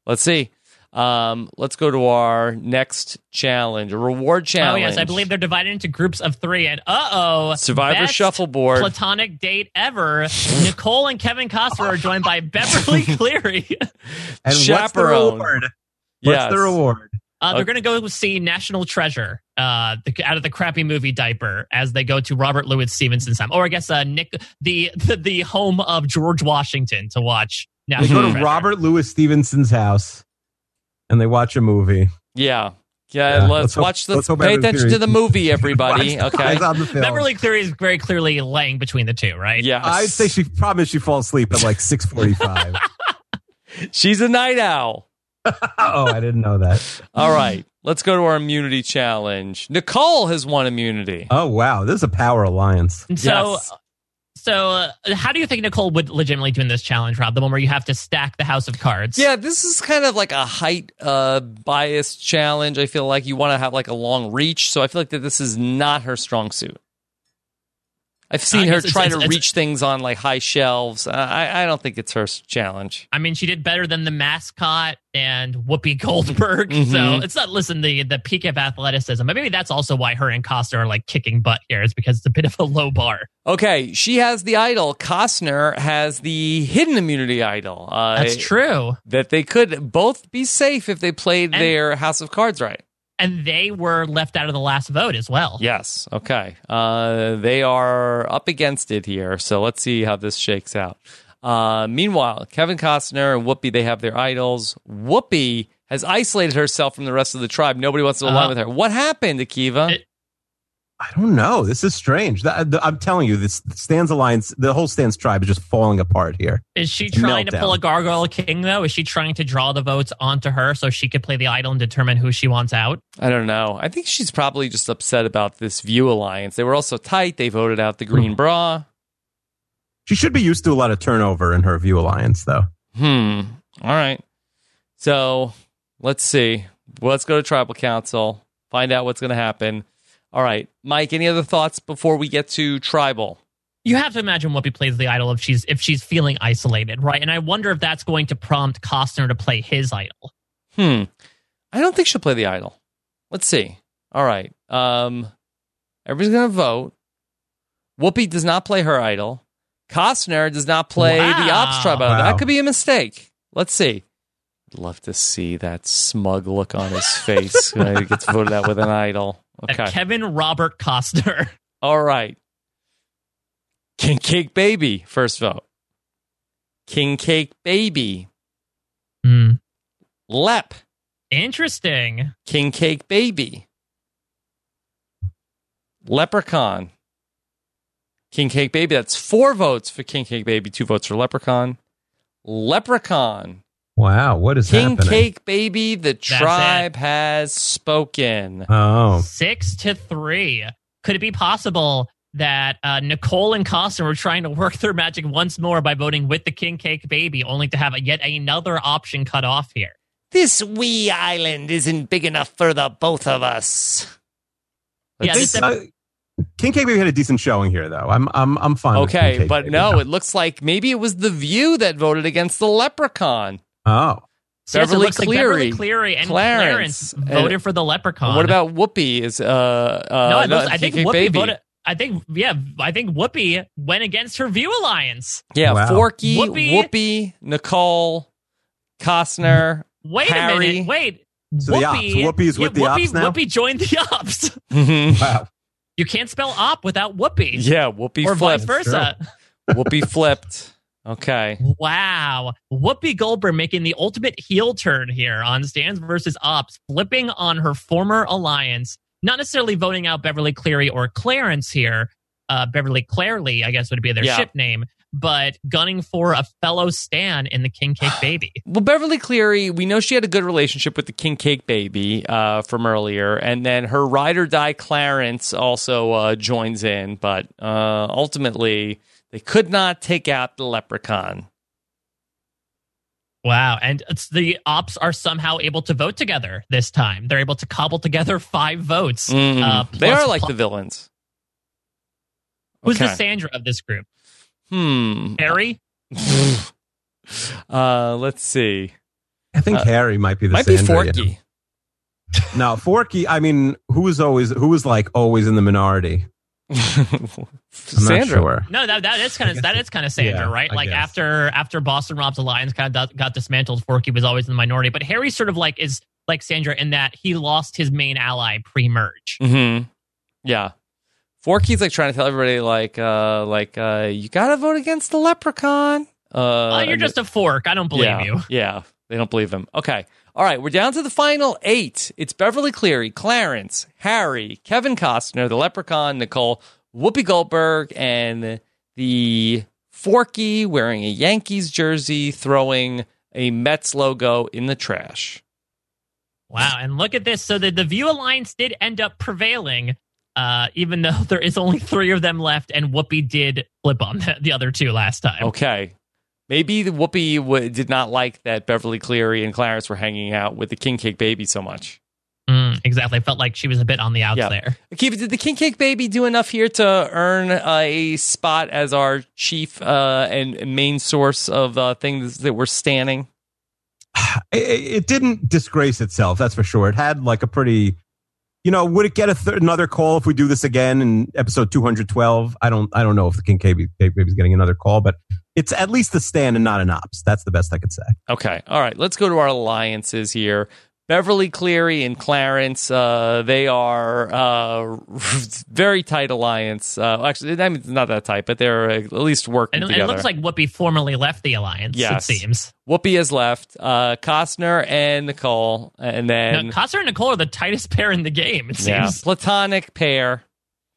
S1: Let's see. Um, let's go to our next challenge, a reward
S5: oh
S1: challenge.
S5: yes, I believe they're divided into groups of three. And uh oh,
S1: Survivor Shuffleboard.
S5: platonic date ever. Nicole and Kevin Costner are joined by Beverly Cleary.
S6: and
S1: chaperone.
S6: What's the reward? What's
S1: yes.
S6: the reward?
S5: Uh,
S1: Okay.
S5: they're going to go see National Treasure uh, the, out of the crappy movie diaper as they go to Robert Louis Stevenson's time, or I guess uh, Nick the, the the home of George Washington to watch.
S6: They
S1: Hmm.
S5: National
S6: go to
S5: Treasure.
S6: Robert Louis Stevenson's house, and they watch a movie.
S1: Yeah. Yeah,
S6: Yeah,
S1: let's,
S6: let's hope-
S1: watch. Let's,
S6: let's hope
S1: pay
S6: everyone
S1: attention to
S6: hears-
S1: the movie, everybody.
S6: Watch the
S1: okay.
S6: eyes on the film.
S5: Beverly Cleary is very clearly laying between the two, right?
S1: Yes.
S6: I'd say she promised she falls asleep at like six forty-five.
S1: she's a night owl.
S6: oh, I didn't know that.
S1: All right. Let's go to our immunity challenge. Nicole has won immunity.
S6: Oh wow, this is a power alliance.
S5: And so,
S1: Yes.
S5: so uh, how do you think Nicole would legitimately do in this challenge, Rob? The one where you have to stack the house of cards.
S1: Yeah, this is kind of like a height uh, bias challenge. I feel like you want to have like a long reach, so I feel like that this is not her strong suit. I've seen
S5: I
S1: her
S5: guess it's-
S1: try
S5: it's-
S1: to
S5: it's-
S1: reach things on like high shelves. Uh, I, I don't think it's her s- challenge.
S5: I mean, she did better than the mascot and Whoopi Goldberg. So
S1: Mhm.
S5: it's not listen the the peak of athleticism. But maybe that's also why her and Costa are like kicking butt here is because it's a bit of a low bar.
S1: Okay, she has the idol. Costner has the hidden immunity idol. Uh,
S5: That's true.
S1: That they could both be safe if they played
S5: And-
S1: their House of Cards right.
S5: And they were left out of the last vote as well.
S1: Yes. Okay. Uh, they are up against it here, so let's see how this shakes out. Uh, meanwhile, Kevin Costner and Whoopi, they have their idols. Whoopi has isolated herself from the rest of the tribe. Nobody wants to align
S5: Uh,
S1: with her. What happened, Akiva?
S5: it-
S6: I don't know. This is strange. That, the, I'm telling you, this Stans alliance, the whole Stans tribe is just falling apart here.
S5: Is she trying to
S6: Meltdown.
S5: pull a gargoyle king though? Is she trying to draw the votes onto her so she could play the idol and determine who she wants out?
S1: I don't know. I think she's probably just upset about this View Alliance. They were all so tight. They voted out the Green Bra.
S6: She should be used to a lot of turnover in her View alliance, though.
S1: Hmm. All right. So let's see. Well, let's go to tribal council. Find out what's going to happen. All right, Mike. Any other thoughts before we get to tribal?
S5: you have to imagine Whoopi plays the idol if she's if she's feeling isolated, right? And I wonder if that's going to prompt Costner to play his idol.
S1: Hmm. I don't think she'll play the idol. Let's see. All right. Um. Everybody's going to vote. Whoopi does not play her idol. Costner does not play the ops
S5: Wow.
S1: tribe idol.
S6: Wow.
S1: That could be a mistake. Let's see. I'd love to see that smug look on his face when he gets voted out with an idol.
S5: That
S1: Okay.
S5: Kevin Robert Costner.
S1: All right. King Cake Baby, first vote. King Cake Baby.
S5: Hmm.
S1: Lep.
S5: Interesting.
S1: King Cake Baby. Leprechaun. King Cake Baby. That's four votes for King Cake Baby, two votes for Leprechaun. Leprechaun.
S6: Wow, what is
S1: King
S6: happening?
S1: Cake Baby, the
S5: it.
S1: tribe has spoken.
S6: Oh,
S5: Six to three. Could it be possible that uh, Nicole and Costin were trying to work their magic once more by voting with the King Cake Baby, only to have yet another option cut off here?
S9: This wee island isn't big enough for the both of us.
S5: Yeah,
S6: They-
S5: this
S6: uh, King Cake Baby had a decent showing here, though. I'm I'm I'm fine. with King
S1: Okay,
S6: Cake
S1: but
S6: Baby.
S1: no, it looks like maybe it was The View that voted against the leprechaun.
S6: oh,
S5: So yes, it
S1: Beverly
S5: looks like Beverly
S1: Cleary,
S5: Cleary and
S1: Clarence,
S5: Clarence,
S1: and-
S5: voted for the Leprechaun.
S1: What about Whoopi? Is uh, uh
S5: no? it looks- I
S1: King
S5: think
S1: Cake
S5: Whoopi
S1: Baby.
S5: voted. I think yeah, I think Whoopi went against her View Alliance.
S1: Yeah,
S6: Wow.
S1: Forky, Whoopi.
S5: Whoopi.
S1: Nicole, Costner.
S5: Wait a
S1: Harry.
S5: minute. Wait.
S6: So the
S5: Whoopi,
S6: ops. Whoopi's with the
S5: Whoopi,
S6: ops now?
S5: Whoopi joined the ops. Mm-hmm.
S1: Mhm.
S6: wow.
S5: You can't spell op without Whoopi.
S1: yeah, Whoopi
S5: or vice
S1: flipped.
S5: versa.
S1: Whoopi flipped. Okay.
S5: Wow. Whoopi Goldberg making the ultimate heel turn here on Stans versus Ops, flipping on her former alliance, not necessarily voting out Beverly Cleary or Clarence here. Uh, Beverly Clarely, I guess, would be their
S1: Yeah.
S5: ship name, but gunning for a fellow Stan in the King Cake Baby.
S1: Well, Beverly Cleary, we know she had a good relationship with the King Cake Baby uh, from earlier, and then her ride or die Clarence also uh, joins in, but uh, ultimately they could not take out the leprechaun.
S5: Wow. And it's the ops are somehow able to vote together this time. They're able to cobble together five votes.
S1: Mm.
S5: Uh,
S1: they
S5: plus-
S1: are like the villains.
S5: Who's the
S1: Okay.
S5: Sandra of this group?
S1: Hmm.
S5: Harry?
S1: uh, let's see.
S6: I think
S1: Uh,
S6: Harry might be the
S1: Might be
S6: Sandra, yeah.
S1: Forky.
S6: No, Forky. I mean, who was always who was like always in the minority? I'm
S1: Sandra.
S6: not sure.
S5: No, that, that is kind of that is kind of Sandra,
S6: Yeah,
S5: right?
S6: I
S5: Like
S6: guess.
S5: after after Boston Rob's alliance kind of got dismantled, Forky was always in the minority, but Harry sort of like is like Sandra in that he lost his main ally pre-merge.
S1: hmm Yeah. Forky's like trying to tell everybody like uh like uh you gotta vote against the leprechaun. Uh
S5: oh, you're
S1: and-
S5: just a fork. I don't believe
S1: yeah,
S5: you.
S1: Yeah. They don't believe him. Okay. All right, we're down to the final eight. It's Beverly Cleary, Clarence, Harry, Kevin Costner, the Leprechaun, Nicole, Whoopi Goldberg, and the Forky wearing a Yankees jersey, throwing a Mets logo in the trash.
S5: Wow, and look at this. So the, the View Alliance did end up prevailing, uh, even though there is only three of them left, and Whoopi did flip on the, the other two last
S1: Oh.
S5: time.
S1: Okay. Maybe the Whoopi w- did not like that Beverly Cleary and Clarence were hanging out with the King Cake Baby so much.
S5: Mm, exactly. Felt like she was a bit on the outs
S1: Yeah.
S5: there.
S1: Akiva, did the King Cake Baby do enough here to earn a spot as our chief uh, and main source of uh, things that we're standing?
S6: It, it didn't disgrace itself. That's for sure. It had like a pretty. You know, would it get a th- another call if we do this again in episode 212? I don't, I don't know if the King Cake Baby- Cake Baby's getting another call, but it's at least a stand and not an ops. That's the best I could say.
S1: Okay. All right. Let's go to our alliances here. Beverly Cleary and Clarence, uh, they are uh, very tight alliance. Uh, actually, I mean, not that tight, but they're uh, at least working
S5: And it-
S1: together.
S5: it looks like Whoopi formerly left the alliance,
S1: Yes.
S5: it seems.
S1: Whoopi has left. Uh, Costner and Nicole, and then
S5: now, Costner and Nicole are the tightest pair in the game, it
S1: yeah,
S5: seems.
S1: platonic pair.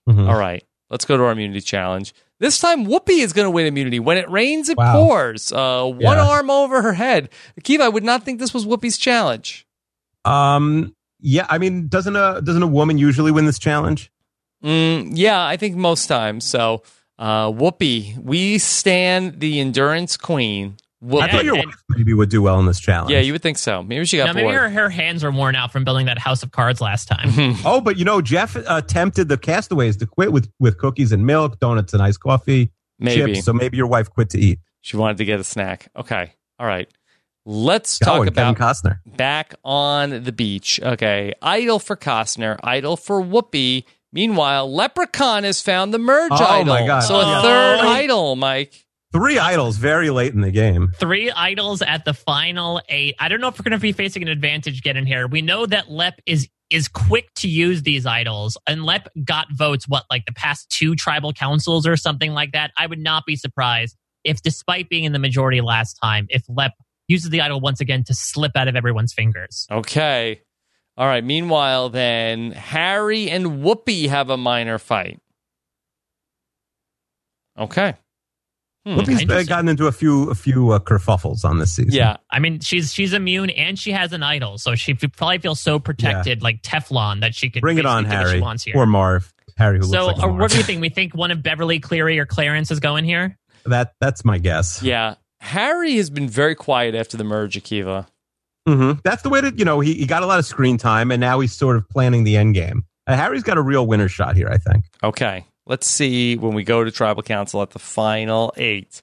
S6: Mhm.
S1: All right, let's go to our immunity challenge. This time, Whoopi is going to win immunity. When it rains, it
S6: Wow.
S1: pours. Uh, one
S6: Yeah.
S1: arm over her head. Akiva, I would not think this was Whoopi's challenge.
S6: Um, yeah, I mean, doesn't a doesn't a woman usually win this challenge?
S1: Mm, yeah, I think most times. So, uh, Whoopi, we stand the endurance queen.
S6: I thought
S1: Whoopi.
S6: your
S5: and-
S6: wife maybe would do well in this challenge.
S1: Yeah, you would think so. Maybe she got
S5: Now, maybe
S1: bored.
S5: her, her hands are worn out from building that house of cards last time.
S1: Mm-hmm.
S6: Oh, but you know, Jeff uh, tempted the castaways to quit with with cookies and milk, donuts and iced coffee,
S1: Maybe.
S6: chips. So maybe your wife quit to eat.
S1: She wanted to get a snack. Okay. All right. Let's
S6: oh,
S1: talk
S6: and
S1: about
S6: Kevin Costner.
S1: back on the beach. Okay. Idol for Costner, idol for Whoopi. Meanwhile, Leprechaun has found the merge
S6: Oh,
S1: idol.
S6: my God.
S1: So a
S5: Oh.
S1: third idol, Mike.
S6: Three idols very late in the game.
S5: Three idols at the final eight. I don't know if we're going to be facing an advantage getting here. We know that Lep is is quick to use these idols, and Lep got votes. What like the past two tribal councils or something like that. I would not be surprised if, despite being in the majority last time, if Lep uses the idol once again to slip out of everyone's fingers.
S1: Okay. All right. Meanwhile, then Harry and Whoopi have a minor fight. Okay.
S6: Whoopi's uh,
S5: interesting.
S6: gotten into a few a few uh, kerfuffles on this season.
S1: Yeah.
S5: I mean, she's she's immune and she has an idol, so she f- probably feels so protected, like Teflon, that she could
S6: bring it on,
S5: basically do what
S6: Harry
S5: She wants here.
S6: or Marv. Harry, who
S5: so,
S6: looks like
S5: uh,
S6: Marv.
S5: what do you think? We think one of Beverly Cleary or Clarence is going here.
S6: that that's my guess.
S1: Yeah. Harry has been very quiet after the merge, Akiva.
S6: Mhm. That's the way that you know he, he got a lot of screen time, and now he's sort of planning the end game. Uh, Harry's got a real winner shot here, I think.
S1: Okay. Let's see when we go to tribal council at the final eight.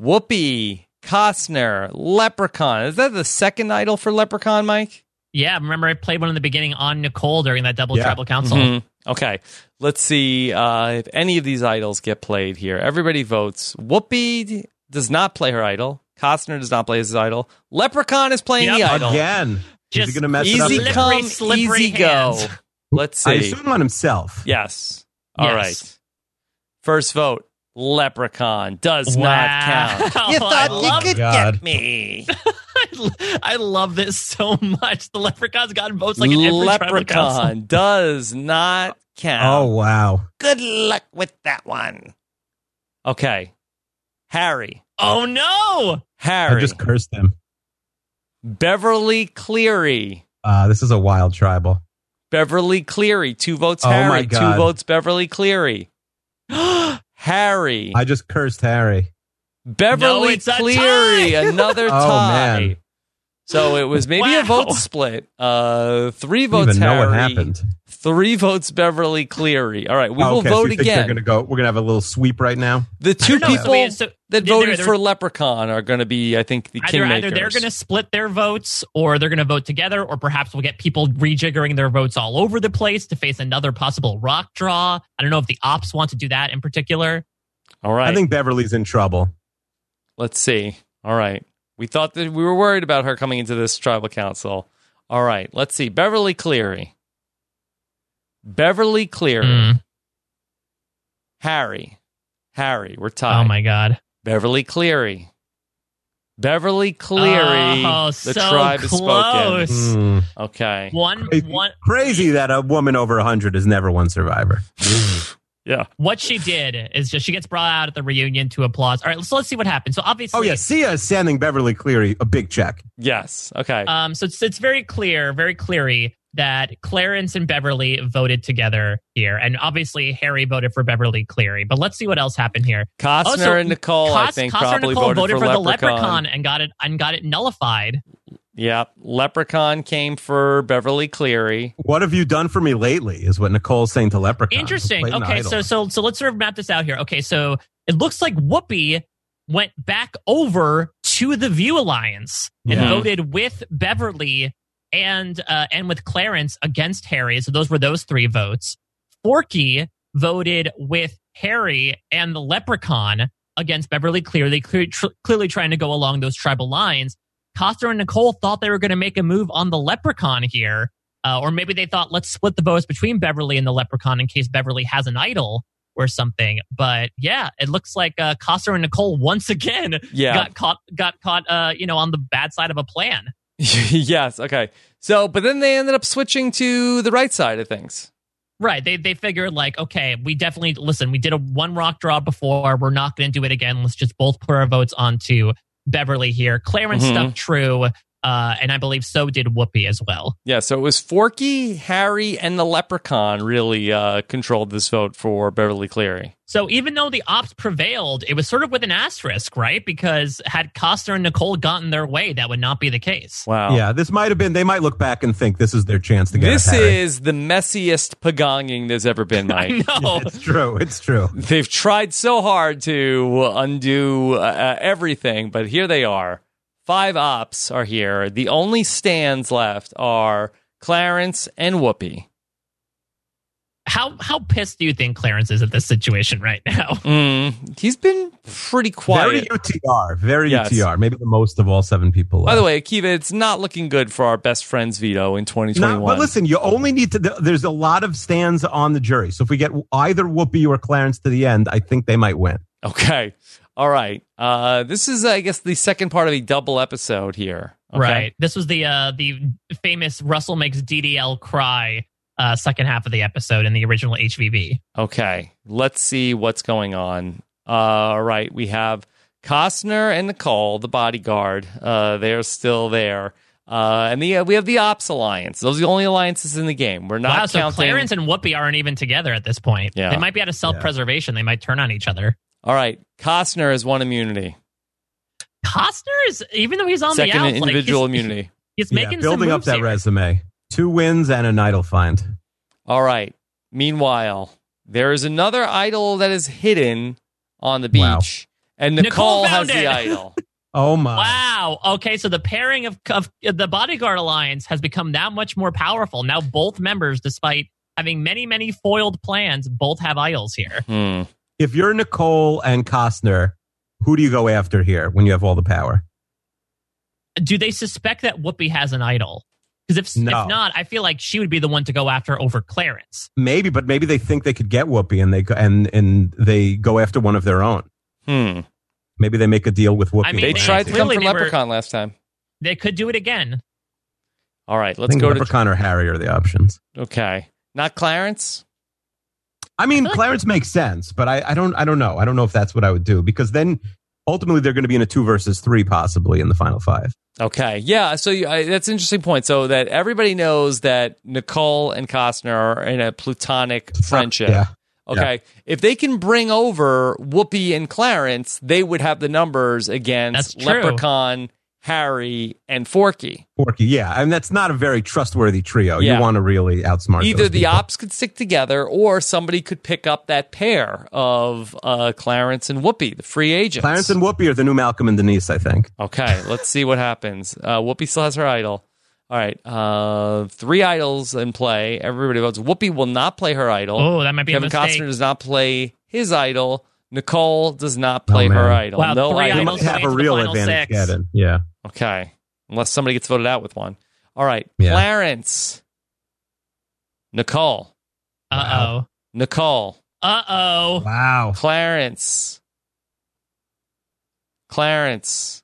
S1: Whoopi, Costner, Leprechaun. Is that the second idol for Leprechaun, Mike?
S5: Yeah, remember I played one in the beginning on Nicole during that double
S6: Yeah. Mm-hmm.
S5: tribal council.
S1: Mhm. Okay. Let's see uh, if any of these idols get played here. Everybody votes. Whoopi does not play her idol. Costner does not play his idol. Leprechaun is playing
S5: Yep.
S1: the idol.
S6: Again, is he
S5: Just
S6: going to mess it up?
S1: Easy
S6: again?
S5: com-
S1: come,
S5: Slippery,
S1: easy
S5: slippery
S1: go.
S5: hands.
S1: Let's see.
S6: I assume on himself.
S1: Yes. All right.
S5: Yes.
S1: First vote. Leprechaun does
S5: Wow.
S1: not count.
S9: You
S5: I
S9: thought you
S5: love,
S9: could
S6: God.
S9: get me.
S5: I love this so much. The leprechaun's gotten votes like in every tribal council.
S1: Leprechaun does not
S6: Oh
S1: count.
S6: wow!
S9: Good luck with that one.
S1: Okay. Harry.
S5: Oh no!
S1: Harry.
S6: I just cursed him.
S1: Beverly Cleary.
S6: Uh, this is a wild tribal.
S1: Beverly Cleary. Two votes
S6: Oh, my
S1: Harry.
S6: God.
S1: Two votes Beverly Cleary. Harry.
S6: I just cursed Harry.
S1: Beverly
S5: No, it's a
S1: Cleary. Another
S6: Oh,
S1: tie.
S6: man.
S1: So it was maybe a
S5: Wow.
S1: vote split. Uh, three
S6: I don't
S1: votes
S6: even know
S1: Harry.
S6: what happened.
S1: Three votes Beverly Cleary. All right, we
S6: Oh,
S1: will
S6: okay, so
S1: vote
S6: you think they're
S1: again.
S6: Gonna go, we're gonna have a little sweep right now.
S1: The two
S5: No, so
S1: people
S5: we- so
S1: that
S5: they're-
S1: voted
S5: they're-
S1: for Leprechaun are going to be, I think, the
S5: Either,
S1: kingmakers.
S5: either they're going to split their votes or they're going to vote together, or perhaps we'll get people rejiggering their votes all over the place to face another possible rock draw. I don't know if the ops want to do that in particular.
S1: All right,
S6: I think Beverly's in trouble.
S1: let's see. All right, we thought that we were worried about her coming into this tribal council. All right, let's see. Beverly Cleary, Beverly Cleary,
S5: Mm.
S1: Harry, Harry. We're tied.
S5: Oh my God.
S1: Beverly Cleary, Beverly Cleary.
S5: Oh,
S1: the
S5: so
S1: tribe is spoken.
S5: close.
S6: Hmm.
S1: Okay.
S5: One,
S6: Crazy,
S5: one,
S6: crazy that a woman over 100 is never one survivor.
S1: Yeah.
S5: what she did is just she gets brought out at the reunion to applause. All right, so let's see what happens. So obviously,
S6: Oh, yeah. Sia is sending Beverly Cleary a big check.
S1: Yes. Okay.
S5: Um, so it's, it's very clear, very cleary that Clarence and Beverly voted together here, and obviously Harry voted for Beverly Cleary. But let's see what else happened here.
S1: Costner
S5: also,
S1: and Nicole, I
S5: Cos-
S1: think,
S5: Costner and
S1: probably
S5: Nicole
S1: voted, for,
S5: the
S1: Leprechaun.
S5: Leprechaun and got it and got it nullified.
S6: Ah,
S1: Yep. Leprechaun came for Beverly Cleary.
S6: What have you done for me lately? Is what Nicole's saying to Leprechaun.
S5: Interesting.
S6: Played an
S5: Okay,
S6: idol.
S5: so so so let's sort of map this out here. Okay, so it looks like Whoopi went back over to the View Alliance and
S1: Yeah.
S5: voted with Beverly and uh, and with Clarence against Harry. So those were those three votes. Forky voted with Harry and the Leprechaun against Beverly, clearly clear, tr- clearly trying to go along those tribal lines. Coster and Nicole thought they were going to make a move on the Leprechaun here. Uh, or maybe they thought, let's split the votes between Beverly and the Leprechaun in case Beverly has an idol or something. But yeah, it looks like uh, Coster and Nicole once again
S1: Yeah.
S5: got caught, got caught, uh, you know, on the bad side of a plan.
S1: yes. Okay. So, but then they ended up switching to the right side of things.
S5: Right. They they figured like, okay, we definitely listen. We did a one rock draw before. We're not going to do it again. Let's just both put our votes onto Beverly here. Clarence
S1: Mhm.
S5: stuck true, uh, and I believe so did Whoopi as well.
S1: Yeah. So it was Forky, Harry, and the Leprechaun really uh, controlled this vote for Beverly Cleary.
S5: So even though the ops prevailed, it was sort of with an asterisk, right? Because had Costner and Nicole gotten their way, that would not be the case.
S1: Wow.
S6: Yeah, this might have been, they might look back and think this is their chance to get
S1: This
S6: at Harry.
S1: is the messiest pagonging there's ever been, Mike.
S5: No.
S6: It's true. It's true.
S1: They've tried so hard to undo uh, uh, everything, but here they are. Five ops are here. The only stands left are Clarence and Whoopi.
S5: How how pissed do you think Clarence is at this situation right now?
S1: Mm, he's been pretty quiet.
S6: Very UTR. Very
S1: Yes.
S6: UTR. Maybe the most of all seven people. Left.
S1: By the way, Akiva, it's not looking good for our best friends veto in 2021.
S6: No, but listen, you only need to. th- There's a lot of stands on the jury, so if we get either Whoopi or Clarence to the end, I think they might win.
S1: Okay. All right. Uh, this is, I guess, the second part of a double episode here. Okay?
S5: Right. This was the uh the famous Russell makes DDL cry uh second half of the episode in the original HVB.
S1: Okay. Let's see what's going on. Uh, all right. We have Costner and Nicole, the bodyguard, uh, they're still there. Uh, and the, uh, we have the Ops Alliance. Those are the only alliances in the game. We're not
S5: wow, so
S1: counting.
S5: Clarence and Whoopi aren't even together at this point.
S1: Yeah.
S5: They might be out of self preservation. They might turn on each other.
S1: All right, Costner has one immunity,
S5: Costner is, even though he's on
S1: second
S5: the outs, like,
S1: individual
S5: he's-
S1: immunity.
S5: he's
S6: Yeah,
S5: making
S6: building
S5: some
S6: up
S5: moves
S6: that
S5: here.
S6: resume. Two wins and an idol find.
S1: All right. Meanwhile, there is another idol that is hidden on the beach,
S6: Wow.
S1: and Nicole,
S5: Nicole
S1: has
S5: found
S1: the
S5: it.
S1: idol.
S6: Oh my!
S5: Wow. Okay, so the pairing of, of uh, the bodyguard alliance has become that much more powerful. Now both members, despite having many, many foiled plans, both have aisles here.
S1: Hmm.
S6: If you're Nicole and Costner, who do you go after here when you have all the power?
S5: Do they suspect that Whoopi has an idol? Because if,
S6: No.
S5: if not, I feel like she would be the one to go after over Clarence.
S6: Maybe, but maybe they think they could get Whoopi, and they go, and and they go after one of their own.
S1: Hmm.
S6: Maybe they make a deal with Whoopi.
S5: I mean,
S1: They
S5: they-
S1: tried to come
S5: clearly
S1: from
S5: they were-
S1: Leprechaun last time.
S5: They could do it again.
S1: All right,
S6: I
S1: let's
S6: think
S1: go to.
S6: Leprechaun or Harry are the options.
S1: Okay. Not Clarence?
S6: I mean, Clarence makes sense, but I, I don't I don't know. I don't know if that's what I would do because then ultimately they're going to be in a two versus three possibly in the final five.
S1: Okay. Yeah. So you, I, that's an interesting point. So that everybody knows that Nicole and Costner are in a platonic friendship.
S6: Yeah.
S1: Okay. If they can bring over Whoopi and Clarence, they would have the numbers against
S5: That's true.
S1: Leprechaun, Harry, and Forky.
S6: Porky, yeah. I mean, that's not a very trustworthy trio.
S1: Yeah.
S6: You want to really outsmart
S1: Either
S6: those
S1: the
S6: people.
S1: ops could stick together or somebody could pick up that pair of uh, Clarence and Whoopi, the free agents.
S6: Clarence and Whoopi are the new Malcolm and Denise, I think.
S1: Okay, let's see what happens. Uh, Whoopi still has her idol. All right, uh, three idols in play. Everybody votes. Whoopi will not play her idol.
S5: Oh, that might be
S1: Kevin
S5: a mistake.
S1: Costner does not play his idol. Nicole does not play
S6: Oh, man.
S1: her idol.
S5: Wow,
S1: no idol.
S5: three
S6: They
S5: idols
S6: might
S5: Almost
S6: have
S5: made it
S6: a
S5: to the
S6: real
S5: final
S6: advantage.
S5: six.
S6: Getting. Yeah.
S1: Okay, unless somebody gets voted out with one. All right,
S6: Yeah.
S1: Clarence, Nicole,
S5: Uh
S1: Nicole,
S5: oh. Uh oh.
S6: Wow.
S1: Clarence, Clarence.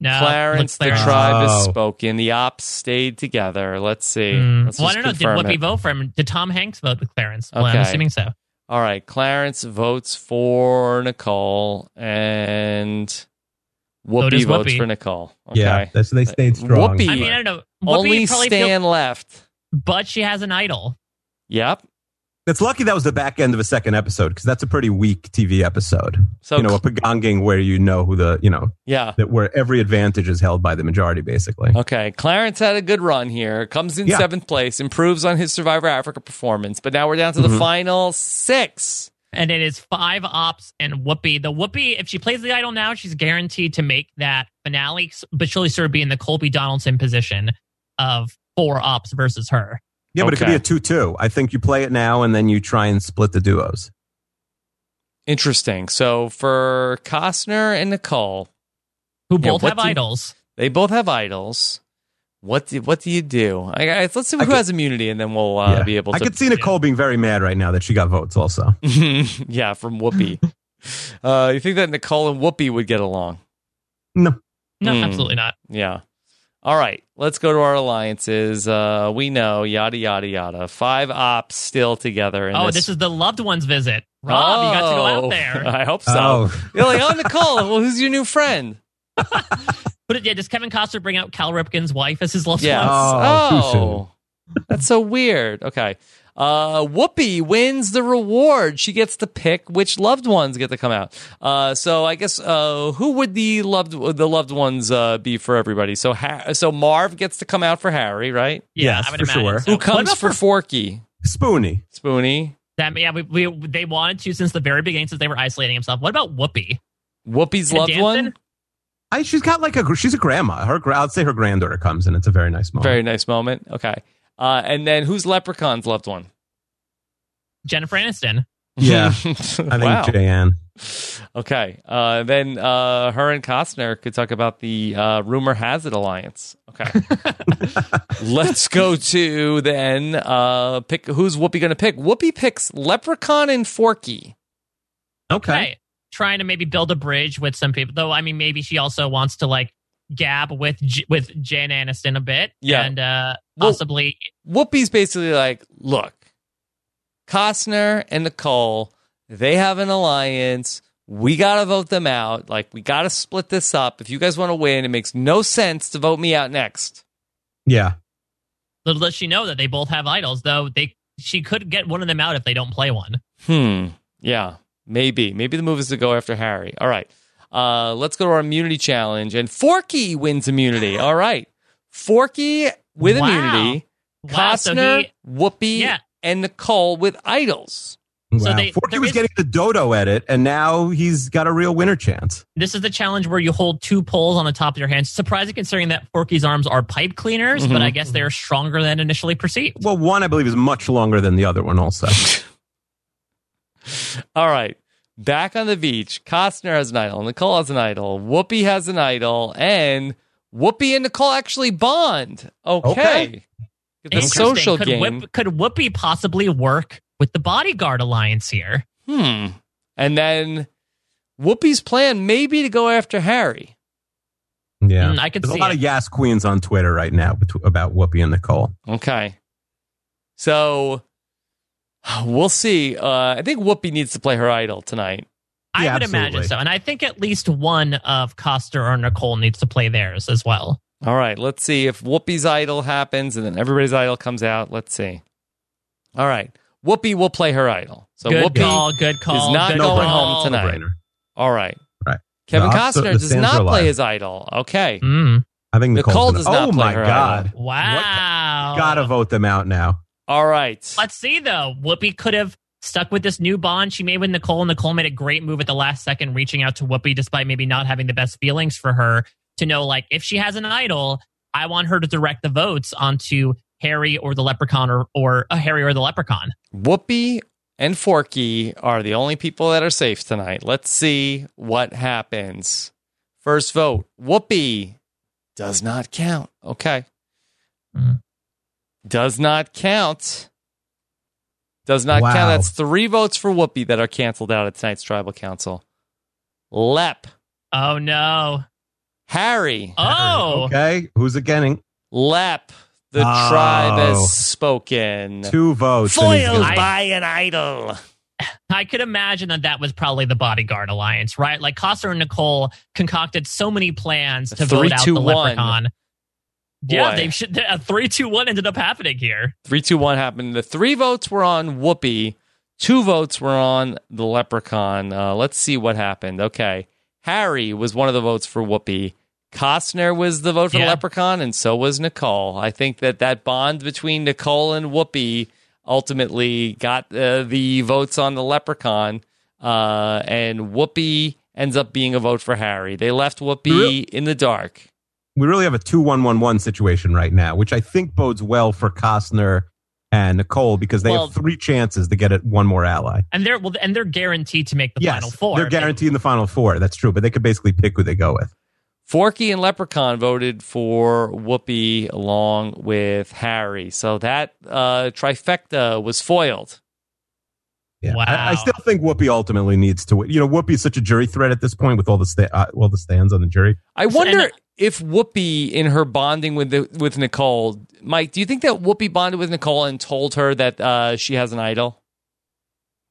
S5: No.
S1: Clarence,
S5: Uh, looks
S1: the
S5: Clarence.
S1: tribe is
S6: Oh.
S1: spoken. The ops stayed together. Let's see.
S5: Hmm.
S1: Let's
S5: Well, I
S1: just
S5: don't know. Did
S1: confirm
S5: Whoopi
S1: it.
S5: vote for him? Did Tom Hanks vote with Clarence? Well,
S1: Okay.
S5: I'm assuming so.
S1: All right. Clarence votes for Nicole, and Whoopi
S5: does
S1: votes
S5: Whoopi.
S1: for Nicole. Okay.
S6: Yeah. That's they stayed strong.
S1: Whoopi.
S5: I mean, I don't know. Whoopi
S1: Only
S5: probably
S1: Stan left.
S5: feel- but she has an idol.
S1: Yep.
S6: That's lucky that was the back end of a second episode because that's a pretty weak TV episode.
S1: So
S6: you know, a pagonging where you know who the, you know,
S1: yeah.
S6: that where every advantage is held by the majority, basically.
S1: Okay. Clarence had a good run here. Comes in
S6: Yeah.
S1: seventh place. Improves on his Survivor Africa performance. But now we're down to the
S6: Mhm.
S1: final six.
S5: and it is five ops and Whoopi. The Whoopi, if she plays the idol now, she's guaranteed to make that finale, but she'll sort of be in the Colby Donaldson position of four ops versus her.
S6: Yeah, but it could
S1: Okay.
S6: be a 2 2. I think you play it now and then you try and split the duos.
S1: Interesting. So for Costner and Nicole,
S5: Who
S1: Yeah,
S5: both
S1: what
S5: have
S1: do-
S5: idols.
S1: They both have idols. What do, what do you do? I, I, let's see who
S6: could-
S1: has immunity, and then we'll uh,
S6: Yeah.
S1: be able
S6: I
S1: to.
S6: could see Nicole being very mad right now that she got votes also.
S1: yeah, from Whoopi. uh, you think that Nicole and Whoopi would get along?
S5: No,
S1: Hmm.
S5: absolutely not.
S1: Yeah. All right, let's go to our alliances. Uh, we know yada yada yada. Five ops still together. In
S5: oh,
S1: this,
S5: this is the loved ones visit. Rob, you got to go
S1: Oh,
S5: out there.
S1: I hope so. You're like, oh, Nicole, well, who's your new friend?
S5: But yeah, does Kevin Costner bring out Cal Ripken's wife as his loved
S1: Yes.
S5: ones?
S6: Oh, too soon.
S1: that's so weird. Okay. Uh, Whoopi wins the reward. She gets to pick which loved ones get to come out. Uh, so I guess uh, who would the loved the loved ones uh, be for everybody? So ha- so Marv gets to come out for Harry, right?
S5: Yeah,
S6: Yes,
S5: I would
S6: for
S5: imagine.
S6: sure.
S5: so.
S1: Who
S5: What
S1: comes
S5: about
S1: for Forky?
S6: Spoony.
S1: Spoonie.
S5: That, yeah, we, we, they wanted to since the very beginning, since they were isolating himself. What about Whoopi?
S1: Whoopi's
S5: And
S1: loved
S5: Danson?
S1: one.
S6: I, she's got like a, she's a grandma. Her, gra- I'd say her granddaughter comes in. It's a very nice moment.
S1: Very nice moment. Okay. Uh, and then who's Leprechaun's loved one?
S5: Jennifer Aniston.
S6: Yeah. I think
S1: wow.
S6: Jan.
S1: Okay. Uh, then uh, her and Costner could talk about the uh, rumor has it alliance. Okay. Let's go to then uh, pick who's Whoopi going to pick? Whoopi picks Leprechaun and Forky.
S6: Okay.
S5: Right. Trying to maybe build a bridge with some people, though. I mean, maybe she also wants to like gab with J- with Jan Aniston a bit,
S1: Yeah.
S5: and uh,
S1: Well-
S5: possibly
S1: Whoopi's basically like, look, Costner and Nicole, they have an alliance. We got to vote them out. Like, we got to split this up. If you guys want to win, it makes no sense to vote me out next.
S6: Yeah.
S5: Little does she know that they both have idols, though they she could get one of them out if they don't play one.
S1: Hmm. Yeah. Maybe. Maybe the move is to go after Harry. All right. Uh, let's go to our immunity challenge. And Forky wins immunity. All right. Forky with
S5: Wow.
S1: immunity.
S5: Wow, so
S1: Costner,
S5: he-
S1: Whoopi,
S5: Yeah.
S1: and Nicole with idols.
S5: So
S6: wow.
S5: they-
S6: Forky
S5: there
S6: was
S5: is-
S6: getting the dodo edit, and now he's got a real winner chance.
S5: This is the challenge where you hold two poles on the top of your hands. Surprising considering that Forky's arms are pipe cleaners, but
S1: Mm-hmm.
S5: I guess they are stronger than initially perceived.
S6: Well, one I believe is much longer than the other one. Also,
S1: All right. Back on the beach, Costner has an idol, Nicole has an idol, Whoopi has an idol, and Whoopi and Nicole actually bond. Okay.
S6: Okay.
S1: The
S5: Interesting.
S1: social
S5: could
S1: game.
S5: Whoop, could Whoopi possibly work with the Bodyguard Alliance here?
S1: Hmm. And then Whoopi's plan may be to go after Harry.
S6: yeah,
S5: Mm, I could
S6: there's
S5: see
S6: a lot
S5: it.
S6: of Yas Queens on Twitter right now betw- about Whoopi and Nicole.
S1: Okay. So we'll see. Uh, I think Whoopi needs to play her idol tonight.
S5: I
S6: Yeah,
S5: would imagine
S6: absolutely.
S5: so. And I think at least one of Coster or Nicole needs to play theirs as well.
S1: All right. Let's see if Whoopi's idol happens and then everybody's idol comes out. Let's see. All right. Whoopi will play her idol. So
S5: good
S1: Whoopi.
S5: call, good call.
S1: not
S5: good
S1: going
S5: call.
S1: home tonight.
S6: No-brainer.
S1: All right.
S6: Right.
S1: Kevin
S6: No,
S1: Costner
S6: the- the
S1: does
S6: Sands
S1: not
S6: are
S1: play
S6: alive.
S1: his idol. Okay.
S5: Mm.
S6: I think Nicole's
S1: Nicole
S6: gonna-
S1: does not
S6: Oh
S1: play
S6: my
S1: her
S6: god!
S5: Wow.
S6: Gotta vote them out now.
S1: All right.
S5: Let's see though. Whoopi could have stuck with this new bond she made with Nicole. and Nicole made a great move at the last second, reaching out to Whoopi despite maybe not having the best feelings for her. To know, like, if she has an idol, I want her to direct the votes onto Harry or the Leprechaun, or or uh, Harry or the Leprechaun.
S1: Whoopi and Forky are the only people that are safe tonight. Let's see what happens. First vote. Whoopi does not count. Okay.
S5: Mm.
S1: Does not count. Does not count.
S6: Wow.
S1: That's three votes for Whoopi that are canceled out at tonight's tribal council. Lep.
S5: Oh no!
S1: Harry.
S5: Oh,
S6: Okay, who's getting
S1: Lep. The
S6: Oh.
S1: tribe has spoken.
S6: two votes? and he's
S9: Foiled
S6: gonna-
S9: by an idol.
S5: I could imagine that that was probably the bodyguard alliance, right? Like Coster and Nicole concocted so many plans to
S1: Three,
S5: vote out
S1: two,
S5: the
S1: one.
S5: leprechaun. Yeah,
S1: Boy.
S5: they should. A three-two-one ended up happening here.
S1: Three, two, one happened. The three votes were on Whoopi. Two votes were on the Leprechaun. Uh, let's see what happened. Okay, Harry was one of the votes for Whoopi. Costner was the vote for the
S5: Yeah.
S1: Leprechaun, and so was Nicole. I think that that bond between Nicole and Whoopi ultimately got uh, the votes on the Leprechaun, uh, and Whoopi ends up being a vote for Harry. They left Whoopi
S6: Really?
S1: in the dark.
S6: we really have a two one one one situation right now, which I think bodes well for Costner and Nicole because they
S5: Well-
S6: have three chances to get it one more ally.
S5: And they're well, and they're guaranteed to make the
S6: yes,
S5: final four.
S6: they're guaranteeing the final four. That's true, but they could basically pick who they go with.
S1: Forky and Leprechaun voted for Whoopi along with Harry. So that uh, trifecta was foiled.
S6: Yeah.
S5: Wow.
S6: I, I still think Whoopi ultimately needs to. win. You know, Whoopi is such a jury threat at this point with all the sta- uh, all the stands on the jury.
S1: I
S5: So-
S1: wonder
S5: and-
S1: if Whoopi, in her bonding with the, with Nicole, Mike, do you think that Whoopi bonded with Nicole and told her that uh, she has an idol?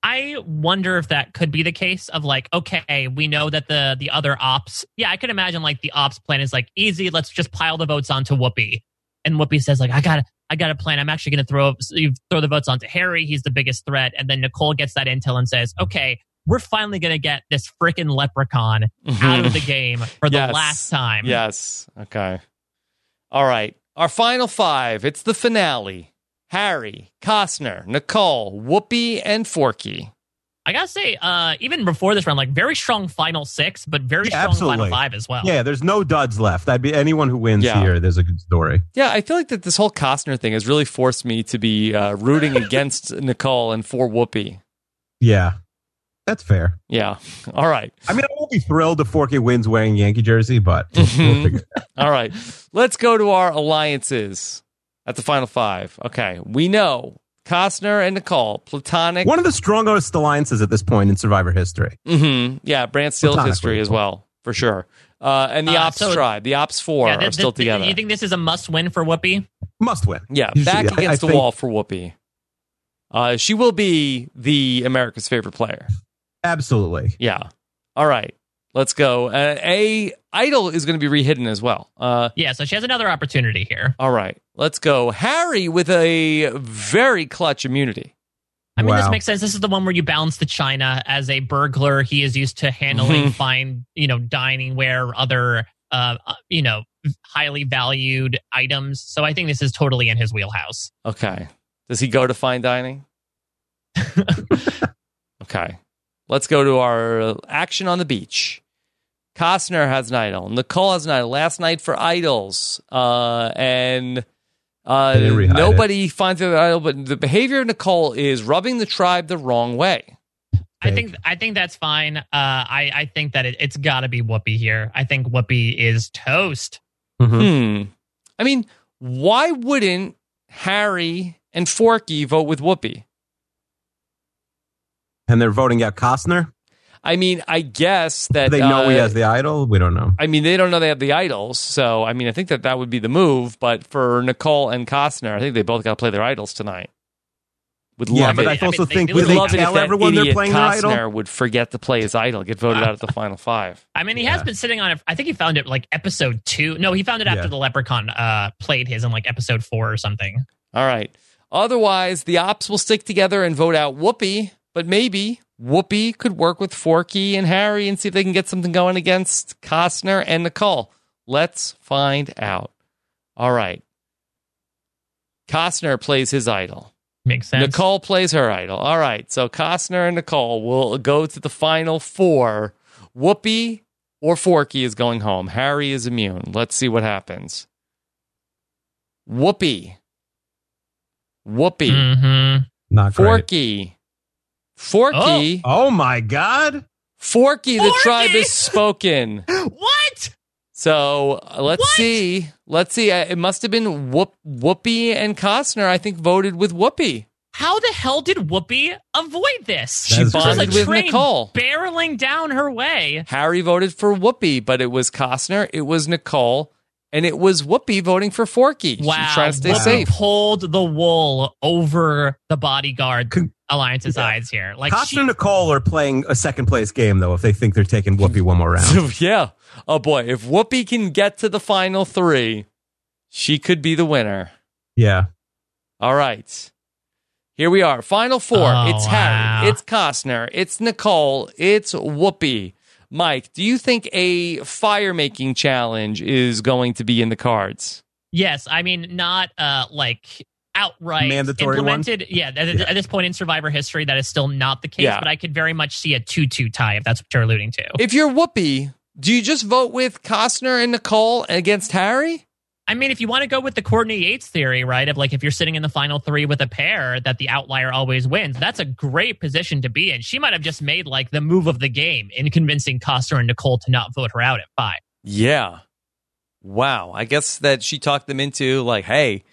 S5: I wonder if that could be the case of like, okay, we know that the the other ops. Yeah, I could imagine like the ops plan is like easy. Let's just pile the votes onto Whoopi, and Whoopi says like, I got to I got a plan. I'm actually going to throw so you throw the votes onto Harry. He's the biggest threat, and then Nicole gets that intel and says, okay, we're finally going to get this freaking leprechaun out of the game for the
S1: Yes.
S5: last time.
S1: yes. Okay. All right. Our final five. It's the finale. Harry, Costner, Nicole, Whoopi, and Forky.
S5: I gotta say, uh, even before this round, like very strong final six, but very
S6: Yeah,
S5: strong final
S6: absolutely.
S5: five as well.
S6: Yeah, there's no duds left. I'd be anyone who wins
S1: Yeah.
S6: here. There's a good story.
S1: Yeah, I feel like that this whole Costner thing has really forced me to be uh, rooting against Nicole and for Whoopi.
S6: Yeah, that's fair.
S1: Yeah. All right.
S6: I mean, I won't be thrilled if Forky wins wearing Yankee jersey, but we'll, we'll
S1: Mhm.
S6: figure it
S1: All right. Let's go to our alliances at the final five. Okay. We know Costner and Nicole, platonic.
S6: out. One of the strongest alliances at this point in Survivor history.
S1: hmm Yeah, brand steel
S6: Platonically.
S1: history as well, for sure. Uh, and the
S5: Uh,
S1: Ops
S5: so-
S1: tribe, the Ops four
S5: Yeah,
S1: are
S5: th-
S1: still
S5: th-
S1: together.
S5: You think this is a must win for Whoopi?
S6: Must win.
S1: Yeah,
S6: You should-
S1: back
S6: I- I
S1: against the
S6: think-
S1: wall for Whoopi. Uh, she will be the America's favorite player.
S6: Absolutely.
S1: Yeah.
S9: All right.
S1: Let's go. Uh, a Idol is going to be rehidden as well. Uh,
S5: Yeah, so she has another opportunity here.
S1: all right, let's go. Harry with a very clutch immunity.
S5: I mean, this
S6: Wow.
S5: makes sense. This is the one where you balance the china as a burglar. He is used to
S6: Mm-hmm.
S5: handling fine, you know, dining ware, other, uh, uh, you know, highly valued items. So I think this is totally in his wheelhouse.
S1: Okay. Does he go to fine dining? okay. Let's go to our action on the beach. Costner has an idol. Nicole has an idol. Last night for idols. Uh, and uh,
S6: They didn't rehide it.
S1: nobody finds the idol, but the behavior of Nicole is rubbing the tribe the wrong way.
S5: I think I think that's fine. Uh, I I think that it, it's got to be Whoopi here. I think Whoopi is toast.
S1: Hmm. I mean, why wouldn't Harry and Forky vote with Whoopi?
S6: And they're voting out Costner.
S1: I mean, I guess that
S6: They know he
S1: uh,
S6: has the idol. We don't know.
S1: I mean, they don't know they have the idols, so I mean, I think that that would be the move. But for Nicole and Costner, I think they both got to play their idols tonight. Would
S6: Yeah,
S1: love
S6: but
S1: it.
S6: I
S5: mean,
S6: also
S5: they
S6: think
S5: do
S6: would
S1: would
S6: they
S1: love it if
S6: tell
S1: that
S6: everyone they're
S1: idiot
S6: playing
S1: Costner
S6: their idol?
S1: would forget to play his idol, get voted out of the final five.
S5: I mean, he has
S6: Yeah.
S5: been sitting on it. I think he found it like episode two. No, he found it after
S6: Yeah.
S5: the Leprechaun uh, played his in like episode four or something.
S1: All right. Otherwise, the ops will stick together and vote out Whoopi. But maybe Whoopi could work with Forky and Harry and see if they can get something going against Costner and Nicole. Let's find out. All right. Costner plays his idol.
S5: Makes sense.
S1: Nicole plays her idol. All right. So Costner and Nicole will go to the final four. Whoopi or Forky is going home. Harry is immune. Let's see what happens. Whoopi. Whoopi.
S6: Mm.
S5: hmm
S6: Not great.
S1: Forky. Forky.
S6: Oh my God!
S1: Forky, the
S5: Forky!
S1: tribe is spoken.
S5: What?
S1: So uh, let's
S5: What?
S1: see. Let's see. Uh, It must have been Whoop, Whoopi and Costner, I think, voted with Whoopi.
S5: How the hell did Whoopi avoid this?
S6: That is
S5: There was
S6: crazy.
S1: Bonded with
S5: train
S1: Nicole.
S5: barreling down her way.
S1: Harry voted for Whoopi, but it was Costner, it was Nicole, and it was Whoopi voting for Forky. She's
S5: Wow,
S1: trying to stay
S5: Whoopi
S1: safe.
S5: pulled the wool over the bodyguard
S6: Con-
S5: alliance's
S6: Yeah.
S5: eyes here. Like
S6: Costner
S5: she-
S6: and Nicole are playing a second place game though. If they think they're taking Whoopi one more round,
S1: So, yeah. Oh boy, if Whoopi can get to the final three, she could be the winner.
S6: yeah.
S1: All right. Here we are. Final four.
S5: Oh,
S1: it's
S5: wow.
S1: Harry. It's Costner. It's Nicole. It's Whoopi. Mike, do you think a fire making challenge is going to be in the cards?
S5: Yes, I mean not uh like outright
S6: Mandatory one?
S5: implemented. Yeah, at, at this point in Survivor history, that is still not the case.
S1: Yeah.
S5: But I could very much see a two-two tie if that's what you're alluding to.
S1: If you're Whoopi, do you just vote with Costner and Nicole against Harry?
S5: I mean, if you want to go with the Courtney Yates theory, right? Of like if you're sitting in the final three with a pair, that the outlier always wins. That's a great position to be in. She might have just made like the move of the game in convincing Costner and Nicole to not vote her out at five.
S1: Yeah. Wow. I guess that she talked them into like, hey,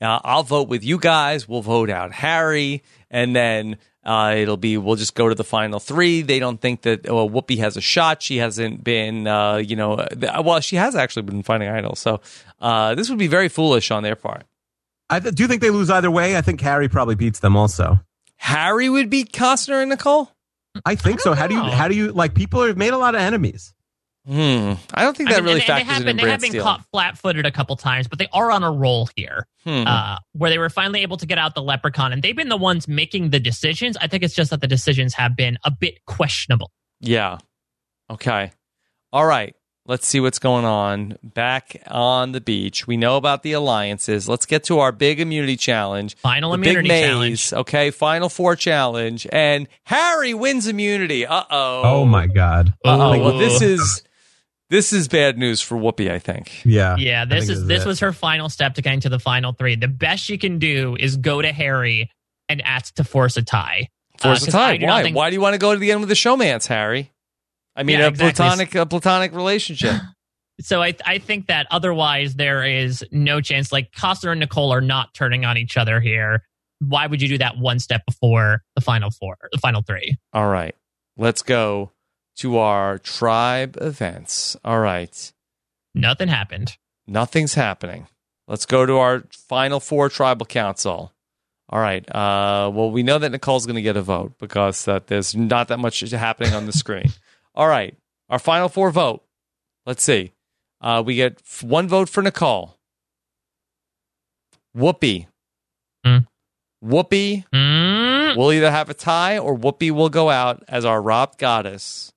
S1: uh, I'll vote with you guys. We'll vote out Harry, and then uh, it'll be we'll just go to the final three. They don't think that well, Whoopi has a shot. She hasn't been, uh, you know, uh, th- well, she has actually been finding idols. So uh, this would be very foolish on their part.
S6: I th- do you think they lose either way. I think Harry probably beats them also.
S1: Harry would beat Costner and Nicole.
S6: I think so. How do you?
S5: know.
S6: How do you? Like people have made a lot of enemies.
S1: Hmm. I don't think that
S5: I mean,
S1: really
S5: and-
S1: factors
S5: and they have
S1: in
S5: been,
S1: in
S5: they have
S1: Brand
S5: been
S1: Steel.
S5: caught flat-footed a couple times, but they are on a roll here,
S1: Hmm.
S5: uh, where they were finally able to get out the leprechaun, and they've been the ones making the decisions. I think it's just that the decisions have been a bit questionable.
S1: Yeah. Okay. All right. Let's see what's going on back on the beach. We know about the alliances. Let's get to our big immunity challenge.
S5: Final
S1: The big
S5: immunity
S1: maze,
S5: challenge.
S1: Okay, final four challenge. And Harry wins immunity. Uh oh.
S6: Oh, my God.
S1: Uh oh.
S5: Ooh.
S1: Well, this is this is bad news for Whoopi, I think.
S6: Yeah.
S5: Yeah, this
S6: think
S5: is
S6: this is
S5: this
S6: it.
S5: was her final step to getting to the final three. The best she can do is go to Harry and ask to force a tie. Uh,
S1: Force a
S5: 'cause I
S1: tie.
S5: do not
S1: Why?
S5: think-
S1: Why do you want to go to the end with a showman's, Harry? I mean,
S5: Yeah,
S1: a
S5: exactly.
S1: platonic a platonic relationship.
S5: So I I think that otherwise there is no chance. Like Costner and Nicole are not turning on each other here. Why would you do that one step before the final four, the final three?
S1: All right. Let's go to our tribe events. All right.
S5: Nothing happened.
S1: Nothing's happening. Let's go to our final four tribal council. All right. Uh, well, we know that Nicole's going to get a vote because that there's not that much happening on the screen. All right. Our final four vote. Let's see. Uh, we get f- one vote for Nicole. Whoopi.
S5: Mm.
S1: Whoopi
S5: Mm,
S1: will either have a tie or Whoopi will go out as our robbed goddess.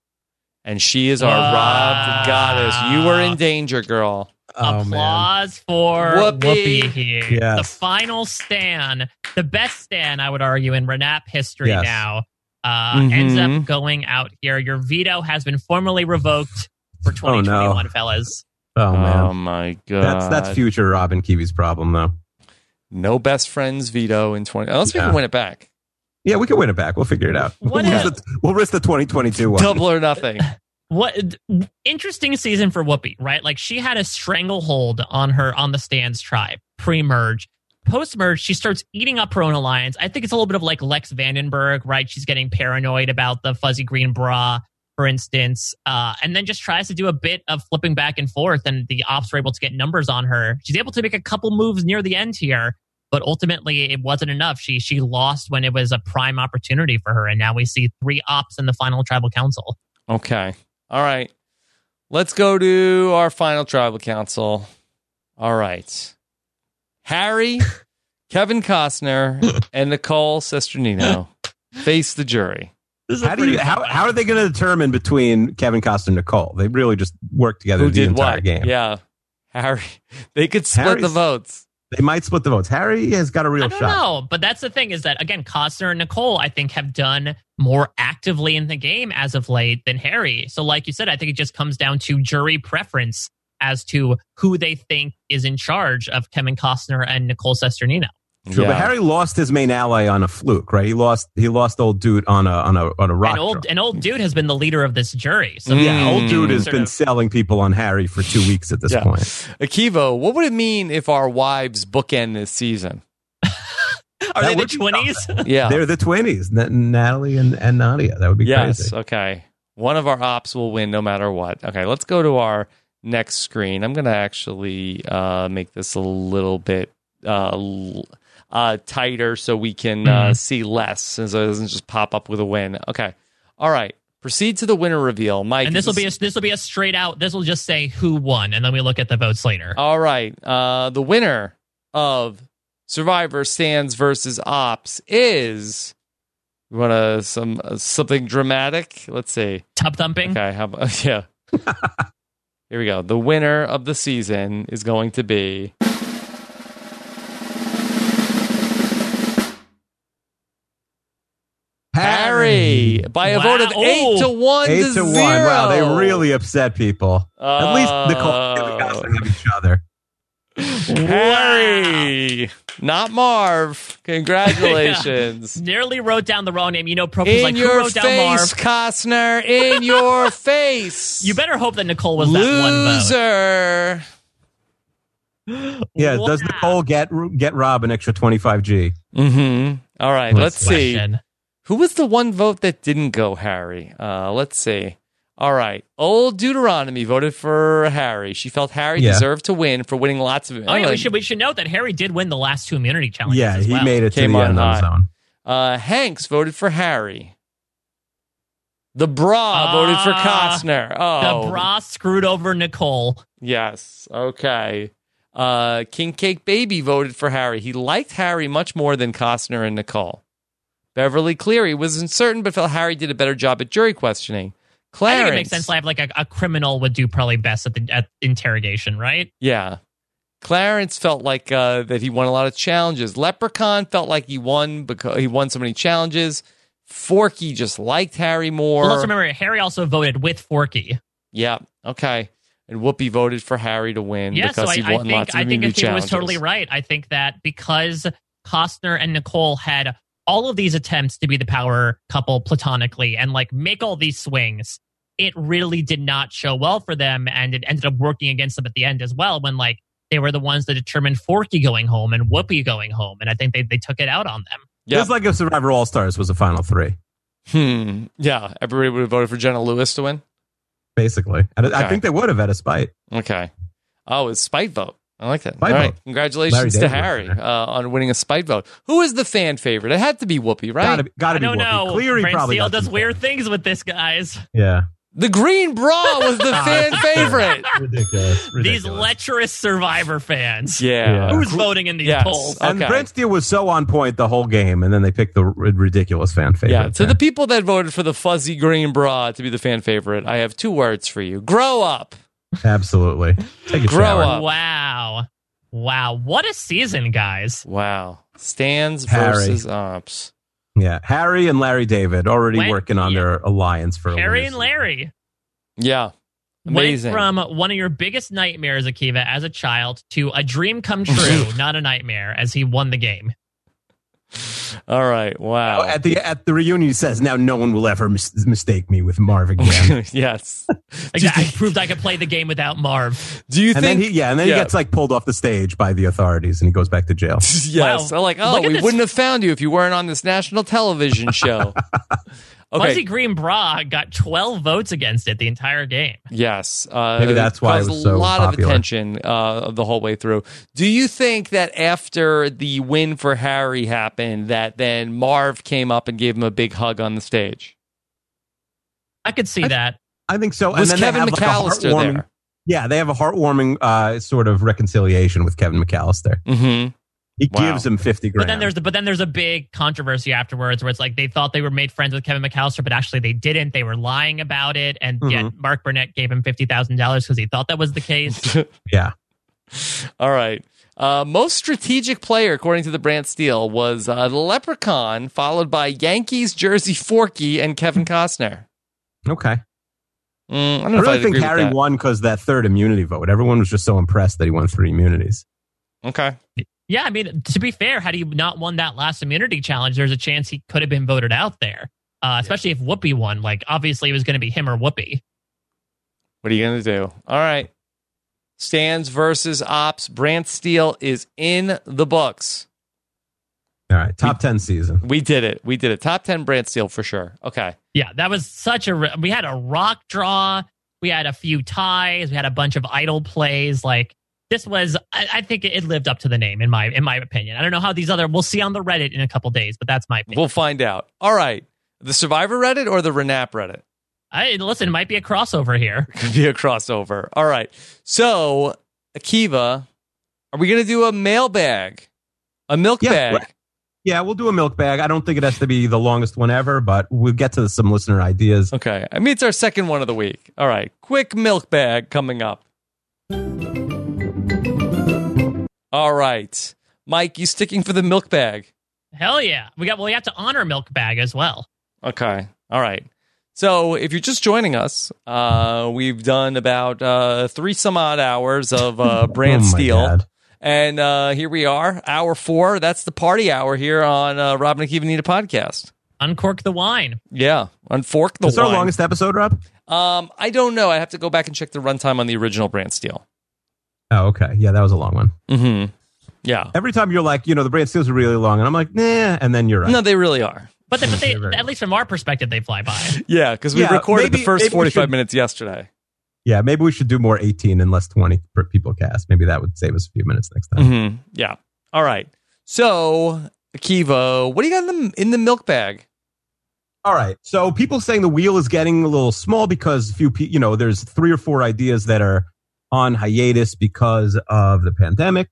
S1: And she is our
S5: Wow.
S1: robbed goddess. You were in danger, girl.
S6: Oh, man.
S5: applause for
S1: Whoopi.
S5: Whoopi. here.
S6: Yes.
S5: The final stand, the best stand, I would argue, in Renap history
S6: Yes.
S5: now, uh,
S1: Mhm.
S5: ends up going out here. Your veto has been formally revoked for
S6: Oh, no.
S5: 2021, fellas.
S6: Oh, man.
S1: my god.
S6: that's that's future Robin Kiwi's problem, though.
S1: no best friends veto in twenty unless we
S6: Yeah.
S1: can win it back.
S6: Yeah, we can win it back. We'll figure it out.
S5: What
S6: we'll,
S5: if-
S6: risk the, we'll risk the 2022 one.
S1: Double or nothing.
S5: What interesting season for Whoopi, right? Like she had a stranglehold on her on the stands tribe pre-merge. Post-merge, she starts eating up her own alliance. I think it's a little bit of like Lex Vandenberg, right? She's getting paranoid about the fuzzy green bra, for instance, uh, and then just tries to do a bit of flipping back and forth. And the ops are able to get numbers on her. She's able to make a couple moves near the end here, but ultimately it wasn't enough. She she lost when it was a prime opportunity for her, and now we see three ops in the final tribal council.
S1: Okay. All right. Let's go to our final tribal council. All right. Harry, Kevin Costner, and Nicole Sesternino face the jury.
S5: This is a
S6: How do you
S5: pretty-
S6: how, how are they going to determine between Kevin Costner and Nicole? They really just work together
S1: Who
S6: the
S1: did
S6: entire
S1: what?
S6: game.
S1: Yeah. Harry. They could split the
S6: Harry's-
S1: votes.
S6: They might split the votes. Harry has got a real
S5: I don't
S6: shot.
S5: know, but that's the thing is that again, Costner and Nicole, I think, have done more actively in the game as of late than Harry. So, like you said, I think it just comes down to jury preference as to who they think is in charge of Kevin Costner and Nicole Sesternino.
S6: True, but Harry lost his main ally on a fluke, right? He lost he lost old dude on a on a on a rock.
S5: An old,
S6: drill.
S5: an old dude has been the leader of this jury. So
S1: Mm.
S6: yeah, old dude has
S5: sort
S6: been
S5: of-
S6: selling people on Harry for two weeks at this
S1: Yeah.
S6: point.
S1: Akivo, what would it mean if our wives bookend this season?
S5: are
S6: That
S5: they the
S6: would be
S5: twenties?
S1: Yeah.
S6: They're the twinnies, N- Natalie and, and Nadia. That would be
S1: yes.
S6: crazy.
S1: Okay. One of our ops will win no matter what. Okay. Let's go to our next screen. I'm going to actually uh, make this a little bit uh, l- uh, tighter so we can
S6: Mm-hmm.
S1: uh, see less and so it doesn't just pop up with a win. Okay. All right. Proceed to the winner reveal. Mike.
S5: And this
S1: is-
S5: will be a, this will be a straight out. This will just say who won, and then we look at the votes
S6: Oh.
S5: later.
S1: All right. Uh, the winner of Survivor Stands versus Ops is. You want to some uh, something dramatic? Let's see.
S5: Tub thumping.
S1: Okay, how about yeah? Here we go. The winner of the season is going to be Harry by a vote of
S5: Wow.
S1: eight to
S5: Oh.
S1: one.
S6: Eight to one. Wow, they
S1: zero. Uh,
S6: really upset people. At least Nicole and Kevin Costner have each other.
S1: Harry, not Marv. Congratulations.
S5: Nearly wrote down the wrong name. You know, Prof was
S1: In
S5: like, who
S1: your
S5: wrote down Marv?
S1: face, Costner. In your face.
S5: You better hope that Nicole was that
S1: loser.
S5: one vote.
S6: Yeah, does
S5: Wow.
S6: Nicole get get Rob an extra twenty five G?
S1: Mm-hmm. All right,
S5: Good
S1: let's see.
S5: question.
S1: Who was the one vote that didn't go Harry? Uh, let's see. All right. Old Deuteronomy voted for Harry. She felt Harry
S6: Yeah.
S1: deserved to win for winning lots of.
S5: Oh yeah, we should we should note that Harry did win the last two immunity challenges.
S6: Yeah,
S5: as
S6: he
S5: well.
S6: made it to
S1: Came
S6: the
S1: on
S6: end on his
S1: high.
S6: own.
S1: Uh, Hanks voted for Harry. The bra
S5: Ah,
S1: voted for Costner. Oh,
S5: The bra screwed over Nicole.
S1: Yes. Okay. Uh, King Cake Baby voted for Harry. He liked Harry much more than Costner and Nicole. Beverly Cleary was uncertain, but felt Harry did a better job at jury questioning. Clarence.
S5: I think it makes sense. Like, like a, a criminal would do probably best at the at interrogation, right?
S1: Yeah. Clarence felt like uh, that he won a lot of challenges. Leprechaun felt like he won because he won so many challenges. Forky just liked Harry more.
S5: Well, let's remember Harry also voted with Forky.
S1: yeah. Okay. And Whoopi voted for Harry to win
S5: Yeah, so
S1: because
S5: I,
S1: he
S5: I
S1: won lots
S5: think
S1: of
S5: I think
S1: immunity
S5: Akiva
S1: challenges.
S5: was totally right. I think that because Costner and Nicole had all of these attempts to be the power couple platonically and like make all these swings, it really did not show well for them, and it ended up working against them at the end as well when like they were the ones that determined Forky going home and Whoopi going home, and I think they they took it out on them.
S1: Yep.
S6: Just like if Survivor All Stars was a final three,
S1: Hmm. Yeah. Everybody would have voted for Jenna Lewis to win.
S6: basically. And I-
S1: Okay.
S6: I think they would have had a spite.
S1: Okay. Oh, it's spite vote. I like that.
S6: Spite
S1: All right.
S6: vote. Larry
S1: Congratulations to
S6: David.
S1: Harry uh, on winning a spite vote. Who is the fan favorite? It had to be Whoopi, right?
S6: Gotta, be- gotta
S5: I
S6: be
S5: don't
S6: Whoopi.
S5: know.
S6: Cleary
S5: Brand
S6: probably
S5: Steele
S6: got
S5: does
S6: some
S5: weird
S6: votes.
S5: things with this, guys.
S6: Yeah.
S1: The green bra was the fan favorite.
S6: ridiculous.
S5: These
S6: ridiculous.
S5: lecherous Survivor fans.
S1: Yeah.
S5: Who's voting in these
S1: Yes.
S5: polls?
S6: And
S1: Okay.
S6: Brent Steele was so on point the whole game, and then they picked the r- ridiculous fan favorite.
S1: Yeah. So
S6: there.
S1: the people that voted for the fuzzy green bra to be the fan favorite, I have two words for you. Grow up.
S6: absolutely Take a
S1: Grow
S6: shower.
S1: up.
S5: Wow. Wow. What a season, guys.
S1: Wow. Stands
S6: Harry.
S1: versus ops.
S6: Yeah, Harry and Larry David already
S5: When-
S6: working on
S5: yeah.
S6: their alliance for a
S5: Harry
S6: winner
S5: and
S6: season.
S5: Larry.
S1: Yeah. Amazing.
S5: Went from one of your biggest nightmares, Akiva, as a child, to a dream come true, not a nightmare, as he won the game.
S1: All right. Wow.
S6: Oh, at the at the reunion, he says, "Now no one will ever mis- mistake me with Marv again."
S1: yes.
S5: Exactly. I proved I could play the game without Marv.
S1: Do you
S6: and then
S1: think?
S6: he yeah, and then
S1: Yeah.
S6: he gets like pulled off the stage by the authorities, and he goes back to jail.
S1: yes.
S5: Wow.
S1: I'm like, oh,
S5: Look at
S1: we
S5: this-
S1: wouldn't have found you if you weren't on this national television show. okay.
S5: Fuzzy Green Bra got 12 votes against it the entire game.
S1: Yes. Uh,
S6: Maybe that's why it
S1: caused
S6: was so
S1: a lot of
S6: popular.
S1: attention uh, the whole way through. Do you think that after the win for Harry happened, that then Marv came up and gave him a big hug on the stage?
S5: I could see that.
S6: I think so.
S1: Was
S6: and then
S1: Kevin
S6: they have,
S1: McAllister
S6: like, a heartwarming-
S1: there?
S6: Yeah, they have a heartwarming uh, sort of reconciliation with Kevin McAllister.
S1: Mm-hmm.
S6: He
S1: Wow.
S6: gives him fifty grand.
S5: But then there's the, but then there's a big controversy afterwards where it's like they thought they were made friends with Kevin McAllister, but actually they didn't. They were lying about it, and yet Mark Burnett gave him fifty thousand dollars because he thought that was the case.
S6: yeah.
S1: All right. Uh, most strategic player, according to the Brant Steele, was uh, the Leprechaun, followed by Yankees jersey Forky and Kevin Costner.
S6: Okay.
S1: Mm, I don't
S6: I
S1: know if I'd
S6: really think
S1: agree with
S6: Harry
S1: that.
S6: won because that third immunity vote. Everyone was just so impressed that he won three immunities.
S1: Okay.
S5: yeah, I mean, to be fair, had he not won that last immunity challenge, there's a chance he could have been voted out there. Uh, especially if Whoopi won. Like obviously it was going to be him or Whoopi.
S1: What are you going to do? All right. Stands versus Ops. Brant Steele is in the books.
S6: All right, top ten season.
S1: We did it. We did it. Top 10 Brant Steele for sure. Okay.
S5: Yeah, that was such a. We had a rock draw. We had a few ties. We had a bunch of idle plays. Like this was, I, I think it lived up to the name in my in my opinion. I don't know how these other. We'll see on the Reddit in a couple days, but that's my. Opinion.
S1: We'll find out. All right. The Survivor Reddit or the Renap Reddit?
S5: I, listen, it might be a crossover here.
S1: Could be a crossover. All right. So, Akiva, are we going to do a mailbag? A milk
S6: Yeah,
S1: bag?
S6: right. Yeah, we'll do a milk bag. I don't think it has to be the longest one ever, but we'll get to some listener ideas.
S1: Okay. I mean, it's our second one of the week. All right. Quick milk bag coming up. All right. Mike, you sticking for the milk bag?
S5: Hell yeah, we got. Well, we have to honor Milk Bag as well.
S1: Okay. All right. So, if you're just joining us, uh, we've done about uh, three some odd hours of uh, Brand
S6: Oh my
S1: Steel.
S6: God.
S1: And uh, here we are, hour four. That's the party hour here on uh, Robin and Kiva Need a podcast.
S5: Uncork the wine.
S1: Yeah, unfork the
S6: Is our
S1: wine.
S6: longest episode, Rob?
S1: um, I don't know. I have to go back and check the runtime on the original Brand Steel.
S6: Oh, okay. Yeah, that was a long one.
S1: Mm-hmm. Yeah.
S6: Every time you're like, you know, the brand steals are really long, and I'm like, nah, and then you're right.
S1: No, they really are.
S5: But, they, but they,
S6: You're very
S5: at least from our perspective, they fly by.
S1: Yeah, because we
S6: Yeah,
S1: recorded the
S6: maybe-
S1: first
S6: maybe we
S1: 45
S6: should-
S1: minutes yesterday.
S6: Yeah, maybe we should do more 18 and less 20 per people cast. Maybe that would save us a few minutes next time.
S1: Mm-hmm. Yeah. All right. So, Akiva, what do you got in the, in the milk bag?
S6: All right. So people saying the wheel is getting a little small because few, pe- you know, there's three or four ideas that are on hiatus because of the pandemic,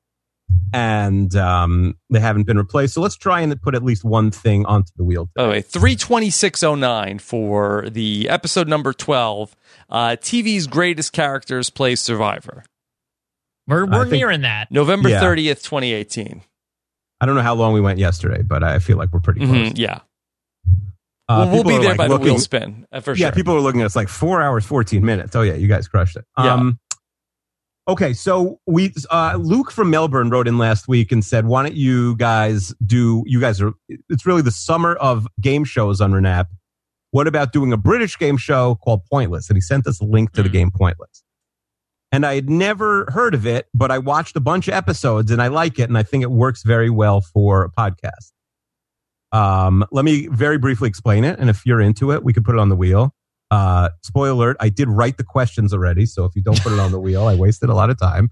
S6: and um, they haven't been replaced. So let's try and put at least one thing onto the wheel.
S1: By the way, 32609 for the episode number 12 uh, TV's Greatest Characters Play Survivor.
S5: We're
S6: I
S5: we're
S6: think-
S5: nearing that.
S1: November
S6: Yeah.
S1: 30th, 2018.
S6: I don't know how long we went yesterday, but I feel like we're pretty close.
S1: Mhm, yeah.
S6: Uh,
S1: we'll, we'll
S6: people
S1: be
S6: are,
S1: there
S6: like,
S1: by the
S6: looking-
S1: wheel spin uh, for
S6: yeah,
S1: sure.
S6: people are looking at us like four hours, 14 minutes. Oh, yeah, you guys crushed it.
S1: Yeah.
S6: Um, Okay, so we uh, Luke from Melbourne wrote in last week and said, "Why don't you guys do? You guys are. It's really the summer of game shows on Renap. What about doing a British game show called Pointless?" And he sent us a link to the
S5: Mhm.
S6: game Pointless. And I had never heard of it, but I watched a bunch of episodes and I like it, and I think it works very well for a podcast. Um, let me very briefly explain it, and if you're into it, we could put it on the wheel. Uh, spoiler alert, I did write the questions already, so if you don't put it on the wheel, I wasted a lot of time.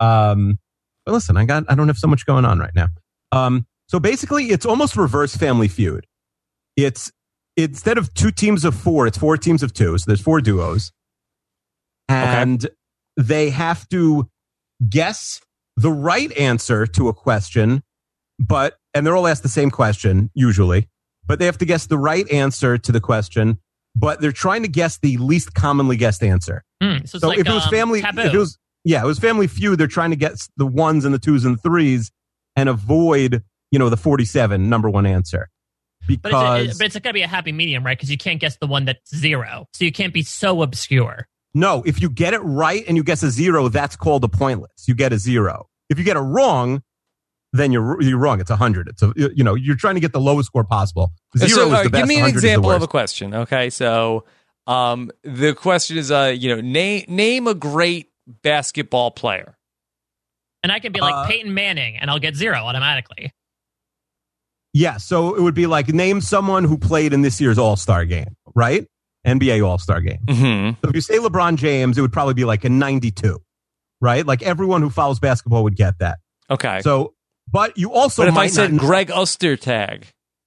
S6: Um, but listen, I got I don't have so much going on right now. Um, so basically, it's almost reverse Family Feud. It's instead of two teams of four, it's four teams of two. So there's four duos, and they have to guess the right answer to a question, but and they're all asked the same question usually, but they have to guess the right answer to the question, but they're trying to guess the least commonly guessed answer.
S5: Mm, so it's
S6: So
S5: like
S6: if it was
S5: um,
S6: family,
S5: taboo.
S6: if it was yeah, it was Family Feud. They're trying to get s- the ones and the twos and threes and avoid you know the forty-seven number one answer
S5: but it's, it,
S6: because
S5: but it's got to be a happy medium, right? Because you can't guess the one that's zero, so you can't be so obscure.
S6: no, if you get it right and you guess a zero, that's called a pointless. You get a zero. If you get it wrong, then you're you're wrong. It's a hundred. It's a you know you're trying to get the lowest score possible. Zero
S1: So,
S6: is
S1: all
S6: the
S1: right,
S6: best.
S1: give me an
S6: 100 is the
S1: example of
S6: worst.
S1: a question. Okay, so um, the question is, uh, you know, name name a great basketball player.
S5: And I can be like
S6: Uh,
S5: Peyton Manning, and I'll get zero automatically.
S6: Yeah, so it would be like name someone who played in this year's All Star game, right? NBA All Star game.
S1: Mm-hmm.
S6: So if you say LeBron James, it would probably be like a 92, right? Like everyone who follows basketball would get that.
S1: Okay,
S6: So, but you also
S1: but if I
S6: might
S1: said
S6: not-
S1: Greg Ostertag,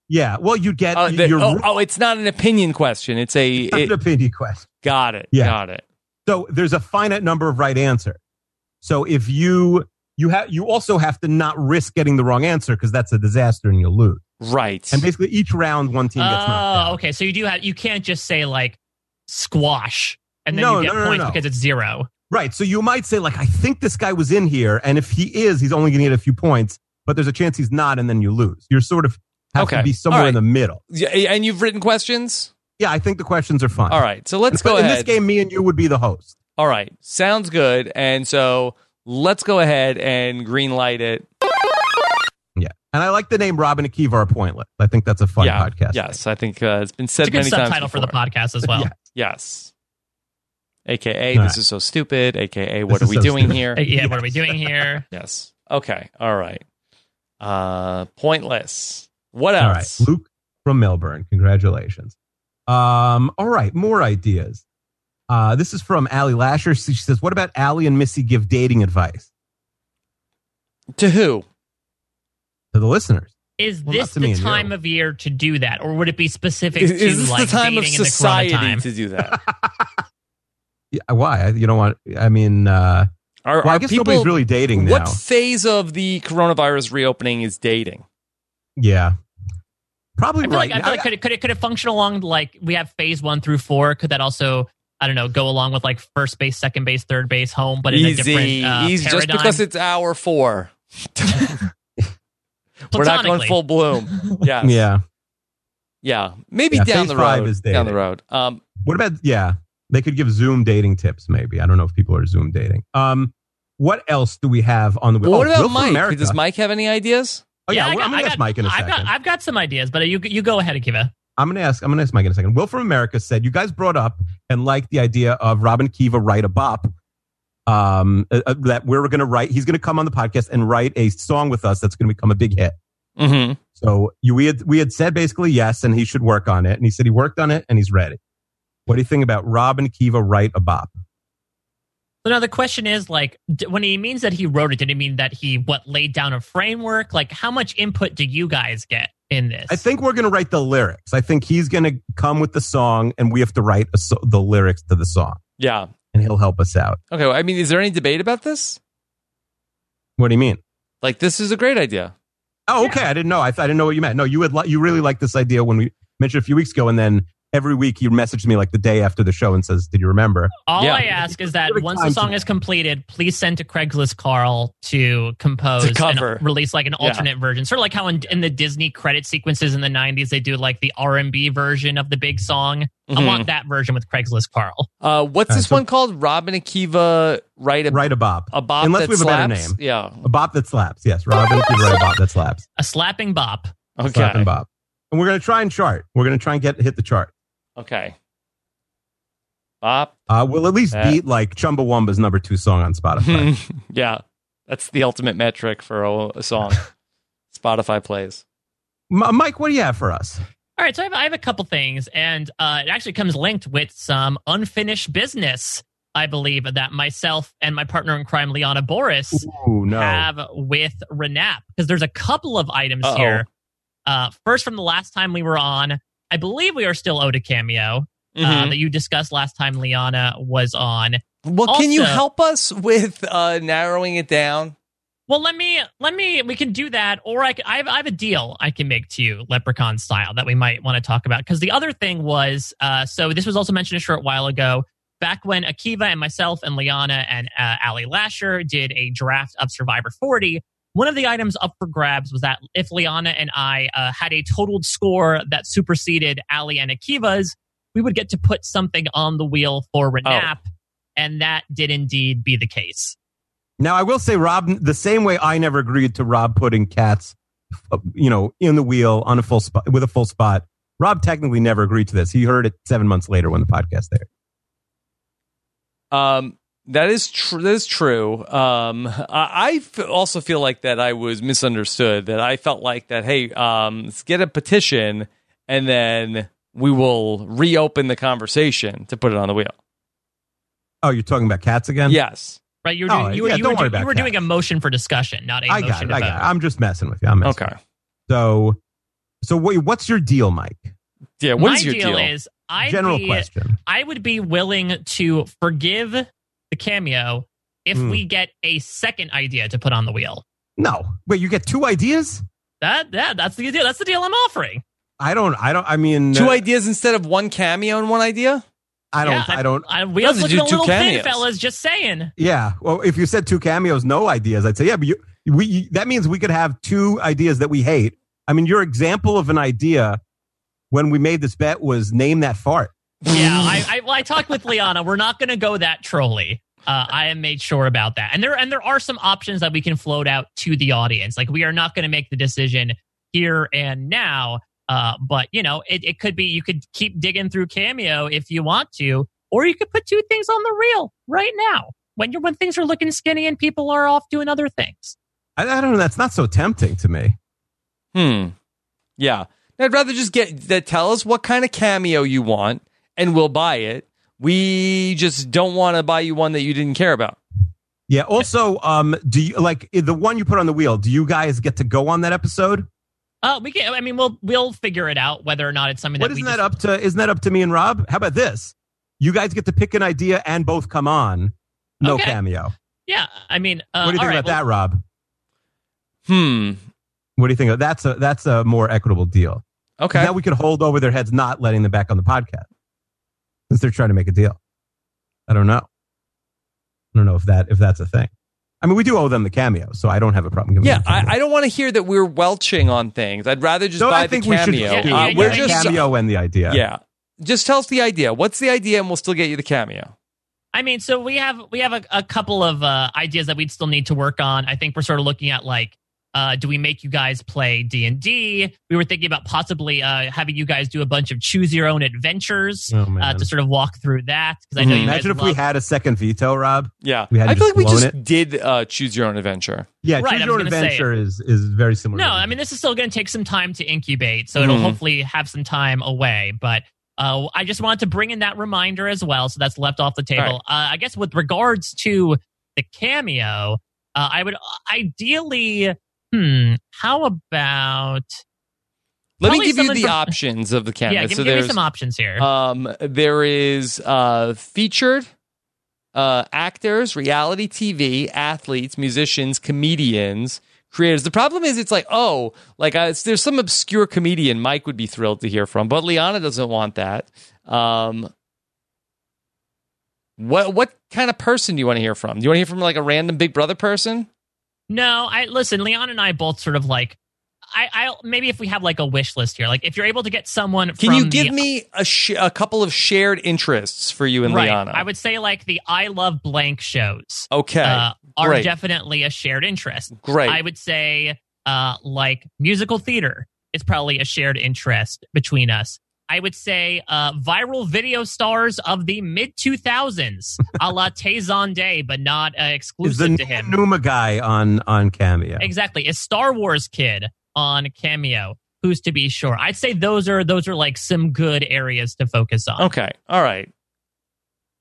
S6: yeah, well, you'd get
S1: uh, the-
S6: your
S1: oh, oh, it's not an opinion question. It's a it,
S6: opinion question.
S1: got it,
S6: Yeah.
S1: got it.
S6: So there's a finite number of right answer. So if you you have you also have to not risk getting the wrong answer because that's a disaster and you'll lose.
S1: Right.
S6: And basically, each round one team gets knocked
S5: Oh,
S6: out.
S5: okay. So you do have you can't just say like squash and then
S6: No,
S5: you
S6: no,
S5: get
S6: no, no,
S5: points
S6: no.
S5: because it's zero.
S6: Right. So you might say like, I think this guy was in here, and if he is, he's only going to get a few points. But there's a chance he's not, and then you lose. You're sort of have
S1: Okay.
S6: to be somewhere
S1: All right.
S6: in the middle.
S1: Yeah, and you've written questions.
S6: Yeah, I think the questions are fun.
S1: All right, so let's
S6: But
S1: go
S6: in
S1: ahead.
S6: this game, me and you would be the host.
S1: All right, sounds good. And so let's go ahead and green light it.
S6: Yeah, and I like the name Robin and Akiva are pointless. I think that's a fun
S1: yeah.
S6: podcast.
S1: Yes, I think uh, it's been said
S5: It's a good
S1: many times.
S5: subtitle for the
S1: before.
S5: podcast as well.
S6: Yeah.
S1: Yes. AKA,
S6: All
S1: this
S6: right.
S1: is so stupid. AKA, what
S6: This
S1: are
S6: is
S1: we
S6: so
S1: doing
S6: stupid.
S1: here?
S5: Uh, yeah, What are we doing here?
S1: Yes. Okay. All right. Uh, pointless. What
S6: All
S1: else?
S6: right, Luke from Melbourne. Congratulations. Um, all right, more ideas. Uh, this is from Allie Lasher. She says, "What about Allie and Missy give dating advice
S1: To who?
S6: to the listeners?"
S5: Is
S6: Well,
S5: this
S6: not to me
S5: the
S6: and you.
S5: time of year to do that, or would it be specific
S1: Is,
S5: to
S1: is this
S5: like
S1: the time of
S5: dating in the corona
S1: society
S5: time?
S1: to do that?
S6: Yeah, why? You don't want? I mean, uh,
S1: Are,
S6: well, I
S1: are
S6: guess
S1: people
S6: nobody's really dating
S1: What
S6: now.
S1: phase of the coronavirus reopening is dating?
S6: Yeah, probably
S5: I feel
S6: right.
S5: like, I feel like could it, could it could it function along like we have phase one through four? Could that also I don't know go along with like first base, second base, third base, home, but in a different
S1: easy,
S5: uh,
S1: easy. Just
S5: paradigm?
S1: because it's hour four, we're not going
S5: Platonically.
S1: full bloom. Yes.
S6: yeah.
S1: Yeah. Maybe
S6: Yeah,
S1: down
S6: phase
S1: the
S6: five
S1: road.
S6: is
S1: down the
S6: dating.
S1: road. Um,
S6: What about yeah? They could give Zoom dating tips, maybe. I don't know if people are Zoom dating. Um, what else do we have on the?
S1: Well,
S6: oh,
S1: what about
S6: Will from
S1: Mike?
S6: America.
S1: Does Mike have any ideas?
S6: Oh, yeah,
S5: I
S6: well,
S5: got-
S6: I'm gonna
S5: I
S6: ask
S5: got-
S6: Mike in a
S5: I've
S6: second.
S5: got, I've got some ideas, but uh, you you go ahead, Akiva.
S6: I'm gonna ask. I'm gonna ask Mike in a second. Will from America said you guys brought up and liked the idea of Robin Kiva write a bop. Um, uh, uh, that we're gonna write. He's gonna come on the podcast and write a song with us that's gonna become a big hit.
S1: Mm-hmm.
S6: So you, we had we had said basically yes, and he should work on it. And he said he worked on it and he's ready. What do you think about Robin Kiva write a bop?
S5: So now the question is like, d- when he means that he wrote it, did he mean that he what laid down a framework? Like, how much input do you guys get in this?
S6: I think we're going to write the lyrics. I think he's going to come with the song, and we have to write a so- the lyrics to the song,
S1: Yeah.
S6: and he'll help us out.
S1: Okay. well, I mean, is there any debate about this?
S6: What do you mean?
S1: Like, this is a great idea.
S6: Oh, okay. I didn't know. I, th- I didn't know what you meant. No, you would. Li- you really liked this idea when we mentioned it a few weeks ago, and then every week you messaged me like the day after the show and says, "Did you remember?"
S5: all
S1: yeah.
S5: I ask is that
S6: Give it
S5: once
S6: time
S5: the
S6: to
S5: song
S6: that.
S5: is completed, please send to Craigslist Carl to compose
S1: To cover.
S5: and release like an
S1: Yeah.
S5: alternate version, sort of like how in, in the Disney credit sequences in the '90s they do like the R and B version of the big song. I
S1: Mhm.
S5: want that version with Craigslist Carl.
S1: Uh, what's
S6: All right,
S1: this
S6: so-
S1: one called? Robin Akiva write a,
S6: Write a bop.
S1: a bop
S6: Unless
S1: that
S6: we have a better
S1: slaps?
S6: name.
S1: Yeah.
S6: A bop that slaps. Yes, Robin Kiva write a bop that slaps.
S5: A slapping bop.
S6: Slap
S1: Okay.
S6: and bop. And we're going to try and chart. We're going to try and get hit the chart.
S1: Okay. Bop.
S6: Uh, we'll at least
S1: Yeah.
S6: beat like Chumbawamba's number two song on Spotify.
S1: yeah. That's the ultimate metric for a, a song. Spotify plays.
S6: M- Mike, what do you have for us?
S5: All right, so I have, I have a couple things, and uh, it actually comes linked with some unfinished business, I believe, that myself and my partner in crime, Liana Boris,
S6: Ooh, no.
S5: have with Renap. Because there's a couple of items
S1: Uh-oh.
S5: here. Uh, first, from the last time we were on, I believe we are still owed a cameo uh,
S1: Mhm.
S5: that you discussed last time Liana was on.
S1: well, can you
S5: also-
S1: help us with uh, narrowing it down?
S5: Well, let me let me we can do that, or I, c- I have I have a deal I can make to you, Leprechaun style, that we might want to talk about. Because the other thing was, uh, so this was also mentioned a short while ago, back when Akiva and myself and Liana and uh, Ali Lasher did a draft of Survivor 40. One of the items up for grabs was that if Liana and I uh, had a totaled score that superseded Ali and Akiva's, we would get to put something on the wheel for Renap, and that did indeed be the case.
S6: Now, I will say, Rob, the same way I never agreed to Rob putting cats, uh, you know, in the wheel on a full spot with a full spot. Rob technically never agreed to this. He heard it seven months later when the podcast aired.
S1: Um, that is true. That is true. Um, I, I f- also feel like that I was misunderstood. That I felt like that. Hey, um, let's get a petition, and then we will reopen the conversation to put it on the wheel.
S6: Oh, you're talking about cats again?
S1: Yes.
S5: Right, you were
S6: Oh,
S5: doing, you, were
S6: yeah,
S5: you
S6: don't
S5: were,
S6: worry
S5: do- you
S6: about
S5: were
S6: that.
S5: doing a motion for discussion, not a
S6: I got
S5: motion
S6: it.
S5: to
S6: I
S5: vote.
S6: got it. I'm just messing with you. I'm messing.
S1: Okay.
S6: So, so what, what's your deal, Mike?
S1: Yeah.
S5: My
S1: What is your deal?
S5: deal, is I'd
S6: General
S5: be,
S6: question.
S5: I would be willing to forgive the cameo if
S6: Hmm.
S5: we get a second idea to put on the wheel.
S6: No, wait. You get two ideas?
S5: That that that's the deal. That's the deal I'm offering.
S6: I don't. I don't. I mean, uh,
S1: Two ideas instead of one cameo and one idea.
S6: I don't.
S5: Yeah,
S6: I don't.
S5: I, wheels
S1: Those are
S5: looking a
S1: two
S5: little thin,
S1: cameos.
S5: fellas. Just saying.
S6: Yeah. Well, if you said two cameos, no ideas, I'd say yeah. But you, we you- that means we could have two ideas that we hate. I mean, your example of an idea when we made this bet was name that fart.
S5: Yeah, I I, well, I talked with Liana. We're not going to go that trolly. Uh, I am made sure about that. And there and there are some options that we can float out to the audience. Like we are not going to make the decision here and now. Uh, but you know, it, it could be you could keep digging through Cameo if you want to, or you could put two things on the reel right now when you're when things are looking skinny and people are off doing other things.
S6: I, I don't know. That's not so tempting to me.
S1: Hmm. Yeah. I'd rather just get that. Tell us what kind of cameo you want, and we'll buy it. We just don't want to buy you one that you didn't care about.
S6: Yeah. Also, um, do you like the one you put on the wheel? Do you guys get to go on that episode?
S5: Uh, we can. I mean, we'll we'll figure it out whether or not it's something
S6: What
S5: that we
S6: isn't
S5: just-
S6: that up to? Isn't that up to me and Rob? How about this? You guys get to pick an idea and both come on. No
S5: Okay.
S6: cameo.
S5: Yeah, I mean, uh,
S6: what do you
S5: all
S6: think
S5: right,
S6: about
S5: well-
S6: that, Rob?
S1: Hmm.
S6: What do you think of that's a that's a more equitable deal?
S1: Okay.
S6: Now we could hold over their heads not letting them back on the podcast since they're trying to make a deal. I don't know. I don't know if that if that's a thing. I mean, we do owe them the cameo, so I don't have a problem giving
S1: Yeah,
S6: them the cameo.
S1: I, I don't want to hear that we're welching on things. I'd rather just
S6: so
S1: buy
S6: I think
S1: the
S6: we
S1: cameo.
S6: should
S5: Yeah,
S6: do
S1: Uh,
S5: yeah,
S1: we're
S6: the
S5: yeah.
S1: just
S6: cameo and the idea.
S1: yeah. Just tell us the idea. What's the idea, and we'll still get you the cameo.
S5: I mean, so we have we have a, a couple of uh, ideas that we'd still need to work on. I think we're sort of looking at like, uh, do we make you guys play D and D? We were thinking about possibly uh, having you guys do a bunch of choose your own adventures
S6: Oh, man. Mm-hmm.
S5: uh, to sort of walk through that because I know
S1: Mhm.
S5: you guys
S6: Imagine if
S5: love-
S6: we had a second veto, Rob.
S1: Yeah,
S6: We had to
S1: I feel
S6: just
S1: like we
S6: blown
S1: just did uh, choose your own adventure.
S6: Yeah,
S5: Right, I
S6: choose
S5: was
S6: your own
S5: gonna say-
S6: adventure is is very similar.
S5: No,
S6: to-
S5: I mean this is still going to take some time to incubate, so it'll
S1: Mhm.
S5: hopefully have some time away. But uh, I just wanted to bring in that reminder as well, so that's left off the table. Uh, I guess with regards to the cameo, uh, I would ideally, hmm, how about
S1: Let
S5: Probably
S1: me give you
S5: something
S1: the
S5: from-
S1: options of the cameo.
S5: yeah? give,
S1: so
S5: give me
S1: there's
S5: some options here.
S1: um, there is uh, featured uh, actors, reality TV, athletes, musicians, comedians, creators. The problem is, it's like, oh, like uh, it's, there's some obscure comedian Mike would be thrilled to hear from, but Liana doesn't want that. Um, what what kind of person do you want to hear from? Do you want to hear from like a random Big Brother person?
S5: No, I listen. Leon and I both sort of like. I, I'll maybe if we have like a wish list here, like if you're able to get someone.
S1: Can
S5: from
S1: you give
S5: the,
S1: me a sh- a couple of shared interests for you and
S5: right?
S1: Liana?
S5: I would say like the I love blank shows.
S1: Okay,
S5: uh, are
S1: great.
S5: definitely a shared interest.
S1: great.
S5: I would say, uh, like musical theater is probably a shared interest between us. I would say uh, viral video stars of the mid 2000s, a la Tezon Day, but not uh,
S6: is the
S5: exclusive to him.
S6: Numa guy on on cameo?
S5: exactly, a Star Wars kid on Cameo. Who's to be sure? I'd say those are those are like some good areas to focus on.
S1: okay, all right.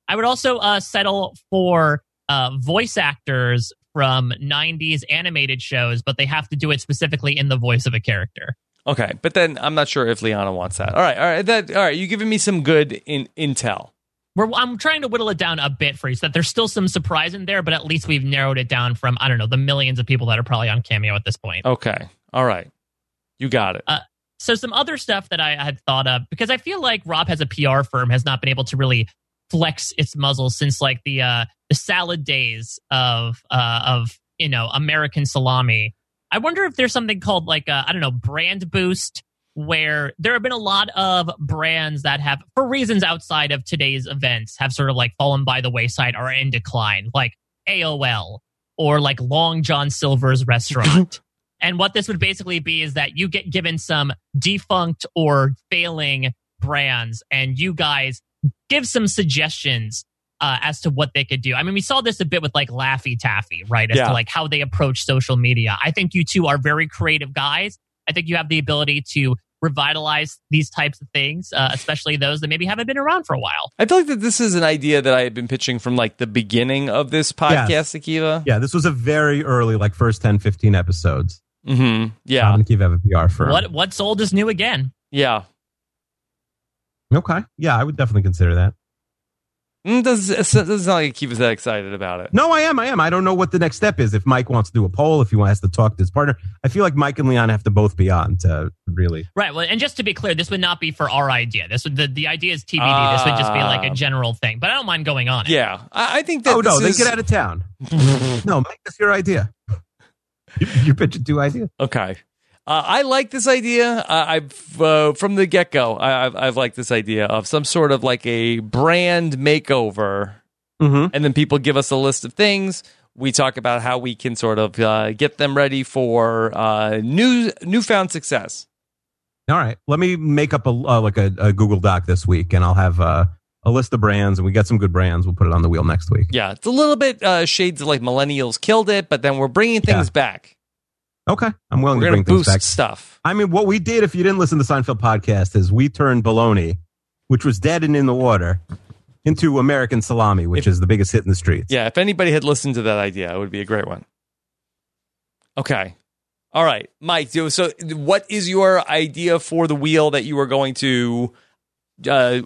S5: I would also uh, settle for uh, voice actors from 90s animated shows, but they have to do it specifically in the voice of a character.
S1: Okay, but then I'm not sure if Liana wants that. All right, all right, that all right. You're giving me some good in, intel.
S5: We're, I'm trying to whittle it down a bit for you so that there's still some surprise in there, but at least we've narrowed it down from, I don't know, the millions of people that are probably on Cameo at this point.
S1: Okay, all right, you got it.
S5: So, some other stuff that I had thought of, because I feel like Rob has a PR firm, has not been able to really flex its muzzle since like the uh, the salad days of, uh, of you know, American salami. I wonder if there's something called like, uh, I don't know, brand boost where there have been a lot of brands that have, for reasons outside of today's events, have sort of like fallen by the wayside or in decline, like AOL or like Long John Silver's restaurant. and what this would basically be is that you get given some defunct or failing brands and you guys give some suggestions. Uh, as to what they could do. I mean, we saw this a bit with like Laffy Taffy, right? As
S1: Yeah.
S5: to like how they approach social media. I think you two are very creative guys. I think you have the ability to revitalize these types of things, uh, especially those that maybe haven't been around for a while.
S1: I feel like that this is an idea that I had been pitching from like the beginning of this podcast, Akiva.
S6: Yeah, this was a very early, like first 10, 15 episodes.
S1: Yeah. hmm Yeah.
S6: I'm gonna give Ev a PR firm.
S5: What what's old is new again.
S1: yeah.
S6: Okay. Yeah, I would definitely consider that.
S1: Mm, does it doesn't sound like Akiva's that excited about it.
S6: No, I am. I am. I don't know what the next step is. If Mike wants to do a poll, if he wants to talk to his partner, I feel like Mike and Leon have to both be on to really.
S5: Right. Well, and just to be clear, this would not be for our idea. This would the, the idea is TBD. this would just be like
S1: Ah.
S5: a general thing. But I don't mind going on it.
S1: Yeah. I, I think that.
S6: Oh no,
S1: this
S6: they
S1: is-
S6: get out of town. no, Mike, that's your idea. You, you pitched two ideas.
S1: Okay. Uh, I like this idea. Uh, I've uh, from the get go. I've, I've liked this idea of some sort of like a brand makeover,
S6: Mm-hmm.
S1: and then people give us a list of things. We talk about how we can sort of uh, get them ready for uh, new newfound success.
S6: All right, let me make up a uh, like a, a Google Doc this week, and I'll have uh, a list of brands, and we got some good brands. We'll put it on the wheel next week.
S1: Yeah, it's a little bit uh, shades of like millennials killed it, but then we're bringing things back.
S6: Okay, I'm willing
S1: We're
S6: to
S1: going
S6: bring
S1: to boost
S6: things back.
S1: stuff.
S6: I mean, what we did, if you didn't listen to the Seinfeld podcast, is we turned bologna, which was dead and in the water, into American salami, which is the biggest hit in the streets.
S1: Yeah, if anybody had listened to that idea, it would be a great one. Okay. All right, Mike. So, so what is your idea for the wheel that you are going to uh,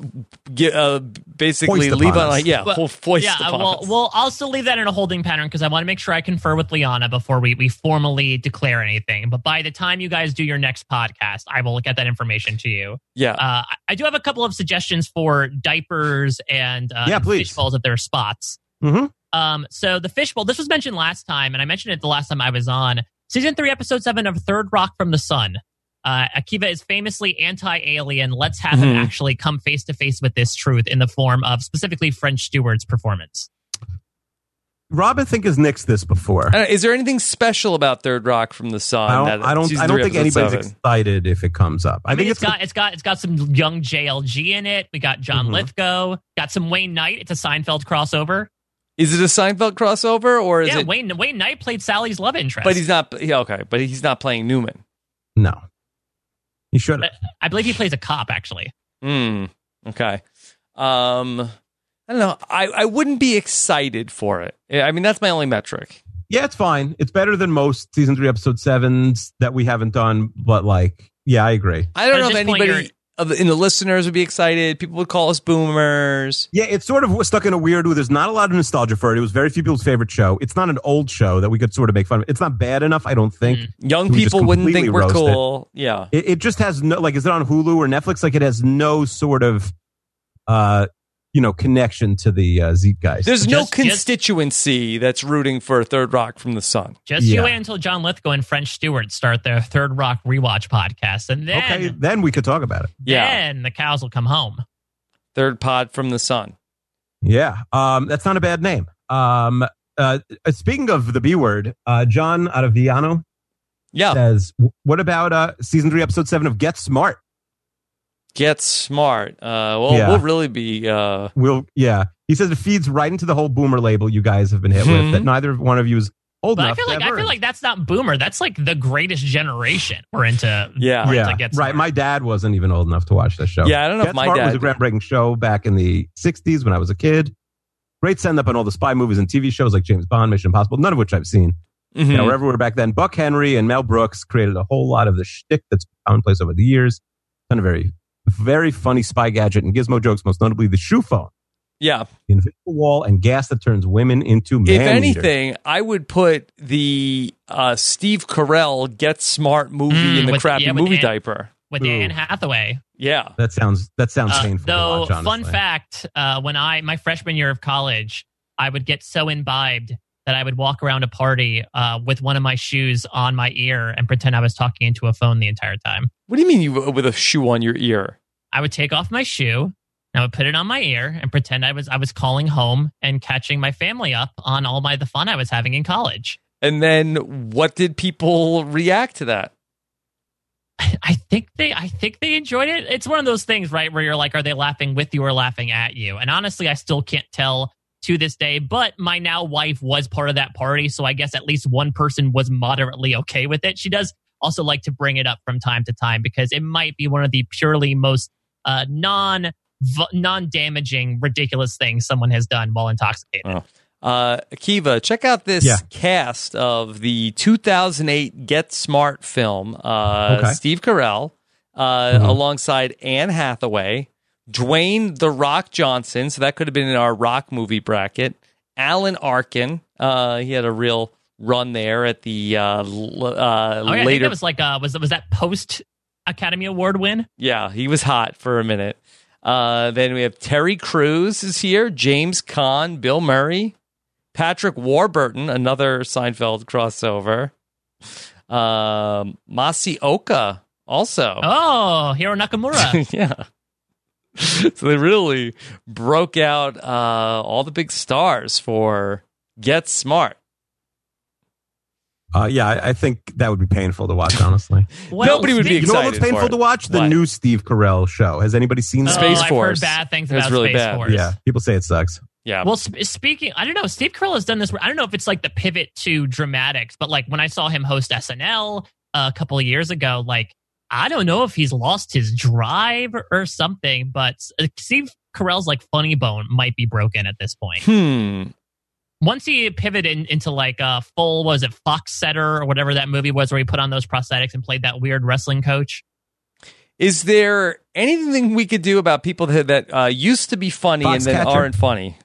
S1: get, uh, basically
S6: Foist upon
S1: leave on?
S6: us.
S1: Like, yeah,
S5: Well,
S1: fo- foist
S5: yeah, uh,
S1: upon
S5: we'll,
S1: us.
S5: we'll also leave that in a holding pattern because I want to make sure I confer with Liana before we, we formally declare anything. But by the time you guys do your next podcast, I will get that information to you.
S1: yeah.
S5: Uh, I- I do have a couple of suggestions for diapers and uh,
S6: Yeah,
S5: and
S6: please.
S5: fish bowls if there are spots.
S6: Mhm.
S5: Um, so the fish bowl, this was mentioned last time, and I mentioned it the last time I was on season three, episode seven of Third Rock from the Sun. Uh, Akiva is famously anti-alien. Let's have him
S1: Mhm.
S5: actually come face to face with this truth in the form of specifically French Stewart's performance.
S6: Rob, I think, has nixed this before.
S1: I don't- is there anything special about Third Rock from the Sun?
S6: I
S1: that-
S6: don't, I don't,
S1: season
S6: I don't
S1: three,
S6: think
S1: episode
S6: anybody's
S1: seven?
S6: excited if it comes up. I,
S5: I, mean,
S6: think
S5: it's got it's got it's got some young JLG in it. We got John
S6: Mhm.
S5: Lithgow, got some Wayne Knight. It's a Seinfeld crossover.
S1: Is it a Seinfeld crossover or is
S5: yeah,
S1: it?
S5: Wayne Wayne Knight played Sally's love interest.
S1: But he's not. Yeah, okay, but he's not playing Newman.
S6: no. You should.
S5: Uh, I believe he plays a cop actually.
S1: Mm, okay. Um, I don't know. I, I wouldn't be excited for it. Yeah, I mean, that's my only metric.
S6: Yeah, it's fine. It's better than most season three, episode sevens that we haven't done. But like, yeah, I agree.
S1: I don't know
S5: But at
S1: if
S5: this point,
S1: anybody of the, in the listeners would be excited. People would call us boomers.
S6: Yeah, it's sort of stuck in a weird. There's not a lot of nostalgia for it. It was very few people's favorite show. It's not an old show that we could sort of make fun of. It's not bad enough, I don't think.
S5: Mm.
S1: Young
S6: We just
S1: people wouldn't think
S6: completely
S1: we're
S6: roast it.
S1: cool. Yeah.
S6: It, it just has no like. Is it on Hulu or Netflix? Like, it has no sort of, uh, you know, connection to the uh, Zeitgeist.
S1: There's no
S5: Just- just-
S1: constituency that's rooting for Third Rock from the Sun.
S5: Just
S6: Yeah.
S5: you wait until John Lithgow and French Stewart start their Third Rock rewatch podcast, and then
S6: okay, then we could talk about it.
S1: Yeah.
S5: then the cows will come home.
S1: Third Pod from the Sun.
S6: Yeah, um, that's not a bad name. Um, uh, speaking of the B word, uh, John out of Viano
S1: Yeah.
S6: says, "What about uh, season three, episode seven of Get Smart?"
S1: Get smart. Uh, well,
S6: Yeah.
S1: we'll really be. Uh,
S6: We'll, yeah, he says it feeds right into the whole boomer label you guys have been hit
S1: Mhm.
S6: with. That neither one of you is old
S5: Hmm. But I
S6: enough.
S5: feel
S6: to
S5: like
S6: have
S5: I feel
S6: heard.
S5: like that's not boomer. That's like the greatest generation we're into.
S1: Yeah.
S5: we're into
S6: yeah,
S5: Get
S6: right.
S5: Smart.
S6: My dad wasn't even old enough to watch this show.
S1: yeah, I don't know
S6: Get
S1: if my
S6: Smart
S1: dad.
S6: was a groundbreaking show back in the '60s when I was a kid. Great send up on all the spy movies and TV shows like James Bond, Mission Impossible, none of which I've seen.
S1: Hmm. Mm-hmm.
S6: They were everywhere back then. Buck Henry and Mel Brooks created a whole lot of the shtick that's commonplace over the years. Done a very, very funny spy gadget and gizmo jokes, most notably the shoe phone,
S1: Yeah.
S6: the invisible wall, and gas that turns women into men.
S1: If anything, I would put the uh, Steve Carell Get Smart movie
S5: Mm,
S1: in the
S5: with-
S1: crappy
S5: yeah, with
S1: movie
S5: Ant-
S1: diaper.
S5: with
S6: Ooh.
S5: Anne Hathaway.
S1: Yeah.
S6: that sounds that sounds
S5: Uh,
S6: painful.
S5: though,
S6: to watch,
S5: fun
S6: honestly.
S5: fact: uh, when I my freshman year of college, I would get so imbibed that I would walk around a party uh, with one of my shoes on my ear and pretend I was talking into a phone the entire time.
S1: What do you mean you with a shoe on your ear?
S5: I would take off my shoe and I would put it on my ear and pretend I was I was calling home and catching my family up on all my the fun I was having in college.
S1: And then what did people react to that?
S5: I think they I think they enjoyed it. It's one of those things, right, where you're like, are they laughing with you or laughing at you? And honestly, I still can't tell to this day, but my now wife was part of that party, so I guess at least one person was moderately okay with it. She does also like to bring it up from time to time because it might be one of the purely most uh, non non damaging ridiculous things someone has done while intoxicated.
S1: Oh. Uh, Akiva, check out this
S6: Yeah.
S1: cast of the 2008 Get Smart film. Uh,
S6: Okay.
S1: Steve Carell, uh,
S6: Mhm.
S1: alongside Anne Hathaway, Dwayne The Rock Johnson. So that could have been in our rock movie bracket. Alan Arkin. Uh, he had a real run there at the uh, l- uh,
S5: Oh, yeah, I think
S1: later
S5: that was like uh, was was that post Academy Award win?
S1: yeah, he was hot for a minute. Uh, then we have Terry Crews is here, James Caan, Bill Murray, Patrick Warburton, another Seinfeld crossover. Um, Masioka also.
S5: Oh, Hiro Nakamura.
S1: yeah. so they really broke out uh, all the big stars for Get Smart.
S6: Uh, yeah, I, I think that would be painful to watch. Honestly,
S5: Well,
S1: Nobody would be
S6: you know what was
S1: Excited for
S6: painful
S1: it.
S6: to watch? The
S1: What?
S6: new Steve Carell show. Has anybody seen
S5: Oh,
S1: Space
S5: I've
S1: Force.
S5: heard bad things
S1: It was
S5: about
S1: really
S5: Space
S1: bad.
S5: Force.
S6: Yeah, people say it sucks.
S1: Yeah.
S5: Well, sp- speaking, I don't know. Steve Carell has done this. I don't know if it's like the pivot to dramatics, but like when I saw him host SNL a couple of years ago, like I don't know if he's lost his drive or something, but uh, Steve Carell's like funny bone might be broken at this point.
S1: hmm.
S5: Once he pivoted in- into like uh, full, what was it Fox Setter or whatever that movie was, where he put on those prosthetics and played that weird wrestling coach.
S1: Is there anything we could do about people that, that uh, used to be funny and then
S6: Foxcatcher.
S1: aren't funny?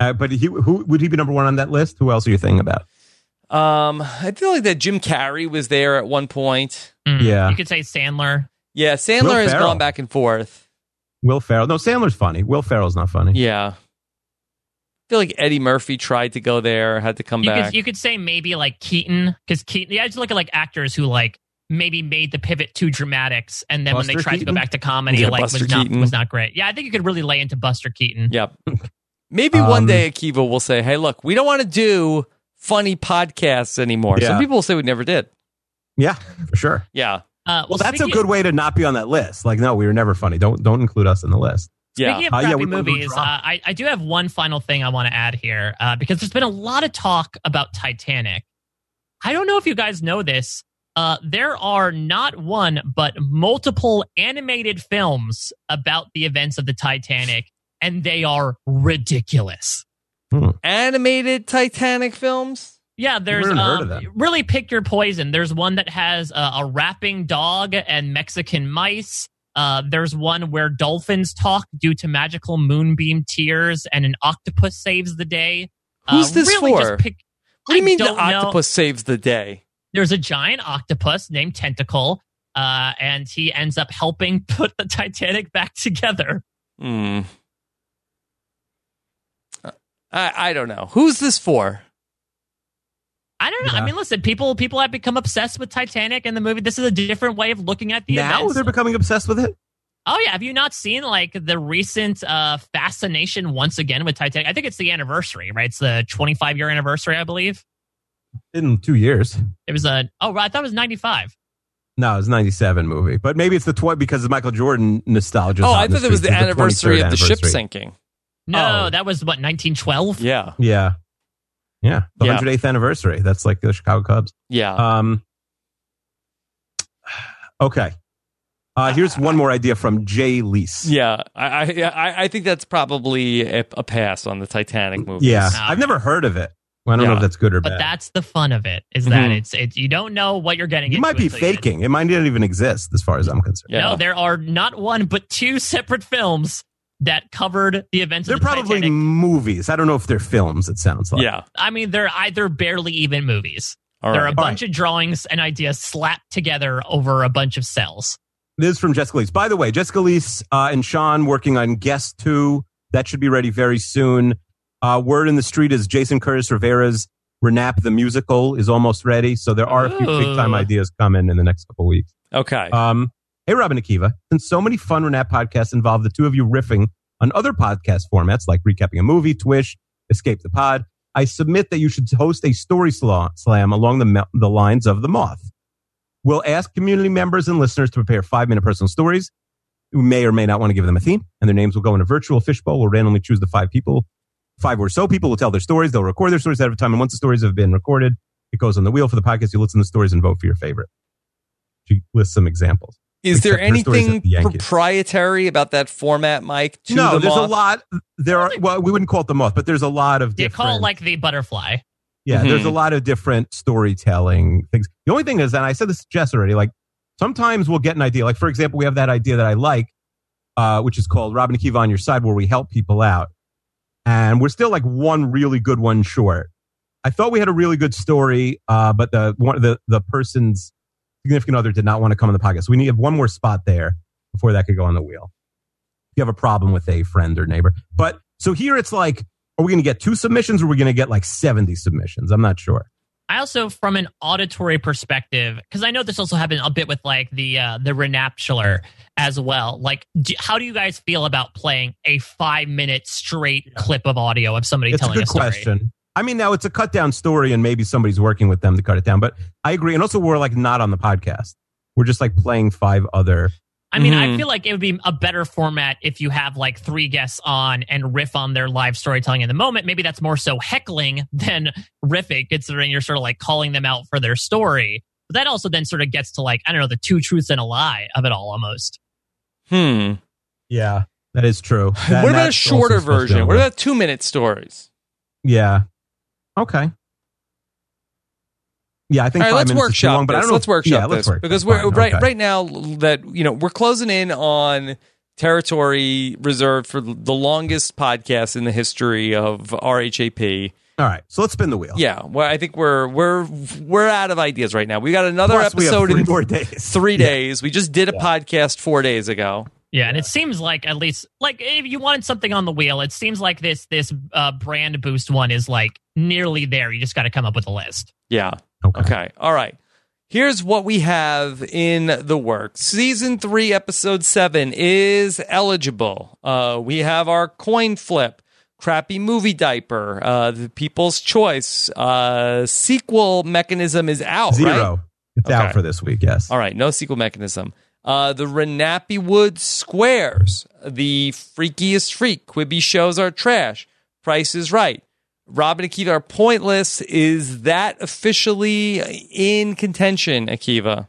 S6: Uh, but he, who would he be number one on that list? Who else are you thinking about?
S1: Um, I feel like that Jim Carrey was there at one point.
S5: Mm.
S6: Yeah.
S5: you could say Sandler.
S1: Yeah,
S6: Will
S1: Sandler has
S6: Ferrell.
S1: gone back and forth.
S6: Will Ferrell? No, Sandler's funny. Will Ferrell's not funny.
S1: Yeah, I feel like Eddie Murphy tried to go there, had to come
S5: you
S1: back.
S5: could you could say maybe like Keaton because Keaton. Yeah, I just look at like actors who like maybe made the pivot to dramatics, and then when they
S6: Buster
S5: tried to go
S6: Keaton?
S5: back to comedy,
S1: Yeah,
S5: like
S1: Buster
S5: was not
S1: Keaton.
S5: was not great. Yeah, I think you could really lay into Buster Keaton.
S1: yep. Maybe one
S6: Um,
S1: day Akiva will say, "Hey, look, we don't want to do funny podcasts anymore." Some
S6: Yeah.
S1: people will say we never did.
S6: Yeah, for sure.
S1: Yeah,
S5: Uh,
S6: Well, that's a
S5: speaking-
S6: good way to not be on that list. Like, no, we were never funny. Don't don't include us in the list.
S1: yeah.
S5: Speaking of
S6: Uh, yeah,
S5: crappy
S6: we- we- we
S5: movies, uh,
S6: dropped-
S5: I, I do have one final thing I want to add here uh, because there's been a lot of talk about Titanic. I don't know if you guys know this. Uh, there are not one, but multiple animated films about the events of the Titanic, and they are ridiculous.
S1: Animated Titanic films.
S5: Yeah, there's
S6: Never heard
S5: um,
S6: of that.
S5: really pick your poison. There's one that has uh, a rapping dog and Mexican mice. Uh, there's one where dolphins talk due to magical moonbeam tears, and an octopus saves the day. Uh,
S1: Who's this
S5: really
S1: for?
S5: Just pick,
S1: What do you
S5: I
S1: mean the
S5: don't know.
S1: octopus saves the day?
S5: There's a giant octopus named Tentacle, uh, and he ends up helping put the Titanic back together.
S1: Hmm. I I don't know. Who's this for?
S5: I don't know. I
S6: Yeah.
S5: mean, listen, people people have become obsessed with Titanic and the movie. This is a different way of looking at the
S6: now
S5: events.
S6: they're becoming obsessed with it.
S5: Oh yeah, have you not seen like the recent uh fascination once again with Titanic? I think it's the anniversary, right? It's the 25 year anniversary, I believe.
S6: In two years.
S5: It was a oh, right, I thought it was 95.
S6: No, it's a '97 movie, but maybe it's the twi- because of Michael Jordan nostalgia.
S1: Oh, I thought it was the anniversary of the ship sinking.
S5: No,
S6: Oh.
S5: that was what 1912.
S1: Yeah.
S6: Yeah, yeah, the
S1: Yeah.
S6: 108th anniversary. That's like the Chicago Cubs.
S1: Yeah.
S6: Um, okay. Uh, here's one more idea from Jay Lease.
S1: yeah. I, I I- I think that's probably a, a pass on the Titanic movie.
S6: Yeah,
S5: All
S6: I've never heard of it. Well, I don't know
S5: Yeah.
S6: if that's good or
S5: Ah. But
S6: bad. Mm-hmm.
S5: that's the fun of it is that
S3: Mhm.
S5: it's it, you don't know what you're getting.
S6: you
S5: into
S6: might be
S5: until you-
S6: faking. It might not even exist, as far as I'm concerned.
S1: Yeah.
S5: No, there are not one but two separate films that covered the events.
S6: They're
S5: of the
S6: probably
S5: Titanic.
S6: movies. I don't know if they're films. It sounds like.
S1: yeah.
S5: I mean, they're either barely even movies.
S1: All
S5: They're
S1: right.
S5: a bunch of drawings and ideas slapped together over a bunch of cells.
S6: This is from Jessica Lees. By the way, Jessica Lees uh, and Sean working on Guest Two. That should be ready very soon. Uh, word in the street is Jason Curtis Rivera's Renap the musical is almost ready. So there are a few
S5: Ooh.
S6: big time ideas coming in the next couple weeks.
S1: Okay.
S6: Um, hey, Robin Akiva, since so many fun Renap podcasts involve the two of you riffing on other podcast formats like recapping a movie, Twish, Escape the Pod, I submit that you should host a story sla- slam along the, mel- the lines of The Moth. We'll ask community members and listeners to prepare five minute personal stories. We may or may not want to give them a theme, and their names will go in a virtual fishbowl. We'll randomly choose the five people. Five or so people will tell their stories. They'll record their stories out of time. And once the stories have been recorded, it goes on the wheel for the podcast. You listen to the stories and vote for your favorite. She lists some examples.
S1: Is there
S6: except her story's
S1: anything
S6: at the Yankees.
S1: proprietary about that format, Mike? To
S6: no,
S1: the
S6: there's
S1: moth?
S6: a lot. There are well, we wouldn't call it the moth, but there's a lot of
S5: They
S6: different.
S5: call it like the butterfly.
S6: yeah, there's a
S1: Mhm.
S6: lot of different storytelling things. The only thing is, and I said this to Jess already. Like sometimes we'll get an idea. Like for example, we have that idea that I like, uh, which is called Robin and Kiva on your side, where we help people out, and we're still like one really good one short. I thought we had a really good story, uh, but the one the the person's significant other did not want to come on the podcast. So we need to have one more spot there before that could go on the wheel. If you have a problem with a friend or neighbor, but so here it's like, are we going to get two submissions or are we going to get like seventy submissions? I'm not sure.
S5: I also, from an auditory perspective, because I know this also happened a bit with like the uh, the Renaptular as well. Like, do, how do you guys feel about playing a five minute straight clip of audio of somebody
S6: It's a
S5: telling
S6: good
S5: story?
S6: question. I mean, now it's a cut down story, and maybe somebody's working with them to cut it down. But I agree, and also we're like not on the podcast. We're just like playing five other.
S5: I mean, I
S1: Mhm.
S5: feel like it would be a better format if you have like three guests on and riff on their live storytelling in the moment. Maybe that's more so heckling than riffing, considering you're sort of like calling them out for their story. But that also then sort of gets to like, I don't know, the two truths and a lie of it all almost.
S1: Hmm.
S6: Yeah, that is true. That-
S1: what about a
S6: that's
S1: shorter
S6: also supposed to be
S1: version?
S6: on
S1: What
S6: the-
S1: about two minute stories?
S6: Yeah. Okay. Yeah, I
S1: All
S6: think.
S1: right,
S6: five
S1: let's
S6: minutes is too
S1: workshop
S6: long, but I
S1: this.
S6: don't know
S1: let's
S6: if-
S1: workshop
S6: yeah,
S1: this
S6: let's work.
S1: because
S6: That's
S1: we're
S6: fine.
S1: right
S6: Okay.
S1: right now that you know we're closing in on territory reserved for the longest podcast in the history of RHAP.
S6: All right, so let's spin the wheel.
S1: Yeah, well, I think we're we're we're out of ideas right now. We got another
S6: Plus, we have
S1: episode
S6: three
S1: in
S6: more days.
S1: three days. We just did a podcast four days ago.
S5: Yeah, and it seems like at least like if you wanted something on the wheel, it seems like this this uh, brand boost one is like nearly there. You just got to come up with a list.
S1: Yeah.
S6: Okay.
S1: Okay. All right. Here's what we have in the works. Season three, episode seven is eligible. Uh, we have our coin flip, crappy movie diaper, uh, the people's choice. Uh, sequel mechanism is out.
S6: Zero.
S1: Right?
S6: It's
S1: Okay.
S6: out for this week. Yes.
S1: All right. No sequel mechanism. Uh, the Renappy Wood Squares, the freakiest freak. Quibby shows are trash. Price is right. Robin and Akiva are pointless. Is that officially in contention, Akiva?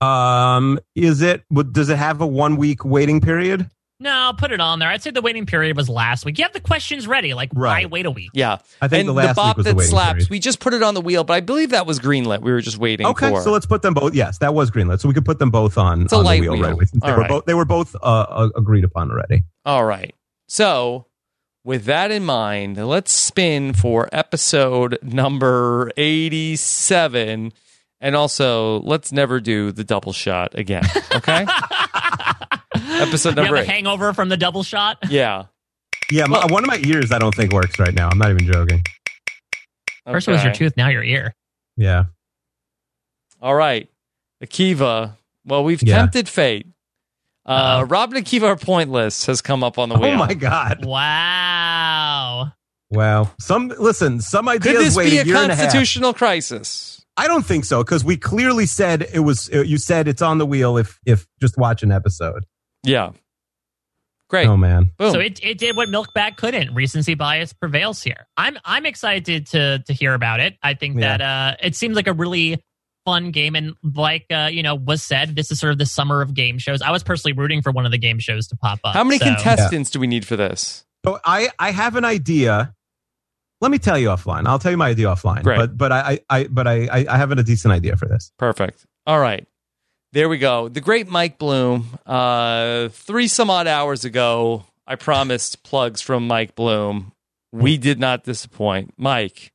S6: Um, is it? would- Does it have a one week waiting period?
S5: No, I'll put it on there. I'd say the waiting period was last week. You have the questions ready. Like, why
S6: Right.
S5: wait a week?
S1: Yeah.
S6: I think
S1: and
S6: the
S1: the
S6: last
S1: bop
S6: week was
S1: that
S6: the waiting
S1: slaps.
S6: period.
S1: We just put it on the wheel, but I believe that was greenlit. We were just waiting
S6: okay,
S1: for.
S6: so let's put them both. Yes, that was greenlit, so we could put them both on,
S1: It's a
S6: on the
S1: light
S6: wheel
S1: wheel.
S6: right away. since They
S1: All
S6: were
S1: right.
S6: both. They were both uh, uh, agreed upon already.
S1: All right. So, with that in mind, let's spin for episode number 87. And also, let's never do the double shot again. Okay. episode
S5: you have
S1: number
S5: a
S1: eight.
S5: hangover from the double shot.
S1: yeah.
S6: Yeah, my, one of my ears I don't think works right now. I'm not even joking.
S5: First was your
S1: Okay.
S5: tooth, now your ear.
S6: Yeah.
S1: All right. Akiva. Well, we've
S6: Yeah. Uh-huh.
S1: tempted fate. Uh, Rob and Akiva are pointless has come up on the wheel.
S6: Oh my god.
S5: Wow.
S6: Wow. Some listen. Some
S1: Could
S6: ideas
S1: this
S6: wait
S1: be a
S6: year and half.
S1: constitutional crisis?
S6: I don't think so because we clearly said it was. uh, You said it's on the wheel if if just watch an episode.
S1: Yeah. Great.
S6: Oh man.
S1: Boom.
S5: So it, it did what Milk Bag couldn't. Recency bias prevails here. I'm I'm excited to to hear about it. I think
S6: Yeah.
S5: that uh it seems like a really fun game and like uh you know was said this is sort of the summer of game shows. I was personally rooting for one of the game shows to pop up.
S1: How many
S5: so-
S6: Oh,
S1: contestants do we need for this?
S6: So I I have an idea Let me tell you offline. I'll tell you my idea offline.
S1: Great.
S6: But but I I I- but I I- I have a decent idea for this.
S1: Perfect. All right. There we go. The great Mike Bloom. Uh, three some odd hours ago, I promised plugs from Mike Bloom. We did not disappoint. Mike,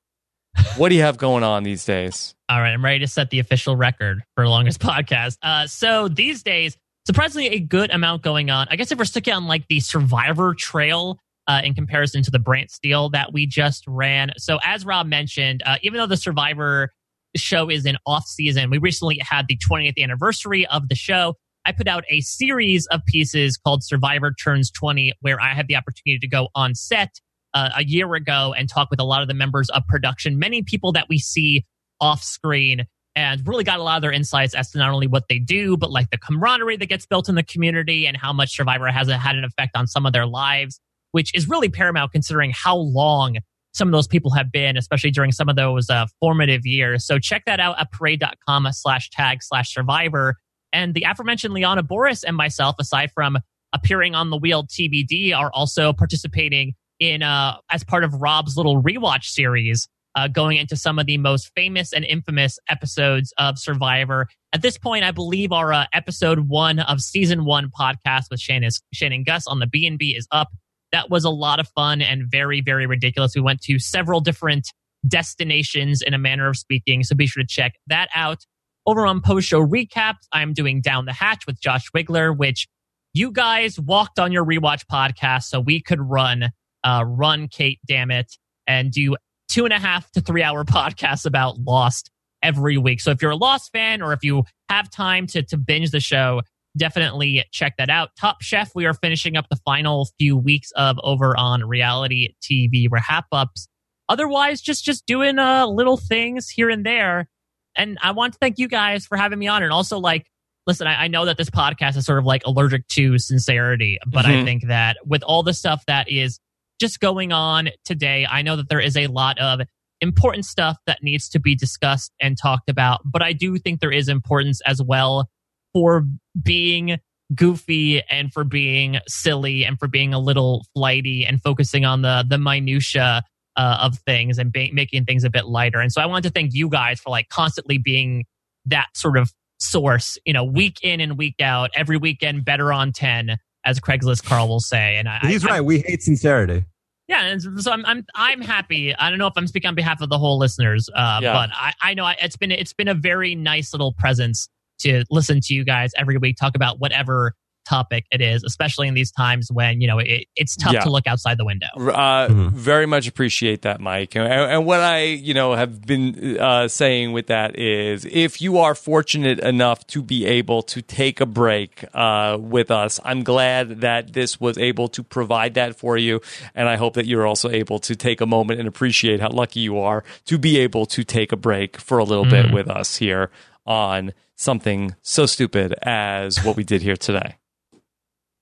S1: what do you have going on these days?
S5: All right, I'm ready to set the official record for longest podcast. Uh, so these days, surprisingly, a good amount going on. I guess if we're sticking on like the Survivor Trail uh, in comparison to the Brant Steele that we just ran. So as Rob mentioned, uh, even though the Survivor show is in off season, we recently had the 20th anniversary of the show. I put out a series of pieces called Survivor Turns 20, where I had the opportunity to go on set uh, a year ago and talk with a lot of the members of production, many people that we see off screen and really got a lot of their insights as to not only what they do, but like the camaraderie that gets built in the community and how much Survivor has had an effect on some of their lives, which is really paramount considering how long some of those people have been, especially during some of those uh, formative years. So check that out at parade.com slash tag slash survivor. And the aforementioned Liana Boris and myself, aside from appearing on the wheel TBD, are also participating in uh, as part of Rob's little rewatch series uh, going into some of the most famous and infamous episodes of Survivor. At this point, I believe our uh, episode one of season one podcast with Shannon, Shannon Gus on the B and B is up. That was a lot of fun and very, very ridiculous. We went to several different destinations in a manner of speaking, so be sure to check that out. Over on post show recaps, I'm doing Down the Hatch with Josh Wiggler, which you guys walked on your rewatch podcast, so we could run, uh, run Kate, damn it, and do two and a half to three hour podcasts about Lost every week. So if you're a Lost fan or if you have time to, to binge the show, definitely check that out. Top Chef, we are finishing up the final few weeks of over on reality TV wrap ups. Otherwise, just just doing uh, little things here and there. And I want to thank you guys for having me on. And also, like, listen, I, I know that this podcast is sort of like allergic to sincerity, but I
S1: Mhm.
S5: think that with all the stuff that is just going on today. I know that there is a lot of important stuff that needs to be discussed and talked about, but I do think there is importance as well for being goofy and for being silly and for being a little flighty and focusing on the the minutia uh, of things and ba- making things a bit lighter. And so I wanted to thank you guys for like constantly being that sort of source, you know, week in and week out, every weekend better on 10 as Craigslist Carl will say. And I, I-
S6: He's
S5: I-
S6: right. We hate sincerity.
S5: yeah, and so I'm I'm I'm happy. I don't know if I'm speaking on behalf of the whole listeners, uh,
S1: Yeah.
S5: but I I know I, it's been it's been a very nice little presence to listen to you guys every week talk about whatever topic it is, especially in these times when you know it, it's tough
S1: Yeah.
S5: to look outside the window.
S1: R- Uh,
S5: Mm-hmm.
S6: Mhm.
S1: Very much appreciate that, Mike. And, and what I, you know, have been uh, saying with that is, if you are fortunate enough to be able to take a break uh, with us, I'm glad that this was able to provide that for you, and I hope that you're also able to take a moment and appreciate how lucky you are to be able to take a break for a little bit
S5: Mm-hmm.
S1: with us here on something so stupid as what we did here today.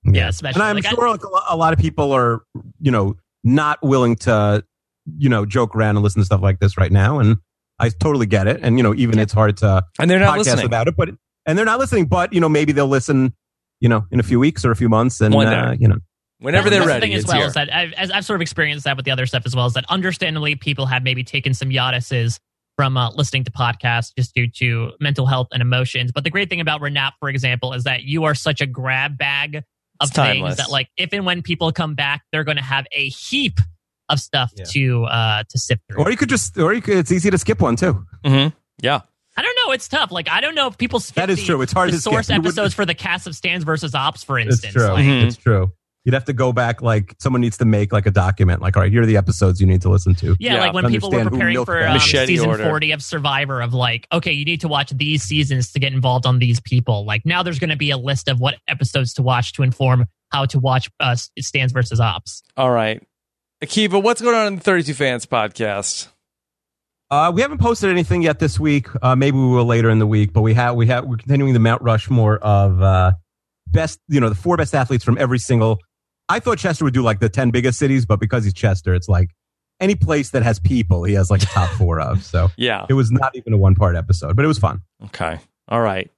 S5: Yeah, especially
S6: and I'm
S5: like, I-
S6: sure like, a, lot, a lot of people are, you know, not willing to, you know, joke around and listen to stuff like this right now. And I totally get it. And you know, even it's hard to
S1: And they're not
S6: podcast
S1: listening.
S6: about it, but and they're not listening. But you know, maybe they'll listen, you know, in a few weeks or a few months, and
S1: One day.
S6: uh, you know,
S1: Whenever
S5: Well,
S1: they're
S5: that's
S1: ready,
S5: The thing as
S1: it's
S5: well
S1: here.
S5: is that I've, as I've sort of experienced that with the other stuff as well is that understandably people have maybe taken some yodises from uh, listening to podcasts just due to mental health and emotions. But the great thing about Renap, for example, is that you are such a grab bag of
S1: It's
S5: things
S1: timeless.
S5: that like if and when people come back, they're going to have a heap of stuff
S6: Yeah.
S5: to uh, to sift through.
S6: or you could just, or you could, it's easy to skip one too.
S1: Mhm. Yeah.
S5: I don't know. It's tough. Like I don't know if people skip
S6: That is
S5: the-
S6: true. It's hard
S5: the
S6: to skip.
S5: source
S6: You wouldn't-
S5: episodes for the cast of stands versus ops, for
S6: It's
S5: instance.
S6: true.
S5: Like,
S1: Mhm.
S6: It's true. You'd have to go back. Like someone needs to make like a document. Like, all right, here are the episodes you need to listen to.
S5: Yeah,
S1: Yeah,
S5: like when people were
S6: understand who
S5: preparing
S6: milked
S5: for
S6: that.
S5: um,
S1: Machete
S5: season
S1: order.
S5: 40 of Survivor, of like, okay, you need to watch these seasons to get involved on these people. Like now there's going to be a list of what episodes to watch to inform how to watch uh, Stands versus Ops.
S1: All right. Akiva, what's going on in the 32 Fans podcast?
S6: Uh, we haven't posted anything yet this week. Uh, maybe we will later in the week, but we have we have we're continuing the Mount Rushmore of uh, best. You know, the four best athletes from every single. I thought Chester would do like the ten biggest cities, but because he's Chester, it's like any place that has people, he has like a top four of. So
S1: Yeah.
S6: it was not even a one part episode, but it was fun.
S1: Okay. All right.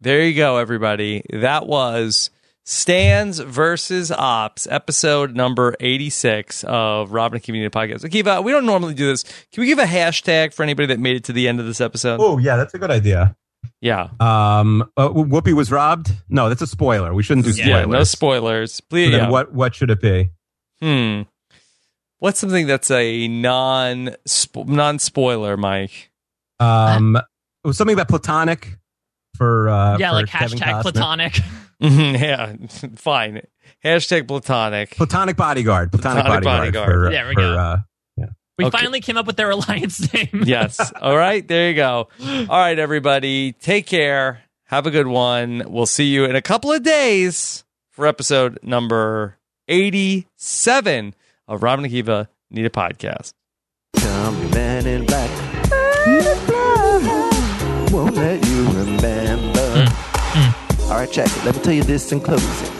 S1: There you go, everybody. That was Stands versus Ops, episode number 86 of Robin and Community Podcast. Akiva, we don't normally do this. Can we give a hashtag for anybody that made it to the end of this episode?
S6: Oh, yeah, that's a good idea.
S1: Yeah.
S6: Um, uh, Whoopi was robbed. No, that's a spoiler. We shouldn't do spoilers.
S1: Yeah, no spoilers.
S6: So
S1: Please.
S6: then
S1: yeah.
S6: what what should it be?
S1: Hmm. What's something that's a non spo- non spoiler, Mike?
S6: Um, it was something about platonic for uh,
S5: yeah,
S6: for
S5: like
S6: Kevin
S5: hashtag
S6: Costner.
S5: platonic.
S1: Mhm, yeah, fine. Hashtag platonic.
S6: platonic bodyguard, platonic,
S1: Platonic
S6: bodyguard.
S1: bodyguard.
S6: For,
S5: There we
S6: for,
S5: go.
S6: Uh,
S5: We
S1: Okay.
S5: finally came up with their alliance name.
S1: yes. All right. There you go. All right, everybody. Take care. Have a good one. We'll see you in a couple of days for episode number 87 of Robin and Akiva Need a Podcast.
S10: Zombie man in black. Won't let you remember. Alright, check it. Let me tell you this in closing.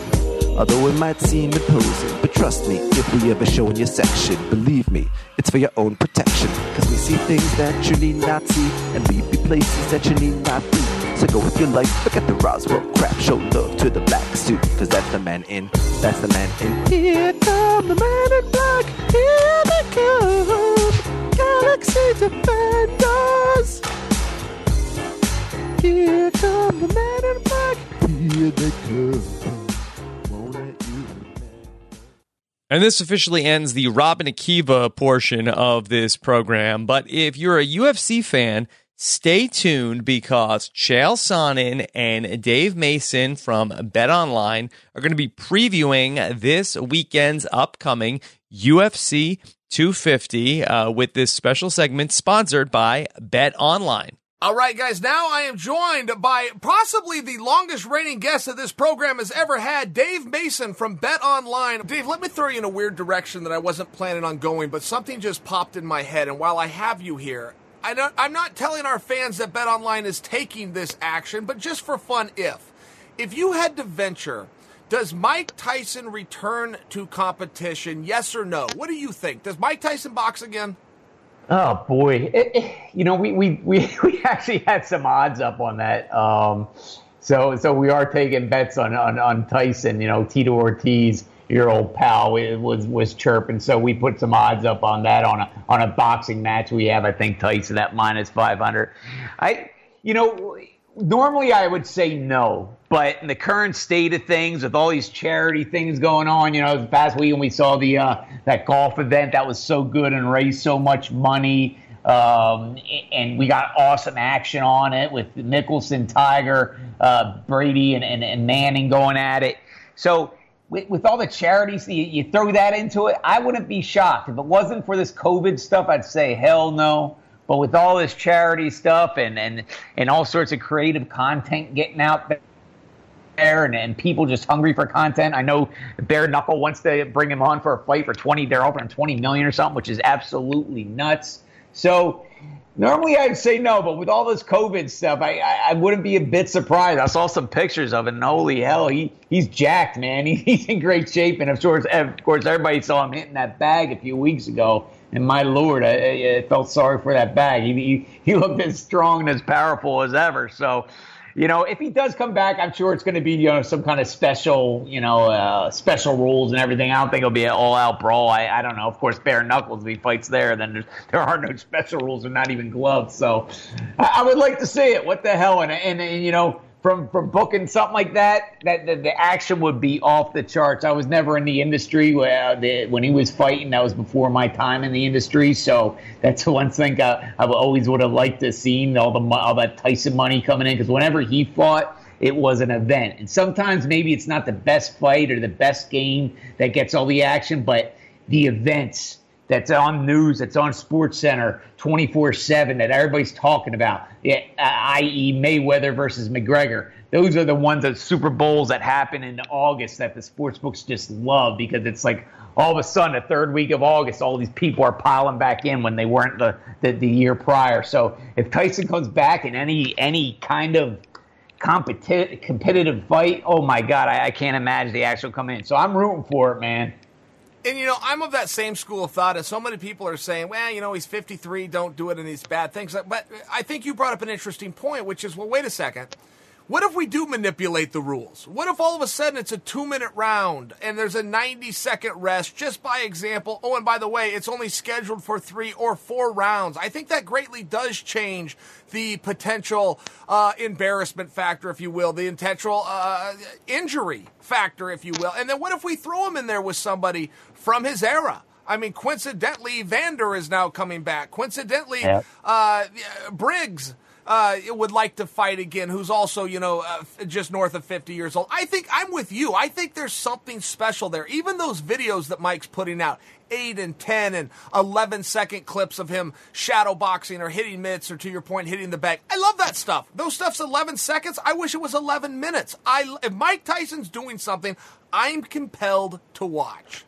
S10: Although it might seem imposing, but trust me, if we ever show in your section, believe me, it's for your own protection. Cause we see things that you need not see, and we be places that you need not be. So go with your life, forget the Roswell crap, show love to the black suit, cause that's the man in, that's the man in. Here come the man in black, here they come, Galaxy Defenders. Here come the man in black, here they come. Won't let you
S1: And this officially ends the Robin Akiva portion of this program. But if you're a UFC fan, stay tuned because Chael Sonnen and Dave Mason from Bet Online are going to be previewing this weekend's upcoming UFC 250 uh, with this special segment sponsored by Bet Online.
S11: All right, guys, now I am joined by possibly the longest reigning guest that this program has ever had, Dave Mason from Bet Online. Dave, let me throw you in a weird direction that I wasn't planning on going, but something just popped in my head, and while I have you here, I don't, I'm not telling our fans that Bet Online is taking this action, but just for fun, if. If you had to venture, does Mike Tyson return to competition? Yes or no? What do you think? Does Mike Tyson box again?
S12: Oh boy, It- it- you know we, we we we actually had some odds up on that. Um, so so we are taking bets on on, on Tyson. You know Tito Ortiz, your old pal, it was was chirping. So we put some odds up on that on a on a boxing match we have. I think Tyson at minus five hundred. I you know normally I would say no, but in the current state of things, with all these charity things going on, you know, the past week when we saw the uh, that golf event that was so good and raised so much money, um, a- and we got awesome action on it with Nicholson, Tiger, uh, Brady, and, and, and Manning going at it. So. With, with all the charities, you, you throw that into it. I wouldn't be shocked if it wasn't for this COVID stuff. I'd say hell no. But with all this charity stuff and and and all sorts of creative content getting out there and, and people just hungry for content. I know Bare Knuckle wants to bring him on for a fight for 20 they're offering him 20 million or something, which is absolutely nuts. So normally I'd say no, but with all this COVID stuff, I, I, I wouldn't be a bit surprised. I saw some pictures of it and holy hell, he he's jacked, man. He, he's in great shape and of course of course everybody saw him hitting that bag a few weeks ago. And my lord, I, I I felt sorry for that bag. He, he he looked as strong and as powerful as ever. So, you know, if he does come back, I'm sure it's going to be you know some kind of special, you know, uh, special rules and everything. I don't think it'll be an all-out brawl. I, I don't know. Of course, bare knuckles. If he fights there, then there's, there are no special rules and not even gloves. So, I, I would like to see it. What the hell? And and, and you know. From, from booking something like that, that the, the action would be off the charts. I was never in the industry where the, when he was fighting. That was before my time in the industry, so that's the one thing I, I would always would have liked to seen all the mo- all that Tyson money coming in because whenever he fought, it was an event. And sometimes maybe it's not the best fight or the best game that gets all the action, but the events that's on news, that's on Sports Center 24 7, that everybody's talking about, yeah, uh, i.e., Mayweather versus McGregor. Those are the ones that Super Bowls that happen in August that the sports books just love because it's like all of a sudden, the third week of August, all these people are piling back in when they weren't the, the, the year prior. So if Tyson comes back in any any kind of competi- competitive fight, oh my God, I, I can't imagine the actual coming in. So I'm rooting for it, man.
S11: And you know, I'm of that same school of thought as so many people are saying, well, you know, he's 53, don't do it, and he's bad things. But I think you brought up an interesting point, which is, well, wait a second. What if we do manipulate the rules? What if all of a sudden it's a two minute round and there's a 90 second rest just by example? Oh, and by the way, it's only scheduled for three or four rounds. I think that greatly does change the potential uh, embarrassment factor, if you will, the intentional uh, injury factor, if you will. And then what if we throw him in there with somebody from his era? I mean, coincidentally, Vander is now coming back. Coincidentally,
S2: Yeah.
S11: uh, Briggs uh, would like to fight again, who's also, you know, uh, f- just north of 50 years old. I think I'm with you. I think there's something special there. Even those videos that Mike's putting out, 8 and 10 and 11 second clips of him shadow boxing or hitting mitts or, to your point, hitting the back. I love that stuff. Those stuff's 11 seconds. I wish it was 11 minutes. I, if Mike Tyson's doing something, I'm compelled to watch.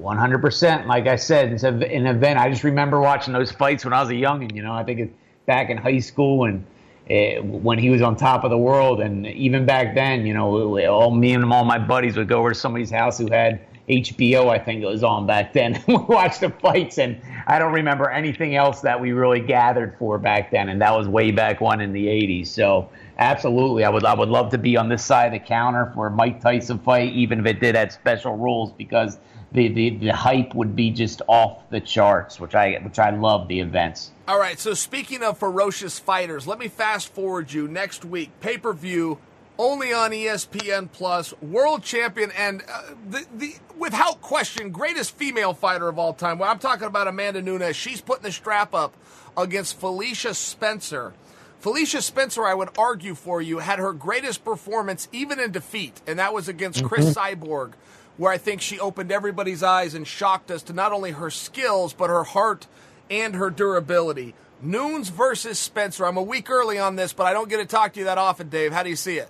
S12: 100%. Like I said, it's a, an event. I just remember watching those fights when I was a youngin', you know. I think it's back in high school and eh, when he was on top of the world. And even back then, you know, we- we- all me and all my buddies would go over to somebody's house who had HBO, I think it was on back then. we watched the fights, and I don't remember anything else that we really gathered for back then. And that was way back when in the 80s. So absolutely, I would, I would love to be on this side of the counter for a Mike Tyson fight, even if it did have special rules, because the, the, the hype would be just off the charts, which I which I love the events.
S11: All right, so speaking of ferocious fighters, let me fast forward you next week. Pay per view, only on E ESPN Plus, world champion, and uh, the, the without question, greatest female fighter of all time. Well, I'm talking about Amanda Nunes. She's putting the strap up against Felicia Spencer. Felicia Spencer, I would argue for you, had her greatest performance even in defeat, and that was against Chris Cyborg, where I think she opened everybody's eyes and shocked us to not only her skills, but her heart and her durability. Noons versus Spencer. I'm a week early on this, but I don't get to talk to you that often, Dave. How do you see it?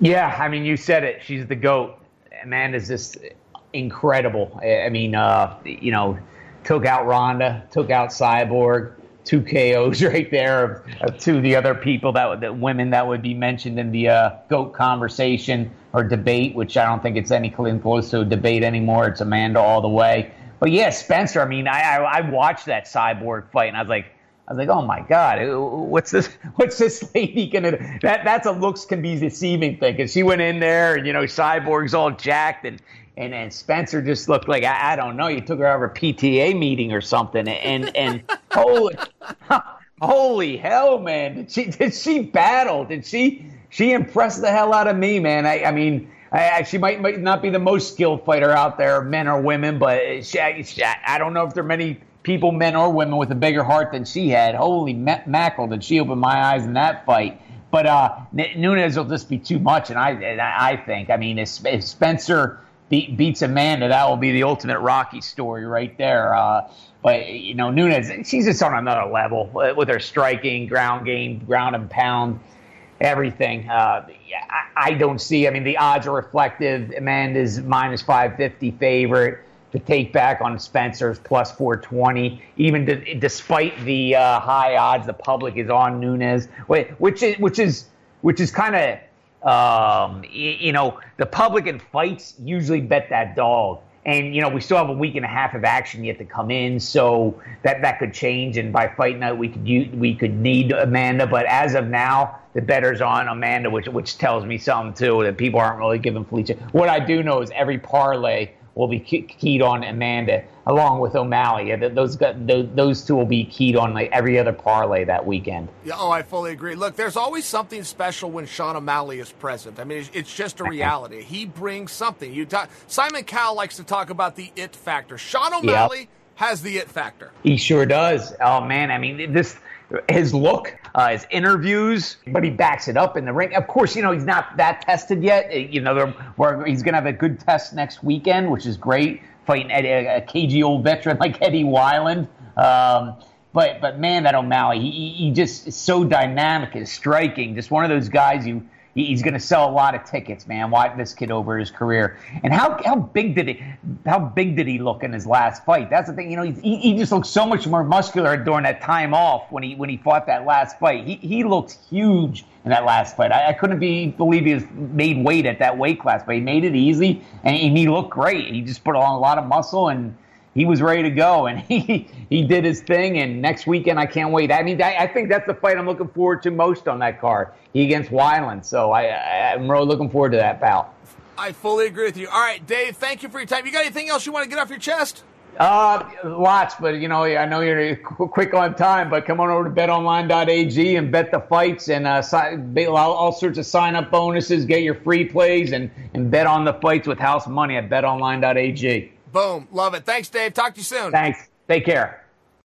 S12: Yeah, I mean, you said it. She's the goat. Amanda's just incredible. I I mean, uh, you know, took out Ronda, took out Cyborg, two KOs right there of, of two of the other people that would- that women that would be mentioned in the uh, goat conversation or debate, which I don't think it's any close to a debate anymore. It's Amanda all the way. But yeah, Spencer. I mean, I I, I watched that Cyborg fight and I was like. I was like, "Oh my God, what's this? What's this lady gonna?" That that's a looks can be deceiving thing. Cause she went in there, and you know, Cyborg's all jacked, and and and Spencer just looked like I, I don't know. You took her out of a PTA meeting or something, and and holy holy hell, man! Did she did she battle? Did she she impressed the hell out of me, man? I I mean. I, I- she might, might not be the most skilled fighter out there, men or women, but she, I- she, I don't know if there are many people, men or women, with a bigger heart than she had. Holy ma- mackerel, did she open my eyes in that fight? But uh, N- Nunez will just be too much, and I and I I think I mean if, Sp- if Spencer be- beats Amanda, that will be the ultimate Rocky story right there. Uh, but you know Nunez, she's just on another level uh, with her striking, ground game, ground and pound everything. Uh, yeah, I, I don't see. I mean, the odds are reflective. Amanda's minus 550 favorite. The take back on Spencer's plus 420. Even d- despite the uh, high odds, the public is on Nunez, whi- which is which is which is kind of um, y- you know the public in fights usually bet that dog. And you know we still have a week and a half of action yet to come in, so that that could change. And by fight night, we could u- we could need Amanda, but as of now, the better's on Amanda, which which tells me something too that people aren't really giving Felicia. What I do know is every parlay will be key- keyed on Amanda along with O'Malley. Yeah, th- Those got- those those two will be keyed on like every other parlay that weekend.
S11: Yeah, oh, I fully agree. Look, there's always something special when Sean O'Malley is present. I mean, it's, it's just a reality. He brings something. You talk, Simon Cowell likes to talk about the it factor. Sean O'Malley has the it factor.
S12: He sure does. Oh man, I mean this his look, uh, his interviews, but he backs it up in the ring. Of course, you know he's not that tested yet. Uh, You know, they're- we're, he's going to have a good test next weekend, which is great, fighting Eddie, a cagey old veteran like Eddie Weiland. Um, but but man, that O'Malley, he- he, he just is so dynamic and striking. Just one of those guys you. he- He's going to sell a lot of tickets, man. Watch this kid over his career, and how how big did he how big did he look in his last fight? That's the thing. You know, he's- he, he just looked so much more muscular during that time off when he when he fought that last fight. He he looked huge in that last fight. I, I couldn't be believe he was made weight at that weight class, but he made it easy and, and he looked great. He just put on a lot of muscle and he was ready to go, and he he did his thing. And next weekend, I can't wait. I mean, I, I think that's the fight I'm looking forward to most on that card. He against Weiland, so I, I I'm really looking forward to that bout.
S11: I fully agree with you. All right, Dave, thank you for your time. You got anything else you want to get off your chest?
S12: Uh, lots, but you know, I know you're qu- quick on time, but come on over to betonline.ag and bet the fights and uh, si- ba- all, all sorts of sign up bonuses, get your free plays, and, and bet on the fights with house money at betonline.ag.
S11: Boom. Love it. Thanks, Dave. Talk to you soon.
S12: Thanks. Take care.